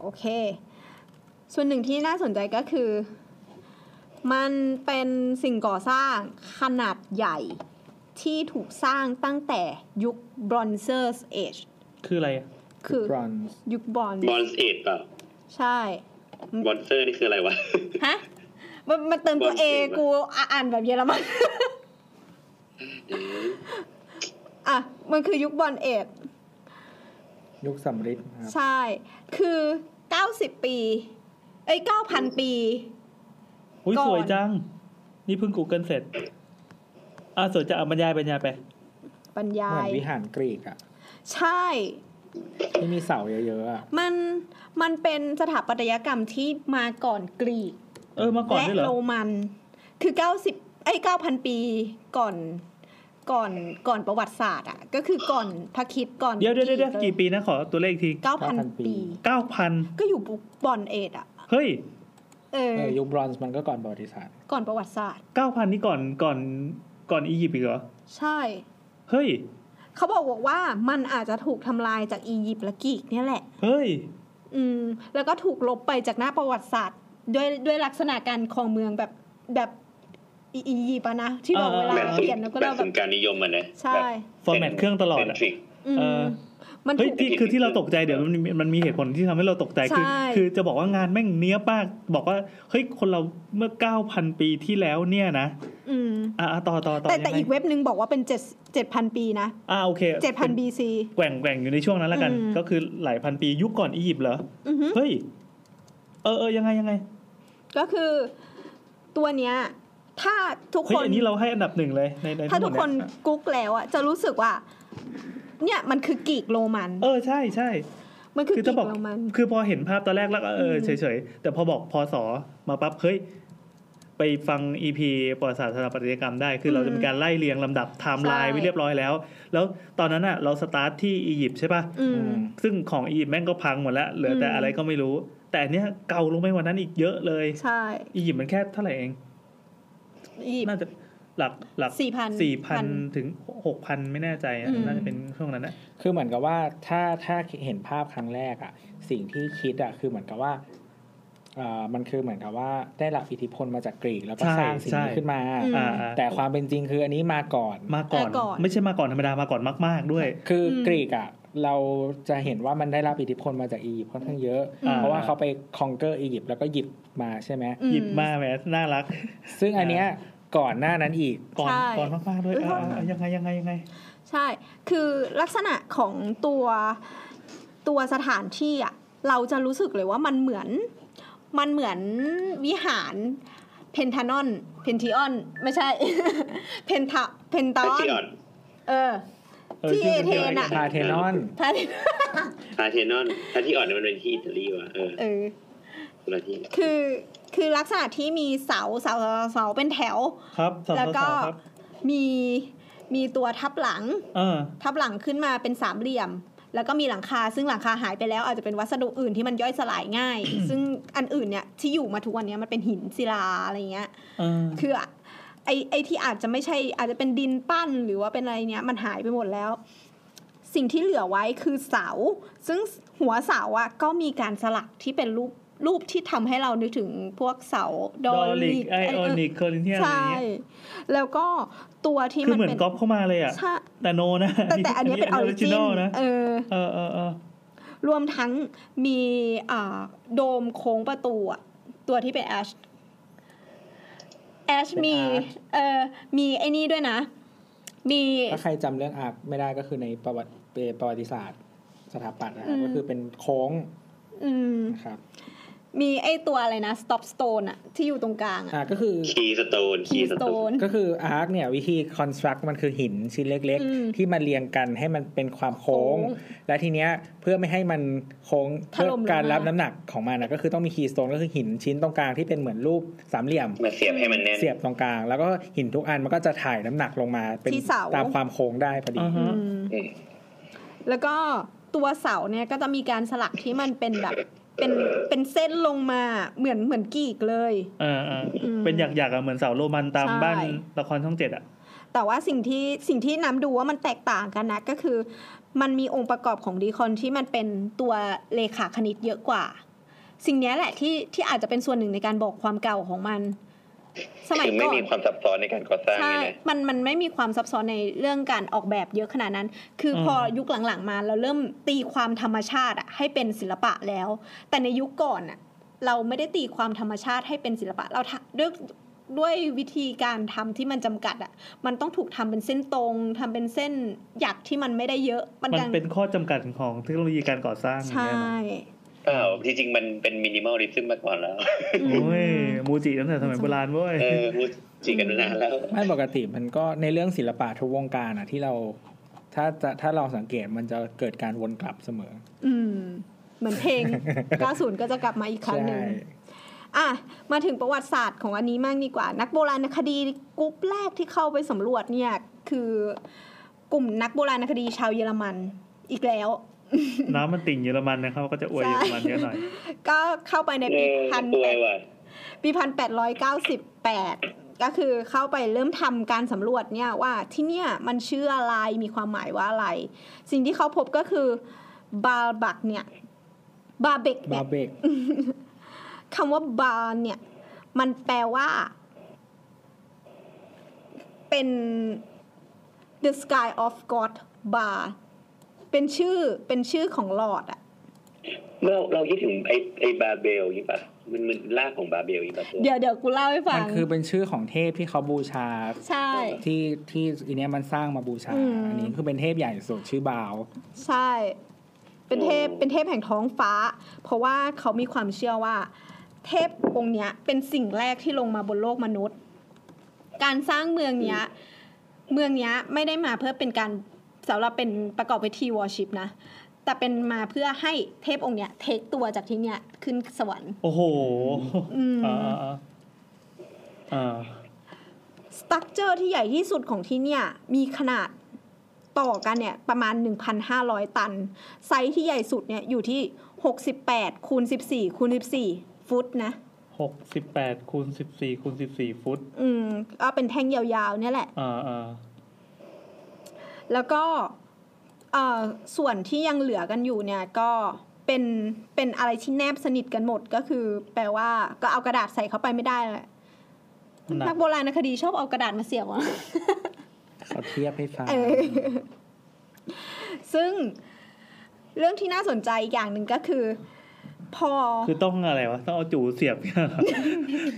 [SPEAKER 2] โอเค ส่วนหนึ่งที่น่าสนใจก็คือ มันเป็นสิ่งก่อสร้างขนาดใหญ่ที่ถูกสร้างตั้งแต่ยุค Bronzer's Age
[SPEAKER 3] คืออะไรอะ
[SPEAKER 2] คือ
[SPEAKER 1] bronze
[SPEAKER 2] ยุค Bronze
[SPEAKER 8] บอลเอ็ดเปล่า
[SPEAKER 2] ใช่
[SPEAKER 8] บอลเซอร์นี่คืออะไรวะ
[SPEAKER 2] ฮะ มันมันเติมตัว
[SPEAKER 8] Bronze
[SPEAKER 2] A
[SPEAKER 8] Age
[SPEAKER 2] กูอ่ะอ่านแบบเยอรมัน อ่ะ มันคือยุค Bronze Age
[SPEAKER 1] ยุคสำริดนะครับ
[SPEAKER 2] ใช่ คือ 90 ปี เอ้ย 9,000 ปี
[SPEAKER 3] อุ้ย
[SPEAKER 2] ก่อน
[SPEAKER 3] สวยจัง นี่เพิ่ง Google เสร็จ อ่ะสวยจังอ่ะบรรยายบรรยายไป
[SPEAKER 2] บรร
[SPEAKER 1] เห
[SPEAKER 2] ยา
[SPEAKER 1] มือน
[SPEAKER 2] ย
[SPEAKER 1] วิหารกรีกอะ
[SPEAKER 2] ใช่
[SPEAKER 1] ที่มีเสาเยอะๆอะ
[SPEAKER 2] มัน มันเป็นสถาปัตยกรรมที่มาก่อนกรีก
[SPEAKER 3] เออ มาก่อน
[SPEAKER 2] และ
[SPEAKER 3] ด้วยเหรอ
[SPEAKER 2] โรมัน คือ 90 เอ้ย 9,000 ปีก่อน ก่อน ก่อนประวัติศาสตร์อ่ะ ก็คือก่อนพระคริดก่อน
[SPEAKER 3] เดี๋ยวเดี๋ยวเดี๋ยวกี่ปีนะ ขอตัวเลขอีกที
[SPEAKER 2] 9,000 ปี
[SPEAKER 3] 9,000
[SPEAKER 2] ก็อยู่บุกบอนเอดอ่ะ
[SPEAKER 3] เฮ้ย
[SPEAKER 2] เออ
[SPEAKER 1] เออยุคบรอนซ์มันก็ก่อนประวัติศาสตร์
[SPEAKER 2] ก่อนประวัติศาสตร์
[SPEAKER 3] 9,000 นี่ก่อนก่อนก่อนอียิปต์อีกเหรอ
[SPEAKER 2] ใช่
[SPEAKER 3] เฮ้ย
[SPEAKER 2] เขาบอกว่ามันอาจจะถูกทำลายจากอียิปต์และกรีกเนี่ยแหละ
[SPEAKER 3] เฮ้ย
[SPEAKER 2] อืมแล้วก็ถูกลบไปจากหน้าประวัติศาสตร์ ด้วยด้วยลักษณะการครองเมืองแบบแบบอีอียิปต์อะนะ ที่บอก
[SPEAKER 3] เออ
[SPEAKER 2] เวลาเรา
[SPEAKER 8] แบบสุด
[SPEAKER 2] เปลี่ยนแล้วก็
[SPEAKER 8] แบ
[SPEAKER 2] เรา
[SPEAKER 8] บ
[SPEAKER 2] แบ
[SPEAKER 8] สุ
[SPEAKER 2] บ
[SPEAKER 8] ดการนิยมอ่ะนะ
[SPEAKER 2] ใช่
[SPEAKER 3] ฟอร์แมตเครื่องตลอด
[SPEAKER 8] เป็น
[SPEAKER 3] อะ
[SPEAKER 8] ทริค
[SPEAKER 2] อืม
[SPEAKER 3] เออ
[SPEAKER 2] มัน
[SPEAKER 3] เฮ้ย
[SPEAKER 2] ถูก
[SPEAKER 3] ที่คือที่เราตกใจเดี๋ยวมันมีมันมีเหตุผลที่ทำให้เราตกใจคือ
[SPEAKER 2] ใช่
[SPEAKER 3] คือจะบอกว่างานแม่งเนี้ยบมากบอกว่าเฮ้ยคนเราเมื่อ 9,000 ปีที่แล้วเนี่ยนะ
[SPEAKER 2] อืม
[SPEAKER 3] อ่าต่อต่อต่อ
[SPEAKER 2] แต่
[SPEAKER 3] ยัง
[SPEAKER 2] แต่
[SPEAKER 3] ไง
[SPEAKER 2] อีกเว็บหนึ่งบอกว่าเป็นเจ็ดเจ็ดพันปีนะ
[SPEAKER 3] อ่าโอเค
[SPEAKER 2] เจ็ดพัน
[SPEAKER 3] เป็
[SPEAKER 2] BC
[SPEAKER 3] แกว่งแกว่งอยู่ในช่วงนั้นแล้วกัน
[SPEAKER 2] อืม
[SPEAKER 3] ก็คือหลายพันปียุคก่อนอียิปต์เหรอ
[SPEAKER 2] อือฮึ
[SPEAKER 3] เฮ้ยเออเออยังไงยังไง
[SPEAKER 2] ก็คือตัวเนี้ย ถ้าทุก
[SPEAKER 3] เฮ้ย
[SPEAKER 2] คน
[SPEAKER 3] อันนี้เราให้อันดับหนึ่งเลยในใน
[SPEAKER 2] ถ้าทุก
[SPEAKER 3] หมด
[SPEAKER 2] คน
[SPEAKER 3] เย
[SPEAKER 2] กุ๊กแล้วอะจะรู้สึกว่า เนี่ยมันคือกรีกโรมัน
[SPEAKER 3] เออใช่ใช่
[SPEAKER 2] มันคือ
[SPEAKER 3] คือก จะ
[SPEAKER 2] รี
[SPEAKER 3] บอก
[SPEAKER 2] กโรมัน
[SPEAKER 3] คือพอเห็นภาพตอนแรกแล้วก็เออ
[SPEAKER 2] อืม
[SPEAKER 3] เฉยๆแต่พอบอกพศมาปั๊บเฮ้ยไปฟังอีพีประวัติศาสตร์สถาปัตยกรรมได้คือเราจะมีการไล่เรียงลำดับไทม์ไลน์ไว้เรียบร้อยแล้ว แล้วตอนนั้นอ่ะเราสตาร์ทที่อียิปต์ใช่ป่ะ
[SPEAKER 2] อืม
[SPEAKER 3] ซึ่งของอียิปต์แม่งก็พังหมดแล้ว เหลือแต่
[SPEAKER 2] อืม
[SPEAKER 3] อะไรก็ไม่รู้ แต่อันเนี้ยเก่าลงไปกว่านั้นอีกเยอะเลย
[SPEAKER 2] ใช่
[SPEAKER 3] อียิปต์มันแค่เท่าไหร่เอง
[SPEAKER 2] อีก
[SPEAKER 3] น่าจะหลักหลัก
[SPEAKER 2] 4,000
[SPEAKER 3] สี่พันถึงหกพันไม่แน่ใจอะ
[SPEAKER 2] อืม
[SPEAKER 3] น่าจะเป็นช่วงนั้นนะ
[SPEAKER 1] คือเหมือนกับว่าถ้าถ้าเห็นภาพครั้งแรกอะสิ่งที่คิดอะคือเหมือนกับว่าเอ่อมันคือเหมือนกับว่าได้รับอิทธิพลมาจากกรีกแล้วก็สร้างสิ่งนี้ขึ้นมา
[SPEAKER 2] อืม
[SPEAKER 3] อ่า
[SPEAKER 1] แต่ความเป็นจริงคืออันนี้มาก่อน
[SPEAKER 3] มาก่อน
[SPEAKER 2] มาก่อน
[SPEAKER 3] ไม่ใช่มาก่อนธรรมดามาก่อนมาก ๆ ด้วย
[SPEAKER 1] คืออ
[SPEAKER 2] ม
[SPEAKER 1] กรีกอะเราจะเห็นว่ามันได้รับอิทธิพลมาจากอียิปต์ค่อนข้างเยอะ
[SPEAKER 2] อืม
[SPEAKER 1] เพราะว่าเขาไปคองเกอร์อียิปต์แล้วก็หยิบมาใช่ไหม
[SPEAKER 2] อื
[SPEAKER 3] หยิบมาแหมน่ารัก
[SPEAKER 1] ซึ่งอันเนี้ยก่อนหน้านั้นอีก
[SPEAKER 3] ก่อน
[SPEAKER 2] ใช่
[SPEAKER 3] ก่อนมาก ๆ ด้วย
[SPEAKER 2] อุ๊ย
[SPEAKER 3] อ่าอ่ายังไงยังไงยังไง
[SPEAKER 2] ใช่ คือลักษณะของตัวตัวสถานที่อ่ะ เราจะรู้สึกเลยว่ามันเหมือน มันเหมือนวิหารเพนทานอนเพนทิออน ไม่ใช่ เพนทาเพนตาออน
[SPEAKER 8] Pantheon
[SPEAKER 2] เออ
[SPEAKER 3] เออ
[SPEAKER 2] ที่
[SPEAKER 3] ชื่
[SPEAKER 2] เอ
[SPEAKER 3] อมัน
[SPEAKER 2] เธ
[SPEAKER 3] เกี่ยวอะ
[SPEAKER 2] น
[SPEAKER 3] ไรกั
[SPEAKER 2] อ่ะ
[SPEAKER 3] น
[SPEAKER 1] พาเทนอน
[SPEAKER 2] พา
[SPEAKER 8] พาเทนอนพาที่อ่อนเนี่ยมันเป็นที่อิตาลีว่ะเออ
[SPEAKER 2] เออ
[SPEAKER 8] คนละที่
[SPEAKER 2] คือ คือลักษณะที่มีเสาเสาเสาเสาเป็นแถว
[SPEAKER 3] ครับสาว
[SPEAKER 2] แล้วก็
[SPEAKER 3] สาวครับ
[SPEAKER 2] มี มีตัวทับหลัง
[SPEAKER 3] เออ
[SPEAKER 2] ทับหลังขึ้นมาเป็นสามเหลี่ยม แล้วก็มีหลังคาซึ่งหลังคาหายไปแล้วอาจจะเป็นวัสดุอื่นที่มันย่อยสลายง่าย ซึ่งอันอื่นเนี่ยที่อยู่มาทุกวันเนี้ยมันเป็นหินศิลาอะไรเงี้ย
[SPEAKER 3] เออ
[SPEAKER 2] คืออะไอไอที่อาจจะไม่ใช่อาจจะเป็นดินปั้นหรือว่าเป็นอะไรเนี่ยมันหายไปหมดแล้ว สิ่งที่เหลือไว้คือเสา ซึ่งหัวเสาอะก็มีการสลักที่เป็นรูปรูปที่ทำให้เรานึกถึงพวกเสาด
[SPEAKER 3] ด
[SPEAKER 2] อ
[SPEAKER 3] อลิก
[SPEAKER 2] ลิก
[SPEAKER 3] ไอออนิกโคลินเทียนอะไร
[SPEAKER 2] ใช่
[SPEAKER 3] เงี้ย
[SPEAKER 2] แล้วก็ตัวที่
[SPEAKER 3] คือ
[SPEAKER 2] มัน
[SPEAKER 3] เหมือน
[SPEAKER 2] เป็น
[SPEAKER 3] ก๊อปเข้ามาเลยอ่ะ
[SPEAKER 2] ใช่
[SPEAKER 3] แต่โนนะ
[SPEAKER 2] แต่แต่อันเนี้ยเป็นออริจิน
[SPEAKER 3] นะ
[SPEAKER 2] เออ
[SPEAKER 3] เออเออเออ
[SPEAKER 2] รวมทั้งมีอ่าโดมโค้งประตูอะตัวที่เป็นแอชแอช
[SPEAKER 1] เป็น
[SPEAKER 2] มี
[SPEAKER 1] อาร์ต
[SPEAKER 2] เอ่อมีไอ้นี่ด้วยนะ มี
[SPEAKER 1] ถ้าใครจำเรื่องอาร์คไม่ได้ก็คือในประวัติประวัติศาสตร์ สถาปัตย์นะครั
[SPEAKER 2] อื
[SPEAKER 1] บ
[SPEAKER 2] ม
[SPEAKER 1] ก็คือเป็นโค้ง
[SPEAKER 2] อืม
[SPEAKER 1] นะครับ
[SPEAKER 2] มีไอ้ตัวอะไรนะ stop stone อะที่อยู่ตรงกลางอะ
[SPEAKER 1] อ่าก็คือ
[SPEAKER 8] คีสโตนคีสโตน
[SPEAKER 2] stone
[SPEAKER 1] ก็คืออาร์คเนี่ยวิธีคอนสตรักมันคือหินชิ้นเล็ก
[SPEAKER 2] อืม
[SPEAKER 1] ๆ ที่มาเรียงกันให้มันเป็นความโค้ง
[SPEAKER 2] โค้ง
[SPEAKER 1] และทีเนี้ยเพื่อไม่ให้มันโค้ง
[SPEAKER 2] ถ
[SPEAKER 1] เพื่อ
[SPEAKER 2] ล่มลงมา
[SPEAKER 1] การรับน้ำหนักของมันนะก็คือต้องมีคีย์สโตนก็คือหินชิ้นตรงกลางที่เป็นเหมือนรูปสามเหลี่ยม
[SPEAKER 8] มาเสียบให้มันแน่น
[SPEAKER 1] เสียบตรงกลาง แล้วก็หินทุกอันมันก็จะถ่ายน้ำหนักลงมาเป็น
[SPEAKER 2] ที่เสา
[SPEAKER 1] ตามความโค้งได้พอดี
[SPEAKER 3] อ่าฮะ
[SPEAKER 2] อืม
[SPEAKER 8] อืม
[SPEAKER 2] แล้วก็ตัวเสาเนี่ยก็จะมีการสลักที่มันเป็นแบบ เป็นเป็นเส้นลงมาเหมือนเหมือนกีกเลย
[SPEAKER 3] เออเอออ
[SPEAKER 2] ม
[SPEAKER 3] เป็นอยากๆอะเหมือนเสาโรมันตาม
[SPEAKER 2] ใช่
[SPEAKER 3] บ้านละครช่องเจ็ดอ่ะ
[SPEAKER 2] แต่ว่าสิ่งที่สิ่งที่น้ำดูว่ามันแตกต่างกันนะ ก็คือ มันมีองค์ประกอบของดีคอนที่มันเป็นตัวเลขาคณิตเยอะกว่า สิ่งเนี้ยแหละที่ที่อาจจะเป็นส่วนหนึ่งในการบอกความเก่าของมัน สมัย
[SPEAKER 8] คือไม่
[SPEAKER 2] ก่อน
[SPEAKER 8] มีความซับซ้อนในการก่อสร้าง
[SPEAKER 2] ใช่
[SPEAKER 8] เนี่ยนะ
[SPEAKER 2] มันมันไม่มีความซับซ้อนในเรื่องการออกแบบเยอะขนาดนั้น คืออ
[SPEAKER 3] ม
[SPEAKER 2] พอยุคหลังๆมาเราเริ่มตีความธรรมชาติอะให้เป็นศิลปะแล้ว แต่ในยุคก่อนอะเราไม่ได้ตีความธรรมชาติให้เป็นศิลปะ เราทะด้วยด้วยวิธีการทำที่มันจำกัดอะมันต้องถูกทำเป็นเส้นตรงทำเป็นเส้นหยักที่มันไม่ได้เยอะ มัน
[SPEAKER 3] มัน
[SPEAKER 2] ดัง
[SPEAKER 3] เป็นข้อจำกัดของเทคโนโลยีการก่อสร้างอย่าง
[SPEAKER 2] ใช่
[SPEAKER 3] เงี้ยเนอะ
[SPEAKER 8] เปล่าที่จริงมันเป็นมินิมอลลิซึมมาก่อนแล้ว
[SPEAKER 2] อืม
[SPEAKER 3] โอ้ยมูจิตั้งแต่สมัยโบราณเว้ย
[SPEAKER 8] เออพูดจริงกันนานแล้ว
[SPEAKER 1] ไม่ปกติมันก็ในเรื่องศิลปะทุกวงการอะที่เรา ถ้าจะถ้าเราสังเกตมันจะเกิดการวนกลับเสมอ
[SPEAKER 2] อืม เหมือนเพลง 90 ก็จะกลับมาอีกครั้งหนึ่ง
[SPEAKER 1] ใช่
[SPEAKER 2] อ่ะ มาถึงประวัติศาสตร์ของอันนี้มากดีกว่า นักโบราณคดีกลุ่มแรกที่เข้าไปสำรวจเนี่ย คือกลุ่มนักโบราณคดีชาวเยอรมันอีกแล้ว
[SPEAKER 3] น้ำมันติ่งเยอรมันนะครับก็จะอวยเยอรมันเยอะหน่อย
[SPEAKER 2] ก็เข้าไปใน
[SPEAKER 8] เอ
[SPEAKER 2] ปี
[SPEAKER 8] อ
[SPEAKER 2] พัน
[SPEAKER 8] ป่
[SPEAKER 2] แป
[SPEAKER 8] วย
[SPEAKER 2] ด
[SPEAKER 8] ว่ะ
[SPEAKER 2] ปีพันแปดร้อยเก้าสิบแปดก็คือเข้าไปเริ่มทำการสำรวจเนี่ยว่าที่เนี่ยมันชื่ออะไรมีความหมายว่าอะไร สิ่งที่เขาพบก็คือบาบักเนี่ยบาเบกเนี่
[SPEAKER 1] บาย เบก
[SPEAKER 2] คำว่าบาร์เนี่ย มันแปลว่า เป็น the sky of god bar เป็นชื่อเป็นชื่อของหลอดอะ
[SPEAKER 8] เราเราคิดถึงไอไอบาเบลนี่ปะมันมันลากของบาเบลนี่ปะตัว
[SPEAKER 2] เดี๋ยวเดี๋ยวกูเล่าให้ฟั
[SPEAKER 1] มั
[SPEAKER 2] ง
[SPEAKER 1] นคือเป็นชื่อของเทพที่เขาบูชา
[SPEAKER 2] ใช่
[SPEAKER 1] ที่ที่อีเนี้ยมันสร้างมาบูชา
[SPEAKER 2] อืม
[SPEAKER 1] อันนี้คือเป็นเทพใหญ่สุดชื่อบาว
[SPEAKER 2] ใช่ เป็นเทพเป็นเทพแห่งท้องฟ้า เพราะว่าเขามีความเชื่อว่า เทพองค์เนี้ย เป็นสิ่งแรกที่ลงมาบนโลกมนุษย์ การสร้างเมืองเนี้ย เมืองเนี้ยไม่ได้มาเพื่อเป็นการสำหรับเป็นประกอบพิธีวอร์ชิปนะ แต่เป็นมาเพื่อให้เทพองค์เนี้ยเทคตัวจากที่เนี้ยขึ้นสวรรค์
[SPEAKER 3] โอ้โห
[SPEAKER 2] อืม
[SPEAKER 3] อ่าอ่าอ่า
[SPEAKER 2] สตั๊กเจอร์ที่ใหญ่ที่สุดของที่เนี่ย มีขนาดต่อกันเนี่ย ประมาณ 1,500 ตัน ไซส์ที่ใหญ่สุดเนี่ย อยู่ที่ 68คูณ14คูณ14 ฟุตนะ
[SPEAKER 3] หกสิบแปดคูณสิบสี่คูณสิบสี่ฟุต
[SPEAKER 2] อืมก็เป็นแท่งยาวๆ เนี่ยแหละ
[SPEAKER 3] อ่าอ่า
[SPEAKER 2] แล้วก็เอ่อส่วนที่ยังเหลือกันอยู่เนี่ย ก็เป็นเป็นอะไรที่แนบสนิทกันหมดก็คือ แปลว่าก็เอากระดาษใส่เข้าไปไม่ได้แหละ
[SPEAKER 3] หนั
[SPEAKER 2] นั
[SPEAKER 3] ก
[SPEAKER 2] กโบราณคดีชอบเอากระดาษมาเสียบอะ
[SPEAKER 1] เขาเทียบให้ฟัง
[SPEAKER 2] เออซึ่งเรื่องที่น่าสนใจอีกอย่างหนึ่งก็คือ พอ
[SPEAKER 3] คือต้องอะไรวะ ต้องเอาจู่เสียบ เนี่ยเหรอ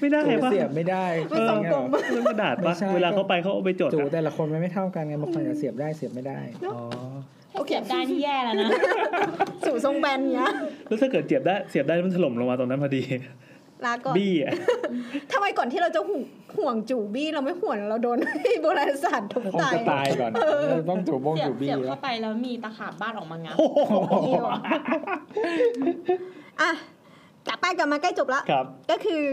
[SPEAKER 3] ไม่ได้
[SPEAKER 1] จู
[SPEAKER 3] ปะ
[SPEAKER 1] เสียบไม่ได้
[SPEAKER 2] มันสองกลม
[SPEAKER 1] เออ
[SPEAKER 3] เรื่องกระดาษ
[SPEAKER 1] ไม่
[SPEAKER 3] ปะ
[SPEAKER 1] ใช่
[SPEAKER 3] เวลาเขาไปเขาเอาไปจด
[SPEAKER 1] จู
[SPEAKER 3] อะ
[SPEAKER 1] แต่ละคนมันไม่เท่ากันไงบางคนจะเสียบได้เสียบไม่ได้
[SPEAKER 3] อ๋อ
[SPEAKER 2] โอเค
[SPEAKER 5] เสียบได้นี่แย่แล้วนะ
[SPEAKER 2] สู่ทรงแบนเนี้ย
[SPEAKER 3] แล้วถ้าเกิดเสียบได้เสียบได้มันถล่มลงมาตรงนั้นพอดี
[SPEAKER 2] ลาก่อน
[SPEAKER 3] บี้อะ
[SPEAKER 2] ทำไมก่อนที่เราจะห่วงห่วงจูบี้เราไม่ห่วงเราโดน โบราณศาสตร์ทุบ
[SPEAKER 1] คง
[SPEAKER 2] ตาย
[SPEAKER 1] จะตายก่อนต้องจูบง
[SPEAKER 5] เสีย
[SPEAKER 1] จู
[SPEAKER 5] บ
[SPEAKER 1] บี้
[SPEAKER 5] เสียบ
[SPEAKER 1] แล้
[SPEAKER 5] เข้าว ไปแล้วมีตะขาบบ้านออกมางับ
[SPEAKER 3] โอ้โห
[SPEAKER 2] อ่ะกลับไปกลับมาใกล้จบละ
[SPEAKER 3] ครับ
[SPEAKER 2] ก็คือ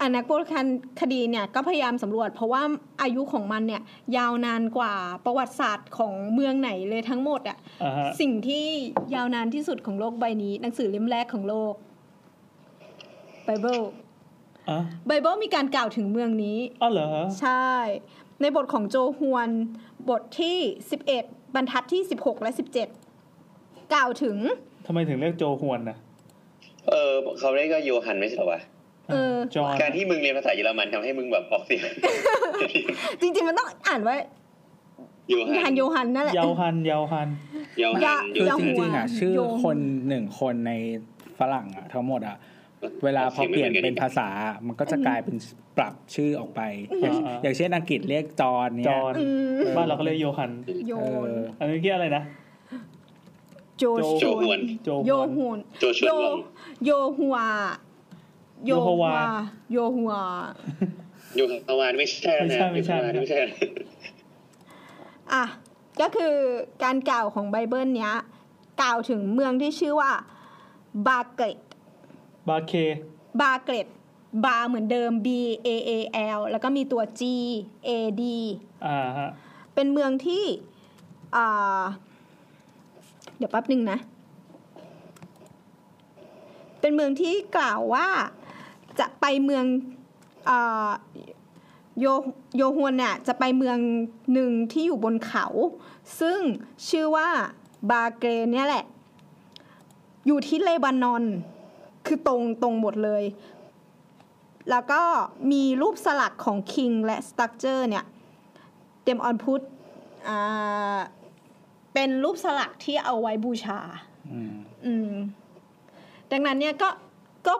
[SPEAKER 2] อันนักโบราณคดีเนี่ยก็พยายามสำรวจ เพราะว่าอายุของมันเนี่ย ยาวนานกว่าประวัติศาสตร์ของเมืองไหนเลยทั้งหมดอ่ะ
[SPEAKER 3] อ่าฮะ
[SPEAKER 2] สิ่งที่ยาวนานที่สุดของโลกใบนี้ หนังสือเล่มแรกของโลกไบเบิล
[SPEAKER 3] อ๋อ
[SPEAKER 2] ไบเบิลมีการกล่าวถึงเมืองนี้
[SPEAKER 3] อ๋อเหรอ
[SPEAKER 2] ใช่ ในบทของโจฮวน บทที่ 11 บรรทัดที่ 16 และ 17 กล่าวถึง
[SPEAKER 3] ทำไมถึงเรียกโจฮวนนะ
[SPEAKER 8] เออเขาเรียกว่าโยฮันไม่ใช่เหรอวะ
[SPEAKER 2] เออ
[SPEAKER 3] จอห์น
[SPEAKER 8] การที่มึงเรียนภาษาเยอรมันทำให้มึงแบบออก เสียง
[SPEAKER 2] จริงๆ มันต้องอ่านว่า
[SPEAKER 8] โย
[SPEAKER 2] ยา
[SPEAKER 8] ฮั
[SPEAKER 2] น
[SPEAKER 8] น
[SPEAKER 2] โยฮันนั่นแหละ
[SPEAKER 3] เยาวฮันเยาวฮัน
[SPEAKER 8] โยฮัน
[SPEAKER 1] คือ
[SPEAKER 8] โยฮั
[SPEAKER 1] จ
[SPEAKER 8] น
[SPEAKER 1] ริงๆอ่ะชื่อคนหนึ่งคนในฝรั่งอ่ะทั้งหมดอ่ะ เวลาพอเปลี่ยนเป็นภาษา มันก็จะกลายเป็นปรับชื่อออกไป อย่าง
[SPEAKER 3] อ่า
[SPEAKER 1] อย่างเช่นอังกฤษเรียกจอน
[SPEAKER 3] จ
[SPEAKER 1] เนี่ย
[SPEAKER 3] อห์นบ้านเราก็เรียกโยฮัน
[SPEAKER 2] โย
[SPEAKER 1] เออ
[SPEAKER 3] อันนี้เรียกอะไรนะ
[SPEAKER 2] โจ
[SPEAKER 8] โจฮวน
[SPEAKER 3] โจ
[SPEAKER 2] โย
[SPEAKER 3] ฮว
[SPEAKER 2] ฮวน
[SPEAKER 3] น
[SPEAKER 8] โจชวน
[SPEAKER 2] โย
[SPEAKER 8] วง
[SPEAKER 2] โยฮัว
[SPEAKER 3] โยฮวา
[SPEAKER 2] โยฮัว
[SPEAKER 8] โยฮาวานไม่ใช่
[SPEAKER 3] ไม่
[SPEAKER 8] นะ
[SPEAKER 3] ใช่ไม่ใช่
[SPEAKER 8] โยฮาวานไม่ใช่
[SPEAKER 2] อ่ะก็คือการกล่าวของไบเบิลเนี้ย กล่าวถึงเมืองที่ชื่อว่าบาเกต
[SPEAKER 3] บาเค
[SPEAKER 2] บาเกรดบาเหมือนเดิม B A A L แล้วก็มีตัว G A D
[SPEAKER 3] อ่าฮะ
[SPEAKER 2] เป็นเมืองที่อ่าเดี๋ยวแป๊บหนึ่งนะ เป็นเมืองที่กล่าวว่าจะไปเมืองอ่าโยโยฮวนเนี่ยจะไปเมืองหนึ่งที่อยู่บนเขา ซึ่งชื่อว่าบาเกรเนี่ยแหละ อยู่ที่เลบานอน คือตรงตรงหมดเลย แล้วก็มีรูปสลักของคิงและสตั๊กเจอร์เนี่ย เต็มออนพุทธอ่าเป็นรูปสลักที่เอาไว้บูชา
[SPEAKER 1] อืม
[SPEAKER 2] อืม ดังนั้นเนี่ยก็ก็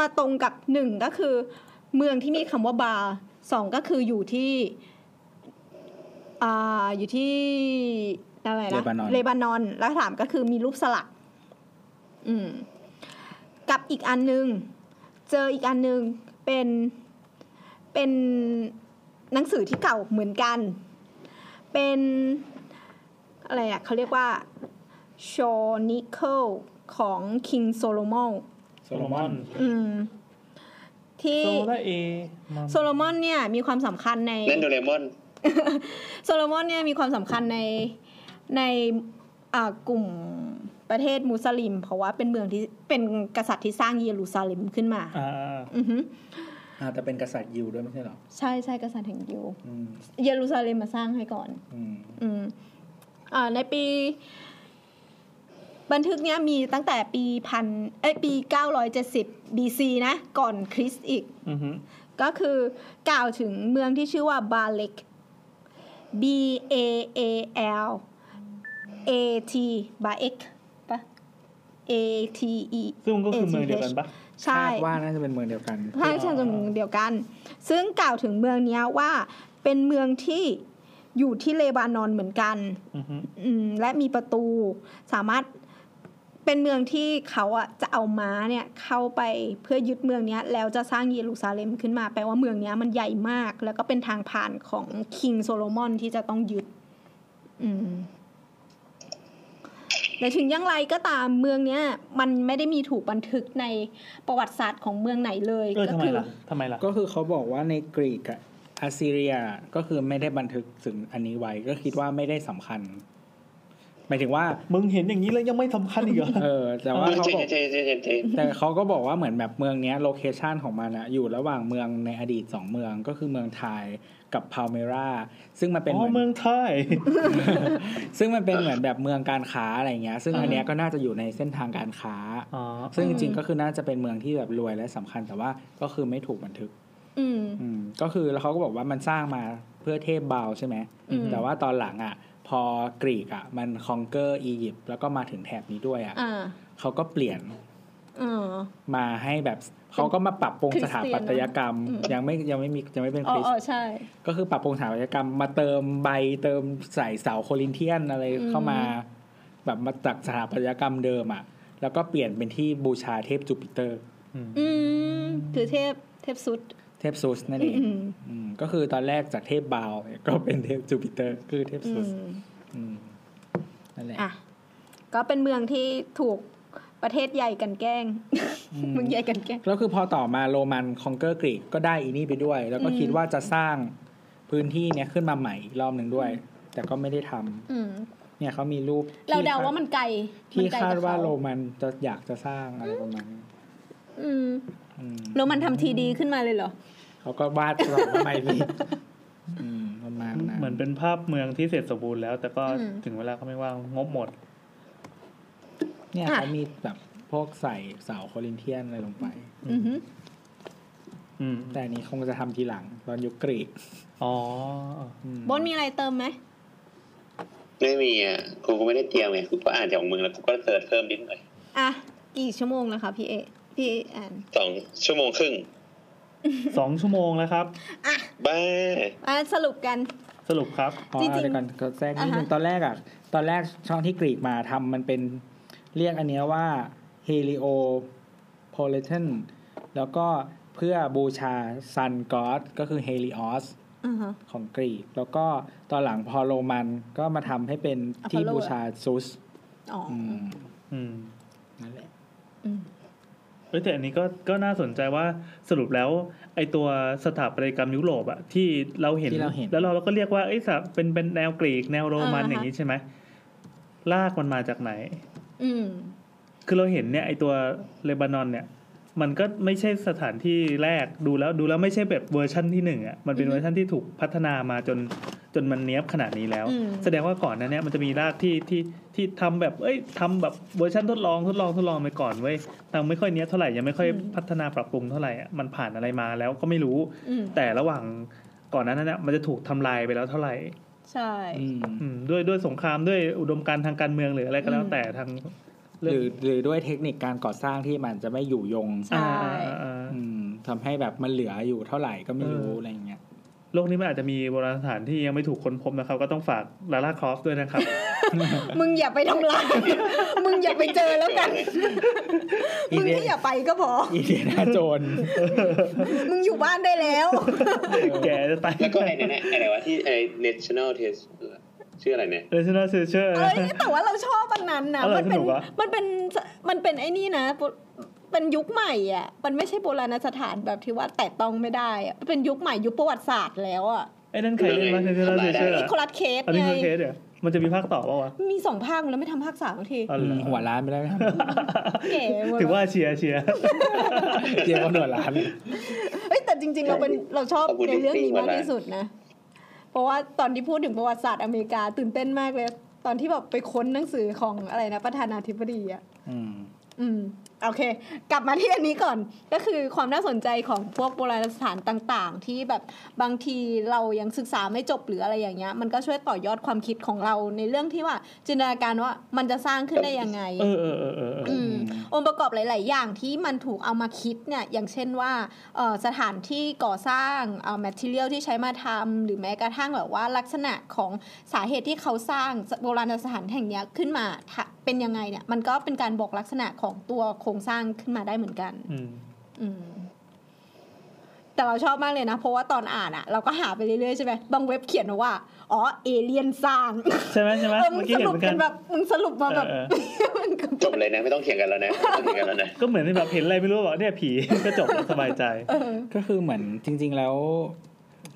[SPEAKER 2] มาตรงกับหนึ่งก็คือ เมืองที่มีคำว่าบาร์สองก็คืออยู่ที่อ่าอยู่ที่อะไรนะ
[SPEAKER 1] เลบานอน
[SPEAKER 2] เลบานอนแล้วสามก็คือมีรูปสลัก อืม กับอีกอันหนึง เจออีกอันหนึงเป็นเป็นหนังสือที่เก่าเหมือนกัน เป็นอะไรอะเขาเรียกว่า ชอนิเคิลของคิงโซโลมอน
[SPEAKER 3] โซโลมอน
[SPEAKER 2] อืม ที่
[SPEAKER 3] โซโลเอมัม
[SPEAKER 2] โซโลมอนเนี่ยมีความสำคัญใน
[SPEAKER 8] นั่นโดเรมอน
[SPEAKER 2] โซโลมอนเนี่ยมีความสำคัญในในอ่ากลุ่มประเทศมุสลิม เพราะว่าเป็นเมืองที่เป็นกษัตริย์ที่สร้างเยรูซาเล็มขึ้นมา
[SPEAKER 3] อ่า
[SPEAKER 2] อือฮึ
[SPEAKER 1] อ่าแต่เป็นกษัตริย์ยิวด้วยไม่ใช่เหรอ
[SPEAKER 2] ใช่ใช่กษัตริย์แห่งยิว
[SPEAKER 1] อืม
[SPEAKER 2] เยรูซาเล็มมาสร้างให้ก่อน
[SPEAKER 1] อืม
[SPEAKER 2] อืมอ่าในปี บันทึกเนี้ยมีตั้งแต่ปีพันเอ้ยปี 970 BC นะ ก่อนคริสต์อีก
[SPEAKER 3] อือฮึ
[SPEAKER 2] ก็คือกล่าวถึงเมืองที่ชื่อว่าบาเล็ก B A A L A T บาเอ็กปะ A T E
[SPEAKER 3] ซึ่งมันก็คือเมืองเดียวกันปะ
[SPEAKER 2] ใช่
[SPEAKER 1] คาดว่าน่าจะเป็นเมืองเดียวกัน
[SPEAKER 2] ใช่ใช่จะเมืองเดียวกัน ซึ่งกล่าวถึงเมืองเนี้ยว่าเป็นเมืองที่อยู่ที่เลบานอนเหมือนกัน
[SPEAKER 3] อือฮึ
[SPEAKER 2] อืมและมีประตูสามารถเป็นเมืองที่เขาอะจะเอาม้าเนี่ยเข้าไปเพื่อยึดเมืองเนี้ยแล้วจะสร้างเยรูซาเล็มขึ้นมา แปลว่าเมืองเนี้ยมันใหญ่มาก แล้วก็เป็นทางผ่านของคิงโซโลมอนที่จะต้องยึด อืมแต่ถึงอย่างไรก็ตามเมืองเนี้ย มันไม่ได้มีถูกบันทึกในประวัติศาสตร์ของเมืองไหนเลย
[SPEAKER 3] เออ
[SPEAKER 2] ก็
[SPEAKER 3] ทำไม
[SPEAKER 2] คื
[SPEAKER 3] ล่ะทำไมล่ะ
[SPEAKER 1] ก็คือเขาบอกว่าในกรีกอะอาซีเรียก็คือไม่ได้บันทึกถึงอันนี้ไว้ ก็คิดว่าไม่ได้สำคัญ หมายถึงว่า
[SPEAKER 3] มึงเห็นอย่างนี้แล้วยังไม่สำคัญอีก เหรอ
[SPEAKER 1] เออ แต่ว่าเขา
[SPEAKER 8] เจน
[SPEAKER 1] บอก
[SPEAKER 8] เจนเจนเจนเจน
[SPEAKER 1] แต่เขาก็บอกว่าเหมือนแบบเมืองเนี้ยโลเคชันของมันอะอยู่ระหว่างเมืองในอดีตสองเมืองก็คือเมืองไทยกับพาเมรา ซึ่งมันเป็น
[SPEAKER 3] อ๋
[SPEAKER 1] เหมื
[SPEAKER 3] อ
[SPEAKER 1] อน
[SPEAKER 3] เมืองไทย
[SPEAKER 1] ซึ่งมันเป็นเหมือนแบบเมืองการค้าอะไรเงี้ย ซึ่งอันเนี้ยก็น่าจะอยู่ในเส้นทางการค้า
[SPEAKER 3] อ๋อ
[SPEAKER 1] ซึ่งจริงๆก็คือน่าจะเป็นเมืองที่แบบรวยและสำคัญ แต่ว่าก็คือไม่ถูกบันทึก
[SPEAKER 2] อืม
[SPEAKER 1] อืมก็คือแล้วเขาก็บอกว่ามันสร้างมาเพื่อเทพบาลใช่ไหม
[SPEAKER 2] อืม
[SPEAKER 1] แต่ว่าตอนหลังอ่ะ พอกรีกอ่ะ มันคองเกอร์อียิปต์แล้วก็มาถึงแถบนี้ด้วยอ่ะ
[SPEAKER 2] อ่า
[SPEAKER 1] เขาก็เปลี่ยน
[SPEAKER 2] อ่า
[SPEAKER 1] มาให้แบบเขาก็มาปรับปรุงสถาปัตยกรรม
[SPEAKER 2] คริสเตียนเนอะอืม
[SPEAKER 1] ยังไม่ยังไม่มียังไม่เป็น
[SPEAKER 2] อ๋อ
[SPEAKER 1] คริส
[SPEAKER 2] อ๋อ
[SPEAKER 1] ต์
[SPEAKER 2] ใช่
[SPEAKER 1] ก็คือปรับปรุงสถาปัตยกรรม มาเติมใบเติมใส่เสาโครินเทียนอะไร
[SPEAKER 2] อืม
[SPEAKER 1] เข้ามา แบบมาจากสถาปัตยกรรมเดิมอ่ะ แล้วก็เปลี่ยนเป็นที่บูชาเทพจูปิเตอร์
[SPEAKER 2] อืมคือเทพเทพสุด
[SPEAKER 1] เทพซูสนั่นเอง
[SPEAKER 2] อืม
[SPEAKER 1] อืมก็คือตอนแรกจากเทพบาลก็เป็นเทพจูปิเตอร์ คือเทพ
[SPEAKER 2] อื
[SPEAKER 1] ซูส
[SPEAKER 2] ม
[SPEAKER 1] อืมนั่นแหละ
[SPEAKER 2] อ่ะ ก็เป็นเมืองที่ถูกประเทศใหญ่กลันแกล้ง เมืองใหญ่กลันแกล้ง
[SPEAKER 1] แล้วคือพอต่อมาโรมันคองเกอร์กรีกก็ได้อีนี่ไปด้วย แล้วก็
[SPEAKER 2] อืม
[SPEAKER 1] คิดว่าจะสร้างพื้นที่เนี้ยขึ้นมาใหม่อีกรอบหนึ่งด้วย แต่ก็ไม่ได้ทำ
[SPEAKER 2] อืม
[SPEAKER 1] เนี่ยเขามีรูป
[SPEAKER 2] เรา
[SPEAKER 1] ที่
[SPEAKER 2] เดาว่า
[SPEAKER 1] ค
[SPEAKER 2] มันไกล
[SPEAKER 1] ที่
[SPEAKER 2] มันไกล
[SPEAKER 1] คาด
[SPEAKER 2] จกเข
[SPEAKER 1] ว่าโรมันจะอยากจะสร้างอะไรประมาณนี้
[SPEAKER 2] อืม
[SPEAKER 1] อืม
[SPEAKER 2] แล้วมันทำทีดีขึ้นมาเลยเหรอ
[SPEAKER 1] เขาก็วาดกรอบใหม่เลย อืมประมาณนั้น
[SPEAKER 3] เหมือนเป็นภาพเมืองที่เสร็จสมบูรณ์แล้ว แต่ก็
[SPEAKER 2] อืม
[SPEAKER 3] ถึงเวลาเขาไม่ว่างงบหมด
[SPEAKER 1] เนี่ยเขามีแบบพวกใส่เสาโครินเทียนอะไรลงไป
[SPEAKER 2] อือหือ
[SPEAKER 3] อืม
[SPEAKER 1] แต่อันนี้คงจะทำทีหลังตอนยุคกรีก
[SPEAKER 3] อ๋อ
[SPEAKER 1] อืม
[SPEAKER 2] บนมีอะไรเติมไหม
[SPEAKER 8] ไม่มีอ่ะกูก็ไม่ได้เตรียมไงกูก็อ่านจากของมึงแล้วกูก็เสิร์ชเพิ่มนิดหน่อย
[SPEAKER 2] อ่ะกี่ชั่วโมงแล้วคะพี่เอพี่แอน
[SPEAKER 8] สองชั่วโมงครึ่ง
[SPEAKER 3] สองชั่วโมงแล้วครับ
[SPEAKER 8] บ้า
[SPEAKER 2] อ่ะสรุปกัน
[SPEAKER 3] สรุปครับ
[SPEAKER 1] อ๋อ
[SPEAKER 2] จริงๆ
[SPEAKER 1] เดี๋ยวก่อนก็แทรกนิดนึ
[SPEAKER 2] อ่าง ฮะ
[SPEAKER 1] ตอนแรกอ่ะ ตอนแรกช่องที่กรีกมาทำมันเป็นเรียกอันเนี้ยว่า heliopolitan แล้วก็เพื่อบูชา sun god ก็คือ helios
[SPEAKER 2] อ่าฮะ
[SPEAKER 1] ของกรีก แล้วก็ตอนหลังพอโรมันก็มาทำให้เป็นที่
[SPEAKER 2] Apollo
[SPEAKER 1] บูชาซุส
[SPEAKER 2] อ๋ออ
[SPEAKER 1] อืม
[SPEAKER 3] อืม
[SPEAKER 1] นั่นแหละ
[SPEAKER 2] อืม
[SPEAKER 3] เอ้ยแต่อันนี้ก็ก็น่าสนใจว่าสรุปแล้ว ไอตัวสถาปัตยกรรมยุโรปอะที่เราเห็น
[SPEAKER 1] ที่เราเห็น
[SPEAKER 3] แล้วเราเราก็เรียกว่าไอยสถาเป็นเป็นแนวกรีกแนวโรมันอย่างนี้ใช่ไหมลากมันมาจากไหน
[SPEAKER 2] อืม
[SPEAKER 3] คือเราเห็นเนี่ยไอตัวเลบานอนเนี่ย มันก็ไม่ใช่สถานที่แรกดูแล้วดูแล้วไม่ใช่แบบเวอร์ชั่นที่หนึ่งอ่ะมันเป็นเวอร์ชั่นที่ถูกพัฒนามาจนจนมันเนี้ยบขนาดนี้แล้ว แสดงว่าก่อนหนั้นเนี่ยมันจะมีรากที่ที่ที่ทำแบบเอ้ยทำแบบเวอร์ชันทดลองทดลองทดลองไปก่อนเว้ยทำไม่ค่อยเนี้ยบเท่าไหร่ยังไม่ค่อยพัฒนาปรับปรุงเท่าไหร่อ่ะมันผ่านอะไรมาแล้วก็ไม่รู้
[SPEAKER 2] อืม
[SPEAKER 3] แต่ระหว่างก่อนหนานั้นเนี่ยมันจะถูกทำลายไปแล้วเท่าไหร่
[SPEAKER 2] ใช่
[SPEAKER 1] อืม
[SPEAKER 3] อืมด้วยด้วยสงครามด้วยอุดมการณ์ทางการเมืองหรืออะไรก็แล้ว
[SPEAKER 2] อืม
[SPEAKER 3] แต่ทาง
[SPEAKER 1] หรือหรือด้วยเทคนิคการก่อสร้างที่มันจะไม่อยู่ยง
[SPEAKER 2] ใช่
[SPEAKER 3] อ่าอ่าอ่า
[SPEAKER 1] อืมทำให้แบบมันเหลืออยู่เท่าไหร่ก็ไม่รู้อะไรอย่างเงี้ย
[SPEAKER 3] โลกนี้มันอาจจะมีโบราณสถานที่ยังไม่ถูกค้นพบนะครับ ก็ต้องฝากลาล่าครอฟต์ด้วยนะครับ
[SPEAKER 2] มึงอย่าไปทำ ลาย มึงอย่าไปเจอแล้วกัน
[SPEAKER 1] อี
[SPEAKER 2] มึง
[SPEAKER 1] เดีย
[SPEAKER 2] แค่อย่าไปก็พอ
[SPEAKER 1] อีเดียนาโจน
[SPEAKER 2] มึงอยู่บ้านได้แล้ว
[SPEAKER 3] แกจะตาย
[SPEAKER 8] แล้วก็ไอ้เนี่ยนะไอ้ไหนวะที่ไอ้ national test ชื่ออะไรเนี่ย
[SPEAKER 3] เรชินาเซเชอร์
[SPEAKER 2] เอ้ยแต่ว่าเราชอบอันนั้นนะ
[SPEAKER 3] เออ
[SPEAKER 2] มัเป็
[SPEAKER 3] สนุ
[SPEAKER 2] น
[SPEAKER 3] กวะ
[SPEAKER 2] มันเป็นมันเป็นไอ้นี่นะปุเป็นยุคใหม่อ่ะ มันไม่ใช่โบราณสถานแบบที่ว่าแตะต้องไม่ได้อ่ะมันเป็นยุคใหม่ยุคประวัติศาสตร์แล้วอ่ะ
[SPEAKER 3] ไอ้นั่นใครเล่นวะเรชินาเซเชอร์
[SPEAKER 2] นิโคลัสเคส
[SPEAKER 3] อันนี้
[SPEAKER 2] ไง
[SPEAKER 3] คือเคสเดี๋ยวมันจะมีภาคต่อป่าวะ
[SPEAKER 2] มีสองภาคแล้วไม่ทำภาคสามสักที
[SPEAKER 3] อ๋อเรอ
[SPEAKER 1] หัวร้านไปแล้วนะ
[SPEAKER 2] เก๋เว้ย
[SPEAKER 3] ถือว่าเชียร์เชียร์
[SPEAKER 1] เจียวหัวร้าน
[SPEAKER 2] เอ้ยแต่จริง ๆ เราเป็นเราชอบ
[SPEAKER 8] ขอบคุณ
[SPEAKER 2] ในเรื่องนี้
[SPEAKER 8] ที่
[SPEAKER 2] มาก
[SPEAKER 8] มา
[SPEAKER 2] ที่สุดนะ เพราะว่าตอนที่พูดถึงประวัติศาสตร์อเมริกาตื่นเต้นมากเลย ตอนที่แบบไปค้นหนังสือของอะไรนะประธานาธิบดีอ่ะ
[SPEAKER 1] อืม
[SPEAKER 2] อืมโอเค กลับมาที่อันนี้ก่อนก็คือความน่าสนใจของพวกโบราณสถานต่างๆ ที่แบบบางทีเรายังศึกษาไม่จบหรืออะไรอย่างเงี้ย มันก็ช่วยต่อยอดความคิดของเราในเรื่องที่ว่า จินตนาการว่ามันจะสร้างขึ้นได้ยังไง
[SPEAKER 3] เออเออเออเออเออ
[SPEAKER 2] อืมองค์ประกอบหลาย ๆ อย่างที่มันถูกเอามาคิดเนี่ยอย่างเช่นว่าเอ่อสถานที่ก่อสร้างเอ่อ material ที่ใช้มาทำหรือแม้กระทั่งแบบว่าลักษณะของสาเหตุที่เขาสร้างโบราณสถานแห่งเนี้ยขึ้นมาถ้าเป็นยังไงเนี่ยมันก็เป็นการบอกลักษณะของตัวโครงสร้างขึ้นมาได้เหมือนกัน
[SPEAKER 3] อืม
[SPEAKER 2] อืมแต่เราชอบมากเลยนะ เพราะว่าตอนอ่านอะเราก็หาไปเรื่อย ๆ ใช่ไหมบางเว็บเขียนมาว่า อ๋อเอเลียนสร้าง
[SPEAKER 3] ใช่ไหมใช่ไหม
[SPEAKER 2] เออมึ
[SPEAKER 3] เมื่
[SPEAKER 2] ง
[SPEAKER 3] อกี้
[SPEAKER 2] ส
[SPEAKER 3] เห็น
[SPEAKER 2] รุป
[SPEAKER 3] เหมือนกั
[SPEAKER 2] กัน นแบบมึงสรุปมาแบบ
[SPEAKER 3] เออ
[SPEAKER 2] มึงก็
[SPEAKER 8] จบเลยนะ ไม่ต้องเถียงกันแล้วนะไม่ต้องเถียงกันแล้วนะ
[SPEAKER 3] ก็เหมือนแบบเห็นอะไรไม่รู้บอกเนี่ยผี ก็จบแล้วสบายใจ
[SPEAKER 1] ก็คือเหมือนจริง ๆ แล้ว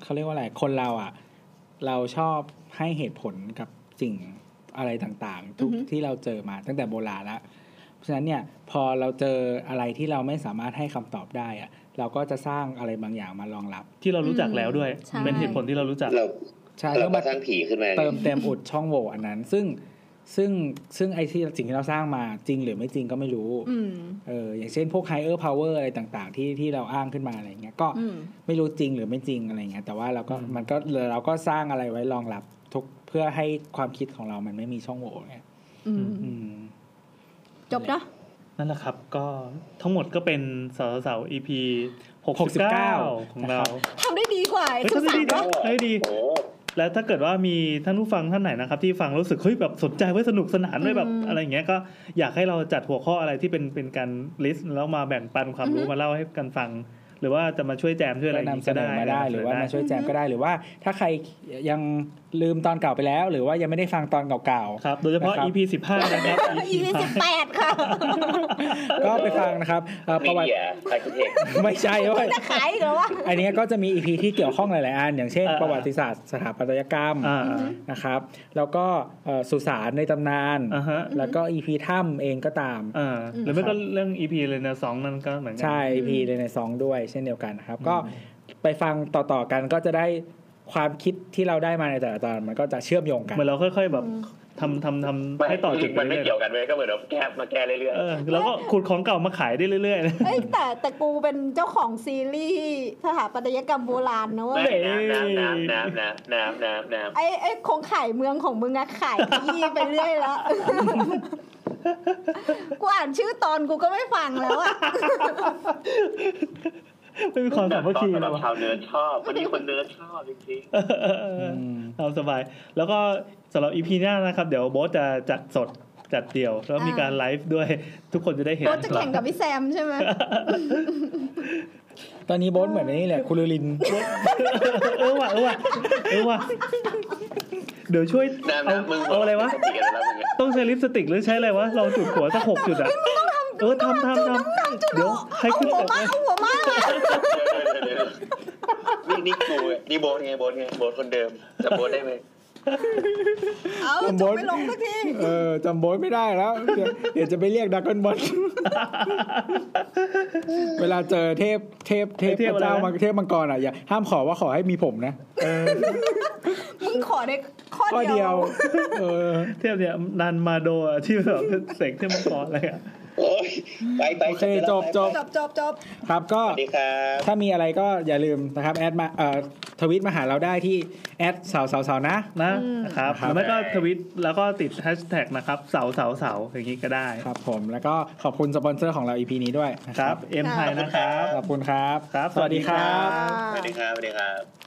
[SPEAKER 1] เขาเรียกว่าอะไร คนเราอ่ะ เราชอบให้เหตุผลกับสิ่งอะไรต่างๆ ทุกที่เราเจอมาตั้งแต่โบราณละเพราะฉะนั้นเนี่ยพอเราเจออะไรที่เราไม่สามารถให้คำตอบได้อ่ะ เราก็จะสร้างอะไรบางอย่างมารองรับ
[SPEAKER 3] ที่เรารู้จักแล้วด้วย
[SPEAKER 2] ใช่
[SPEAKER 3] เป็นเหตุผลที่เรารู้จัก
[SPEAKER 8] เรา
[SPEAKER 1] ใช่
[SPEAKER 8] เรา
[SPEAKER 1] ก็
[SPEAKER 8] ก็
[SPEAKER 1] มา
[SPEAKER 8] สร้างผีขึ้นมา
[SPEAKER 1] เติมเต็มอุดช่องโหว่อันนั้น ซึ่งซึ่งซึ่งไอ้ที่สิ่งที่เราสร้างมาจริงหรือไม่จริงก็ไม่รู้
[SPEAKER 2] อืม
[SPEAKER 1] เอออย่างเช่นพวก higher power อะไรต่างๆ ที่ที่เราอ้างขึ้นมาอะไรเงี้ยก็
[SPEAKER 2] อืม
[SPEAKER 1] ไม่รู้จริงหรือไม่จริงอะไรเงี้ยแต่ว่าเราก็
[SPEAKER 3] อืม
[SPEAKER 1] มันก็เราก็สร้างอะไรไว้รองรับทุกเพื่อให้ความคิดของเรามันไม่มีช่องโหว่ไง
[SPEAKER 2] อืม
[SPEAKER 1] อืม
[SPEAKER 2] จบเนาะ
[SPEAKER 3] นั่นแหละครับ ก็ทั้งหมดก็เป็นสาวสาว EP หกสิบเก้าของเรา
[SPEAKER 2] ทำได้ดีกว่าไอ้สุสาน
[SPEAKER 3] เฮ้
[SPEAKER 2] วะ
[SPEAKER 3] ยเฮ้ยดี
[SPEAKER 8] โอ้
[SPEAKER 3] แล้วถ้าเกิดว่ามีท่านผู้ฟังท่านไหนนะครับที่ฟังแล้วรู้สึกเฮ้ยแบบสนใจเว้ยสนุกสนานเว้ยแบบอะไรอย่างเงี้ยก็อยากให้เราจัดหัวข้ออะไรที่เป็นเป็นการลิสต์แล้วมาแบ่งปันความรู้มาเล่าให้กันฟัง หรือว่าจะมาช่วยแจมช่วยอะไร
[SPEAKER 1] ก็
[SPEAKER 3] อย่า
[SPEAKER 1] นำ
[SPEAKER 3] งงี้
[SPEAKER 1] เส
[SPEAKER 3] ก็
[SPEAKER 1] น
[SPEAKER 3] ได้
[SPEAKER 1] อมาได้หรือว่ามา
[SPEAKER 3] เสน
[SPEAKER 1] ช่วยแจมก็ได้หรือว่า ถ้าใครยังลืมตอนเก่าไปแล้ว หรือว่ายังไม่ได้ฟังตอนเก่า
[SPEAKER 3] ครับ โดยเฉพาะ EP สิบห้านะครับ EP
[SPEAKER 2] ยี่สิบแปดค่ะ
[SPEAKER 1] ๆ ก็ไปฟังนะครับเอ่อประวัติ
[SPEAKER 8] Media Architect
[SPEAKER 1] ไม่ใช่เว้ย
[SPEAKER 2] ขายอีกแล้ววะ
[SPEAKER 1] อันเนี้ยก็จะมี EP ที่เกี่ยวข้องหลายๆอันอย่างเช่น
[SPEAKER 3] อ่า
[SPEAKER 1] ประวัติศาสตร์สถาปัตยกรรม
[SPEAKER 3] อ่า
[SPEAKER 1] นะครับแล้วก็เอ่อสุสานในตำนาน
[SPEAKER 3] อ่าฮะ
[SPEAKER 1] แล้วก็ EP ถ้ำเองก็ตาม
[SPEAKER 3] อ่าหรือไม่ก็เรื่อง EP เลยนะสองนั่นก็เหมือนกั
[SPEAKER 1] ใช่ EP เลยในซองด้วย เช่นเดียวกันนะครับ ก็ไปฟังต่อๆกันก็จะได้ความคิดที่เราได้มาในแต่ละตอนมันก็จะเชื่อมโยงกัน
[SPEAKER 3] เหมือนเราค่อย ๆ แบบ ทำทำทำให้ต่อจุดไป
[SPEAKER 8] มันไม่
[SPEAKER 3] เรื่อย
[SPEAKER 8] เกี่ยวกันเว้ยก็เหมือนแบบแก้มาแก้เรื่อย
[SPEAKER 3] ๆเออแล้วก็ขุดของเก่ามาขายได้เรื่อยๆนะ
[SPEAKER 2] เอ้ยแต่แต่กูเป็นเจ้าของซีรีส์สถาปัตยกรรมโบราณนะ
[SPEAKER 8] ๆ
[SPEAKER 2] เว้ย
[SPEAKER 8] ไม่น้ำน้ำน้ำน้ำน้ำน้ำน้ำน้ำ
[SPEAKER 2] ไอ้ไอ้คงขายเมืองของมึงอะขายที่ไปเรื่อย แล้ว กูอ่านชื่อตอนกูก็ไม่ฟังแล้วอะ
[SPEAKER 3] ไม่มีความสามัคคี
[SPEAKER 8] ตอน
[SPEAKER 3] เลย
[SPEAKER 8] สำหรับ
[SPEAKER 3] วะ
[SPEAKER 8] ชาวเนื้อชอบวันนี้คนเนื้อชอบจริง
[SPEAKER 3] เออเออเออ
[SPEAKER 1] ม
[SPEAKER 3] เอาสบาย แล้วก็สำหรับอีพีหน้านะครับ เดี๋ยวโบ๊ทจะจัดสดจัดเดี่ยว แล้วมีการไลฟ์ด้วยทุกคนจะได้เห็น
[SPEAKER 2] โบทจะแข่งกับพี่แซมใช่ไหม
[SPEAKER 1] ตอนนี้โบ๊ทเหมือนไอ้นี่แหละคุณลุลิน
[SPEAKER 3] เออว่ะเออว่ะเออว่ะเดี๋ยวช่วย
[SPEAKER 8] ๆน้ำ
[SPEAKER 3] เอา
[SPEAKER 8] น้ำมึง
[SPEAKER 3] เอาอะไรวะ
[SPEAKER 8] เกี่ยวแล้วมึงอะ
[SPEAKER 3] ต้องใช้ลิปสติกหรือใช้อะไรวะลองจุดหัวสักหกจุดอ่ะเออทำทำทำเดี๋ยวให้
[SPEAKER 2] เอา
[SPEAKER 3] ขึ้น
[SPEAKER 2] หัว
[SPEAKER 3] ปก
[SPEAKER 2] มา
[SPEAKER 3] เลย
[SPEAKER 2] เอาหัวมา
[SPEAKER 8] เดี๋ยวๆนี่นี่กูไงนี่โบ๊ทไงโบ๊ทไงโบ๊ทคนเดิมจะโบ๊ทได้ไหม
[SPEAKER 2] เอา จบไม่ลงสักที
[SPEAKER 1] เออจำโบ๊ทไม่ได้แล้ว เดี๋ยวเดี๋ยวจะไปเรียกดักเกิลบอล เวลาเจอเทพเทพเทพพระเจ้ามังเทพมังกรอ่ะอย่าห้ามขอว่าขอให้มีผมนะเออ
[SPEAKER 2] มึงขอได้ข้อ
[SPEAKER 1] ข้อ
[SPEAKER 2] เดี
[SPEAKER 1] เดี
[SPEAKER 2] ย
[SPEAKER 1] ยว ว เออ
[SPEAKER 3] เทียบเนี่ยนันมาโดอะที่แบบเสกเทพมังกรอะไรอ่ะ
[SPEAKER 8] โอ้ยไปไป
[SPEAKER 1] โอเคจบจบ
[SPEAKER 2] จบจบจบ
[SPEAKER 1] ครับก็
[SPEAKER 8] สวัสดีครับ
[SPEAKER 1] ถ้ามีอะไรก็อย่าลืมนะครับแอดมาเอ่อทวิตมาหาเราได้ที่แอดสาวสาวสาวนะ
[SPEAKER 3] นะครับ
[SPEAKER 1] ครับ
[SPEAKER 3] แล้วไม่ก็ทวิตแล้วก็ติดแฮชแท็กนะครับเสาเสาเสาอย่างนี้ก็ได้
[SPEAKER 1] ครับ ผมแล้วก็ขอบคุณสปอนเซอร์ของเรา EP นี้ด้วยนะ
[SPEAKER 3] ค
[SPEAKER 1] ค
[SPEAKER 3] รั
[SPEAKER 1] รั
[SPEAKER 3] บบ เอ็มไทยนะครับ
[SPEAKER 1] ขอบคุณครับ
[SPEAKER 3] ครับ
[SPEAKER 1] สวัสดีครับ
[SPEAKER 8] สวัสดีครับ สวัสดีครับ